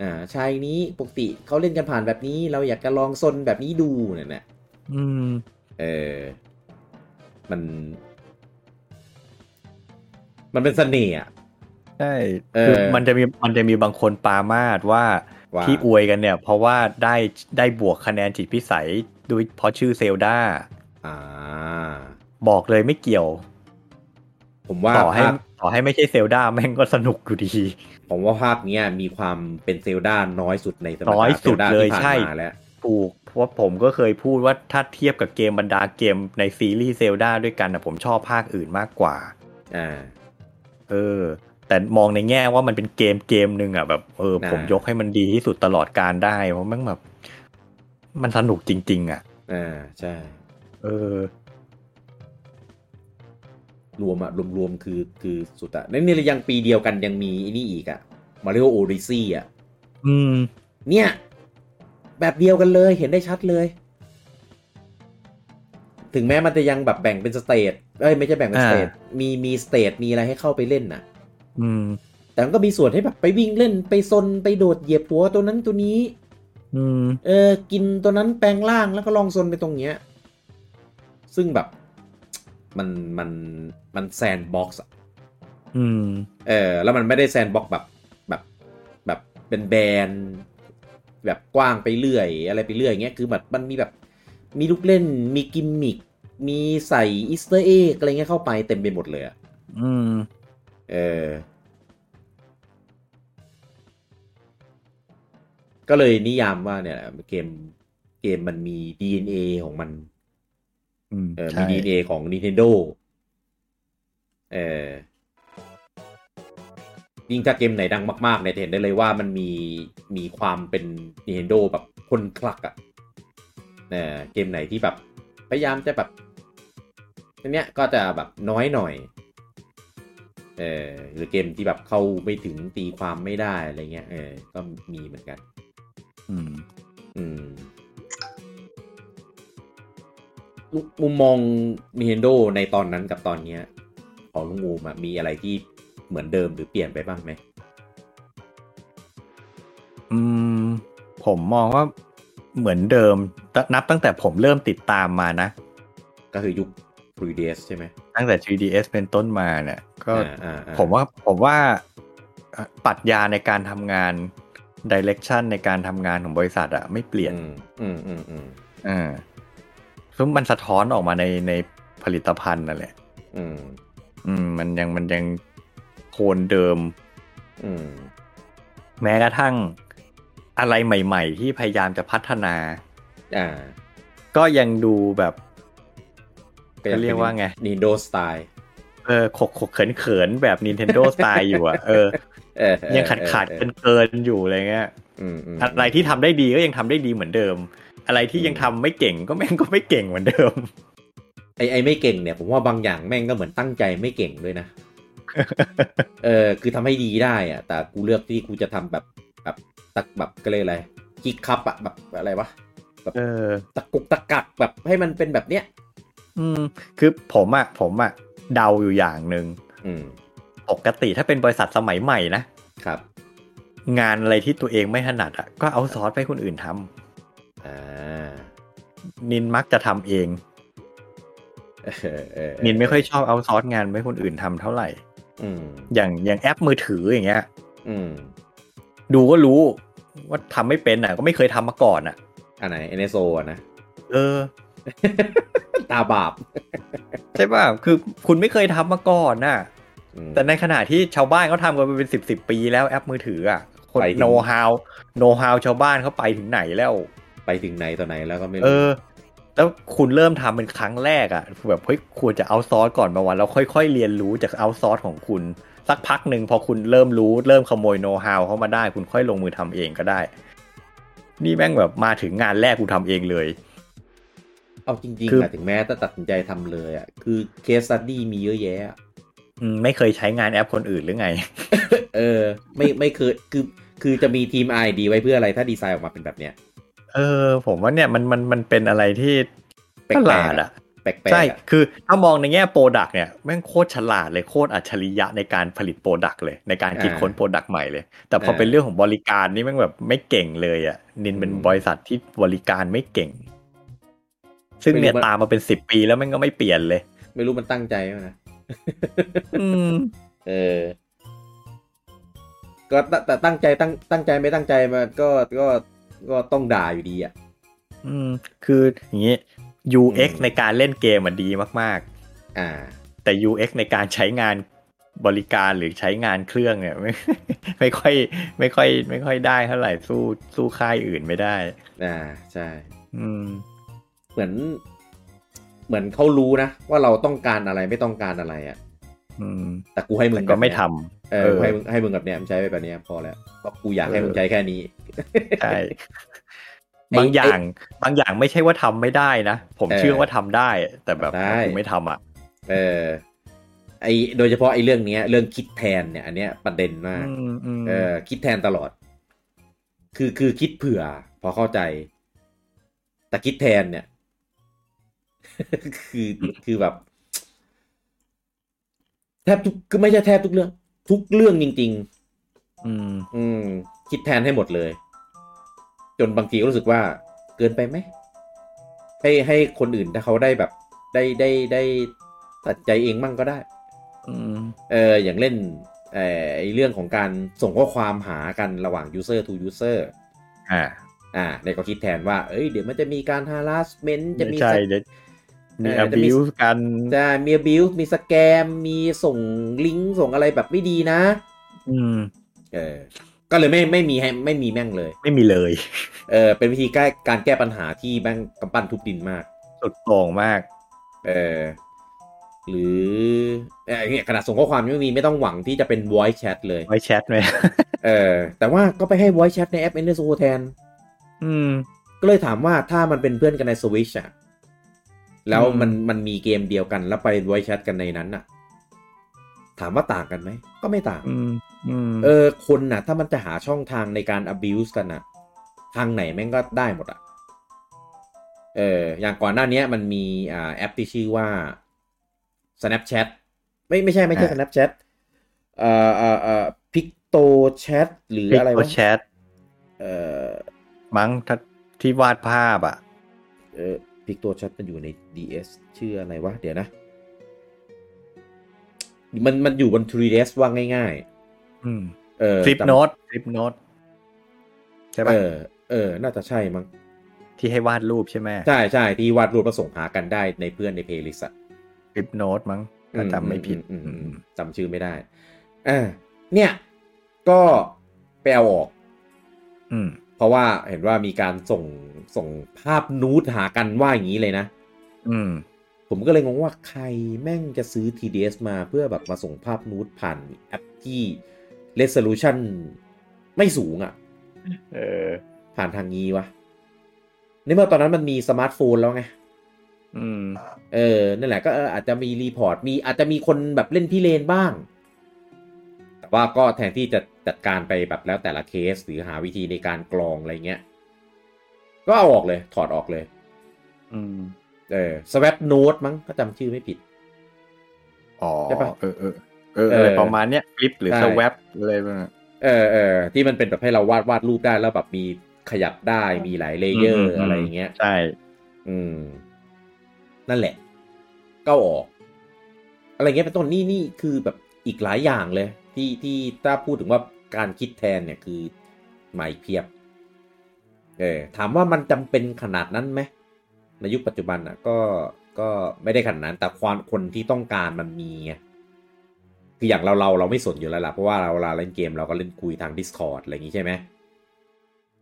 [SPEAKER 1] อ่าชายนี้ปกติเขาเล่นกันผ่านแบบนี้ เราอยากจะลองซนแบบนี้ดูเนี่ยนะ
[SPEAKER 2] อืม
[SPEAKER 1] เออมัน มันเป็นเสน่ห์อะ
[SPEAKER 2] ใช่
[SPEAKER 1] เออ
[SPEAKER 2] คือมันจะมีมันจะมีบางคนปรามาดว่า
[SPEAKER 1] ว่า
[SPEAKER 2] ที่อวยกันเนี่ย เพราะว่าได้ได้บวกคะแนนจิตพิสัยด้วยเพราะชื่อเซลดา
[SPEAKER 1] อ่า
[SPEAKER 2] บอกเลยไม่เกี่ยว
[SPEAKER 1] ผมว่า
[SPEAKER 2] ต่อให้
[SPEAKER 1] ภาพ
[SPEAKER 2] ต่อให้ไม่ใช่เซลดาแม่งก็สนุกอยู่ดี
[SPEAKER 1] ผมว่าภาพเนี้ยมีความเป็นเซลดาน้อยสุดในสมรรถ
[SPEAKER 2] น้อยสุด
[SPEAKER 1] ซา
[SPEAKER 2] เลย
[SPEAKER 1] ที่ผ่าน
[SPEAKER 2] ใช่
[SPEAKER 1] มาแล้ว
[SPEAKER 2] ถูกเพราะว่าผมก็เคยพูดว่าถ้าเทียบกับเกมบรรดาเกมในซีรีส์เซลดาด้วยกันนะผมชอบภาคอื่นมากกว่า
[SPEAKER 1] อ่า
[SPEAKER 2] เออ แต่มองในแง่ว่ามันเป็นเกมเกมหนึ่งอ่ะแบบเออ
[SPEAKER 1] นะ
[SPEAKER 2] ผมยกให้มันดีที่สุดตลอดการได้ เพราะแมันแบบ มันสนุกจริง ๆ อ่ะ
[SPEAKER 1] อ่าใช่
[SPEAKER 2] เออ
[SPEAKER 1] รวมอะรวมๆคือคือสุดอะนั่นนี่ยังปีเดียวกันยังมีไอ้นี่อีกอะมาริโอโอริซี่อะ
[SPEAKER 2] อืม
[SPEAKER 1] เนี่ย แบบเดียวกันเลยเห็นได้ชัดเลย ถึงแม้มันจะยังแบบแบ่งเป็นสเตจเอ้ยไม่ใช่แบ่งเป็นสเตจ
[SPEAKER 2] อ่
[SPEAKER 1] มีมีสเตจมีอะไรให้เข้าไปเล่นน่ะ
[SPEAKER 2] อืม
[SPEAKER 1] แต่มันก็มีส่วนให้แบบไปวิ่งเล่นไปซนไปโดดเหยียบหัวตัวนั้นตัวนี้
[SPEAKER 2] อืม
[SPEAKER 1] เออ กินตัวนั้นแปลงร่างแล้วก็ลองซนไปตรงเนี้ย ซึ่งแบบ มันมันมันแซนบ็อกซ์
[SPEAKER 2] อืม
[SPEAKER 1] เออแล้วมันไม่ได้แซนด์บ็อกซ์แบบแบบแบบเป็นแบนแบบกว้างไปเรื่อย อะไรไปเรื่อยอย่างเงี้ยคือแบบมันมีแบบมีลูกเล่นมีกิมมิคมีใส่อีสเตอร์เอ็กอะไรเงี้ยเข้าไปเต็มไปหมดเลยอะ
[SPEAKER 2] อืม
[SPEAKER 1] เออ ก็เลยนิยามว่าเนี่ยแหละเกมเกมมันมี DNA ของมัน
[SPEAKER 2] อืม
[SPEAKER 1] เออมี
[SPEAKER 2] ใช่
[SPEAKER 1] DNA ของ Nintendo เออยิ่งถ้าเกมไหนดังมากๆเนี่ยจะเห็นได้เลยว่ามันมีมีความเป็น Nintendo แบบคนคลักอะ่ะเออเกมไหนที่แบบ พยายามจะแบบอันเนี้ยก็จะแบบน้อยหน่อย เออหรือเกมที่แบบเข้าไม่ถึงตีความไม่ได้อะไรเงี้ยเออก็มีเหมือนกัน
[SPEAKER 2] อืม
[SPEAKER 1] อืมลูกมุมมอง Nintendo ในตอนนั้นกับตอนเนี้ย ของลุงอูมอะมีอะไรที่เหมือนเดิมหรือเปลี่ยนไปบ้างไหม
[SPEAKER 2] อืม ผมมองว่าเหมือนเดิมตนับตั้งแต่ผมเริ่มติดตามมานะ
[SPEAKER 1] ก็คือยุค 3DS ใช่ไหม
[SPEAKER 2] ตั้งแต่ 3DS เป็นต้นมาเนี่ย ก็
[SPEAKER 1] อ่าอ่าอ่
[SPEAKER 2] ผมว่าผมว่าปรัชญาในการทำงานดิเรกชันในการทำงานของบริษัทอะไม่เปลี่ยน
[SPEAKER 1] อืมอืมอืมอืม
[SPEAKER 2] อ่าซึ่งมันสะท้อนออกมาในในผลิตภัณฑ์นั่นแหละ
[SPEAKER 1] อืม
[SPEAKER 2] อืม มันยังมันยังโคนเดิม
[SPEAKER 1] อืม
[SPEAKER 2] แม้กระทั่งอะไรใหม่ ๆ ที่พยายามจะพัฒนา
[SPEAKER 1] อ่า
[SPEAKER 2] ก็ยังดูแบบจะ
[SPEAKER 1] ป็น
[SPEAKER 2] เรียกว่าไง
[SPEAKER 1] Nintendo Style
[SPEAKER 2] เออขกขกเขินเขินๆแบบ Nintendo สไตล์อยู่อะเออ
[SPEAKER 1] เออ
[SPEAKER 2] ยังขาดขาด
[SPEAKER 1] เออ
[SPEAKER 2] เกินเกินๆอยู่อะไรเงี้ย
[SPEAKER 1] อืมอืม
[SPEAKER 2] อะไรที่ทำได้ดีก็ยังทำได้ดีเหมือนเดิม อะไรที่ยัง
[SPEAKER 1] อืม
[SPEAKER 2] ทำไม่เก่งก็แม่งก็ ไม่เก่งเหมือนเดิม
[SPEAKER 1] ไอไอไม่เก่งเนี่ย ผมว่าบางอย่างแม่งก็เหมือนตั้งใจไม่เก่งด้วย นะ เออคือทำให้ดีได้อะแต่กูเลือกที่กูจะทำแบบแบบตักแบบก็เลยกอะไรคิกคับอะแบบอะไรวะ
[SPEAKER 2] เออ
[SPEAKER 1] ตะกุกตะกักแบบให้มันเป็นแบบเนี้ย
[SPEAKER 2] อืม คือผมอะผมอะเดาอยู่อย่างหนึ่ง
[SPEAKER 1] อืม
[SPEAKER 2] ปกติถ้าเป็นบริษัทสมัยใหม่นะ
[SPEAKER 1] ครับ
[SPEAKER 2] งานอะไรที่ตัวเองไม่ถนัดอะก็เอาซอสไปให้คนอื่นทำ
[SPEAKER 1] อ่า
[SPEAKER 2] นินมักจะทำเอง
[SPEAKER 1] เออเออ
[SPEAKER 2] นินไม่ค่อยชอบเอาซอสงานไปให้คนอื่นทำเท่าไหร่
[SPEAKER 1] อืม
[SPEAKER 2] อย่างอย่างแอปมือถืออย่างเงี้ย
[SPEAKER 1] อืม
[SPEAKER 2] ดูก็รู้ว่าทำไม่เป็นอะก็ไม่เคยทำมาก่อนอะ
[SPEAKER 1] อันไหนเอเนโซนะ
[SPEAKER 2] เออ
[SPEAKER 1] ตาบาป
[SPEAKER 2] ใช่ป่ะ คือคุณไม่เคยทำมาก่อนน่ะ
[SPEAKER 1] อืม
[SPEAKER 2] แต่ในขณะที่ชาวบ้านเขาทำกันมาเป็นสิบสิบปีแล้วแอปมือถืออ่ะ คน
[SPEAKER 1] ไปถึง
[SPEAKER 2] โนฮาวโนฮาวชาวบ้านเขาไปถึงไหนแล้ว
[SPEAKER 1] ไปถึงไหนต่อไหนแล้วก็ไม่
[SPEAKER 2] เอ
[SPEAKER 1] รู้
[SPEAKER 2] อ แล้วคุณเริ่มทำเป็นครั้งแรกอะ่ะแบบเฮ้ยควรจะเอาซอร์สก่อนมาวันแล้วค่อยๆเรียนรู้จากเอาซอร์สของคุณ สักพักหนึ่งพอคุณเริ่มรู้เริ่มขโมยโน้ตฮาวเข้ามาได้ คุณค่อยลงมือทำเองก็ได้ นี่แม่งแบบมาถึงงานแรกกูทำเองเลย
[SPEAKER 1] เอาจริง
[SPEAKER 2] คือ
[SPEAKER 1] ๆอะถึงแม้จะตัดสินใจทำเลยอ่ะคือเคสตัดดี้มีเยอะแยะอะ
[SPEAKER 2] อืมไม่เคยใช้งานแอปคนอื่นหรือไง
[SPEAKER 1] เออ ไม่ไม่เคยคือคือจะมีทีมไอดีไว้เพื่ออะไรถ้าดีไซน์ออกมาเป็นแบบเนี้ย
[SPEAKER 2] เออ ผมว่าเนี่ยมันมันมันเป็นอะไรที่
[SPEAKER 1] แปล
[SPEAKER 2] ป
[SPEAKER 1] กๆอะ
[SPEAKER 2] ระหลาดอ่ะ
[SPEAKER 1] แปลกๆ
[SPEAKER 2] ใช่
[SPEAKER 1] อะ
[SPEAKER 2] คือถ้ามองในแง่โปรดักเนี่ยแม่งโคตรฉลาดเลย โคตรอัจฉริยะในการผลิตโปรดักเลย ในการคิดค้นโปรดักใหม่เลย แต่พอเป็นเรื่องของบริการนี่แม่งแบบไม่เก่งเลยอ่ะ นินเป็นบริษัทที่บริการไม่เก่ง ซึ่งเนี่ยตามมาเป็นสิบปีแล้วแม่งก็ไม่เปลี่ยนเลย
[SPEAKER 1] ไม่รู้มันตั้งใจไหมนะ
[SPEAKER 2] อืม
[SPEAKER 1] เออ ก็ตแต่ตั้งใจตั้งตั้งใจไม่ตั้งใจมันก็ก็ก็ต้องด่าอยู่ดีอ่ะ
[SPEAKER 2] อืม คืออย่างงี้ UX
[SPEAKER 1] อืม
[SPEAKER 2] ในการเล่นเกมมันดีมาก
[SPEAKER 1] อ่า
[SPEAKER 2] ๆ แต่ UX ในการใช้งานบริการหรือใช้งานเครื่องเนี่ยไม่ ไม่ค่อย ไม่ค่อย ไม่ค่อยได้เท่าไหร่สู้สู้ค่ายอื่นไม่ได้
[SPEAKER 1] อ่า ใช่
[SPEAKER 2] อืม
[SPEAKER 1] เหมือน เหมือนเขารู้นะ ว่าเราต้องการอะไรไม่ต้องการอะไรอ่ะ
[SPEAKER 2] อืม
[SPEAKER 1] แต่กูให้มึ
[SPEAKER 2] แต่
[SPEAKER 1] ง
[SPEAKER 2] ก็ไม่
[SPEAKER 1] แบบ
[SPEAKER 2] ท
[SPEAKER 1] เนี้ยเออกูให้มึ
[SPEAKER 2] ำ
[SPEAKER 1] งให้มึงแบบเนี้ยมึงใช้ไปแบบเนี้ยพอแล้วเพราะกูอยากให้
[SPEAKER 2] เออ
[SPEAKER 1] มึงใช้แค่นี้ไอ
[SPEAKER 2] ใช่
[SPEAKER 1] ้
[SPEAKER 2] บางอย่าง บางอย่างไม่ใช่ว่าทำไม่ได้นะ ผม
[SPEAKER 1] เออ
[SPEAKER 2] เชื่อว่าทำได้ แต่แบบ
[SPEAKER 1] ได้
[SPEAKER 2] กูไม่ทำอ่ะ
[SPEAKER 1] เออ ไอโดยเฉพาะไอเรื่องเนี้ย เรื่องคิดแทนเนี่ย อันเนี้ยประเด็นมาก
[SPEAKER 2] อืมอืม
[SPEAKER 1] เออคิดแทนตลอด คือคือคิดเผื่อ พอเข้าใจ แต่คิดแทนเนี่ย คือคือแบบ แทบทุกคือไม่ใช่แทบทุกเรื่อง ทุกเรื่องจริง
[SPEAKER 2] อืม
[SPEAKER 1] ๆ อืม คิดแทนให้หมดเลย จนบางทีก็รู้สึกว่า เกินไปไหมให้ให้คนอื่นถ้าเขาได้แบบ ได้ได้ได้ตัดใจเองมั่งก็ได้
[SPEAKER 2] อืม
[SPEAKER 1] เอออย่างเล่นเออไอเรื่องของการส่งข้อความหากันระหว่าง user to user
[SPEAKER 2] อ่า
[SPEAKER 1] อ่าในก็คิดแทนว่า เอ้ยเดี๋ยวมันจะมีการ harassment จะมี
[SPEAKER 2] ใช่
[SPEAKER 1] สัก
[SPEAKER 2] เดี๋ยวมี
[SPEAKER 1] เออจะมี
[SPEAKER 2] abuse กัน
[SPEAKER 1] จะมี abuse มีสแกม มีส่งลิงก์ส่งอะไรแบบไม่ดีนะ
[SPEAKER 2] อืม
[SPEAKER 1] เออก็เลยไม่ไม่มีให้ไม่มีแม่งเลย
[SPEAKER 2] ไม่มีเลย
[SPEAKER 1] เออเป็นวิธีแก้การแก้ปัญหาที่แม่งกำปั้นทุบดินมาก
[SPEAKER 2] สุดโต่งมาก
[SPEAKER 1] เออหรือเออเนี่ยขนาดส่งข้อความยังไม่มีไม่ต้องหวังที่จะเป็น voice chat เลย
[SPEAKER 2] ไว้แชทไหม
[SPEAKER 1] เออแต่ว่าก็ไปให้ voice chat ในแอป Enderso แทน
[SPEAKER 2] อืม
[SPEAKER 1] ก็เลยถามว่าถ้ามันเป็นเพื่อนกันในสวิชอะแล้ว
[SPEAKER 2] อืม
[SPEAKER 1] มันมันมีเกมเดียวกันแล้วไปไวแชทกันในนั้นอะถามว่าต่างกันไหม ก็ไม่ต่าง
[SPEAKER 2] อืม อืม
[SPEAKER 1] เออ คนน่ะ ถ้ามันจะหาช่องทางในการ abuse กันน่ะ ทางไหนแม่งก็ได้หมดอะเออ อย่างก่อนหน้าเนี้ยมันมีอ่าแอปที่ชื่อว่า Snapchat ไม่ไม่ใช่ไม่ใช่
[SPEAKER 2] อ่า
[SPEAKER 1] Snapchat เอ่อเอ่อเอ่อ PictoChat หรืออะไร
[SPEAKER 2] ก็
[SPEAKER 1] วะ
[SPEAKER 2] แชท
[SPEAKER 1] เอ่อ
[SPEAKER 2] มั้งถ้าที่วาดภาพอ่ะ
[SPEAKER 1] เออพิกตัวชัดมันอยู่ใน DS ชื่ออะไรวะ เดี๋ยวนะ มันมันอยู่บน 3DS ว่าง่าย
[SPEAKER 2] อืม
[SPEAKER 1] ๆ เออ
[SPEAKER 2] คลิป
[SPEAKER 1] จำ
[SPEAKER 2] โน้ตคลิปโน้ตใช่ปะ
[SPEAKER 1] เออ เออ น่าจะใช่มั้ง
[SPEAKER 2] ที่ให้วาดรูปใช่ไหม
[SPEAKER 1] ใช่ใช่ที่วาดรูปแล้วส่งหากันได้ในเพื่อนในเพลย์ลิสต์
[SPEAKER 2] คลิปโน้ตมั้งถ้าจำไม่ผิด
[SPEAKER 1] จำชื่อไม่ได้อ่าเนี่ย ก็ไปเอาออก
[SPEAKER 2] อืม
[SPEAKER 1] เพราะว่าเห็นว่ามีการส่งส่งภาพนูดหากันว่าอย่างนี้เลยนะ
[SPEAKER 2] อืม
[SPEAKER 1] ผมก็เลยงงว่าใครแม่งจะซื้อ TDS มาเพื่อแบบมาส่งภาพนูดผ่านแอปที่ resolution ไม่สูงอะ่ะ
[SPEAKER 2] เออ
[SPEAKER 1] ผ่านทางนี้วะในเมื่อตอนนั้นมันมีสมาร์ทโฟนแล้วไง
[SPEAKER 2] อืม
[SPEAKER 1] เออ นั่นแหละก็เอออาจจะมีรีพอร์ตมีอาจจะมีคนแบบเล่นพี่เลนบ้าง แต่ว่าก็แทนที่จะจัดการไปแบบแล้วแต่ละเคสหรือหาวิธีในการกรองอะไรเงี้ย ก็เอาออกเลย ถอดออกเลย
[SPEAKER 2] อืม
[SPEAKER 1] เออ swap note มั้งก็จำชื่อไม่ผิด
[SPEAKER 2] อ๋อ
[SPEAKER 1] ใช่ปะ
[SPEAKER 2] เออเออเอออะไรประมาณเนี้ยคลิปหรือ
[SPEAKER 1] ใช่
[SPEAKER 2] สแวปอะไรประมาณ
[SPEAKER 1] เออเออที่มันเป็นแบบให้เราวาดวาดรูปได้แล้วแบบมีขยับได้มีหลายเลเยอ
[SPEAKER 2] อืม
[SPEAKER 1] ร์
[SPEAKER 2] อืม
[SPEAKER 1] อะไรอย่างเงี้ย
[SPEAKER 2] ใช่
[SPEAKER 1] อืม นั่นแหละก้าออก อะไรเงี้ยเป็นต้นนี่นี่คือแบบอีกหลายอย่างเลย ที่ที่ถ้าพูดถึงว่าการคิดแทนเนี่ยคือหมายเพียบ เออถามว่ามันจำเป็นขนาดนั้นไหมในยุคปัจจุบันอ่ะ ก็ก็ไม่ได้ขนาดนั้นแต่ความคนที่ต้องการมันมีไง คืออย่างเราเราเราไม่สนอยู่แล้วล่ะ เพราะว่าเราเราเล่นเกมเราก็เล่นคุยทาง Discord อะไรอย่างนี้ใช่ไหม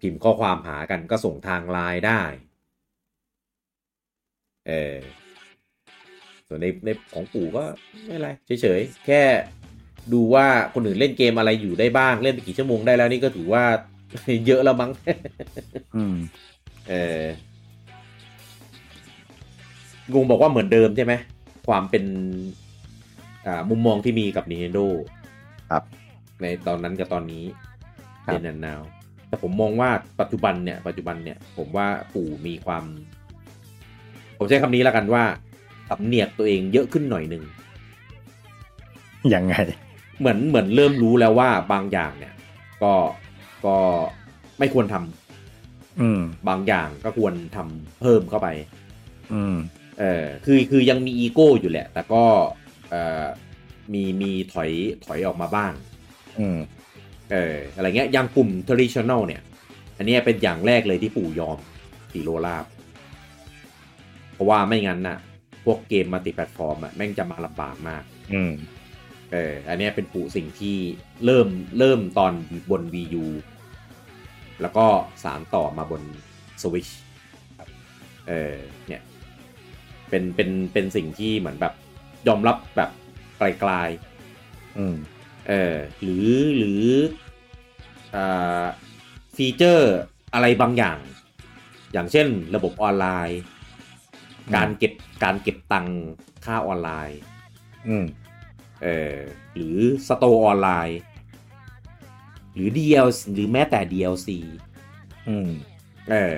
[SPEAKER 1] พิมพ์ข้อความหากันก็ส่งทางไลน์ได้ เออส่วนในในของปู่ก็ไม่อะไรเฉยๆ แค่ดูว่าคนอื่นเล่นเกมอะไรอยู่ได้บ้างเล่นไปกี่ชั่วโมงได้แล้วนี่ก็ถือว่า เยอะแล้วมั้ง
[SPEAKER 2] อืม
[SPEAKER 1] เออ งงบอกว่าเหมือนเดิมใช่ไหม ความเป็น อ่า มุมมองที่มีกับ Nintendo
[SPEAKER 2] ครับ
[SPEAKER 1] ในตอนนั้นกับตอนนี้
[SPEAKER 2] ครับ
[SPEAKER 1] เดนแอนนาวแต่ผมมองว่าปัจจุบันเนี่ย ปัจจุบันเนี่ย ผมว่าปู่มีความ ผมใช้คำนี้แล้วกันว่าสำเนียกตัวเองเยอะขึ้นหน่อยหนึ่ง
[SPEAKER 2] ยังไง
[SPEAKER 1] เหมือนเหมือนเริ่มรู้แล้วว่าบางอย่างเนี่ย ก็ก็ไม่ควรท
[SPEAKER 2] อืม
[SPEAKER 1] ำบางอย่างก็ควรทำเพิ่มเข้าไป
[SPEAKER 2] อืม
[SPEAKER 1] เออคือคือยังมีอีโก้อยู่แหละ แต่ก็เออมีมีถอยถอยออกมาบ้าง
[SPEAKER 2] อืม
[SPEAKER 1] เอออะไรเงี้ยอย่างปุ่ม traditional เนี่ย อันเนี้ยเป็นอย่างแรกเลยที่ปู่ยอมสีโรลาบ เพราะว่าไม่งั้นน่ะ พวกเกมมัลติแพลตฟอร์มอ่ะแม่งจะมาลำบากมาก
[SPEAKER 2] อืม
[SPEAKER 1] เอออันเนี้ยเป็นปู่สิ่งที่เริ่มเริ่มตอนบน Wii U แล้วก็สารต่อมาบน Switch ครับเออเนี่ยเป็นเป็นเป็นสิ่งที่เหมือนแบบยอมรับแบบไกล
[SPEAKER 2] อืม
[SPEAKER 1] ๆเออหรือหรืออ่าฟีเจอร์อะไรบางอย่าง อย่างเช่นระบบออนไลน์
[SPEAKER 2] อืม
[SPEAKER 1] การเก็บการเก็บตังค่าออนไลน์
[SPEAKER 2] อืม
[SPEAKER 1] เออหรือสโตร์ออนไลน์ หรือ DLC หรือแม้แต่ DLC
[SPEAKER 2] อืม
[SPEAKER 1] เออ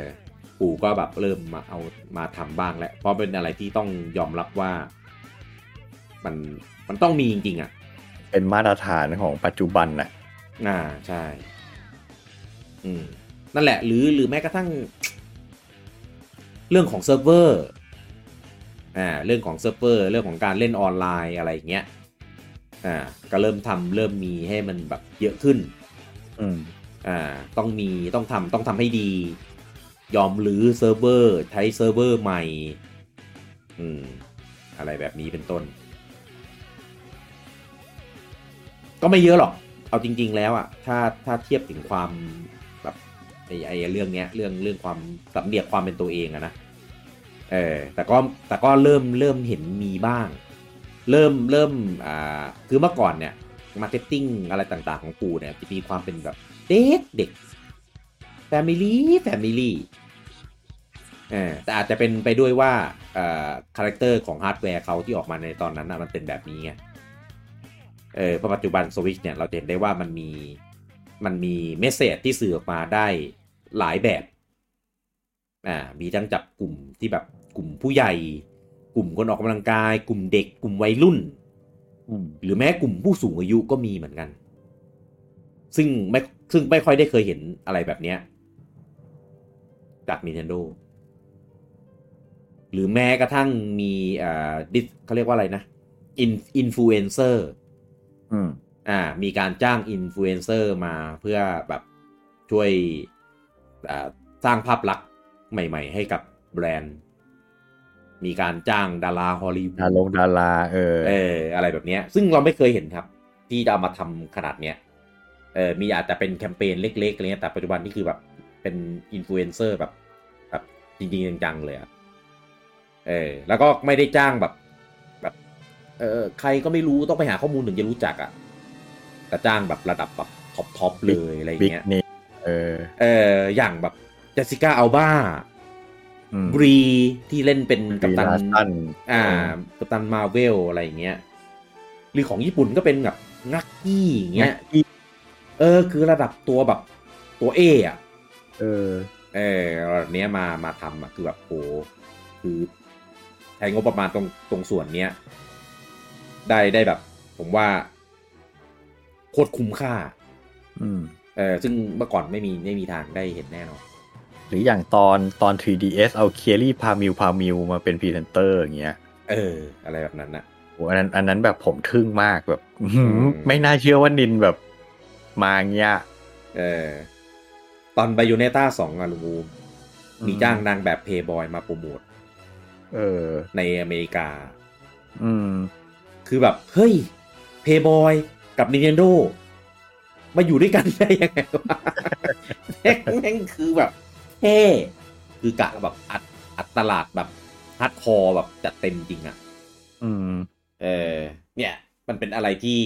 [SPEAKER 1] ปู่ก็แบบเริ่มมาเอามาทำบ้างแล้วเพราะเป็นอะไรที่ต้องยอมรับว่า มันมันต้องมีจริง ๆ อ่ะ
[SPEAKER 2] เป็นมาตรฐานของปัจจุบันน่ะ
[SPEAKER 1] อ่าใช่ อืม นั่นแหละ หรือหรือแม้กระทั่ง เรื่องของเซิร์ฟเวอร์อ่าเรื่องของเซิร์ฟเวอร์ เรื่องของการเล่นออนไลน์อะไรอย่างเงี้ยอ่าก็เริ่มทำเริ่มมีให้มันแบบเยอะขึ้น
[SPEAKER 2] อืม
[SPEAKER 1] อ่าต้องมีต้องทำต้องทำให้ดี ยอมรื้อเซิร์ฟเวอร์ใช้เซิร์ฟเวอร์ใหม่ อืม อะไรแบบนี้เป็นต้น ก็ไม่เยอะหรอก เอาจริง ๆ แล้วอะถ้าถ้าเทียบถึงความแบบไอ้ไอ้เรื่องเนี้ย เรื่องเรื่องความสำเนียกความเป็นตัวเองอะนะเออแต่ก็แต่ก็เริ่มเริ่มเห็นมีบ้าง เริ่มเริ่มอ่าคือเมื่อก่อนเนี่ยมาร์เก็ตติ้งอะไรต่างๆของปูเนี่ยจะมีความเป็นแบบ เด็กเด็กแฟมิลี่แฟมิลี่เออแต่อาจจะเป็นไปด้วยว่าเอ่อคาแรคเตอร์ของฮาร์ดแวร์เขาที่ออกมาในตอนนั้นนะมันเป็นแบบนี้ไงเออเพราะปัจจุบันสวิชเนี่ย เราจะเห็นได้ว่ามันมีมันมีเมสเซจที่สื่อออกมาได้หลายแบบอ่ามีทั้งจับกลุ่มที่แบบกลุ่มผู้ใหญ่ กลุ่มคนออกกำลังกาย กลุ่มเด็ก กลุ่มวัยรุ่น
[SPEAKER 2] อืม
[SPEAKER 1] หรือแม้กลุ่มผู้สูงอายุก็มีเหมือนกัน ซึ่งไม่ซึ่งไม่ค่อยได้เคยเห็นอะไรแบบเนี้ยจาก Nintendo หรือแม้กระทั่งมีเอ่อดิสเขาเรียกว่าอะไรนะอินอินฟลูเอนเซอร์
[SPEAKER 2] อืม
[SPEAKER 1] อ่ามีการจ้างอินฟลูเอนเซอร์มาเพื่อแบบช่วยอ่าสร้างภาพลักษณ์ใหม่ๆ ให้กับแบรนด์ มีการจ้างดาราฮอลลีวู
[SPEAKER 2] ดา
[SPEAKER 1] ด
[SPEAKER 2] ลงดาราเออ
[SPEAKER 1] เอออะไรแบบเนี้ย ซึ่งเราไม่เคยเห็นครับ ที่จะเอามาทำขนาดเนี้ยเออมีอาจจะเป็นแคมเปญเล็กๆอะไรเงี้ยแต่ปัจจุบันนี่คือแบบเป็นอินฟลูเอนเซอร์แบบแบบจริงๆจังๆเลยอะเออแล้วก็ไม่ได้จ้างแบบแบบเออใครก็ไม่รู้ต้องไปหาข้อมูลถึงจะรู้จักอะแต่จ้างแบบระดับแบบท็อปทอปเลยอะไร
[SPEAKER 2] บิ๊ก
[SPEAKER 1] เงี้ย
[SPEAKER 2] นี่เออ
[SPEAKER 1] เอออย่างแบบเจสสิก้าอัลบ้า
[SPEAKER 2] อืม
[SPEAKER 1] บรีที่เล่นเป็นกัปตัน
[SPEAKER 2] ลาสั้น
[SPEAKER 1] อ่ากัปตันมาเวลอะไรอย่างเงี้ยหรือของญี่ปุ่นก็เป็นแบบงักกี้อย่างเงี้ยเออ คือระดับตัวแบบตัวเออะ
[SPEAKER 2] เออ
[SPEAKER 1] เออระดับเนี้ยมามาทำอะคือแบบโหคือใช้งบประมาณตรงตรงส่วนเนี้ย ได้ได้แบบ ผมว่าโคตรคุ้มค่า
[SPEAKER 2] อืม
[SPEAKER 1] เออซึ่งเมื่อก่อนไม่มีไม่มีทางได้เห็นแน่นอน
[SPEAKER 2] หรืออย่างตอนตอน 3ds เอาเคียรี่พามิวพามิวมาเป็นพรีเซนเตอร์อย่างเงี้ย
[SPEAKER 1] เออ อะไรแบบนั้นนะ
[SPEAKER 2] โหอันนั้นอันนั้นแบบผมทึ่งมากแบบ อื้อหือ
[SPEAKER 1] อืม
[SPEAKER 2] ไม่น่าเชื่อว่านินแบบมาเงี้ย
[SPEAKER 1] เออตอนไบยูเนต้าสองอะลุงอูม
[SPEAKER 2] อืม
[SPEAKER 1] มีจ้างนางแบบเพย์บอยมาโปรโมท
[SPEAKER 2] เออ
[SPEAKER 1] ในอเมริกา
[SPEAKER 2] อืม
[SPEAKER 1] คือแบบ เฮ้ย เพย์บอยกับ Nintendo มาอยู่ด้วยกัน ได้ยังไงวะแม่งแม่งคือแบบเท่คือกะแบบอัดอัดตลาดแบบฮาร์ดคอร์แบบจัดเต็มจริงอะ
[SPEAKER 2] อืม
[SPEAKER 1] เออเนี่ยมันเป็นอะไรที่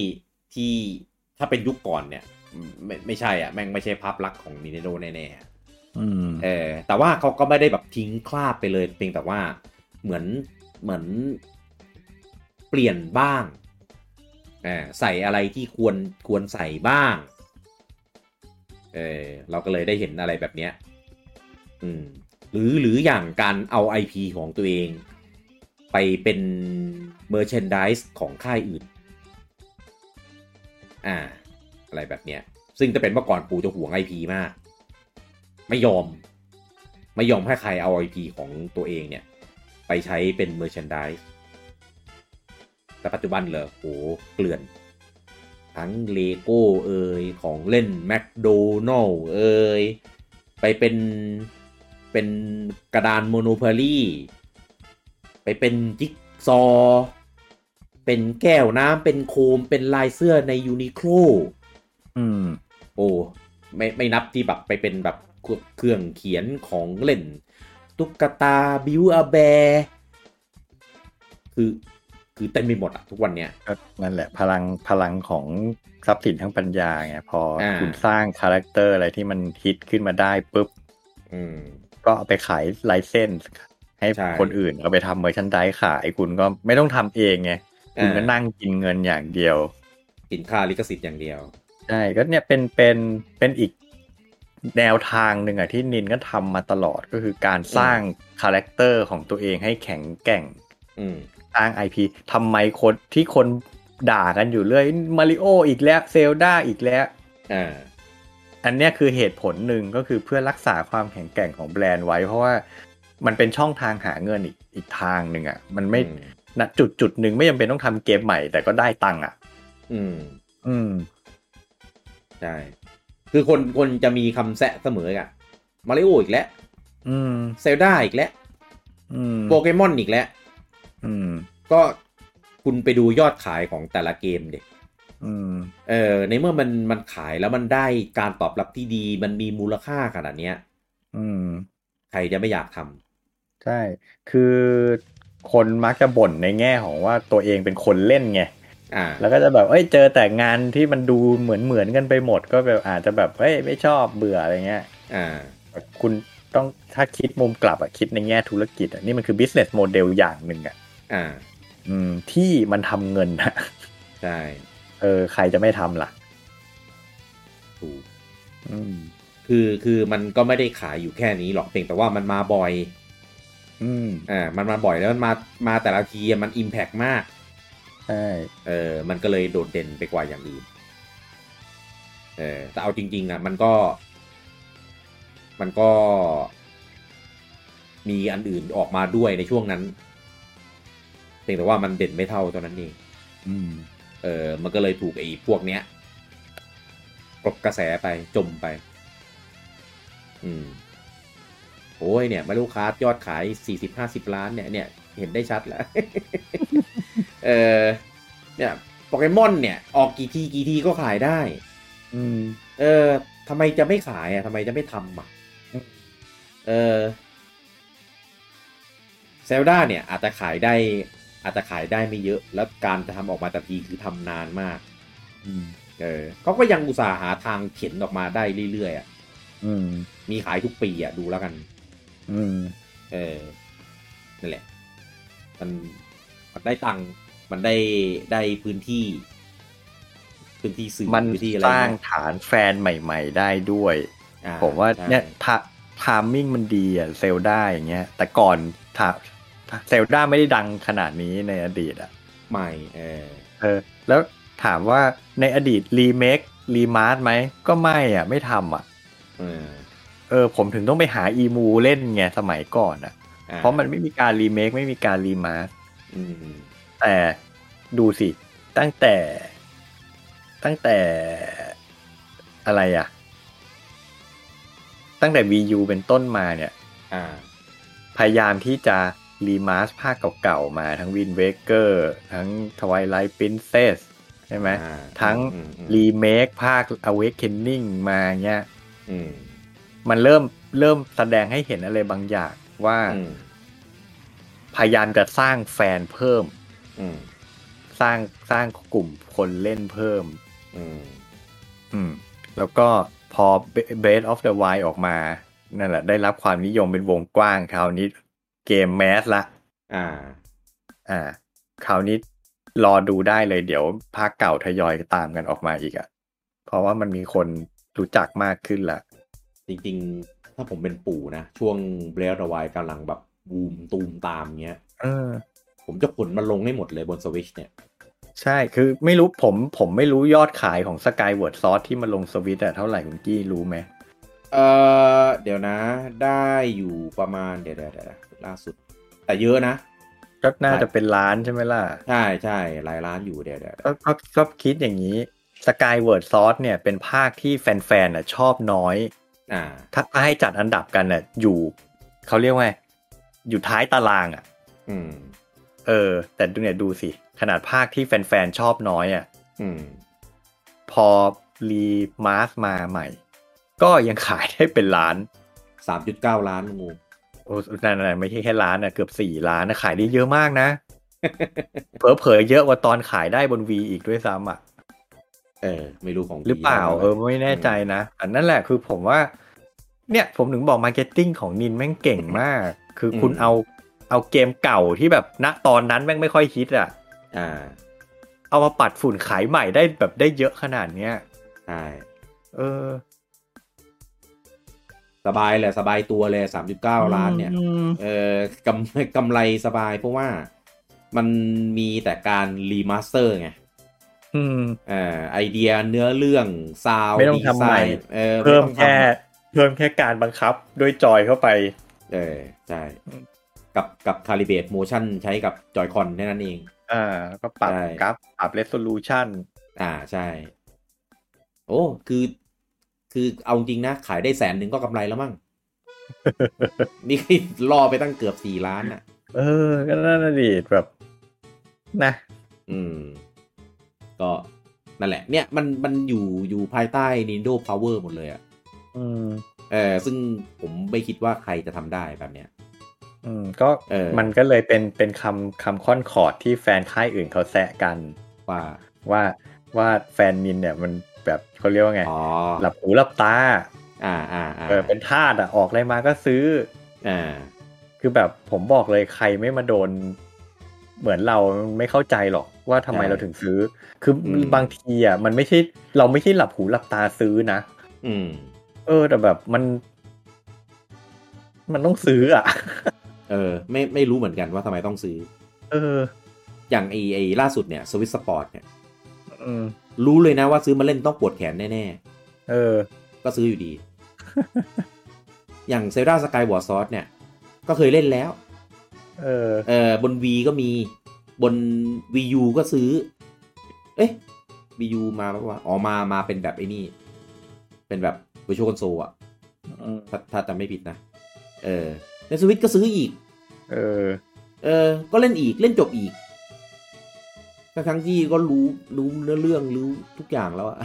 [SPEAKER 1] ที่ถ้าเป็นยุคก่อนเนี่ย ไม่ไม่ใช่อ่ะ แม่งไม่ใช่ภาพลักษณ์ของ Nintendo แน่ๆอะ
[SPEAKER 2] อืม
[SPEAKER 1] เออแต่ว่าเขาก็ไม่ได้แบบทิ้งคราบไปเลยเพียงแต่ว่าเหมือนเหมือนเปลี่ยนบ้างเออใส่อะไรที่ควรควรใส่บ้างเออเราก็เลยได้เห็นอะไรแบบเนี้ยอืมหรือหรืออย่างการเอา IP ของตัวเอง ไปเป็นเมอร์เชนดิสของค่ายอื่น อ่า อะไรแบบเนี้ย ซึ่งจะเป็นเมื่อก่อนปู่จะห่วง IP มาก ไม่ยอม ไม่ยอมให้ใครเอา IP ของตัวเองเนี่ย ไปใช้เป็นเมอร์เชนดิสแต่ปัจจุบันเหรอโหเกลื่อน ทั้งเลโก้เอ่ยของเล่นแม d โดนัลเอ่ยไปเป็นเป็นกระดานโมโนพารีไปเป็นจิ๊กซอว์เป็นแก้วน้ำเป็นโคมเป็นลายเสื้อในยูนิโคล
[SPEAKER 2] อืม
[SPEAKER 1] โอ้ไม่ไม่นับที่แบบไปเป็นแบบเครื่องเขียนของเล่น ตุ๊กตาบิวอาแบร์คือคือเต็มไปหมดอะทุกวันเนี้ย
[SPEAKER 2] ก็นั่นแหละพลังพลังของทรัพย์สินทั้งปัญญาไงพออา คุณสร้างคาแรคเตอร์อะไรที่มันฮิตขึ้นมาได้ปุ๊บ
[SPEAKER 1] อืม
[SPEAKER 2] ก็เอาไปขายไลเซนส์ให้
[SPEAKER 1] ใช่
[SPEAKER 2] คนอื่นเอาไปทำเมอร์ชันดายขายคุณก็ไม่ต้องทำเองไง คุณก็นั่งกินเงินอย่างเดียว
[SPEAKER 1] กินค่าลิขสิทธิ์อย่างเดียว
[SPEAKER 2] ใช่ก็เนี่ยเป็นเป็นเป็นอีกแนวทางหนึ่งอะที่นินก็ทำมาตลอดก็คือการสร้างคาแรคเตอร์ของตัวเองให้แข็งแกร่ง
[SPEAKER 1] อืม
[SPEAKER 2] สร้าง IP ทำไมคนที่คนด่ากันอยู่เรื่อยมาริโออีกแล้วเซลดาอีกแล้ว
[SPEAKER 1] อ่า
[SPEAKER 2] อันเนี้ยคือเหตุผลหนึ่งก็คือเพื่อรักษาความแข็งแกร่งของแบรนด์ไว้ เพราะว่ามันเป็นช่องทางหาเงินอีกอีกทางหนึ่งอะ่ะ มันไม่
[SPEAKER 1] อืม
[SPEAKER 2] ณจุดจุดหนึ่งไม่จำเป็นต้องทำเกมใหม่แต่ก็ได้ตังค์อ่ะ
[SPEAKER 1] อืม
[SPEAKER 2] อืม
[SPEAKER 1] ใช่ คือคนคนจะมีคำแซะเสมออะมาริโออีกแล้ว
[SPEAKER 2] อืม
[SPEAKER 1] เซลดาอีกแล้ว
[SPEAKER 2] อืม
[SPEAKER 1] โปเกมอนอีกแล้ว
[SPEAKER 2] อืม
[SPEAKER 1] ก็คุณไปดูยอดขายของแต่ละเกมดิ
[SPEAKER 2] อืม
[SPEAKER 1] เออในเมื่อมันมันขายแล้วมันได้การตอบรับที่ดีมันมีมูลค่าขนาดเนี้ย
[SPEAKER 2] อืม
[SPEAKER 1] ใครจะไม่อยากทำ
[SPEAKER 2] ใช่ คือคนมักจะบ่นในแง่ของว่าตัวเองเป็นคนเล่นไง
[SPEAKER 1] อ่า
[SPEAKER 2] แล้วก็จะแบบ เอ้ย เจอแต่งานที่มันดูเหมือนเหมือนกันไปหมด ก็แบบอาจจะแบบ เฮ้ย ไม่ชอบเบื่ออะไรเงี้ย
[SPEAKER 1] อ่า
[SPEAKER 2] คุณต้องถ้าคิดมุมกลับอะคิดในแง่ธุรกิจอะนี่มันคือ business model อย่างหนึ่งอะ
[SPEAKER 1] อ่า
[SPEAKER 2] อืม ที่มันทำเงินนะ
[SPEAKER 1] ใช่
[SPEAKER 2] เออ ใครจะไม่ทำล่ะ
[SPEAKER 1] ถูก
[SPEAKER 2] อืม
[SPEAKER 1] คือคือมันก็ไม่ได้ขายอยู่แค่นี้หรอกเพียงแต่ว่ามันมาบ่อย
[SPEAKER 2] อืม
[SPEAKER 1] อ่ามันมาบ่อยแล้วมันมามาแต่ละทีอะมันอิมแพกมาก
[SPEAKER 2] ใช่
[SPEAKER 1] เออมันก็เลยโดดเด่นไปกว่าอย่างอื่นเออแต่เอาจริง ๆอ่ะมันก็ มันก็ มีอันอื่นออกมาด้วยในช่วงนั้นเพียงแต่ว่ามันเด่นไม่เท่าตอนนั้นเอง
[SPEAKER 2] อืม
[SPEAKER 1] เออมันก็เลยถูกไอ้พวกเนี้ยกลบกระแสไปจมไป อืมโอ้ยเนี่ย มาลูกค้ายอดขายสี่สิบห้าสิบล้านเนี่ยเนี่ยเห็นได้ชัดแล้ว เออเนี่ยโปเกมอนเนี่ย ออกกี่ทีกี่ทีก็ขายได้
[SPEAKER 2] อืม
[SPEAKER 1] เออทำไมจะไม่ขายอ่ะทำไมจะไม่ทำอ่ะ เออเซลดาเนี่ย อาจจะขายได้ อาจจะขายได้ไม่เยอะ แล้วการจะทำออกมาแต่ทีคือทำนานมาก
[SPEAKER 2] อืม
[SPEAKER 1] เออเขาก็ยังอุตส่าห์หาทางเข็นออกมาได้เรื่อยๆอ่ะ
[SPEAKER 2] อืม
[SPEAKER 1] มีขายทุกปีอ่ะ ดูแล้วกัน
[SPEAKER 2] อืม
[SPEAKER 1] เออ นั่นแหละ มันมันได้ตังค์ มันได้ได้พื้นที่ พื้นที่สื่อ
[SPEAKER 2] มัน
[SPEAKER 1] พื้นที่อะไร
[SPEAKER 2] สร้าง
[SPEAKER 1] เนอะ
[SPEAKER 2] ฐานแฟนใหม่ ๆ ได้ด้วย
[SPEAKER 1] อ่
[SPEAKER 2] ผมว่า
[SPEAKER 1] ใช่
[SPEAKER 2] เนี่ยทาทามมิ่งมันดีอะเซลด้าอย่างเงี้ย แต่ก่อนทาเซลด้าไม่ได้ดังขนาดนี้ในอดีตอะ
[SPEAKER 1] ใหม่ เออ
[SPEAKER 2] เออแล้วถามว่าในอดีตรีเมครีมาร์ไหม ก็ไม่อ่ะ ไม่ทำอ่ะ
[SPEAKER 1] เออ
[SPEAKER 2] เออ ผมถึงต้องไปหาอีมูเล่นไงสมัยก่อนอ่ะ
[SPEAKER 1] อ่
[SPEAKER 2] เพราะมันไม่มีการรีเมคไม่มีการรีมาร์
[SPEAKER 1] อืม
[SPEAKER 2] แต่ดูสิ ตั้งแต่ตั้งแต่อะไรอ่ะ ตั้งแต่ VU เป็นต้นมาเนี่ย
[SPEAKER 1] อ่า
[SPEAKER 2] พยายามที่จะรีมาร์ภาคเก่าๆมาทั้งวินเวเกอร์ทั้งทวายไลท์ p ินเซส ใช่ไหม
[SPEAKER 1] อ่า
[SPEAKER 2] ทั้ง
[SPEAKER 1] อืมอืม
[SPEAKER 2] รีเมคภาค Awakening มาเงี้ย
[SPEAKER 1] อืม
[SPEAKER 2] มันเริ่มเริ่มแสดงให้เห็นอะไรบางอย่างว่า
[SPEAKER 1] อืม
[SPEAKER 2] พยายามจะสร้างแฟนเพิ่ม
[SPEAKER 1] อืม
[SPEAKER 2] สร้างสร้างกลุ่มคนเล่นเพิ่ม
[SPEAKER 1] อืม
[SPEAKER 2] อืม แล้วก็พอ Breath of the Wild ออกมานั่นแหละ ได้รับความนิยมเป็นวงกว้างคราวนี้เกมแมสละ
[SPEAKER 1] อ่า
[SPEAKER 2] อ่า คราวนี้รอดูได้เลยเดี๋ยวภาคเก่าทยอยตามกันออกมาอีกอะ่ะ เพราะว่ามันมีคนรู้จักมากขึ้นละ
[SPEAKER 1] จริงๆ ถ้าผมเป็นปู่นะ ช่วงเบลดวายกำลังแบบบูมตูมตามเงี้ย
[SPEAKER 2] เออ
[SPEAKER 1] ผมจะขนมาลงให้หมดเลยบนสวิชเนี่ย
[SPEAKER 2] ใช่ คือไม่รู้ผมผมไม่รู้ยอดขายของ Skyward Sword ที่มาลงสวิตอะเท่าไหร่คุณกี้รู้ไหม
[SPEAKER 1] เออเดี๋ยวนะ ได้อยู่ประมาณ เดี๋ยวเดี๋ยวเดี๋ยวล่าสุด แต่เยอะนะ
[SPEAKER 2] ก็น่าจะเป็นล้านใช่ไหมล่ะ
[SPEAKER 1] ใช่ใช่หลายร้านอยู่เดี๋ยวเดี๋ยวเดี๋ยว
[SPEAKER 2] ก็ก็ก็คิดอย่างนี้ Skyward Sword เนี่ยเป็นภาคที่แฟนๆน่ะชอบน้อย
[SPEAKER 1] อ่า
[SPEAKER 2] ถ้าให้จัดอันดับกันน่ะอยู่ เขาเรียกว่าไงอยู่ท้ายตารางอ่ะ
[SPEAKER 1] อืม
[SPEAKER 2] เออ แต่ดูเนี่ยดูสิ ขนาดภาคที่แฟนๆ ชอบน้อยอ่ะ
[SPEAKER 1] อืม
[SPEAKER 2] พอรีมาสมาใหม่ ก็ยังขายได้เป็นล้าน
[SPEAKER 1] สามจุดเก้าล้านงู
[SPEAKER 2] โอ้นั่นนะไม่ใช่แค่ล้านนะเกือบสี่ล้านนะขายได้เยอะมาก นะ เผลอๆ เยอะกว่าตอนขายได้บนวีอีกด้วยซ้ำอ่ะ
[SPEAKER 1] เออ ไม่รู้ของ
[SPEAKER 2] หรือเปล่า เออ ไม่แน่ใจนะ อันนั่นแหละคือผมว่า เนี่ยผมถึงบอกมาร์เก็ตติ้งของนินแม่งเก่งมาก คือคุณเอาเอาเกมเก่าที่แบบณตอนนั้นแม่งไม่ค่อยฮิตอ่ะ
[SPEAKER 1] อ่า
[SPEAKER 2] เอามาปัดฝุ่นขายใหม่ได้แบบได้เยอะขนาดเนี้ย
[SPEAKER 1] ใช่
[SPEAKER 2] เออ
[SPEAKER 1] สบายเลยสบายตัวเลยสามจุดเก้าล้านเนี่ย
[SPEAKER 2] อืม
[SPEAKER 1] เออกำกำไรสบายเพราะว่ามันมีแต่การรีมาสเตอร์ไง
[SPEAKER 2] อืม
[SPEAKER 1] เอ่อไอเดียเนื้อเรื่องซาว
[SPEAKER 2] ไม่ต้องทำใหม่
[SPEAKER 1] ดีไซน์เออไ
[SPEAKER 2] เพิ่ม
[SPEAKER 1] ต้องทำ
[SPEAKER 2] แค่เพิ่มแค่การบังคับด้วยจอยเข้าไป
[SPEAKER 1] เออใช่กับกับคาลิเบตโมชั่นใช้กับจอยคอนแค่นั้นเอง
[SPEAKER 2] อ่าแล้วก็ปรับ
[SPEAKER 1] ใช่
[SPEAKER 2] กราฟปรับเรสโซลูชัน
[SPEAKER 1] อ่าใช่ โอ้ คือ คือเอาจริงนะ ขายได้แสนหนึ่งก็กำไรแล้วมั้ง นี่ ล่อไปตั้งเกือบสี่ล้านอ่ะ
[SPEAKER 2] เออ ก็นั่นนะดิแบบนะ
[SPEAKER 1] อืม ก็นั่นแหละ เนี่ยมันมันอยู่อยู่ภายใต้ Nintendo Power หมดเลยอ่ะ
[SPEAKER 2] อืม
[SPEAKER 1] เออซึ่งผมไม่คิดว่าใครจะทำได้แบบเนี้ย
[SPEAKER 2] อืม ก็
[SPEAKER 1] เออ
[SPEAKER 2] มันก็เลยเป็นเป็นคำคำค่อนขอดที่แฟนค่ายอื่นเขาแซะกัน
[SPEAKER 1] ว่า
[SPEAKER 2] ว่าว่าแฟนนินเนี่ยมันแบบเขาเรียกว่าไง
[SPEAKER 1] อ๋อ
[SPEAKER 2] หลับหูหลับตา
[SPEAKER 1] อ่าอ่าอ่า
[SPEAKER 2] เออเป็นทาสอ่ะออกอะไรมาก็ซื้อ
[SPEAKER 1] อ่า
[SPEAKER 2] คือแบบผมบอกเลยใครไม่มาโดน เหมือนเราไม่เข้าใจหรอกว่าทำไม
[SPEAKER 1] ใช่
[SPEAKER 2] เราถึงซื้อ คืออ
[SPEAKER 1] ม
[SPEAKER 2] บางทีอ่ะมันไม่ใช่เราไม่ใช่หลับหูหลับตาซื้อนะ
[SPEAKER 1] อืม
[SPEAKER 2] เออ แต่แบบมัน มันต้องซื้ออ่ะ
[SPEAKER 1] เออไม่ไม่รู้เหมือนกันว่าทำไมต้องซื้อ
[SPEAKER 2] เออ
[SPEAKER 1] อย่างไอไอล่าสุดเนี่ยสวิตสปอร์ตเนี่ย
[SPEAKER 2] อืม
[SPEAKER 1] รู้เลยนะว่าซื้อมาเล่นต้องปวดแขนแน่
[SPEAKER 2] เออ
[SPEAKER 1] ๆ ก็ซื้ออยู่ดี อย่างเซ l ดาสกายวอร์ซอสเนี่ย ก็เคยเล่นแล้ว
[SPEAKER 2] เออ
[SPEAKER 1] เออบน V ก็มีบน VU ก็ซื้อ เอ๊ะ VU มาปะวะอ๋อมามาเป็นแบบไอ้นี่ เป็นแบบ Virtual Console อะ
[SPEAKER 2] อืม
[SPEAKER 1] ถ้าถ้าจำไม่ผิดนะ เออ ในสวิตก็ซื้ออีก
[SPEAKER 2] เออ
[SPEAKER 1] เออ ก็เล่นอีกเล่นจบอีก ทั้งทั้งๆที่ก็รู้รู้เนื้อเรื่องรู้ทุกอย่างแล้วอะ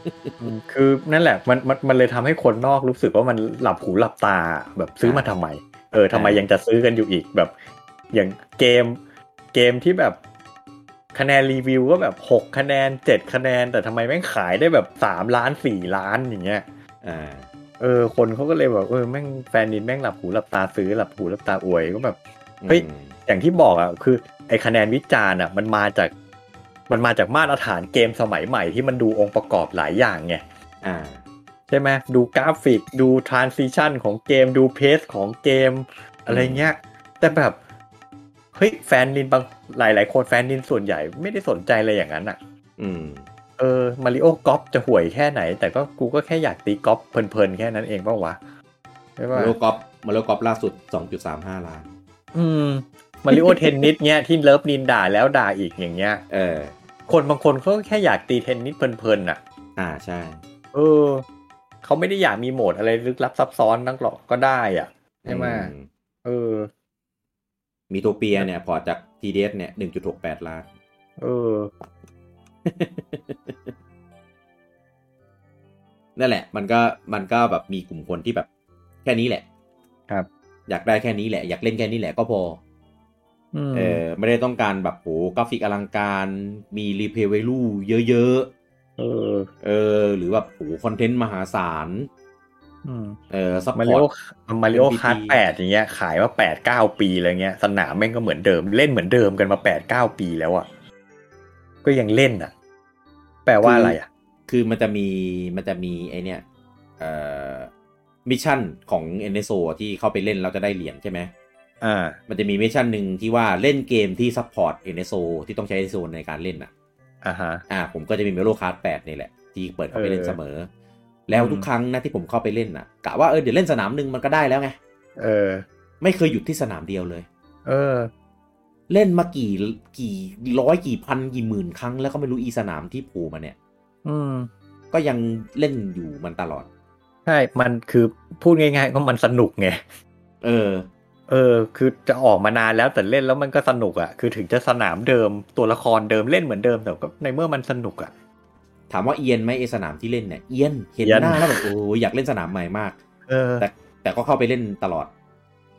[SPEAKER 2] อืมคือนั่นแหละมันมันมันเลยทำให้คนนอกรู้สึกว่ามันหลับหูหลับตา แบบซื้อมาทำไม เออทำไมยังจะซื้อกันอยู่อีกแบบ อย่างเกม เกมที่แบบคะแนนรีวิวก็แบบหกคะแนนเจ็ดคะแนน แต่ทำไมแม่งขายได้แบบสามล้านสี่ล้านอย่างเงี้ย
[SPEAKER 1] อ่า
[SPEAKER 2] เออคนเขาก็เลยแบบเออแม่งแฟนนินแม่งหลับหูหลับตาซื้อหลับหูหลับตาอวยก็แบบ เฮ้ย อย่างที่บอกอ่ะคือไอคะแนนวิจารณ์อ่ะมันมาจาก มันมาจากมาตรฐานเกมสมัยใหม่ที่มันดูองค์ประกอบหลายอย่างไง
[SPEAKER 1] อ่า
[SPEAKER 2] ใช่ไหมดูกราฟิกดูทรานซิชันของเกมดูเพสของเกม อะไรเงี้ย แต่แบบ เฮ้ย แฟนลินบางหลายหลายๆคนแฟนลินส่วนใหญ่ไม่ได้สนใจอะไรอย่างนั้นอ่ะ
[SPEAKER 1] อืม
[SPEAKER 2] เออมาริโอกอฟจะห่วยแค่ไหน แต่ก็กูก็แค่อยากตีกอฟเพลินๆ แค่นั้นเองเปล่าวะใช่
[SPEAKER 1] มา
[SPEAKER 2] ป่ะ
[SPEAKER 1] โลกอปมาโลกอปล่าสุด 2.35 ล้าน
[SPEAKER 2] อืมมาริโอ เทนนิสเนี้ยที่เลิฟลินด่าแล้วด่าอีกอย่างเงี้ย
[SPEAKER 1] เออ
[SPEAKER 2] คนบางคนเขาก็แค่อยากตีเทนนิสเพลินๆน่ะ
[SPEAKER 1] อ่าใช่
[SPEAKER 2] เออเขาไม่ได้อยากมีโหมดอะไรลึกลับซับซ้อนนักหรอกก็ได้อ่ะใช่ไหม
[SPEAKER 1] อื
[SPEAKER 2] เออ
[SPEAKER 1] มีโทเปียเนี่ย พอร์ตจาก TDS เนี่ย 1.68 ล้าน
[SPEAKER 2] เออ
[SPEAKER 1] นั่นแหละ มันก็มันก็แบบมีกลุ่มคนที่แบบแค่นี้แหละ
[SPEAKER 2] ครับ
[SPEAKER 1] อยากได้แค่นี้แหละ อยากเล่นแค่นี้แหละก็พอ
[SPEAKER 2] ม
[SPEAKER 1] เออไม่ได้ต้องการแบบโหกราฟิกอลังการมีรีเพลย์เวลูเยอะ
[SPEAKER 2] เออ
[SPEAKER 1] ๆเออ หรือแบบโหคอนเทนต์มหาศาล
[SPEAKER 2] อืม
[SPEAKER 1] เออซัพพ
[SPEAKER 2] มาริ
[SPEAKER 1] อร์
[SPEAKER 2] โอ
[SPEAKER 1] ต
[SPEAKER 2] มาริโอ
[SPEAKER 1] เป็น
[SPEAKER 2] คัส
[SPEAKER 1] PT
[SPEAKER 2] แปดอย่างเงี้ย ขายมาแปดเก้าปีอะไรเงี้ย สนามแม่งก็เหมือนเดิม เล่นเหมือนเดิมกันมาแปดเก้าปีแล้วอ่ะ ก็ยังเล่นอ่ะ แปลว่าอะไรอ่ะ
[SPEAKER 1] คือมันจะมีมันจะมีไอเนี่ยเอ่อมิชชั่นของ n s o ที่เข้าไปเล่นเราจะได้เหรียญใช่ไหม
[SPEAKER 2] อ่า
[SPEAKER 1] มันจะมีมิชชั่นหนึ่งที่ว่าเล่นเกมที่ซัพพอร์ต NSO ที่ต้องใช้ NSO ในการเล่นอ่ะ
[SPEAKER 2] อ่าฮะ
[SPEAKER 1] อ่า ผมก็จะมีเมโลคาร์ด8นี่แหละ ที่เปิดเข้าไปเล่นเสมอ แล้วทุกครั้งนะที่ผมเข้าไปเล่นน่ะกะว่าเออเดี๋ยวเล่นสนามหนึ่งมันก็ได้แล้วไง
[SPEAKER 2] เออ
[SPEAKER 1] ไม่เคยหยุดที่สนามเดียวเลย
[SPEAKER 2] เออ
[SPEAKER 1] เล่นมากี่กี่ร้อยกี่พันกี่หมื่นครั้งแล้วก็ไม่รู้อีสนามที่ปูมาเนี่ย
[SPEAKER 2] อืม
[SPEAKER 1] ก็ยังเล่นอยู่มันตลอด
[SPEAKER 2] ใช่ มันคือพูดง่ายๆก็มันสนุกไง
[SPEAKER 1] เออ
[SPEAKER 2] เออ คือจะออกมานานแล้วแต่เล่นแล้วมันก็สนุกอะ่ะ คือถึงจะสนามเดิมตัวละครเดิมเล่นเหมือนเดิมแต่ก็ในเมื่อมันสนุกอะ่ะ
[SPEAKER 1] ถามว่าเอียนไหมไอสนามที่เล่นเนี่ยเอียนเห็น
[SPEAKER 2] เอียน
[SPEAKER 1] หน้าแล้วแบบโอ้ยอยากเล่นสนามใหม่มาก
[SPEAKER 2] เออ
[SPEAKER 1] แต่แต่ก็เข้าไปเล่นตลอด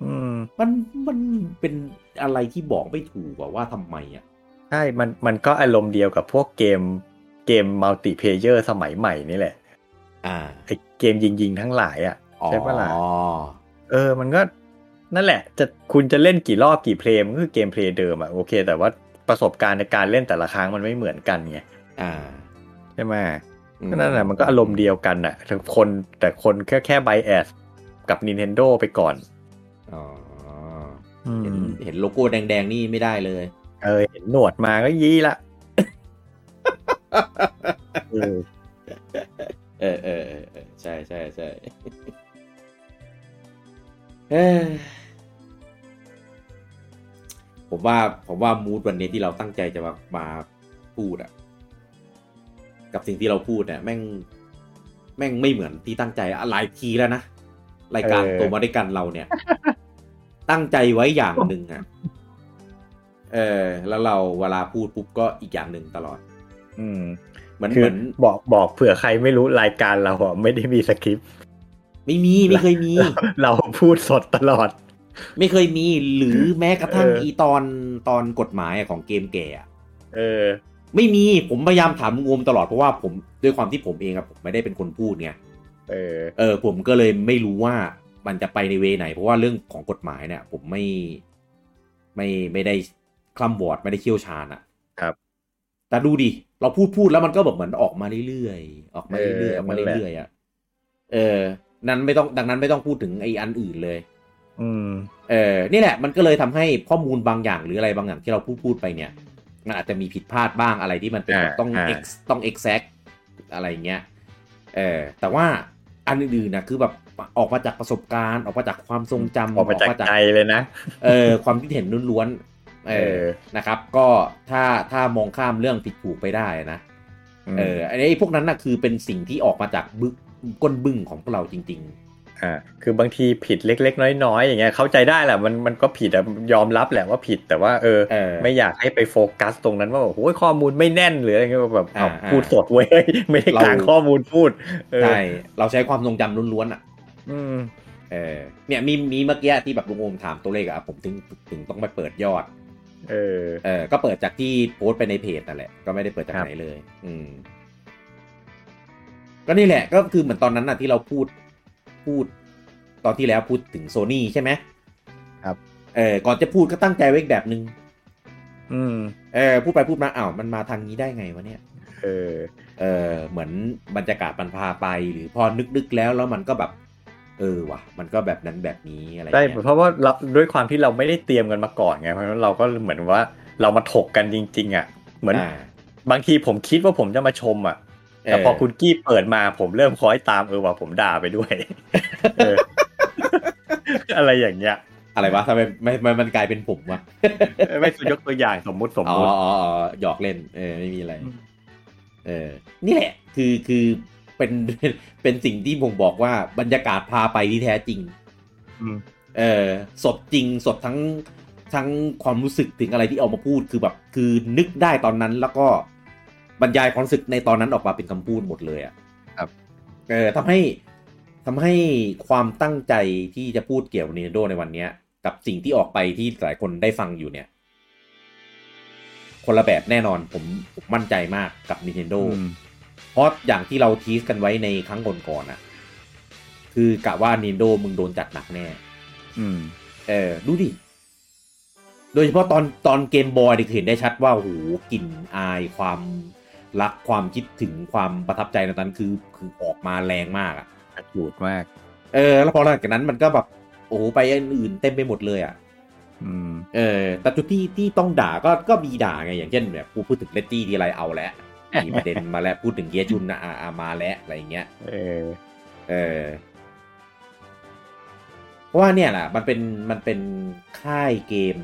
[SPEAKER 2] อืม
[SPEAKER 1] มันมันเป็นอะไรที่บอกไม่ถูกอะว่าทำไมอะ
[SPEAKER 2] ใช่ มัน มันก็อารมณ์เดียวกับพวกเกม เกมมัลติเพเยอร์สมัยใหม่นี่แหละ
[SPEAKER 1] อ่า
[SPEAKER 2] ไอเกมยิงๆทั้งหลายอ่ะ ใช่ปะล่ะ
[SPEAKER 1] อ๋อ
[SPEAKER 2] เออ มันก็นั่นแหละ จะคุณจะเล่นกี่รอบกี่เพลงมันก็คือเกมเพลย์เดิมอะ่ะ โอเค แต่ว่าประสบการณ์ในการเล่นแต่ละครั้งมันไม่เหมือนกันไง
[SPEAKER 1] อ่า
[SPEAKER 2] ใช่ไหม
[SPEAKER 1] อื
[SPEAKER 2] ก็นั่นแหละมันก็อารมณ์เดียวกันน่ะแต่คนแต่คนแค่แค่ไบแอสกับ Nintendo ไปก่อน
[SPEAKER 1] อ๋อ
[SPEAKER 2] อ
[SPEAKER 1] เห็นเห็นโลโก้แดงๆนี่ไม่ได้เลย
[SPEAKER 2] เออเห็นหนวดมาก็ยี่ละ เออ
[SPEAKER 1] เออเออเออเออใช่ใช่ใช่เอ้ยผมว่าผมว่ามูดวันนี้ที่เราตั้งใจจะมามาพูดอะกับสิ่งที่เราพูดเนี่ยแม่ง แม่งไม่เหมือนที่ตั้งใจอะหลายทีแล้วนะรายการตัวมาด้วยกันเราเนี่ย ตั้งใจไว้อย่างหนึ่งอะเออ แล้วเราเวลาพูดปุ๊บก็อีกอย่างหนึ่งตลอด
[SPEAKER 2] อืม
[SPEAKER 1] เหมือน
[SPEAKER 2] คื
[SPEAKER 1] เห
[SPEAKER 2] อ
[SPEAKER 1] มือน
[SPEAKER 2] บอกบอกเผื่อใครไม่รู้รายการเราอะไม่ได้มีสคริปต์
[SPEAKER 1] ไม่มีไม่เคยมี
[SPEAKER 2] เราพูดสดตลอด
[SPEAKER 1] ไม่เคยมีหรือแม้กระทั่ง
[SPEAKER 2] เอออี
[SPEAKER 1] อีตอนตอนกฎหมายอะของเกมแก่อะ
[SPEAKER 2] เออ
[SPEAKER 1] ไม่มีผมพยายามถามงวมตลอดเพราะว่าผมด้วยความที่ผมเองอะผมไม่ได้เป็นคนพูดไง
[SPEAKER 2] เออ
[SPEAKER 1] เออผมก็เลยไม่รู้ว่ามันจะไปในเวไหน เพราะว่าเรื่องของกฎหมายเนี่ย ผมไม่ไม่ไม่ได้คล่ำบอดไม่ได้เชี่ยวชาญอะ
[SPEAKER 2] ครับ
[SPEAKER 1] แต่ดูดิเราพูดพูดแล้วมันก็แบบเหมือนออกมาเรื่อยๆออกมา
[SPEAKER 2] เอ
[SPEAKER 1] เรื่อ
[SPEAKER 2] อย
[SPEAKER 1] ๆออกมา
[SPEAKER 2] นั่นแหละ
[SPEAKER 1] เรื่อยๆอะเออ นั้นไม่ต้องดังนั้นไม่ต้องพูดถึงไอ้อันอื่นเลย
[SPEAKER 2] อืม
[SPEAKER 1] เออนี่แหละมันก็เลยทำให้ข้อมูลบางอย่างหรืออะไรบางอย่างที่เราพูดพูดไปเนี่ยมันอาจจะมีผิดพลาดบ้างอะไรที่มันเป็น
[SPEAKER 2] อ่า
[SPEAKER 1] ต้อง
[SPEAKER 2] อ่า
[SPEAKER 1] ex ต้อง exact อะไรเงี้ยเออแต่ว่าอันอื่นๆนะคือแบบออกมาจากประสบการณ์ ออกมาจากความทรงจำ
[SPEAKER 2] ออกมาจากใจเลยนะ
[SPEAKER 1] เออความคิดเห็นล้วนๆเอ
[SPEAKER 2] เอ
[SPEAKER 1] อ
[SPEAKER 2] อ
[SPEAKER 1] นะครับ ก็ถ้าถ้ามองข้ามเรื่องผิดถูกไปได้นะเออไอ้พวกนั้นนะคือเป็นสิ่งที่ออกมาจากบึกก้นบึ้งของพวกเราจริง ๆ
[SPEAKER 2] อ่าคือบางทีผิดเล็ก ๆ น้อยๆอย่างเงี้ยเข้าใจได้แหละมันมันก็ผิดอะยอมรับแหละว่าผิดแต่ว่าเออ
[SPEAKER 1] เออ
[SPEAKER 2] ไม่อยากให้ไปโฟกัสตรงนั้นว่าแบบโอ้ยข้อมูลไม่แน่นหรืออะไรเงี้ยแบบเอา
[SPEAKER 1] อ่าอ่า
[SPEAKER 2] พูดสดเว้ย ไม่ได้
[SPEAKER 1] เรา
[SPEAKER 2] กลางข้อมูลพูด เออ
[SPEAKER 1] ใช่เราใช้ความทรงจำล้วนๆอ่ะ
[SPEAKER 2] อืม
[SPEAKER 1] เออเนี่ยมีมีเมื่อกี้ที่แบบลุงโอมถามตัวเลขอะผมถึงถึงต้องไปเปิดยอด
[SPEAKER 2] เออ
[SPEAKER 1] เออก็เปิดจากที่โพสต์ไปในเพจนั่นแหละก็ไม่ได้เปิดจาก
[SPEAKER 2] ครับ
[SPEAKER 1] ไหนเลย อืม ก็นี่แหละ ก็คือเหมือนตอนนั้นน่ะที่เราพูดพูด ตอนที่แล้วพูดถึงโซนี่ใช่ไหม
[SPEAKER 2] ครับ
[SPEAKER 1] เออก่อนจะพูดก็ตั้งใจไว้อีกแบบนึง
[SPEAKER 2] อืม
[SPEAKER 1] เออพูดไปพูดมาอ้าวมันมาทางนี้ได้ไงวะเนี่ย
[SPEAKER 2] เออ
[SPEAKER 1] เออเหมือนบรรยากาศมันพาไปหรือพอนึกๆแล้วแล้วมันก็แบบ เออว่ะ มันก็แบบนั้นแบบนี้อะไรอย่าง
[SPEAKER 2] ได้
[SPEAKER 1] เงี้ย
[SPEAKER 2] เพราะว่าเราด้วยความที่เราไม่ได้เตรียมกันมาก่อนไงเพราะฉะนั้นเราก็เหมือนว่าเรามาถกกันจริง ๆ อ่ะ เหมือน
[SPEAKER 1] อ่า
[SPEAKER 2] บางทีผมคิดว่าผมจะมาชมอ่ะ แต่พอคุณกี้เปิดมาผมเริ่มคล้อยตามเออว่าผมด่าไปด้วย เอ อ อะไรอย่างเงี้ย
[SPEAKER 1] อะไรวะทำไมไม่ไม่มันกลายเป็นผมวะ
[SPEAKER 2] ไม่สุยกตัวอย่างสมมุติสม
[SPEAKER 1] อ๋อ
[SPEAKER 2] มุติ
[SPEAKER 1] อ๋ออ๋อหยอกเล่น เออ ไม่มีอะไร เออ นี่แหละ คือ คือ เป็น เป็นสิ่งที่ผมบอกว่าบรรยากาศพาไปที่แท้จริง
[SPEAKER 2] อืม
[SPEAKER 1] เออ สดจริง สดทั้ง ทั้งความรู้สึกถึงอะไรที่เออกมาพูด คือแบบ คือนึกได้ตอนนั้น แล้วก็ บรรยายความรู้สึกในตอนนั้นออกมาเป็นคำพูดหมดเลยอะ
[SPEAKER 2] ครับ
[SPEAKER 1] เออทำให้ทำให้ความตั้งใจที่จะพูดเกี่ยวกับ Nintendo ในวันเนี้ย กับสิ่งที่ออกไปที่หลายคนได้ฟังอยู่เนี่ย คนละแบบแน่นอนผมผมมั่นใจมากกับ Nintendo
[SPEAKER 2] อืม
[SPEAKER 1] เพราะอย่างที่เราทีสกันไว้ในครั้งก่อนๆอะคือกะว่า Nintendo มึงโดนจัดหนักแน่
[SPEAKER 2] อืม
[SPEAKER 1] เออดูดิ โดยเฉพาะตอนตอนเกมบอยนี่คือเห็นได้ชัดว่าโอ้โหกลิ่นอายความรักความคิดถึงความประทับใจในตอนนั้นคือคือออกมาแรงมากอะ
[SPEAKER 2] อัดบูดมาก
[SPEAKER 1] เออ แล้วพอหลังจากนั้นมันก็แบบโอ้โหไปอันอื่นเต็มไปหมดเลยอะ
[SPEAKER 2] อืม
[SPEAKER 1] เออแต่จุดที่ที่ต้องด่าก็ก็มีด่าไงอย่างเช่นแบบกูพูดถึงเลตตี้ทีไรเอาแล้วมีประเด็นมาแล้วพูดถึงเกียร์จุนนะอ่าอ่ามาแล้วอะไรอย่างเงี้ย
[SPEAKER 2] เออ
[SPEAKER 1] เออเพราะว่าเนี่ยแหละมันเป็นมันเป็นค่ายเกม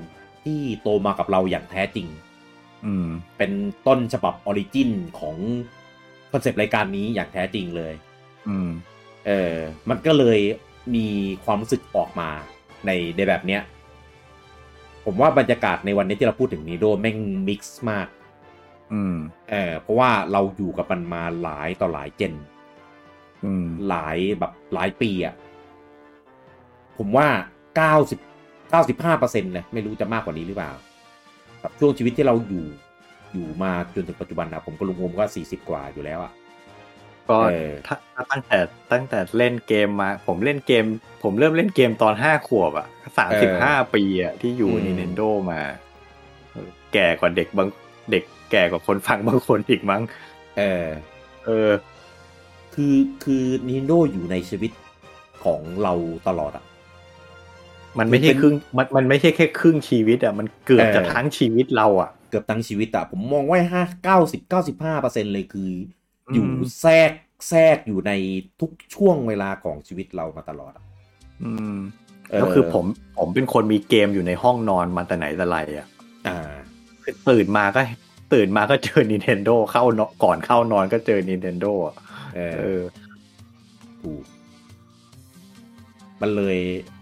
[SPEAKER 1] ที่โตมากับเราอย่างแท้จริง
[SPEAKER 2] อืม
[SPEAKER 1] เป็นต้นฉบับออริจินของคอนเซปต์รายการนี้อย่างแท้จริงเลย
[SPEAKER 2] อืม
[SPEAKER 1] เออมันก็เลยมีความรู้สึกออกมาในในแบบเนี้ย ผมว่าบรรยากาศในวันนี้ที่เราพูดถึงนีโดแม่งมิกซ์มาก
[SPEAKER 2] อืม
[SPEAKER 1] เออเพราะว่าเราอยู่กับมันมาหลายต่อหลายเจน
[SPEAKER 2] อืม
[SPEAKER 1] หลายแบบหลายปีอะผมว่าเก้าสิบเก้าสิบห้าเปอร์เซ็นต์นะไม่รู้จะมากกว่านี้หรือเปล่าแบบช่วงชีวิตที่เราอยู่อยู่มาจนถึงปัจจุบันนะผมก็ลุงงมก็สี่สิบกว่าอยู่แล้วอะ
[SPEAKER 2] ก็
[SPEAKER 1] เออ
[SPEAKER 2] ถ้าถ้าตั้งแต่ตั้งแต่เล่นเกมมา ผมเล่นเกม ผมเริ่มเล่นเกมตอนห้าขวบอะสามสิบห้าปีอะที่อยู่
[SPEAKER 1] อืม
[SPEAKER 2] Nintendo มาเออแก่กว่าเด็กบางเด็กแก่กว่าคนฟังบางคนอีกมั้ง
[SPEAKER 1] เออ
[SPEAKER 2] เออ
[SPEAKER 1] คือคือนินโดอยู่ในชีวิตของเราตลอดอะ
[SPEAKER 2] มันไม่
[SPEAKER 1] มั
[SPEAKER 2] ใช่
[SPEAKER 1] นเป็น
[SPEAKER 2] ครึ่งมันมันไม่ใช่แค่ครึ่งชีวิตอะมันเกือบ
[SPEAKER 1] เออ
[SPEAKER 2] จะทั้งชีวิตเราอะ
[SPEAKER 1] เกือบทั้งชีวิตอะผมมองว่าห้าเก้าสิบเก้าสิบห้าเปอร์เซ็นเลยคือ อยู่
[SPEAKER 2] อืม
[SPEAKER 1] แทรกแทรกอยู่ในทุกช่วงเวลาของชีวิตเรามาตลอดอะ
[SPEAKER 2] อืม
[SPEAKER 1] เ
[SPEAKER 2] แล้วคือผมผมเป็นคนมีเกมอยู่ในห้องนอนมาแต่ไหนแต่ไรอะ
[SPEAKER 1] อ่า
[SPEAKER 2] ตื่นมาก็ตื่นมาก็เจอ Nintendo เข้านอนก่อนเข้านอนก็เจอ Nintendo อะ
[SPEAKER 1] เอ
[SPEAKER 2] เอ
[SPEAKER 1] อ
[SPEAKER 2] อ
[SPEAKER 1] ถูกมันเลย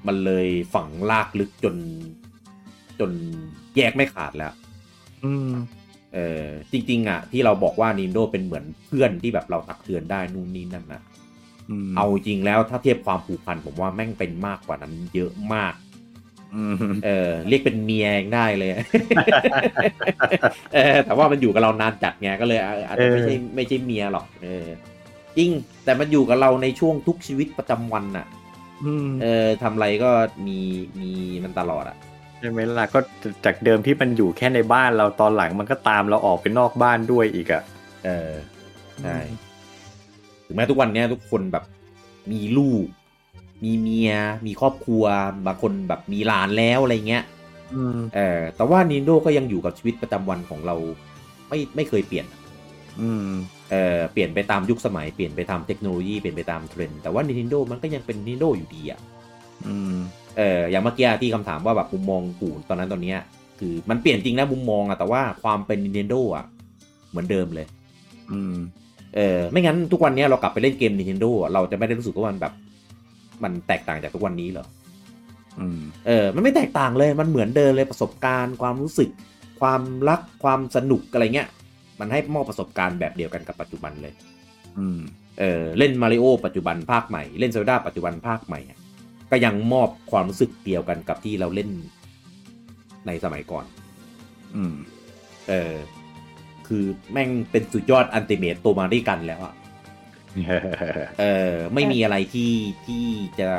[SPEAKER 1] มันเลยฝังลากลึกจน จนแยกไม่ขาดแล้ว
[SPEAKER 2] อืม
[SPEAKER 1] เออจริง ๆ อ่ะ ที่เราบอกว่านินโดเป็นเหมือนเพื่อนที่แบบเราตักเตือนได้นู่นนี่นั่นนะเอาจริงแล้วถ้าเทียบความผูกพันผมว่าแม่งเป็นมากกว่านั้นเยอะมาก
[SPEAKER 2] อืม
[SPEAKER 1] เออเรียกเป็นเมียยังได้เลย เออแต่ว่ามันอยู่กับเรานานจัดไงก็เลยอาจจะไม่ใช่ไม่ใช่เมียหรอกเออจริง แต่มันอยู่กับเราในช่วงทุกชีวิตประจำวันน่ะ
[SPEAKER 2] อืม
[SPEAKER 1] เออทำอะไรก็มีมีมันตลอดอะ
[SPEAKER 2] ใช่ไหมล่ะก็จากเดิมที่มันอยู่แค่ในบ้านเราตอนหลังมันก็ตามเราออกไปนอกบ้านด้วยอีกอ่ะ
[SPEAKER 1] เออใช่ถึงแม้ทุกวันเนี้ยทุกคนแบบมีลูก มีเมีย มีครอบครัวบางคนแบบมีหลานแล้วอะไรเงี้ย
[SPEAKER 2] อืม
[SPEAKER 1] เออแต่ว่านินโดก็ยังอยู่กับชีวิตประจำวันของเรา ไม่ไม่เคยเปลี่ยน
[SPEAKER 2] อืม
[SPEAKER 1] เออเปลี่ยนไปตามยุคสมัยเปลี่ยนไปตามเทคโนโลยีเปลี่ยนไปตามเทรนด์แต่ว่า Nintendo มันก็ยังเป็น Nintendo อยู่ดีอะ
[SPEAKER 2] อืม
[SPEAKER 1] เอออย่างเมื่อกี้ที่คำถามว่าแบบมุมมองกูตอนนั้นตอนเนี้ยคือมันเปลี่ยนจริงนะมุมมองอะแต่ว่าความเป็น Nintendo อะเหมือนเดิมเลย
[SPEAKER 2] อืม
[SPEAKER 1] เออไม่งั้นทุกวันเนี้ยเรากลับไปเล่นเกม Nintendo อะเราจะไม่ได้รู้สึกว่ามันแบบ มันแตกต่างจากทุกวันนี้เหรอ
[SPEAKER 2] อืม
[SPEAKER 1] เออมันไม่แตกต่างเลยมันเหมือนเดิมเลยประสบการณ์ ความรู้สึก ความรักความสนุกอะไรเงี้ย มันให้มอบประสบการณ์แบบเดียวกันกับปัจจุบันเลย
[SPEAKER 2] อืม
[SPEAKER 1] เออเล่นมาริโอปัจจุบันภาคใหม่เล่นเซลดาปัจจุบันภาคใหม่อะก็ยังมอบความรู้สึกเดียวกันกับที่เราเล่นในสมัยก่อน
[SPEAKER 2] อืม
[SPEAKER 1] เออคือแม่งเป็นสุดยอดอันติเมตโตมาด้วยกันแล้วอะเออไม่มีอะไรที่ที่จะ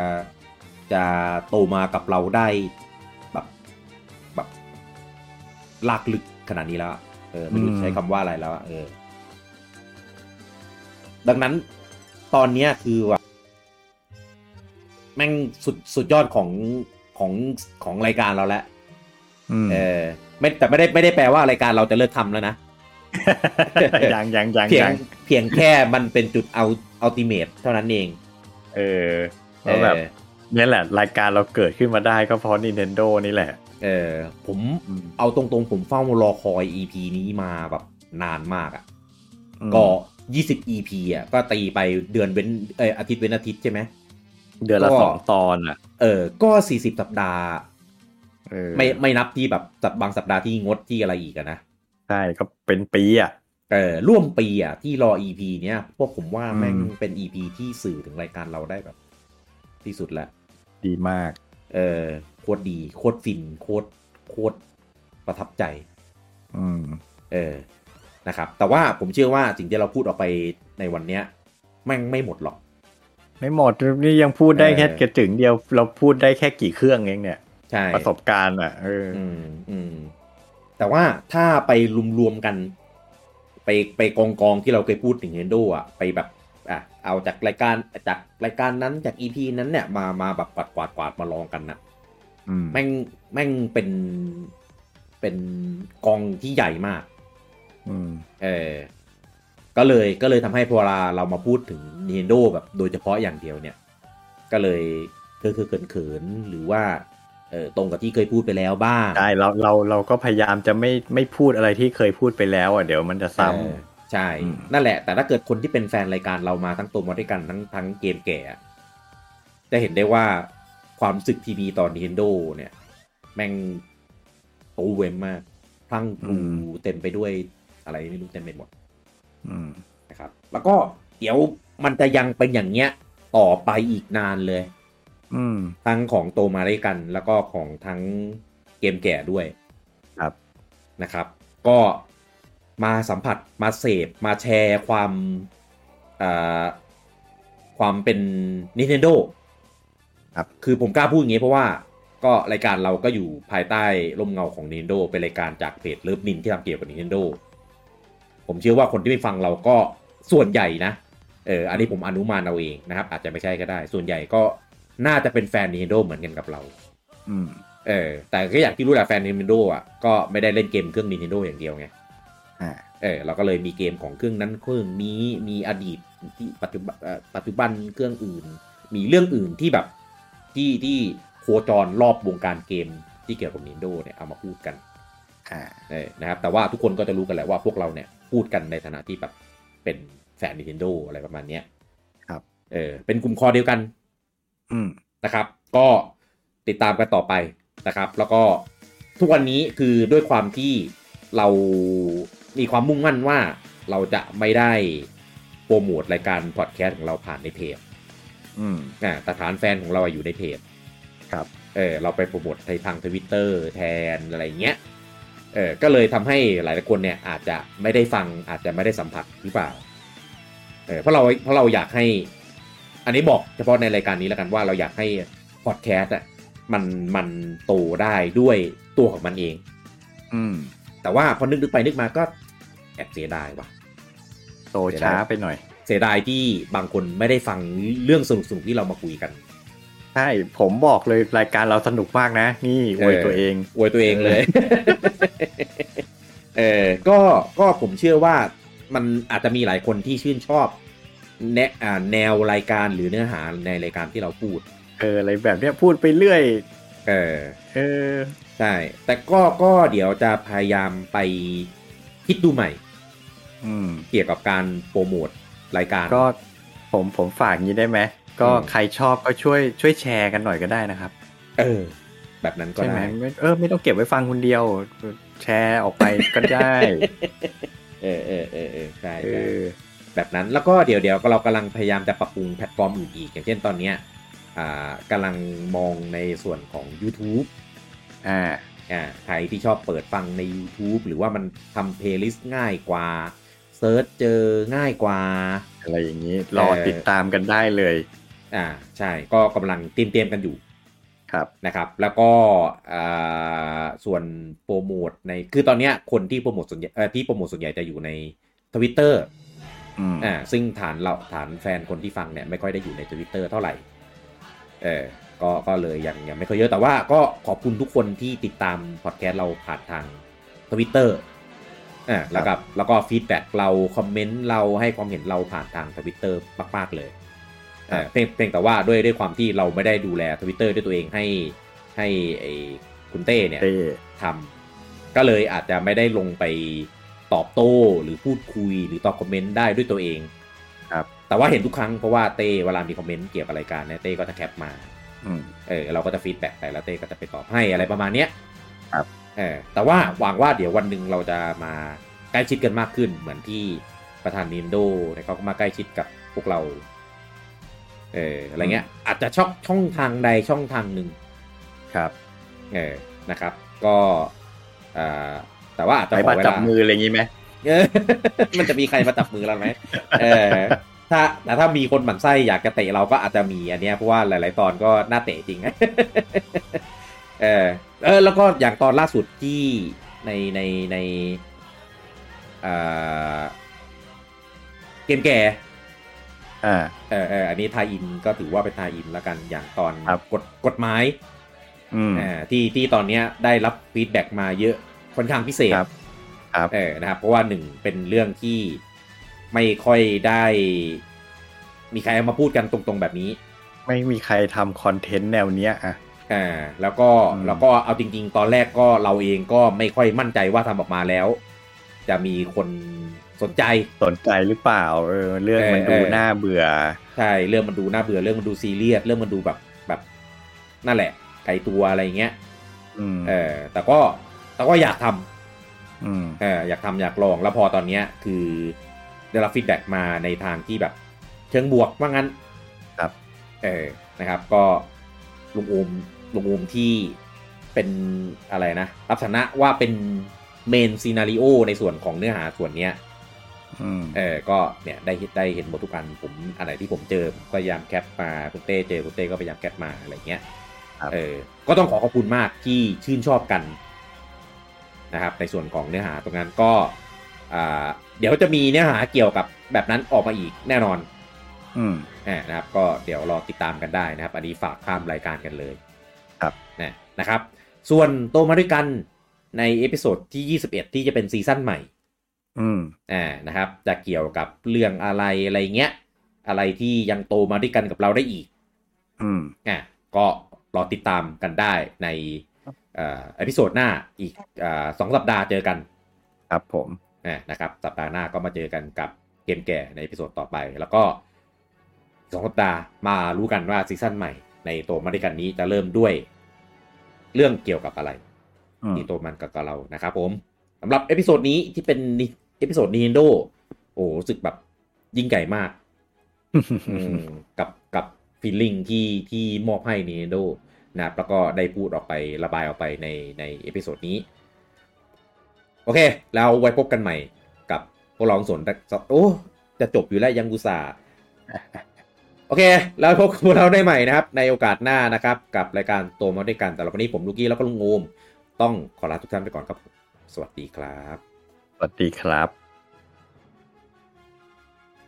[SPEAKER 1] จะโตมากับเราได้แบบแบบลากลึกขนาดนี้แล้วอะเออไม่รู้
[SPEAKER 2] อืม
[SPEAKER 1] ใช้คำว่าอะไรแล้วอะเออ ดังนั้นตอนเนี้ยคือว่าแม่งสุดสุดยอดของของของรายการเราแล้ว
[SPEAKER 2] อืม
[SPEAKER 1] เออไม่แต่ไม่ได้ไม่ได้แปลว่ารายการเราจะเลิกทำแล้วนะ
[SPEAKER 2] ยังยังยัง
[SPEAKER 1] เพีย
[SPEAKER 2] ยัง ง
[SPEAKER 1] เพียงแค่มันเป็นจุดเอาอัลติเมทเท่านั้นเอง
[SPEAKER 2] เออแล้วแบบ
[SPEAKER 1] เออ
[SPEAKER 2] เนี่ยแหละ รายการเราเกิดขึ้นมาได้ก็เพราะ Nintendo นี่แหละ
[SPEAKER 1] เออผม
[SPEAKER 2] อืม
[SPEAKER 1] เอาตรงๆ ผมเฝ้ารอคอย EP นี้มาแบบนานมากอะ่ะ
[SPEAKER 2] อืม
[SPEAKER 1] ก็ 20 EP อ่ะก็ตีไปเดือนเว้นเอออาทิตย์เว้นอาทิตย์ใช่ไหม
[SPEAKER 2] เดือนละ
[SPEAKER 1] ก็
[SPEAKER 2] สองตอนอ่ะ
[SPEAKER 1] เออก็ 40 สัปดาห์
[SPEAKER 2] เออ
[SPEAKER 1] ไม่ไม่นับที่แบบสัปบางสัปดาห์ที่งดที่อะไรอีกอะนะ
[SPEAKER 2] ใช่ก็เป็นปีอ่ะ
[SPEAKER 1] เอ่อร่วมปีอ่ะที่รอ EP เนี้ยพวกผมว่าแม่ง
[SPEAKER 2] อืม
[SPEAKER 1] เป็น EP ที่สื่อถึงรายการเราได้แบบ ที่สุดละ
[SPEAKER 2] ดีมาก
[SPEAKER 1] เออโคตรดีโคตรฟินโคตรโคตรประทับใจ
[SPEAKER 2] อืม
[SPEAKER 1] เออ นะครับ แต่ว่าผมเชื่อว่าสิ่งที่เราพูดออกไปในวันเนี้ยแม่งไม่หมดหรอก
[SPEAKER 2] ไม่หมดนี่ยังพูดได้แค่
[SPEAKER 1] เออ
[SPEAKER 2] กระจึงเดียว เราพูดได้แค่กี่เครื่องเองเนี่ย
[SPEAKER 1] ใช่
[SPEAKER 2] ประสบการณ์อ่ะเออ
[SPEAKER 1] อืมอืมแต่ว่าถ้าไปรวมๆกัน ไปไปกองกองๆที่เราเคยพูดถึง Nintendo อ่ะ ไปแบบอ่ะเอาจากรายการจากรายการนั้นจาก EP นั้นเนี่ยมามาแบบกวาดกวาดกวาดมาลองกันนะ
[SPEAKER 2] อืม
[SPEAKER 1] แม่งแม่งเป็นเป็นกองที่ใหญ่มาก
[SPEAKER 2] อืม
[SPEAKER 1] เออ ก็เลยก็เลยทำให้พอเวลาเรามาพูดถึง Nintendo แบบโดยเฉพาะอย่างเดียวเนี่ย ก็เลยคือคือเขินๆหรือว่าเออตรงกับที่เคยพูดไปแล้วบ้าง
[SPEAKER 2] ได้เราเราเราก็พยายามจะไม่ไม่พูดอะไรที่เคยพูดไปแล้วอ่ะเดี๋ยวมันจะซ้
[SPEAKER 1] เออใช่
[SPEAKER 2] อืม
[SPEAKER 1] นั่นแหละ แต่ถ้าเกิดคนที่เป็นแฟนรายการเรามาทั้งตัวมาด้วยกันทั้งทั้งเกมแก่อะจะเห็นได้ว่าความรู้สึกทีมีต่อ Nintendo เนี่ย แม่งโอเวมมากพลังพลู
[SPEAKER 2] อืม
[SPEAKER 1] เต็มไปด้วยอะไรไม่รู้เต็มไปหมด
[SPEAKER 2] ำอืม
[SPEAKER 1] นะครับ แล้วก็เดี๋ยวมันจะยังเป็นอย่างเงี้ย ต่อไปอีกนานเลย
[SPEAKER 2] อืม
[SPEAKER 1] ทั้งของโตมาด้วยกัน แล้วก็ของทั้งเกมแก่ด้วย
[SPEAKER 2] ครับ
[SPEAKER 1] นะครับ ก็มาสัมผัสมาเสพมาแชร์ความเอ่อความเป็น Nintendo
[SPEAKER 2] ครับ
[SPEAKER 1] คือผมกล้าพูดอย่างนี้เพราะว่าก็รายการเราก็อยู่ภายใต้ร่มเงาของ Nintendo เป็นรายการจากเพจเลิฟนินที่ทำเกี่ยวกับ Nintendo ผมเชื่อว่าคนที่ไปฟังเราก็ส่วนใหญ่นะ เอออันนี้ผมอนุมานเอาเองนะครับ อาจจะไม่ใช่ก็ได้ ส่วนใหญ่ก็น่าจะเป็นแฟน Nintendo เหมือนกันกับเรา
[SPEAKER 2] อืม
[SPEAKER 1] เออ แต่ก็อย่างที่รู้แหละแฟน Nintendo อ่ะก็ไม่ได้เล่นเกมเครื่อง Nintendo อย่างเดียวไง
[SPEAKER 2] อ่า
[SPEAKER 1] เออเราก็เลยมีเกมของเครื่องนั้นเครื่องนี้มีอดีตที่ปัจจุบันเอ่อปัจจุบันเครื่องอื่น มีเรื่องอื่นที่แบบที่ที่โคจรรอบวงการเกมที่เกี่ยวกับ Nintendo เนี่ยเอามาพูดกัน
[SPEAKER 2] อ่า
[SPEAKER 1] เออนะครับแต่ว่าทุกคนก็จะรู้กันแหละว่าพวกเราเนี่ยพูดกันในฐานะที่แบบเป็นแฟน Nintendo อะไรประมาณเนี้ย
[SPEAKER 2] ครับ
[SPEAKER 1] เออเป็นกลุ่มคอเดียวกัน
[SPEAKER 2] อืม
[SPEAKER 1] นะครับ ก็ติดตามกันต่อไปนะครับ แล้วก็ทุกวันนี้คือด้วยความที่เรามีความมุ่งมั่นว่าเราจะไม่ได้โปรโมทรายการพอดแคสต์ของเราผ่านในเพจ
[SPEAKER 2] อืม
[SPEAKER 1] อ่าแต่ฐานแฟนของเราอะอยู่ในเพจ
[SPEAKER 2] ครับ
[SPEAKER 1] เออเราไปโปรโมทในทางทวิตเตอร์แทนอะไรเงี้ย เออก็เลยทำให้หลายๆคนเนี่ยอาจจะไม่ได้ฟังอาจจะไม่ได้สัมผัสหรือเปล่า เออเพราะเราเพราะเราอยากให้ อันนี้บอกเฉพาะในรายการนี้แล้วกันว่าเราอยากให้พอดแคสต์อ่ะมันมันโตได้ด้วยตัวของมันเอง
[SPEAKER 2] อืม
[SPEAKER 1] แต่ว่าพอนึกนึกไปนึกมาก็แอบเสียดายว่ะ
[SPEAKER 2] โตช้าไปหน่อย
[SPEAKER 1] เสียดายที่บางคนไม่ได้ฟังเรื่องสนุกๆที่เรามาคุยกัน
[SPEAKER 2] ใช่ ผมบอกเลยรายการเราสนุกมากนะ นี่อวยตัวเอง
[SPEAKER 1] อวยตัวเองเลย เออ ก็ ก็ผมเชื่อว่ามันอาจจะมีหลายคนที่ชื่นชอบ แนอ่าแนวรายการหรือเนื้อหาในรายการที่เราพูด
[SPEAKER 2] เออ อะไรแบบเนี้ยพูดไปเรื่อย
[SPEAKER 1] เออ
[SPEAKER 2] เออ
[SPEAKER 1] ใช่ แต่ก็ ก็เดี๋ยวจะพยายามไปคิดดูใหม่
[SPEAKER 2] อืม
[SPEAKER 1] เกี่ยวกับการโปรโมทรายการ
[SPEAKER 2] ก็ผมผมฝากงี้ได้ไหม ก็
[SPEAKER 1] อืม
[SPEAKER 2] ใครชอบก็ช่วยช่วยแชร์กันหน่อยก็ได้นะครับ
[SPEAKER 1] เออ แบบนั้นก็
[SPEAKER 2] ใช่ไหม
[SPEAKER 1] ได้
[SPEAKER 2] ไม่เออไม่ต้องเก็บไว้ฟังคนเดียว แชร์ออกไปก็ได้
[SPEAKER 1] เออเออเออเออใช่
[SPEAKER 2] เอ
[SPEAKER 1] ใช่
[SPEAKER 2] อ
[SPEAKER 1] แบบนั้นแล้วก็เดี๋ยวเดี๋ยวเรากำลังพยายามจะปรับปรุงแพลตฟอร์มอื่นอีก อย่างเช่นตอนเนี้ยอ่ากำลังมองในส่วนของ YouTube
[SPEAKER 2] อ่า
[SPEAKER 1] อ่าใครที่ชอบเปิดฟังใน YouTube หรือว่ามันทำเพลย์ลิสต์ง่ายกว่าเซิร์ชเจอง่ายกว่า
[SPEAKER 2] อะไรอย่างนี้ รอ
[SPEAKER 1] เออ
[SPEAKER 2] ติดตามกันได้เลย
[SPEAKER 1] อ่าใช่ก็กำลังเตรียมเตรียมๆกันอยู่
[SPEAKER 2] ครับ
[SPEAKER 1] นะครับ แล้วก็อ่าส่วนโปรโมทในคือตอนเนี้ยคนที่โปรโมทส่วนใหญ่เอ่อที่โปรโมทส่วนใหญ่จะอยู่ใน Twitter
[SPEAKER 2] อืม
[SPEAKER 1] อ่าซึ่งฐานเราฐานแฟนคนที่ฟังเนี่ยไม่ค่อยได้อยู่ในทวิตเตอร์เท่าไหร่เออก็ก็เลยยังยังไม่ค่อยเยอะแต่ว่าก็ขอบคุณทุกคนที่ติดตามพอดแคสต์เราผ่านทางทวิตเตอร์อ่าแล้วกับแล้วก็ฟีดแบ็กเราคอมเมนต์เราให้ความเห็นเราผ่านทางทวิตเตอร์มาก ๆ เลยเออเพียงเพียงแต่ว่าด้วยด้วยความที่เราไม่ได้ดูแลทวิตเตอร์ด้วยตัวเองให้ให้ไอ้คุณเต้เนี่ย
[SPEAKER 2] เต้
[SPEAKER 1] ทำก็เลยอาจจะไม่ได้ลงไปตอบโต้หรือพูดคุยหรือตอบคอมเมนต์ได้ด้วยตัวเอง
[SPEAKER 2] ครับ
[SPEAKER 1] แต่ว่าเห็นทุกครั้งเพราะว่าเต้เวลามีคอมเมนต์เกี่ยวกับรายการเนี่ยเต้ก็จะแคปมา
[SPEAKER 2] อืม
[SPEAKER 1] เออเราก็จะฟีดแบ็กไปแล้วเต้ก็จะไปตอบให้อะไรประมาณเนี้ย
[SPEAKER 2] ครับ
[SPEAKER 1] เออแต่ว่าหวังว่าเดี๋ยววันหนึ่งเราจะมา ใกล้ชิดกันมากขึ้นเหมือนที่ประธาน Nintendo เนี่ยเขาก็มาใกล้ชิดกับพวกเรา เอออะไรเงี้ย อาจจะช่องช่องทางใดช่องทางหนึ่ง
[SPEAKER 2] ครับ
[SPEAKER 1] เออ นะครับ ก็อ่าแต่ว่าอาจจะ
[SPEAKER 2] ไป
[SPEAKER 1] ขอ
[SPEAKER 2] บัตร
[SPEAKER 1] เว
[SPEAKER 2] จับ
[SPEAKER 1] ลา
[SPEAKER 2] มืออะไรอย่างงี้ไหม
[SPEAKER 1] เออ มันจะมีใครมาจับมือเราไหม เออ ถ้าแต่ถ้ามีคนหมั่นไส้อยากจะเตะเราก็อาจจะมีอันเนี้ยเพราะว่าหลาย ๆ ตอนก็น่าเตะจริง เออ เออ แล้วก็อย่างตอนล่าสุดที่ในในในเอ่อเกมแก่
[SPEAKER 2] อ่า
[SPEAKER 1] เออเอออันนี้ทายอินก็ถือว่าเป็นทายอินแล้วกันอย่างตอน
[SPEAKER 2] ครับ
[SPEAKER 1] กฎกฎหมาย
[SPEAKER 2] อืม
[SPEAKER 1] อ่าที่ที่ตอนเนี้ยได้รับฟีดแบ็กมาเยอะค่อนข้างพิเศษ
[SPEAKER 2] ครับครับ
[SPEAKER 1] เออนะครับเพราะว่าหนึ่งเป็นเรื่องที่ไม่ค่อยได้ มีใครเอามาพูดกันตรงๆแบบนี้
[SPEAKER 2] ไม่มีใครทำคอนเทนต์แนวเนี้ยอ่ะ
[SPEAKER 1] อ่าแล้วก็
[SPEAKER 2] อืม
[SPEAKER 1] แล้วก็เอาจริง ๆ ตอนแรกก็เราเองก็ไม่ค่อยมั่นใจว่าทำออกมาแล้ว จะมีคนสนใจ
[SPEAKER 2] สนใจหรือเปล่าเออเรื่องมัน
[SPEAKER 1] เออ
[SPEAKER 2] ดู
[SPEAKER 1] เออ
[SPEAKER 2] น่าเบื่อ
[SPEAKER 1] ใช่เรื่องมันดูน่าเบื่อเรื่องมันดูซีเรียสเรื่องมันดูแบบแบบนั่นแหละไกลตัวอะไรอย่างเงี้ย
[SPEAKER 2] อืม
[SPEAKER 1] เออแต่ก็แต่ก็อยากทำ
[SPEAKER 2] อืม
[SPEAKER 1] เอออยากทำอยากลองแล้วพอตอนเนี้ยคือได้รับฟีดแบ็กมาในทางที่แบบเชิงบวกว่างั้น
[SPEAKER 2] ครับ
[SPEAKER 1] เออนะครับก็ลุงอูมลุงอูมที่เป็นอะไรนะ รับฐานะว่าเป็นเมนซีนารีโอในส่วนของเนื้อหาส่วนเนี้ย
[SPEAKER 2] อืม
[SPEAKER 1] เออก็เนี่ยได้เห็นได้เห็นหมดทุกอันผมอันไหนที่ผมเจอผมก็พยายามแคปมาคุณเต้เจอคุณเต้ก็พยายามแคปมาอะไรเงี้ย เออก็ต้องขอขอบคุณมากที่ชื่นชอบกันนะครับในส่วนของเนื้อหาตรงนั้นก็อ่าเดี๋ยวจะมีเนื้อหาเกี่ยวกับแบบนั้นออกมาอีกแน่นอน
[SPEAKER 2] อืม
[SPEAKER 1] อ่านะครับก็เดี๋ยวรอติดตามกันได้นะครับ อันนี้ฝากข้ามรายการกันเลย
[SPEAKER 2] ครับ
[SPEAKER 1] นะนะครับ ส่วนโตมาด้วยกันในเอพิโซดที่ 21 ที่จะเป็นซีซั่นใหม่
[SPEAKER 2] อืม
[SPEAKER 1] อ่านะครับจะเกี่ยวกับเรื่องอะไรอะไรเงี้ยอะไรที่ยังโตมาด้วยกันกับเราได้อีก
[SPEAKER 2] อืม
[SPEAKER 1] อ่ะก็รอติดตามกันได้ในเอ่อเอพิโซดหน้าอีกเอ่อสองสัปดาห์เจอกัน
[SPEAKER 2] ครับผม
[SPEAKER 1] อ่ะนะครับสัปดาห์หน้าก็มาเจอกันกับเกมแก่ในเอพิโซดต่อไป แล้วก็สองสัปดาห์มารู้กันว่าซีซั่นใหม่ ในโตมาด้วยกันนี้จะเริ่มด้วยเรื่องเกี่ยวกับอะไร
[SPEAKER 2] อืม
[SPEAKER 1] ที่โตมันกับเรานะครับผมสำหรับเอพิโซดนี้ที่เป็นเอพิโซด Nintendo โอ้โหรู้สึกแบบยิ่งใหญ่มาก อืมกับกับฟีลลิ่งที่ที่มอบให้ Nintendo นะครับแล้วก็ได้พูดออกไประบายออกไปในในเอพิโซดนี้ โอเค แล้วไว้พบกันใหม่กับพวกเราทั้งสนโอ้จะจบอยู่แล้วยังอุตส่าห์โอเค แล้วพบกับพวกเราได้ใหม่นะครับ ในโอกาสหน้านะครับ กับรายการโตมาด้วยกันแต่ละวันนี้ผมลูกี้แล้วก็ลุงโอม ต้องขอลาทุกท่านไปก่อนครับ สวัสดีครับ
[SPEAKER 2] สวัสดีครับ